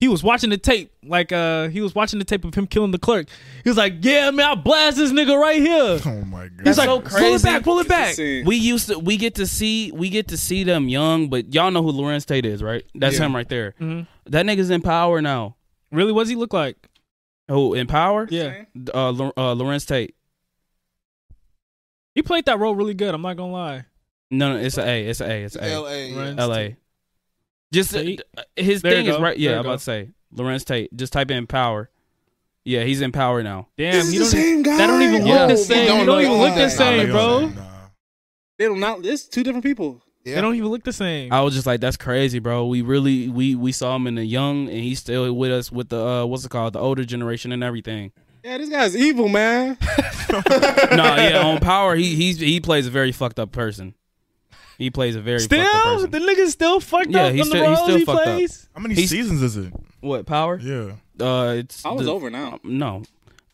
Speaker 4: He was watching the tape, like uh, he was watching the tape of him killing the clerk. He was like, "Yeah, man, I blast this nigga right here."
Speaker 2: Oh my god.
Speaker 1: That's
Speaker 4: He's like,
Speaker 1: so
Speaker 4: "Pull
Speaker 1: crazy.
Speaker 4: it back, pull it back."
Speaker 5: Scene.
Speaker 1: We used to we get to see we get to see them young, but y'all know who Lorenz Tate is, right? That's
Speaker 6: Yeah.
Speaker 1: him right there.
Speaker 4: Mhm.
Speaker 1: That nigga's in power now.
Speaker 4: Really, what does he look like?
Speaker 1: Oh, in power?
Speaker 4: Yeah,
Speaker 1: Uh, Lor- uh Lawrence Tate.
Speaker 4: he played that role really good. I'm not gonna lie.
Speaker 1: No, no, it's a A. It's a A. It's a
Speaker 6: L.A. yeah.
Speaker 4: Right.
Speaker 1: A. L A. Just uh,
Speaker 4: Tate?
Speaker 1: his
Speaker 4: There you
Speaker 1: thing is
Speaker 4: go.
Speaker 1: right. Yeah,
Speaker 4: There you
Speaker 1: I'm
Speaker 4: go.
Speaker 1: about to say Lawrence Tate. Just type in power. Yeah, he's in power now.
Speaker 4: Damn,
Speaker 5: This
Speaker 4: he
Speaker 5: is the
Speaker 4: don't.
Speaker 5: same guy.
Speaker 4: That don't even look
Speaker 1: Yeah.
Speaker 4: the
Speaker 1: He
Speaker 4: same. They
Speaker 6: don't
Speaker 4: don't,
Speaker 6: look
Speaker 4: even
Speaker 6: alike.
Speaker 4: look the
Speaker 6: Nah,
Speaker 4: same,
Speaker 2: Nah,
Speaker 4: bro.
Speaker 2: nah.
Speaker 5: They don't not. This two different people.
Speaker 4: They don't even look the same.
Speaker 1: I was just like, that's crazy, bro. We really we we saw him in the young, and he's still with us with the uh what's it called, the older generation and everything.
Speaker 5: Yeah, this guy's evil, man.
Speaker 1: no, yeah, on power, he he's he plays a very fucked up person. He plays a very fucked up
Speaker 4: Still,
Speaker 1: person.
Speaker 4: the nigga's still fucked
Speaker 1: Yeah,
Speaker 4: up
Speaker 1: he's
Speaker 4: on the
Speaker 1: still- he's
Speaker 4: roles
Speaker 1: still
Speaker 4: he
Speaker 1: fucked up.
Speaker 4: plays.
Speaker 2: How many
Speaker 1: He's-
Speaker 2: seasons is it?
Speaker 1: what power?
Speaker 2: Yeah.
Speaker 1: Uh, it's
Speaker 5: I was
Speaker 1: the-
Speaker 5: over now.
Speaker 1: No,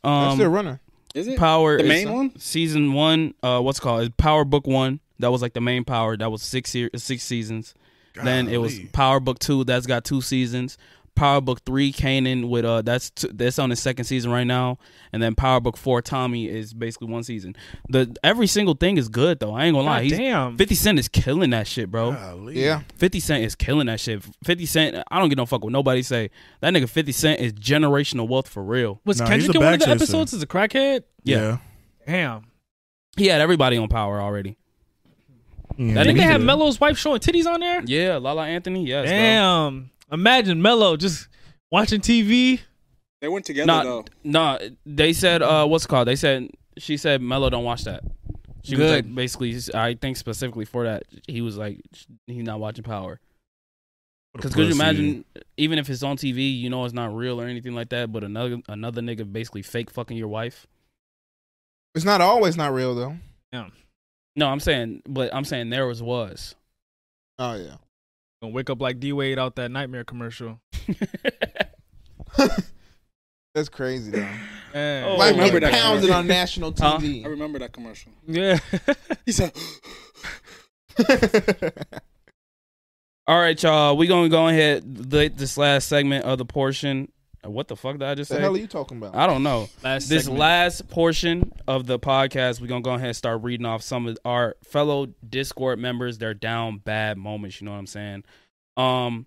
Speaker 6: That's
Speaker 1: um,
Speaker 6: the runner.
Speaker 5: Is it?
Speaker 1: Power,
Speaker 5: The
Speaker 1: is
Speaker 5: main one?
Speaker 1: season one. Uh, what's it called? It's Power Book One. That was like the main Power. That was six se- six seasons. Then it was
Speaker 2: Golly.
Speaker 1: Power Book Two. That's got two seasons. Power Book three Kanan with uh that's t- that's on his second season right now, and then Power Book four Tommy is basically one season. The every single thing is good though. I ain't gonna lie.
Speaker 4: God
Speaker 1: He's,
Speaker 4: damn.
Speaker 1: Fifty Cent is killing that shit, bro.
Speaker 6: Yeah.
Speaker 1: 50 Cent is killing that shit. 50 Cent, I don't get no fuck with nobody say. That nigga 50 Cent is generational wealth for real.
Speaker 4: Was
Speaker 2: Nah, he's
Speaker 4: Kendrick
Speaker 2: a
Speaker 4: in one of the
Speaker 2: back chaser.
Speaker 4: episodes as a crackhead?
Speaker 1: Yeah.
Speaker 4: Damn.
Speaker 1: He had everybody on power already.
Speaker 2: Yeah.
Speaker 1: That
Speaker 4: I think they
Speaker 1: nigga-
Speaker 4: had Melo's wife showing titties on there.
Speaker 1: Yeah, Lala Anthony, yes, bro.
Speaker 4: Damn. Imagine Melo just watching TV.
Speaker 5: They went together
Speaker 1: Nah,
Speaker 5: though.
Speaker 1: nah, they said, uh, what's it called? They said, she said, Mello, don't watch that. She was
Speaker 6: Good.
Speaker 1: like, basically, I think specifically for that, he was like, he's not watching power. Because could you imagine, even if it's on TV, you know it's not real or anything like that, but another another nigga basically fake fucking your wife?
Speaker 6: It's not always not real though.
Speaker 1: No, I'm saying, but I'm saying there was was.
Speaker 6: Oh yeah.
Speaker 4: Gonna wake up like D Wade out that nightmare commercial.
Speaker 6: That's crazy though.
Speaker 4: Yeah.
Speaker 1: Oh,
Speaker 6: like
Speaker 5: remember
Speaker 6: remember
Speaker 5: that
Speaker 6: pounded
Speaker 5: commercial.
Speaker 6: on national
Speaker 1: Huh?
Speaker 6: TV.
Speaker 5: I remember that commercial.
Speaker 4: Yeah.
Speaker 5: He said,
Speaker 1: All right, y'all. We gonna go ahead the, this last segment of the portion. What the fuck did I just
Speaker 6: the
Speaker 1: say?
Speaker 6: hell are you talking about?
Speaker 1: I don't know.
Speaker 4: last
Speaker 1: This
Speaker 4: segment.
Speaker 1: last portion of the podcast, we're gonna go ahead and start reading off some of our fellow Discord members, their down bad moments, you know what I'm saying? Um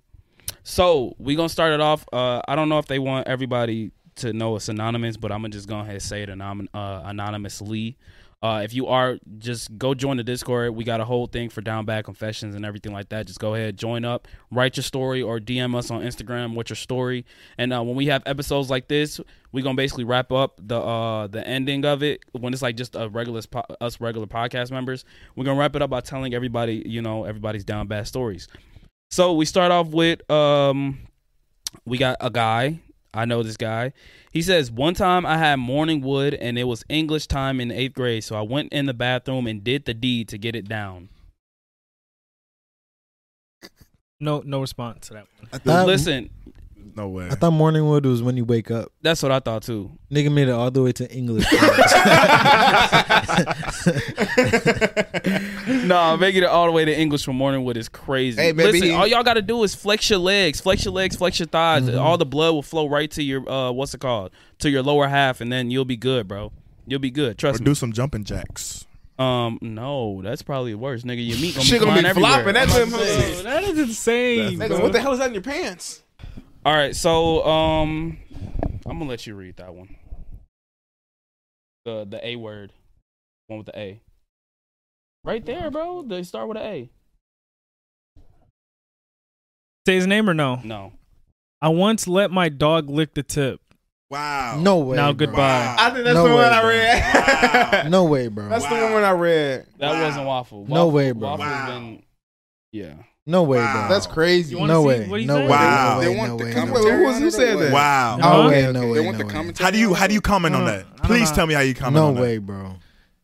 Speaker 1: so we gonna start it off. Uh I don't know if they want everybody to know it's anonymous, but I'm gonna just go ahead and say it anon- uh, anonymously. Uh, if you are, just go join the Discord. We got a whole thing for down bad confessions and everything like that. Just go ahead, join up, write your story, or DM us on Instagram with your story. And uh, when we have episodes like this, we're gonna basically wrap up the uh, the ending of it when it's like just a regular po- us regular podcast members. We're gonna wrap it up by telling everybody, you know, everybody's down bad stories. So we start off with um, we got a guy. I know this guy. He says, One time I had morning wood and it was English time in eighth grade, so I went in the bathroom and did the deed to get it down.
Speaker 4: No, no response to that one.
Speaker 2: I
Speaker 3: Uh,
Speaker 2: think-
Speaker 1: Listen,
Speaker 2: no way.
Speaker 3: I thought morning wood was when you wake up.
Speaker 1: that's what I thought too.
Speaker 3: Nigga made it all the way to English.
Speaker 1: no, making it all the way to English from Morningwood is crazy.
Speaker 6: Hey, baby.
Speaker 1: Listen, all y'all gotta do is flex your legs, flex your legs, flex your thighs.
Speaker 6: Mm-hmm.
Speaker 3: Mhm.
Speaker 1: All the blood will flow right to your uh, what's it called? To your lower half, and then you'll be good, bro. You'll be good.
Speaker 2: or
Speaker 1: Trust me.
Speaker 2: do some jumping jacks.
Speaker 1: Um, no, that's probably worse, nigga. Your meat gonna
Speaker 6: Shit
Speaker 1: be,
Speaker 6: gonna be
Speaker 1: flying everywhere.
Speaker 6: flopping. That's what I'm
Speaker 4: Bro, that is insane.
Speaker 2: That's-
Speaker 6: Nigga, what the hell is that in your pants?
Speaker 1: All right, so um, I'm gonna let you read that one. The the A word, one with the A. Right there, bro. They start with an A.
Speaker 4: Say his name or no?
Speaker 1: No.
Speaker 4: I once let my dog lick the tip.
Speaker 2: Wow.
Speaker 3: no way.
Speaker 4: now
Speaker 3: bro.
Speaker 4: goodbye.
Speaker 6: I think that's
Speaker 3: No
Speaker 6: the
Speaker 3: way,
Speaker 6: one I
Speaker 3: bro.
Speaker 6: read.
Speaker 3: No way, bro.
Speaker 6: That's the one I read.
Speaker 1: That
Speaker 2: Wow.
Speaker 1: wasn't waffle.
Speaker 3: No
Speaker 1: Waffle-
Speaker 3: way, bro.
Speaker 1: Waffle's
Speaker 2: Wow.
Speaker 1: been- yeah.
Speaker 3: no way,
Speaker 2: Wow.
Speaker 3: bro.
Speaker 6: That's crazy.
Speaker 4: You
Speaker 6: No,
Speaker 4: wanna
Speaker 3: no
Speaker 4: see
Speaker 3: way.
Speaker 4: what he
Speaker 3: No
Speaker 4: said?
Speaker 3: way.
Speaker 2: Wow.
Speaker 3: No
Speaker 5: They
Speaker 3: way.
Speaker 5: want
Speaker 3: no
Speaker 5: the
Speaker 3: way,
Speaker 5: commentary.
Speaker 3: No way.
Speaker 6: Wait, who was- who said that?
Speaker 2: Wow.
Speaker 3: No
Speaker 4: Huh?
Speaker 3: way,
Speaker 6: Okay,
Speaker 3: no
Speaker 6: okay.
Speaker 3: way,
Speaker 5: They
Speaker 3: no
Speaker 5: want the
Speaker 3: way.
Speaker 5: commentary.
Speaker 2: How do you how do you comment
Speaker 4: I
Speaker 2: on
Speaker 4: don't-
Speaker 2: that?
Speaker 4: I don't
Speaker 2: Please
Speaker 4: know.
Speaker 2: tell me how you comment
Speaker 3: No
Speaker 2: on
Speaker 3: way, bro.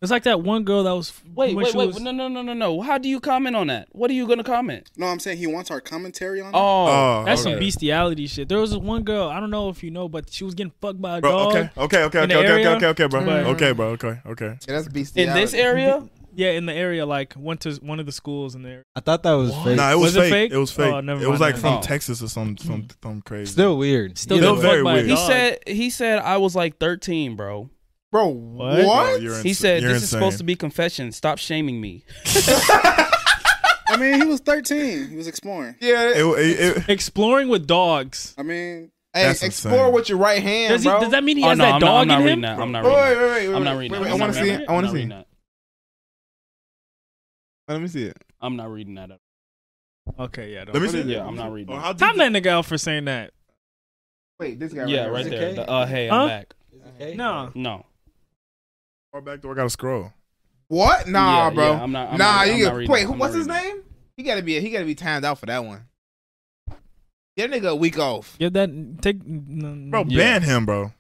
Speaker 4: It's like that one girl that was
Speaker 1: Wait,
Speaker 4: when
Speaker 1: wait,
Speaker 4: she
Speaker 1: wait.
Speaker 4: was-
Speaker 1: No, no, no, no, no. How do you comment on that? What are you gonna comment?
Speaker 5: No, I'm saying he wants our commentary on. it.
Speaker 1: Oh,
Speaker 2: Oh,
Speaker 4: That's
Speaker 2: okay.
Speaker 4: some bestiality shit. There was this one girl, I don't know if you know, but she was getting fucked by a
Speaker 2: that. Bro,
Speaker 4: dog.
Speaker 2: okay. Okay, okay,
Speaker 4: in
Speaker 2: okay, okay,
Speaker 4: the
Speaker 2: okay,
Speaker 4: area.
Speaker 2: okay, okay, bro.
Speaker 4: But-
Speaker 2: Okay, bro. Okay, okay.
Speaker 6: Yeah, that's beastie.
Speaker 1: in this area.
Speaker 4: Yeah, in the area, like went to one of the schools in there.
Speaker 3: I thought that was fake.
Speaker 2: No, it was,
Speaker 4: Was it
Speaker 2: fake.
Speaker 4: fake?
Speaker 2: It was fake.
Speaker 4: Oh, never
Speaker 2: it was
Speaker 4: mind
Speaker 2: like
Speaker 4: then.
Speaker 2: from
Speaker 1: Oh.
Speaker 2: Texas or some some some crazy.
Speaker 3: Still weird.
Speaker 4: Still
Speaker 3: Either
Speaker 4: got
Speaker 2: Still
Speaker 3: way.
Speaker 4: fucked
Speaker 2: very
Speaker 4: by
Speaker 2: weird.
Speaker 4: a
Speaker 1: He
Speaker 4: dog.
Speaker 1: said he said I was like 13, bro.
Speaker 6: bro.
Speaker 4: What?
Speaker 6: What?
Speaker 2: Oh, you're
Speaker 1: He
Speaker 2: ins-
Speaker 1: said
Speaker 2: you're
Speaker 1: this is
Speaker 2: insane.
Speaker 1: supposed to be confession. Stop shaming me.
Speaker 5: I mean, he was 13. He was exploring.
Speaker 6: Yeah.
Speaker 2: It, it, it,
Speaker 4: exploring with dogs.
Speaker 5: I mean,
Speaker 6: hey,
Speaker 2: That's
Speaker 6: explore
Speaker 2: insane.
Speaker 6: with your right hand,
Speaker 4: Does, he,
Speaker 6: bro.
Speaker 4: does that mean he
Speaker 1: oh
Speaker 4: has
Speaker 1: no,
Speaker 4: that
Speaker 1: I'm not,
Speaker 4: dog
Speaker 1: I'm not
Speaker 4: in
Speaker 1: reading
Speaker 4: him?
Speaker 1: that. I'm not
Speaker 6: Wait,
Speaker 1: reading.
Speaker 6: wait,
Speaker 1: that.
Speaker 6: wait, wait,
Speaker 1: I'm not
Speaker 6: wait,
Speaker 1: reading.
Speaker 6: wait,
Speaker 1: that.
Speaker 6: wait, I
Speaker 1: I'm not
Speaker 6: wanna see
Speaker 1: reading
Speaker 6: it.
Speaker 1: that.
Speaker 6: I wanna
Speaker 1: I'm not
Speaker 6: see
Speaker 1: reading
Speaker 6: it.
Speaker 1: that.
Speaker 6: Let me see it.
Speaker 1: I'm not reading that.
Speaker 4: Okay, yeah.
Speaker 2: let me
Speaker 4: Don't.
Speaker 2: see.
Speaker 1: Yeah, I'm not reading.
Speaker 2: Oh,
Speaker 1: that.
Speaker 2: how did
Speaker 4: Time
Speaker 2: you-
Speaker 4: that nigga out for saying that.
Speaker 6: Wait, this guy.
Speaker 1: Yeah, right
Speaker 6: here.
Speaker 1: there. The, uh, hey, I'm
Speaker 4: Huh?
Speaker 1: back.
Speaker 4: No.
Speaker 1: No.
Speaker 2: far back do I gotta scroll?
Speaker 6: What?
Speaker 1: Yeah,
Speaker 6: Nah, bro.
Speaker 1: yeah, I'm not- I'm
Speaker 6: nah,
Speaker 1: not- I'm
Speaker 6: you
Speaker 1: not
Speaker 6: get,
Speaker 1: reading
Speaker 6: wait.
Speaker 1: it.
Speaker 6: Who,
Speaker 1: I'm
Speaker 6: what's
Speaker 1: not
Speaker 6: his
Speaker 1: reading
Speaker 6: name? He gotta be. He gotta be timed out for that one. That nigga a week off.
Speaker 4: Give that. Take. No, no.
Speaker 2: Bro,
Speaker 1: Yeah.
Speaker 2: ban him, bro.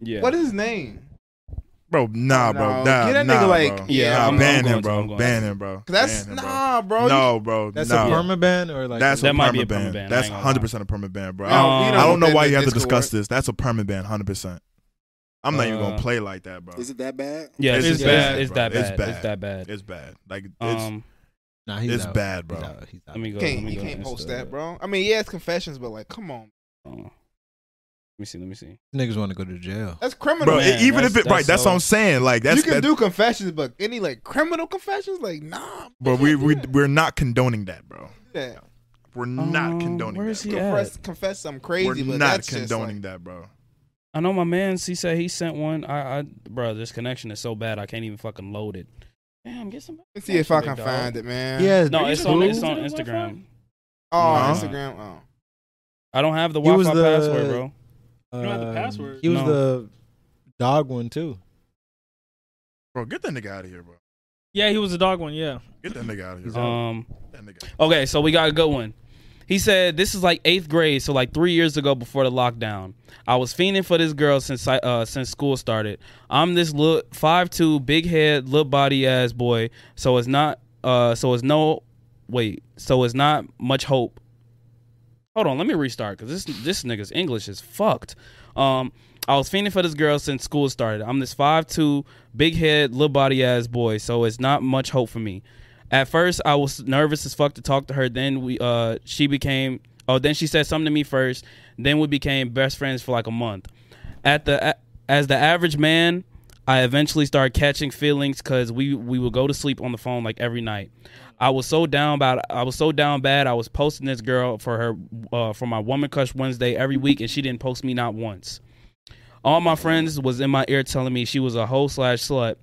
Speaker 1: Yeah.
Speaker 6: What is his name?
Speaker 2: Bro, nah, bro.
Speaker 6: No,
Speaker 2: Nah,
Speaker 6: get that
Speaker 2: nah,
Speaker 6: nigga, like-
Speaker 2: bro.
Speaker 1: Yeah,
Speaker 2: nah,
Speaker 1: I'm- I'm
Speaker 2: ban
Speaker 1: going
Speaker 2: him,
Speaker 1: to, I'm
Speaker 2: bro.
Speaker 1: going
Speaker 2: Ban
Speaker 1: to.
Speaker 2: him, bro.
Speaker 6: 'Cause that's
Speaker 2: Ban him, bro.
Speaker 6: nah, bro. You-
Speaker 2: No, bro.
Speaker 3: That's
Speaker 2: nah.
Speaker 3: a perma ban or like
Speaker 2: That's
Speaker 1: That
Speaker 2: a
Speaker 1: might
Speaker 2: perma
Speaker 1: be a
Speaker 2: ban.
Speaker 1: perma ban, I
Speaker 2: That's
Speaker 1: ain't gonna
Speaker 2: 100% a perma ban, bro.
Speaker 6: No,
Speaker 2: I don't-
Speaker 1: Um,
Speaker 6: we
Speaker 2: I don't know
Speaker 6: put
Speaker 2: why
Speaker 6: that
Speaker 2: you have to
Speaker 6: Discord.
Speaker 2: discuss this. That's a perma ban, 100%. I'm not even
Speaker 1: Uh,
Speaker 2: going to play like that, bro.
Speaker 5: is it that bad?
Speaker 1: Yeah,
Speaker 2: It's
Speaker 1: it's,
Speaker 2: just
Speaker 1: bad.
Speaker 2: bad,
Speaker 1: It's
Speaker 2: bro.
Speaker 1: that
Speaker 2: It's
Speaker 1: bad.
Speaker 2: bad.
Speaker 1: It's that bad.
Speaker 2: It's bad. Like, it's,
Speaker 1: Um,
Speaker 3: Nah, he's
Speaker 2: it's
Speaker 3: out.
Speaker 2: bad, bro.
Speaker 3: He's out. He's out.
Speaker 1: let me go.
Speaker 6: can't,
Speaker 1: let me
Speaker 6: you
Speaker 1: go to
Speaker 6: can't post
Speaker 1: Insta.
Speaker 6: that, bro. I mean, yeah, it's confessions, but like, come on.
Speaker 1: Hold on. Let me see. Let me see.
Speaker 3: Niggas want to go to jail.
Speaker 6: That's criminal.
Speaker 2: bro.
Speaker 1: Man,
Speaker 2: e- even
Speaker 1: that's-
Speaker 2: if it right,
Speaker 1: that's
Speaker 2: that's
Speaker 1: so-
Speaker 2: what I'm saying. Like that's
Speaker 6: you can
Speaker 2: that-
Speaker 6: do confessions, but any like criminal confessions, like nah.
Speaker 2: but
Speaker 6: bitch,
Speaker 2: we
Speaker 6: don't do
Speaker 2: we
Speaker 6: that.
Speaker 2: we're not condoning that, bro.
Speaker 6: Yeah.
Speaker 2: We're not
Speaker 1: Um,
Speaker 2: condoning
Speaker 1: where
Speaker 2: that.
Speaker 1: is he
Speaker 2: bro.
Speaker 1: at?
Speaker 6: confess, confess something crazy,
Speaker 2: We're not
Speaker 6: but that's just,
Speaker 2: condoning
Speaker 6: like,
Speaker 2: that, bro.
Speaker 1: I know my man. He said he sent one. I, I, bro, this connection is so bad. I can't even fucking load it. Damn, get some.
Speaker 6: Let's see if I
Speaker 1: Big
Speaker 6: can
Speaker 1: dog.
Speaker 6: find it, man.
Speaker 3: Yeah,
Speaker 1: No,
Speaker 3: you
Speaker 1: it's
Speaker 3: said
Speaker 1: on.
Speaker 3: who?
Speaker 1: It's on Instagram.
Speaker 6: Oh, on
Speaker 2: Nah.
Speaker 6: Instagram. Oh.
Speaker 1: I don't have the
Speaker 3: He was
Speaker 1: Wi-Fi
Speaker 3: the-
Speaker 1: password, bro.
Speaker 3: You
Speaker 4: don't have the password.
Speaker 3: Uh, He was
Speaker 1: No.
Speaker 3: the dog one too.
Speaker 2: Bro, get that nigga out of here, bro.
Speaker 4: Yeah, he was a dog one. Yeah.
Speaker 2: Get that nigga out of here. bro.
Speaker 1: Um.
Speaker 2: Get that nigga.
Speaker 1: Okay, so we got a good one. He said, "This is like eighth grade, so like three years ago before the lockdown. I was fiending for this girl since I, uh, since school started. I'm this little five two, big head, little body ass boy. So it's not, uh, so it's no, wait, so it's not much hope. Hold on, let me restart because this this nigga's English is fucked. Um, I was fiending for this girl since school started. I'm this five two, big head, little body ass boy. So it's not much hope for me. At first, I was nervous as fuck to talk to her. Then we, uh, she became. Oh, then she said something to me first. Then we became best friends for like a month. At the as the average man, I eventually started catching feelings because we we would go to sleep on the phone like every night. I was so down about I was so down bad. I was posting this girl for her uh, for my woman crush Wednesday every week, and she didn't post me not once. All my friends was in my ear telling me she was a hoe slash slut.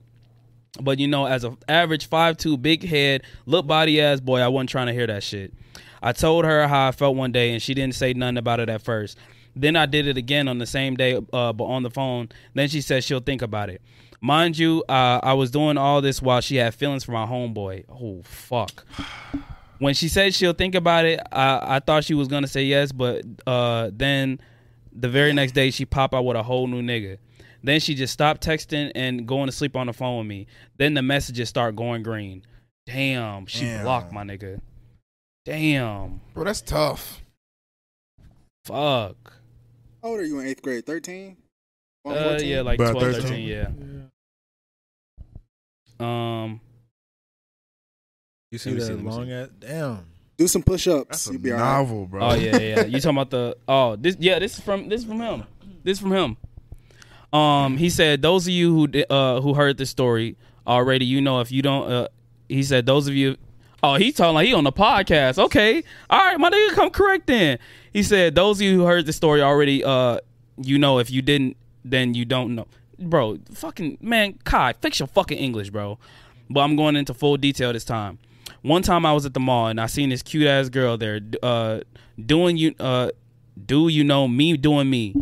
Speaker 1: But you know, as an average 5'2", big head, look body ass boy, I wasn't trying to hear that shit. I told her how I felt one day, and she didn't say nothing about it at first. Then I did it again on the same day, uh, but on the phone. Then she said she'll think about it. Mind you, uh, I was doing all this while she had feelings for my homeboy. Oh fuck! When she said she'll think about it, I, I thought she was gonna say yes, but uh, then the very next day she pop out with a whole new nigga. Then she just stopped texting and going to sleep on the phone with me. Then the messages start going green. Damn, she
Speaker 2: Damn.
Speaker 1: blocked my nigga. Damn,
Speaker 6: Bro, that's tough.
Speaker 1: fuck.
Speaker 5: How old are you in eighth grade? Thirteen?
Speaker 1: Uh, yeah, like
Speaker 2: About
Speaker 1: 12, 13,
Speaker 2: 13?
Speaker 1: yeah. Um,
Speaker 3: You see
Speaker 1: Let me see,
Speaker 3: that
Speaker 1: let me
Speaker 3: long
Speaker 1: see.
Speaker 3: ass? Damn.
Speaker 5: Do some push-ups.
Speaker 2: That's
Speaker 5: You'll
Speaker 2: a
Speaker 5: be alright.
Speaker 2: novel, bro.
Speaker 1: oh yeah, yeah. You talking about the? Oh, this, yeah. This is from this is from him. This is from him. Um, he said, "Those of you who di- uh who heard this story already, you know if you don't." Uh, he said, "Those of you." Oh, he talking like he on the podcast. Okay, all right, my nigga, come correct then. He said, "Those of you who heard the story already, uh, you know if you didn't, then you don't know, bro. Fucking man, Kai, fix your fucking English, bro." But I'm going into full detail this time. One time I was at the mall and I seen this cute ass girl there, d- uh, doing you, uh, do you know me doing me.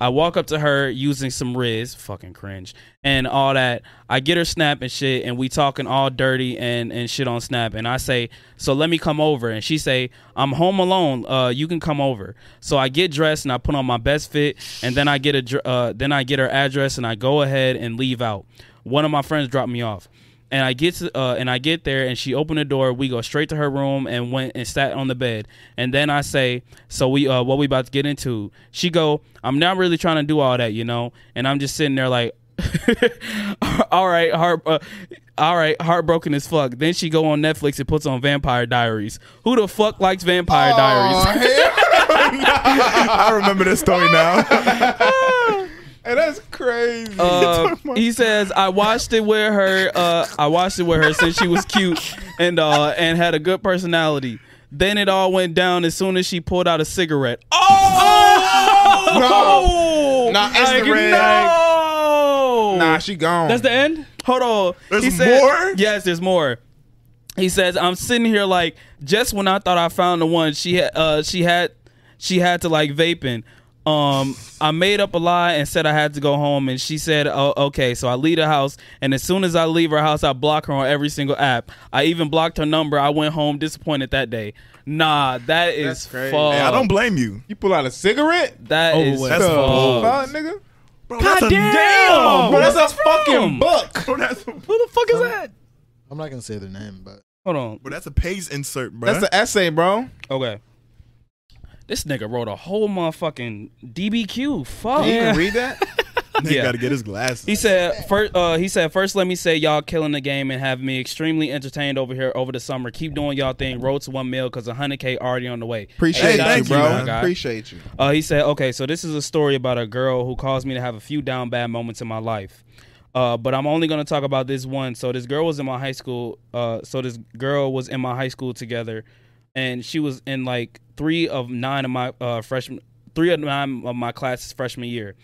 Speaker 1: I walk up to her using some Riz, fucking cringe, and all that. I get her Snap and shit, and we talking all dirty and and shit on Snap. And I say, so let me come over, and she say, I'm home alone. Uh, you can come over. So I get dressed and I put on my best fit, and then I get a dr- uh, then I get her address and I go ahead and leave out. One of my friends dropped me off. And I get to, uh, and I get there, and she opened the door. We go straight to her room and went and sat on the bed. And then I say, "So we, uh, what we about to get into?" She go, "I'm not really trying to do all that, you know." And I'm just sitting there like, "All right, heart, uh, all right, heartbroken as fuck." Then she go on Netflix and puts on Vampire Diaries. Who the fuck likes Vampire Diaries?
Speaker 6: Oh, hell.
Speaker 2: I remember this story now.
Speaker 6: Hey, that's crazy.
Speaker 1: Uh, he says I watched it with her. Uh, I watched it with her since she was cute and uh, and had a good personality. Then it all went down as soon as she pulled out a cigarette. Oh
Speaker 6: No. Nah, it's the
Speaker 1: Like,
Speaker 6: red.
Speaker 1: No.
Speaker 6: nah, she gone.
Speaker 4: That's the end.
Speaker 1: Hold on.
Speaker 2: There's
Speaker 1: he said,
Speaker 2: more?
Speaker 1: Yes, there's more. He says, "I'm sitting here like just when I thought I found the one, she had uh, she had she had to like vaping. Um, I made up a lie and said I had to go home, and she said, "Oh, okay." So I leave the house, and as soon as I leave her house, I block her on every single app. I even blocked her number. I went home disappointed that day. Nah, that is
Speaker 6: That's crazy.
Speaker 1: fucked.
Speaker 2: Hey, I don't blame you.
Speaker 6: you pull out a cigarette?
Speaker 1: That
Speaker 4: Over
Speaker 1: is
Speaker 4: with.
Speaker 2: That's
Speaker 1: fucked.
Speaker 6: Fuck, nigga.
Speaker 2: Bro, that's a
Speaker 1: damn!
Speaker 2: damn,
Speaker 6: Bro,
Speaker 2: bro.
Speaker 6: that's a
Speaker 1: from?
Speaker 6: fucking book.
Speaker 2: Bro, that's a,
Speaker 1: Who the fuck is that?
Speaker 3: I'm not gonna say their name, but
Speaker 1: Hold on.
Speaker 2: bro, that's a page insert, bro.
Speaker 6: That's an essay, bro.
Speaker 1: Okay. This nigga wrote a whole motherfucking DBQ. Fuck.
Speaker 6: You can read that?
Speaker 2: Nigga
Speaker 1: Yeah.
Speaker 2: gotta get his glasses.
Speaker 1: He said first. Uh, he said first. Let me say y'all killing the game and have me extremely entertained over here over the summer. Keep doing y'all thing. Road to one mil because hundred k already on the way.
Speaker 2: Hey,
Speaker 6: Appreciate
Speaker 2: thank
Speaker 6: you,
Speaker 2: you,
Speaker 6: bro.
Speaker 2: man.
Speaker 6: Appreciate you.
Speaker 1: Uh, he said, okay, so this is a story about a girl who caused me to have a few down bad moments in my life. Uh, but I'm only going to talk about this one. So this girl was in my high school. Uh, so this girl was in my high school together, and she was in like three of nine of my uh, freshman, three of nine of my classes freshman year.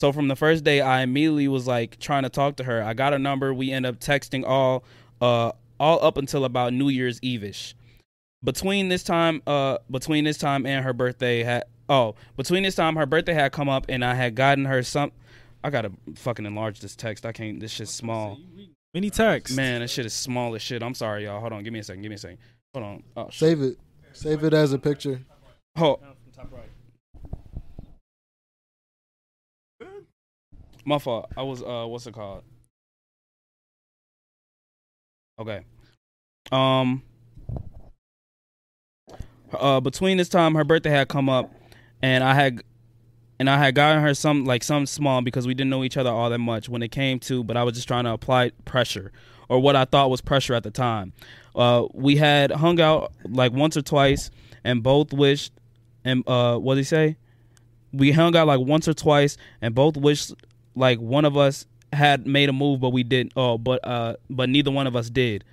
Speaker 1: So from the first day, I immediately was like trying to talk to her. I got her number. We end up texting all, uh, all up until about New Year's Eve ish between this time uh between this time and her birthday had oh between this time her birthday had come up and i had gotten her some i gotta fucking enlarge this text i can't this shit's small
Speaker 4: Many texts.
Speaker 1: man this shit is small as shit i'm sorry y'all hold on give me a second give me a second hold on oh shit.
Speaker 3: Save it. Save it as a picture.
Speaker 1: oh my fault i was uh what's it called okay um uh, between this time her birthday had come up and I had and I had gotten her some like some small because we didn't know each other all that much when it came to but I was just trying to apply pressure or what I thought was pressure at the time. Uh, we had hung out like once or twice and both wished and uh what did he say? We hung out like once or twice and both wished like one of us had made a move but we didn't oh but uh but neither one of us did.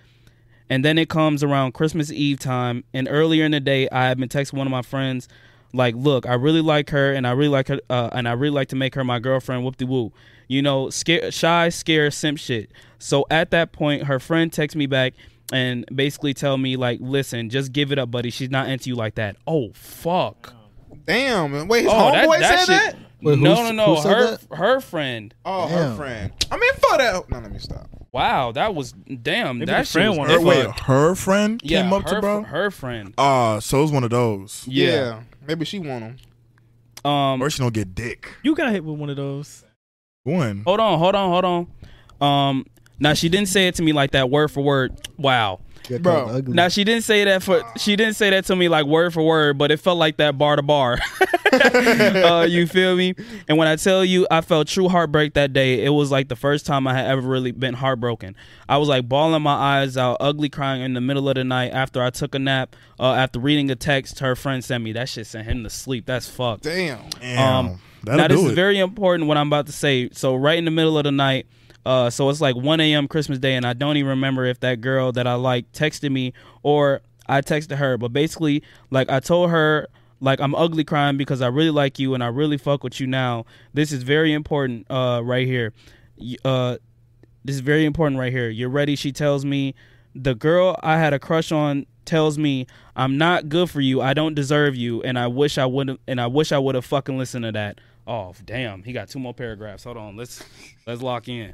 Speaker 1: And then it comes around Christmas Eve time. And earlier in the day, I had been texting one of my friends, like, "Look, I really like her, and I really like her, uh, and I really like to make her my girlfriend." Whoop de woo, you know, scare, shy, scare, simp shit. So at that point, her friend texts me back and basically tell me like, "Listen, just give it up, buddy. She's not into you like that." Oh fuck!
Speaker 6: Damn. man. Wait, his
Speaker 1: Oh,
Speaker 6: homeboy said that?
Speaker 3: Wait, who's-
Speaker 1: no, no, no.
Speaker 3: who said
Speaker 1: Her, her friend.
Speaker 6: Oh,
Speaker 3: Damn.
Speaker 6: her friend. I mean, for that. No, let me stop.
Speaker 1: Wow, that was damn.
Speaker 4: Maybe the
Speaker 1: that shit
Speaker 4: friend
Speaker 1: was
Speaker 4: wanted
Speaker 2: her,
Speaker 4: If,
Speaker 2: wait,
Speaker 4: uh,
Speaker 2: her friend
Speaker 1: yeah,
Speaker 2: came up
Speaker 1: her,
Speaker 2: to bro.
Speaker 1: her friend.
Speaker 2: Ah, so it was one of those.
Speaker 6: Yeah.
Speaker 1: Yeah.
Speaker 6: Maybe she want him.
Speaker 1: Um,
Speaker 2: Or she don't get dick.
Speaker 4: You got hit with one of those.
Speaker 2: One.
Speaker 1: Hold on, hold on, hold on. Um, now she didn't say it to me like that word for word. Wow.
Speaker 3: Get
Speaker 6: Bro,
Speaker 3: that ugly.
Speaker 1: Now she didn't say that for she didn't say that to me like word for word, but it felt like that bar to bar. uh, you feel me? And when I tell you, I felt true heartbreak that day. It was like the first time I had ever really been heartbroken. I was like bawling my eyes out, ugly crying in the middle of the night after I took a nap. Uh, after reading a text her friend sent me, that shit sent him to sleep. That's fucked.
Speaker 6: Damn.
Speaker 2: Damn.
Speaker 1: um,
Speaker 2: That'll
Speaker 1: now
Speaker 2: do
Speaker 1: this is
Speaker 2: it.
Speaker 1: very important what I'm about to say. So right in the middle of the night, uh, so it's like 1 a.m. Christmas Day, and I don't even remember if that girl that I like texted me or I texted her. But basically, like I told her, like I'm ugly crying because I really like you and I really fuck with you now. This is very important uh, right here. Y- Uh, this is very important right here. You're ready. She tells me, the girl I had a crush on tells me I'm not good for you. I don't deserve you, and I wish I would have. And I wish I would have fucking listened to that. Oh damn, he got two more paragraphs. Hold on, let's let's lock in.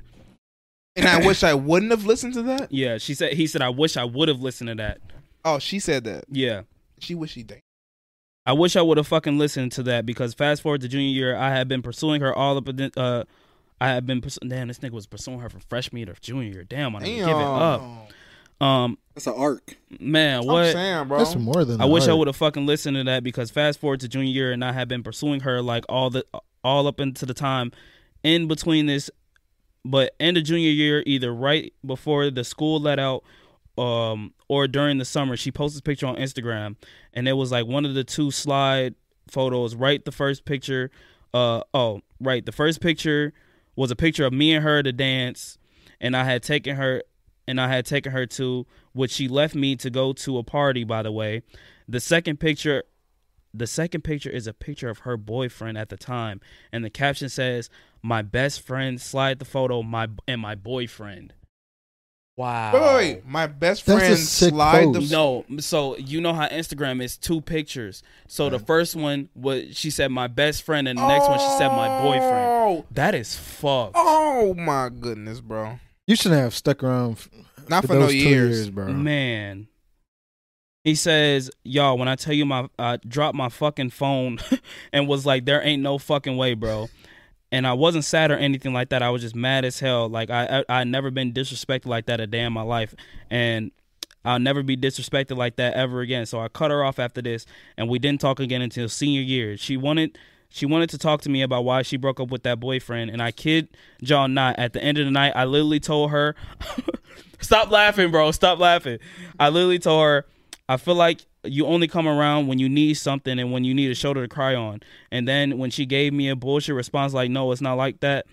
Speaker 6: And I wish I wouldn't have listened to that.
Speaker 1: Yeah, she said. He said I wish I would have listened to that.
Speaker 6: Oh, she said that.
Speaker 1: Yeah.
Speaker 6: She wish she did.
Speaker 1: I wish I would have fucking listened to that because fast forward to junior year, I had been pursuing her all up. in- Uh, I had been pursu- damn. This nigga was pursuing her from freshman year to junior year. Damn, I didn't
Speaker 6: Damn.
Speaker 1: give it up. Um,
Speaker 5: That's an arc.
Speaker 1: man,
Speaker 6: What? I'm
Speaker 1: what?
Speaker 6: saying, bro.
Speaker 3: that's more than.
Speaker 1: I wish I
Speaker 3: art.
Speaker 1: would have fucking listened to that because fast forward to junior year and I had been pursuing her like all the all up into the time in between this but end of junior year either right before the school let out um or during the summer she posted a picture on Instagram and it was like one of the two slide photos right the first picture uh oh right the first picture was a picture of me and her to dance and I had taken her and I had taken her to which she left me to go to a party by the way the second picture the second picture is a picture of her boyfriend at the time and the caption says my best friend slide the photo my and my boyfriend wow
Speaker 6: Wait, wait, wait. My best
Speaker 3: That's a
Speaker 6: friend
Speaker 3: sick
Speaker 6: slide
Speaker 3: post.
Speaker 6: the.
Speaker 1: no, so you know how Instagram is two pictures. So the first one was she said my best friend, and the next one she said my boyfriend.
Speaker 6: Oh.
Speaker 1: That is fucked.
Speaker 6: Oh my goodness, bro.
Speaker 3: You shouldn't have stuck around. f-
Speaker 6: Not for,
Speaker 3: those
Speaker 6: no
Speaker 3: two
Speaker 6: years.
Speaker 3: bro.
Speaker 1: Man. He says, y'all, when I tell you my I dropped my fucking phone and was like, there ain't no fucking way, bro. And I wasn't sad or anything like that. I was just mad as hell. Like I I I'd never been disrespected like that a day in my life. And I'll never be disrespected like that ever again. So I cut her off after this and we didn't talk again until senior year. She wanted She wanted to talk to me about why she broke up with that boyfriend, and I kid y'all not. At the end of the night, I literally told her, "Stop laughing, bro. Stop laughing." I literally told her, "I feel like you only come around when you need something and when you need a shoulder to cry on." And then when she gave me a bullshit response like, "No, it's not like that.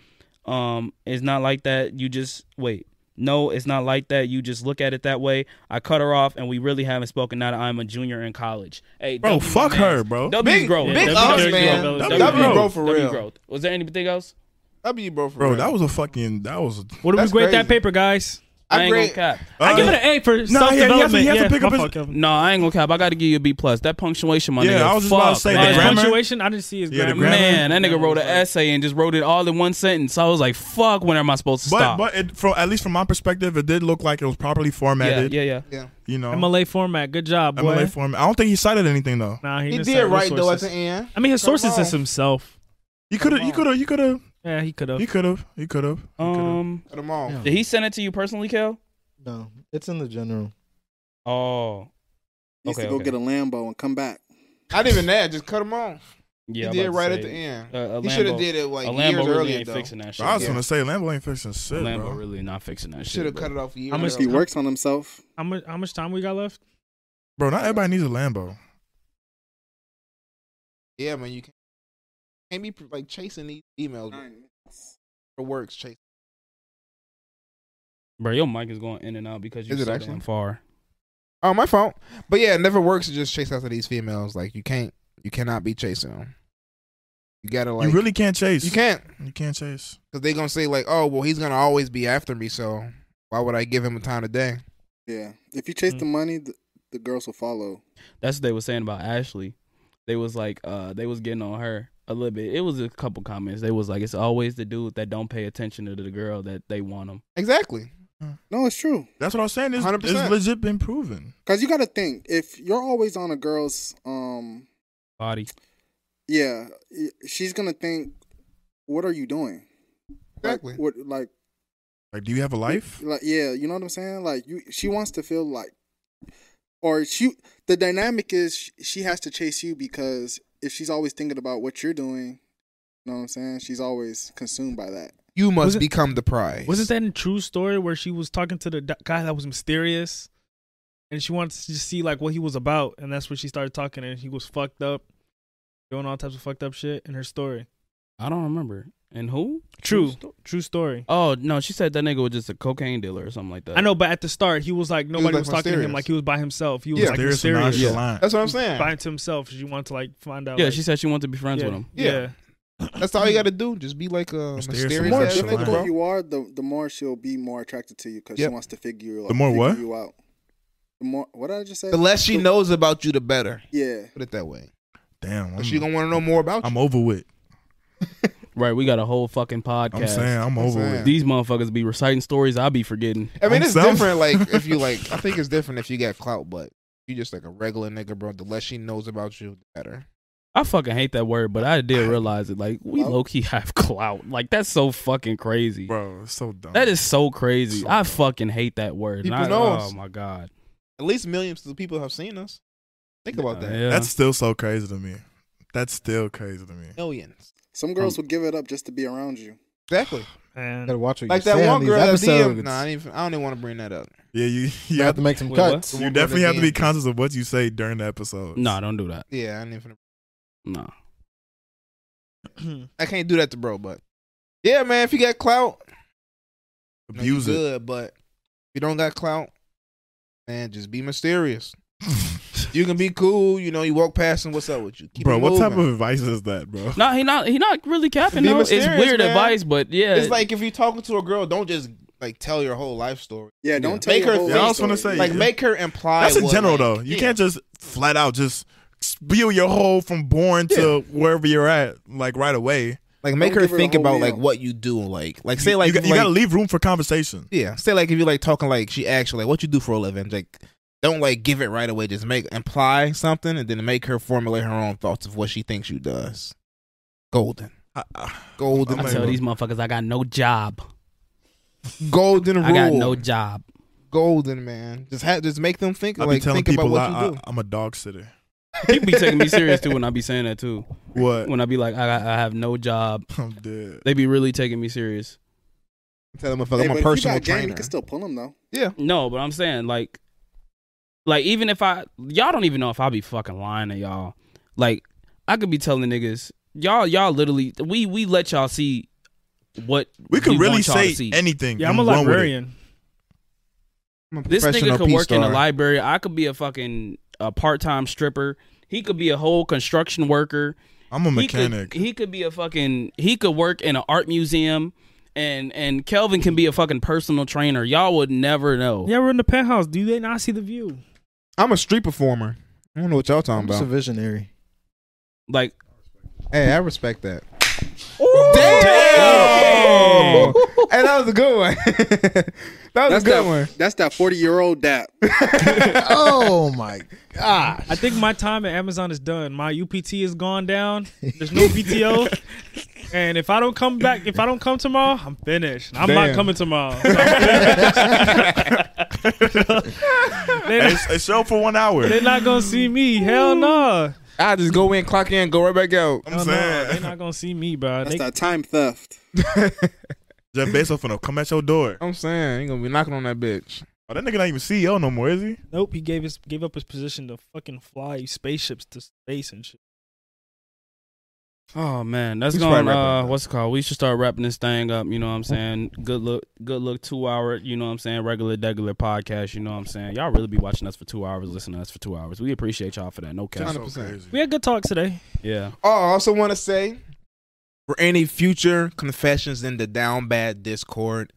Speaker 1: Um, it's not like that. You just wait." No, it's not like that. You just look at it that way. I cut her off, and we really haven't spoken. Now that I'm a junior in college, hey,
Speaker 2: Bro,
Speaker 1: W's
Speaker 2: fuck
Speaker 1: my
Speaker 2: her,
Speaker 1: mans.
Speaker 2: bro.
Speaker 1: W's
Speaker 6: Big-
Speaker 1: growing.
Speaker 6: big
Speaker 1: W's
Speaker 6: ups,
Speaker 1: growing,
Speaker 6: man.
Speaker 1: fellas.
Speaker 2: W growth.
Speaker 6: for
Speaker 1: W
Speaker 6: real.
Speaker 1: growth. Was there anything else?
Speaker 6: W bro for
Speaker 2: Bro,
Speaker 6: real.
Speaker 2: that was a fucking. That was. A,
Speaker 4: What do we
Speaker 6: That's
Speaker 4: grade that
Speaker 6: crazy.
Speaker 4: paper, guys?
Speaker 1: I,
Speaker 6: I
Speaker 1: ain't
Speaker 6: agree.
Speaker 1: gonna cap.
Speaker 4: I
Speaker 2: Uh,
Speaker 4: give it an A for
Speaker 2: he has
Speaker 4: self
Speaker 2: to-
Speaker 4: development.
Speaker 2: he has to
Speaker 4: yeah,
Speaker 2: pick up
Speaker 4: my
Speaker 2: his-
Speaker 4: fault, Kevin.
Speaker 1: No, I ain't gonna cap. I gotta give you a B plus. That punctuation, my
Speaker 2: Yeah,
Speaker 1: nigga.
Speaker 2: I was just about to
Speaker 1: fuck,
Speaker 2: say
Speaker 4: Oh,
Speaker 2: that
Speaker 4: his
Speaker 2: grammar-
Speaker 4: punctuation. I didn't see his
Speaker 2: Yeah, the grammar.
Speaker 4: grammar.
Speaker 1: Man, that nigga wrote an essay and just wrote it all in one sentence. I was like, "Fuck, when am I supposed to
Speaker 2: but
Speaker 1: stop?"
Speaker 2: but it, from at least from my perspective, it did look like it was properly
Speaker 1: yeah,
Speaker 2: formatted.
Speaker 1: yeah, yeah.
Speaker 2: You know,
Speaker 4: MLA format. Good job, boy.
Speaker 2: MLA format. I don't think he cited anything though.
Speaker 4: Nah, he,
Speaker 6: He
Speaker 4: didn't
Speaker 6: did
Speaker 4: cite
Speaker 6: right though at
Speaker 4: resources.
Speaker 6: the end.
Speaker 4: I mean, his
Speaker 6: Come
Speaker 4: sources is
Speaker 6: on.
Speaker 4: himself.
Speaker 2: He could have. He
Speaker 6: Come on.
Speaker 2: could have. He could have.
Speaker 4: Yeah, he could have.
Speaker 2: He could have. He could have.
Speaker 1: Um,
Speaker 6: Cut them off.
Speaker 3: Yeah.
Speaker 1: did he send it to you personally, Kel?
Speaker 3: No, it's in the general.
Speaker 1: Oh,
Speaker 5: Needs
Speaker 1: Okay,
Speaker 5: to go
Speaker 1: okay.
Speaker 5: get a Lambo and come back.
Speaker 6: I didn't even that. Just cut them off.
Speaker 1: yeah.
Speaker 6: he
Speaker 1: I'm
Speaker 6: did
Speaker 1: about to
Speaker 6: right
Speaker 1: say,
Speaker 6: at the end.
Speaker 1: uh, a
Speaker 6: he
Speaker 1: Lambo-
Speaker 6: should have did it like
Speaker 1: a
Speaker 6: years
Speaker 1: Lambo really
Speaker 6: earlier
Speaker 1: ain't
Speaker 6: though.
Speaker 1: fixing that shit.
Speaker 2: I was
Speaker 1: bro.
Speaker 2: gonna say Lambo ain't fixing shit,
Speaker 1: Lambo
Speaker 2: bro.
Speaker 1: really not fixing that shit.
Speaker 6: Should have
Speaker 1: bro.
Speaker 6: cut it off years.
Speaker 4: How much
Speaker 6: earlier.
Speaker 5: He works on himself.
Speaker 4: How much? How much time we got left?
Speaker 2: Bro, not everybody needs a Lambo.
Speaker 6: Yeah, man. You can't, can't be like chasing these emails. bro. It works. Chase.
Speaker 1: Bro, your mic is going in and out because you're
Speaker 6: Is it
Speaker 1: so
Speaker 6: actually?
Speaker 1: damn far.
Speaker 6: Oh, my fault. But yeah, it never works to just chase after these females. Like you can't. You cannot be chasing them. You gotta like.
Speaker 2: you really can't chase.
Speaker 6: You can't.
Speaker 2: You can't chase.
Speaker 6: Because they going to say, like, oh, well, he's going to always be after me, so why would I give him a time of day?
Speaker 5: Yeah. If you chase
Speaker 1: Mm.
Speaker 5: the money, the, the girls will follow.
Speaker 1: That's what they were saying about Ashley. They was like, uh, they was getting on her a little bit. It was a couple comments. They was like, it's always the dude that don't pay attention to the girl that they want him.
Speaker 6: Exactly.
Speaker 5: No, it's true.
Speaker 2: That's what I was saying. It's,
Speaker 6: 100%.
Speaker 2: it's legit been proven.
Speaker 5: Cause you got to think if you're always on a girl's, um,
Speaker 1: Body.
Speaker 5: yeah, y- she's gonna think, what are you doing? Like,
Speaker 6: Exactly.
Speaker 5: what like
Speaker 2: Like, do you have a life?
Speaker 5: Like yeah, you know what I'm saying? Like you she wants to feel like or she the dynamic is sh- she has to chase you because if she's always thinking about what you're doing, you know what I'm saying? She's always consumed by that.
Speaker 6: You must
Speaker 4: Wasn't-
Speaker 6: become the prize.
Speaker 4: Wasn't that in True Story where she was talking to the d- guy that was mysterious, and she wanted to just see like what he was about, and that's when she started talking, and he was fucked up, doing all types of fucked up shit in her story.
Speaker 1: I don't remember. And who?
Speaker 4: True,
Speaker 1: sto-
Speaker 4: true story.
Speaker 1: Oh no, she said that nigga was just a cocaine dealer or something like that.
Speaker 4: I know, but at the start, he was like nobody
Speaker 6: like,
Speaker 4: was, talking to him,
Speaker 6: mysterious.
Speaker 4: like he was by himself. He was
Speaker 6: Yeah,
Speaker 4: like
Speaker 2: Serious and
Speaker 4: mysterious,
Speaker 2: nonchalant.
Speaker 6: That's what I'm
Speaker 4: by
Speaker 6: saying.
Speaker 4: him to himself. She wanted to like find out.
Speaker 1: Yeah,
Speaker 4: like,
Speaker 1: she said she wanted to be friends with him.
Speaker 6: Yeah.
Speaker 4: yeah.
Speaker 6: That's all you got to do. Just be like a
Speaker 2: Mysterious
Speaker 6: mysterious,
Speaker 2: and
Speaker 5: The more
Speaker 6: ass
Speaker 2: nonchalant.
Speaker 6: nigga,
Speaker 5: difficult
Speaker 6: bro.
Speaker 5: you are, the the more she'll be more attracted to you because
Speaker 6: Yep.
Speaker 5: she wants to figure you out.
Speaker 2: The more
Speaker 5: figure
Speaker 2: what?
Speaker 5: You out. The more what did I just say?
Speaker 6: The less she
Speaker 5: The-
Speaker 6: knows about you, the better.
Speaker 5: Yeah,
Speaker 6: Put it that way.
Speaker 2: Damn, I'm,
Speaker 6: She's going to want to know more about
Speaker 2: Mm. I'm
Speaker 6: you.
Speaker 2: over with.
Speaker 1: Right, we got a whole fucking podcast.
Speaker 2: I'm saying I'm
Speaker 6: I'm
Speaker 2: over
Speaker 6: saying.
Speaker 2: with.
Speaker 1: These motherfuckers be reciting stories I be forgetting.
Speaker 6: I mean,
Speaker 2: I'm
Speaker 6: it's
Speaker 2: self-
Speaker 6: different. Like, if you like, I think it's different if you got clout, but you just like a regular nigga, bro. The less she knows about you, the better.
Speaker 1: I fucking hate that word, but I did realize it. Like we low key have clout. Like that's so fucking crazy.
Speaker 2: Bro, it's so dumb.
Speaker 1: That is so crazy.
Speaker 2: So
Speaker 1: I fucking hate that word. And
Speaker 6: Oh. People
Speaker 1: I-
Speaker 6: know
Speaker 1: Oh
Speaker 6: us.
Speaker 1: my god.
Speaker 6: At least millions of people have seen us. Think about that.
Speaker 1: Yeah.
Speaker 2: That's still so crazy to me. That's still crazy to me.
Speaker 6: Millions.
Speaker 5: some
Speaker 2: Um,
Speaker 5: girls will give it up just to be around you.
Speaker 6: Exactly.
Speaker 4: And
Speaker 3: gotta watch what
Speaker 6: Like
Speaker 3: you
Speaker 6: that
Speaker 3: say
Speaker 6: one
Speaker 3: on
Speaker 6: girl that
Speaker 3: these episodes.
Speaker 6: DM. Nah, I, didn't even, I don't even want to bring that up.
Speaker 2: Yeah, you you,
Speaker 3: you
Speaker 2: have
Speaker 3: have to make some
Speaker 1: Wait, what?
Speaker 3: cuts.
Speaker 2: you definitely have to be
Speaker 6: DM.
Speaker 2: conscious of what you say during the episode.
Speaker 1: no, don't do that.
Speaker 6: Yeah, I didn't even.
Speaker 1: No.
Speaker 6: I can't do that to bro, but yeah, man. If you got clout, you know, you
Speaker 2: abuse it.
Speaker 6: good, but if you don't got clout, man, just be mysterious. You can be cool. You know, you walk past and what's up with you, Keep
Speaker 2: bro,
Speaker 6: it
Speaker 2: what type of
Speaker 6: moving.
Speaker 2: advice is that, bro?
Speaker 1: No, he not he not really capping
Speaker 6: Be
Speaker 1: though. It's
Speaker 6: mysterious,
Speaker 1: weird
Speaker 6: man.
Speaker 1: advice, but yeah.
Speaker 6: It's like if you're talking to a girl, don't just like tell your whole life story.
Speaker 5: Yeah, don't tell
Speaker 6: Make
Speaker 5: your
Speaker 6: her
Speaker 5: whole
Speaker 6: think-
Speaker 2: Yeah, I was gonna
Speaker 5: story.
Speaker 2: say,
Speaker 6: Like
Speaker 2: yeah.
Speaker 6: make her imply.
Speaker 2: That's in
Speaker 6: what,
Speaker 2: general
Speaker 6: like,
Speaker 2: though. You
Speaker 6: yeah.
Speaker 2: can't just flat out just spill your whole from born to wherever you're at like right away.
Speaker 6: like make
Speaker 5: don't
Speaker 6: her
Speaker 5: give her the
Speaker 6: think
Speaker 5: whole
Speaker 6: about
Speaker 5: meal.
Speaker 6: like what you do. Like like
Speaker 2: You-
Speaker 6: say like
Speaker 2: you, got- you
Speaker 6: like-
Speaker 2: gotta leave room for conversation.
Speaker 6: Yeah. Say like if you like talking like she actually like what you do for a living, like don't like give it right away. Just make imply something and then make her formulate her own thoughts of what she thinks you does. Golden.
Speaker 2: I- I-
Speaker 6: Golden
Speaker 1: I
Speaker 2: I'm
Speaker 1: tell
Speaker 2: like-
Speaker 1: these motherfuckers I got no job.
Speaker 6: golden rule.
Speaker 1: I got no job.
Speaker 6: golden man. Just ha- just make them think
Speaker 2: I be
Speaker 6: like
Speaker 2: telling
Speaker 6: think about
Speaker 2: people
Speaker 6: what
Speaker 2: I,
Speaker 6: you do.
Speaker 2: I, am a dog sitter.
Speaker 1: People be taking me serious too when I be saying that too.
Speaker 2: What?
Speaker 1: When I be like, I got- I have no job.
Speaker 2: I'm dead.
Speaker 1: They be really taking me serious.
Speaker 6: Tell them
Speaker 5: Hey,
Speaker 6: motherfucker,
Speaker 5: but
Speaker 6: I'm
Speaker 5: if
Speaker 6: a
Speaker 5: you
Speaker 6: personal
Speaker 5: got game, you
Speaker 6: trainer.
Speaker 5: can still pull them though.
Speaker 1: No, but I'm saying like, like even if I y'all don't even know if I be fucking lying to y'all. Like I could be telling niggas y'all y'all literally we we let y'all see what
Speaker 2: We could really
Speaker 1: want y'all to
Speaker 2: say
Speaker 1: see.
Speaker 2: anything.
Speaker 4: Yeah, I'm a
Speaker 2: and run with it.
Speaker 4: librarian.
Speaker 6: I'm a
Speaker 1: This nigga
Speaker 6: professional
Speaker 1: could
Speaker 6: peace
Speaker 1: work in a
Speaker 6: star.
Speaker 1: library. I could be a fucking a part time stripper. He could be a whole construction worker.
Speaker 2: I'm a
Speaker 1: He could-
Speaker 2: mechanic.
Speaker 1: He could, be a fucking. He could work in an art museum, and and Kelvin can be a fucking personal trainer. Y'all would never know.
Speaker 4: Yeah, we're in the penthouse. Do they not see the view?
Speaker 6: I'm a street performer. I don't know what y'all talking
Speaker 3: I'm just a
Speaker 6: about.
Speaker 3: visionary.
Speaker 1: Like
Speaker 6: Hey, I respect that.
Speaker 2: Damn!
Speaker 6: hey, that was a good one. that was
Speaker 5: That's
Speaker 6: a
Speaker 5: that,
Speaker 6: good one.
Speaker 5: That's that 40 year old dap.
Speaker 3: oh my gosh.
Speaker 4: I think my time at Amazon is done. My UPT is gone down. There's no PTO. And if I don't come back, if I don't come tomorrow, I'm finished. I'm not
Speaker 6: Damn.
Speaker 4: coming tomorrow. So I'm finished.
Speaker 2: Hey,
Speaker 4: they,
Speaker 2: It's a show for one hour.
Speaker 4: they're not gonna see me. Hell no.
Speaker 6: I just go in, clock in, go right back out.
Speaker 1: Oh,
Speaker 2: I'm
Speaker 4: Hell no. They're
Speaker 2: saying
Speaker 4: not gonna see me, bro.
Speaker 5: That's
Speaker 4: They,
Speaker 5: that time theft.
Speaker 2: Jeff Bezos finna come at your door.
Speaker 6: I'm saying, you gonna be knocking on that bitch.
Speaker 2: Oh, that nigga not even CEO no more, is he?
Speaker 4: nope. He gave his gave up his position to fucking fly spaceships to space and shit.
Speaker 1: Oh man, that's
Speaker 6: We should
Speaker 1: going.
Speaker 6: probably wrap it
Speaker 1: Uh,
Speaker 6: up.
Speaker 1: what's it called? We should start wrapping this thing up. You know what I'm saying? Good look, good look. Two hour. You know what I'm saying? Regular, degular podcast. You know what I'm saying? Y'all really be watching us for two hours, listening to us for two hours. We appreciate y'all for that. No cap.
Speaker 2: That's so
Speaker 6: 100%.
Speaker 2: crazy.
Speaker 4: We had good talks today.
Speaker 1: Yeah.
Speaker 6: Oh, I also want to say for any future confessions in the down bad Discord,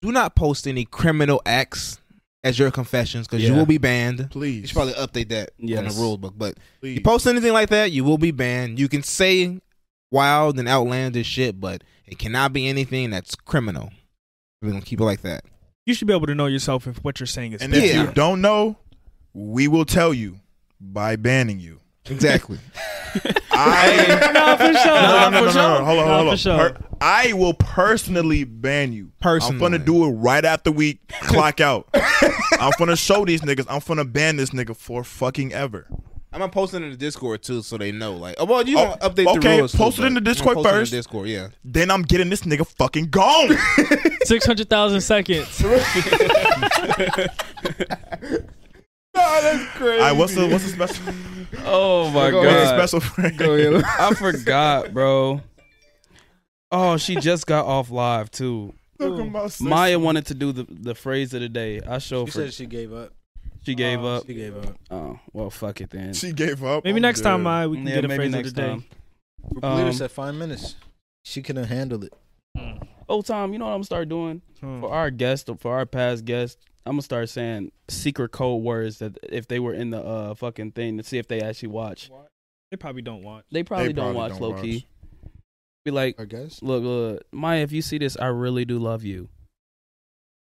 Speaker 6: do not post any criminal acts as your confessions because you
Speaker 1: Yeah.
Speaker 6: will be banned. You
Speaker 2: Please.
Speaker 6: should probably update that on the
Speaker 1: Yes.
Speaker 6: rule book. But
Speaker 2: please.
Speaker 6: you post anything like that, you will be banned. You can say wild and outlandish shit, but it cannot be anything that's criminal. We're gonna keep it like that.
Speaker 4: You should be able to know yourself if what you're saying is.
Speaker 2: and if
Speaker 6: Yeah.
Speaker 2: you don't know, we will tell you by banning you.
Speaker 6: Exactly.
Speaker 2: I
Speaker 4: no, for
Speaker 2: no, no,
Speaker 4: sure.
Speaker 2: no,
Speaker 4: Nah,
Speaker 2: no,
Speaker 4: for
Speaker 2: no,
Speaker 4: sure.
Speaker 2: no. Hold on,
Speaker 4: Nah,
Speaker 2: hold on.
Speaker 4: for sure.
Speaker 2: Per- I will personally ban you. I'm
Speaker 6: Personally.
Speaker 2: gonna do it right after we clock out. I'm gonna show these niggas. I'm gonna ban this nigga for fucking ever.
Speaker 6: I'm gonna post it in the Discord too, so they know. Like, oh well, you
Speaker 2: Oh,
Speaker 6: gonna update
Speaker 2: okay,
Speaker 6: the rules. too,
Speaker 2: post it
Speaker 6: but
Speaker 2: in the
Speaker 6: I'm gonna
Speaker 2: Discord
Speaker 6: post it in the
Speaker 2: first.
Speaker 6: Discord, yeah.
Speaker 2: Then I'm getting this nigga fucking gone.
Speaker 4: Six hundred thousand seconds.
Speaker 2: All right, what's the what's the special?
Speaker 1: Oh my
Speaker 6: Go
Speaker 2: What's
Speaker 6: ahead.
Speaker 2: the
Speaker 1: god.
Speaker 2: special? phrase?
Speaker 1: I forgot, bro. Oh, she just got off live too.
Speaker 2: Talking about sex.
Speaker 1: Maya wanted to do the, the phrase of the day. I show for
Speaker 9: she gave up.
Speaker 1: she gave
Speaker 6: uh,
Speaker 1: up.
Speaker 9: She gave up.
Speaker 1: Oh well, fuck it then.
Speaker 2: She gave up.
Speaker 4: Maybe
Speaker 2: I'm
Speaker 4: next time
Speaker 2: dead.
Speaker 4: I we can
Speaker 1: Yeah,
Speaker 4: get a
Speaker 1: maybe
Speaker 4: phrase of the
Speaker 1: next
Speaker 4: day.
Speaker 1: time.
Speaker 3: Leader
Speaker 1: Um,
Speaker 3: said five minutes. She couldn't handle it.
Speaker 1: oh, Tom, you know what I'm gonna start doing?
Speaker 4: Hmm.
Speaker 1: for our guest for our past guest i'm gonna start saying secret code words that if they were in the uh fucking thing to see if they actually watch
Speaker 4: They probably don't want.
Speaker 1: they probably don't
Speaker 2: probably
Speaker 1: watch
Speaker 2: don't
Speaker 1: low
Speaker 2: watch.
Speaker 1: key be like
Speaker 3: I guess.
Speaker 1: look look maya if you see this i really do love you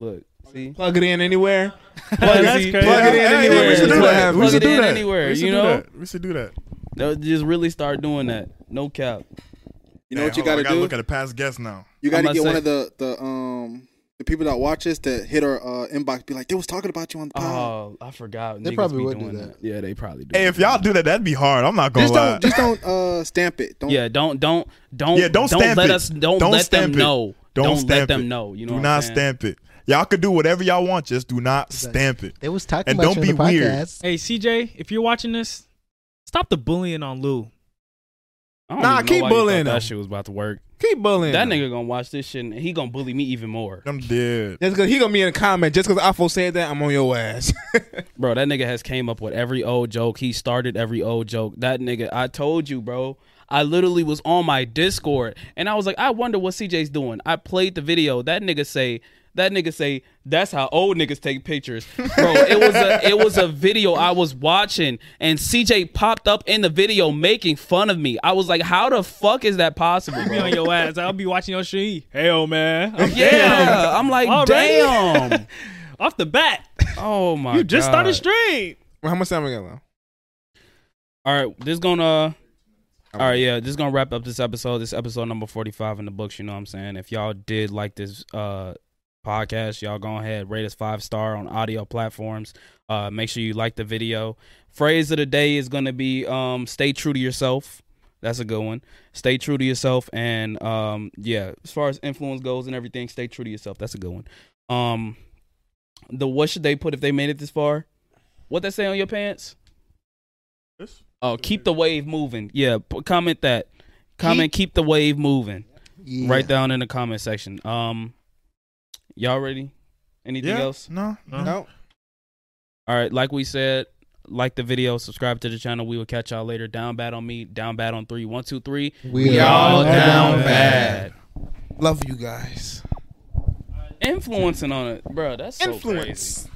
Speaker 1: look see
Speaker 6: Plug it in anywhere.
Speaker 1: plug,
Speaker 4: That's
Speaker 1: see,
Speaker 4: crazy.
Speaker 1: plug it in
Speaker 2: Hey, hey,
Speaker 1: anywhere
Speaker 2: we should do
Speaker 1: plug,
Speaker 2: that. We
Speaker 1: plug
Speaker 2: should
Speaker 1: it
Speaker 2: do
Speaker 1: in
Speaker 2: that.
Speaker 1: anywhere
Speaker 2: We should
Speaker 1: you
Speaker 2: do
Speaker 4: uh,
Speaker 1: know
Speaker 2: that. we should do that.
Speaker 1: No, just really start doing that no cap
Speaker 5: You know
Speaker 2: Hey,
Speaker 5: what you
Speaker 2: hold on,
Speaker 5: gotta,
Speaker 2: I gotta
Speaker 5: do?
Speaker 2: Look at a past guest now.
Speaker 5: You gotta
Speaker 1: I'm
Speaker 5: get
Speaker 1: gonna
Speaker 5: one of the the um the people that watch us to hit our uh, inbox. Be like, they was talking about you on the pod.
Speaker 1: oh i forgot
Speaker 3: They
Speaker 1: Niggas
Speaker 3: probably
Speaker 1: be
Speaker 3: would do
Speaker 1: doing
Speaker 3: that.
Speaker 1: yeah they probably do
Speaker 2: Hey, if y'all do that, that'd be hard. I'm
Speaker 6: Oh.
Speaker 2: not gonna
Speaker 5: just
Speaker 2: lie.
Speaker 5: don't just don't uh, stamp it. Don't.
Speaker 1: yeah, don't don't don't
Speaker 2: Yeah, don't stamp
Speaker 1: let
Speaker 2: it.
Speaker 1: us don't,
Speaker 2: Don't
Speaker 1: let them
Speaker 2: stamp it.
Speaker 1: know.
Speaker 2: Don't
Speaker 1: let
Speaker 2: stamp
Speaker 1: them
Speaker 2: it.
Speaker 1: know. You know,
Speaker 2: do
Speaker 1: what
Speaker 2: not
Speaker 1: I'm saying?
Speaker 2: stamp it. Y'all could do whatever y'all want. Just do not stamp it.
Speaker 3: They was talking
Speaker 2: And
Speaker 3: about
Speaker 2: don't
Speaker 3: you in
Speaker 2: be
Speaker 3: the
Speaker 2: weird.
Speaker 3: podcast.
Speaker 4: Hey CJ, if you're watching this, stop the bullying on Lou.
Speaker 1: I don't
Speaker 6: Nah,
Speaker 1: even know
Speaker 6: keep
Speaker 1: why you thought
Speaker 6: bullying him.
Speaker 1: That shit was about to work.
Speaker 6: Keep bullying.
Speaker 1: That
Speaker 6: him.
Speaker 1: nigga gonna watch this shit and he gonna bully me even more,
Speaker 2: I'm dead.
Speaker 6: Just cause he gonna be in a comment. Just cause Afo said that, I'm on your ass.
Speaker 1: bro. That nigga has came up with every old joke. He started every old joke. That nigga, I told you, bro. I literally was on my Discord and I was like, I wonder what CJ's doing. I played the video. That nigga say. That nigga say that's how old niggas take pictures, bro. It was a it was a video I was watching, and CJ popped up in the video making fun of me. I was like, "How the fuck is that possible?"
Speaker 4: Be
Speaker 1: Bro?
Speaker 4: on your ass. I'll be watching your shit. Hey, oh man. I'm
Speaker 1: Yeah, I'm like,
Speaker 4: Already?
Speaker 1: damn.
Speaker 4: off the bat.
Speaker 1: Oh my!
Speaker 4: You just
Speaker 1: God.
Speaker 4: started stream.
Speaker 6: Well, how much time we got left?
Speaker 1: All right, this gonna. uh, All right, yeah, this gonna wrap up this episode. This episode number forty-five in the books. You know what I'm saying? If y'all did like this uh podcast. Y'all go ahead, rate us five star on audio platforms. Uh, make sure you like the video. Phrase of the day is going to be um, "Stay true to yourself." That's a good one. Stay true to yourself, and um, yeah, as far as influence goes and everything, stay true to yourself. That's a good one. Um, the what should they put if they made it this far? What they say on your pants?
Speaker 2: This?
Speaker 1: Oh, keep the wave moving. Yeah, p- comment that. Comment, keep the wave moving. Right down in the comment section. Um, y'all ready? Anything
Speaker 2: Yeah.
Speaker 1: else?
Speaker 2: No. No.
Speaker 6: No.
Speaker 1: All right, like we said, like the video, subscribe to the channel. We will catch y'all later. Down bad on me. Down bad on three. One, two, three.
Speaker 3: We
Speaker 6: all down
Speaker 1: bad.
Speaker 6: Love you guys.
Speaker 1: Influencing on it, bro. That's so crazy.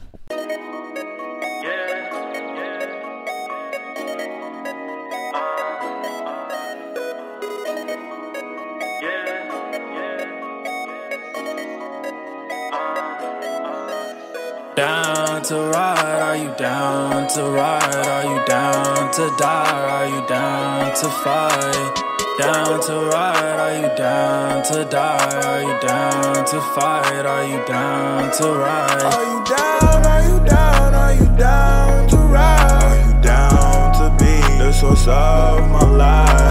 Speaker 4: Down to ride, are you down to ride? Are you down to die? Are you down to fight? Down to ride, are you down to die? Are you down to fight? Are you down to ride?
Speaker 2: Are you down? Are you down? Are you down to ride? Are you down to be the source of my life?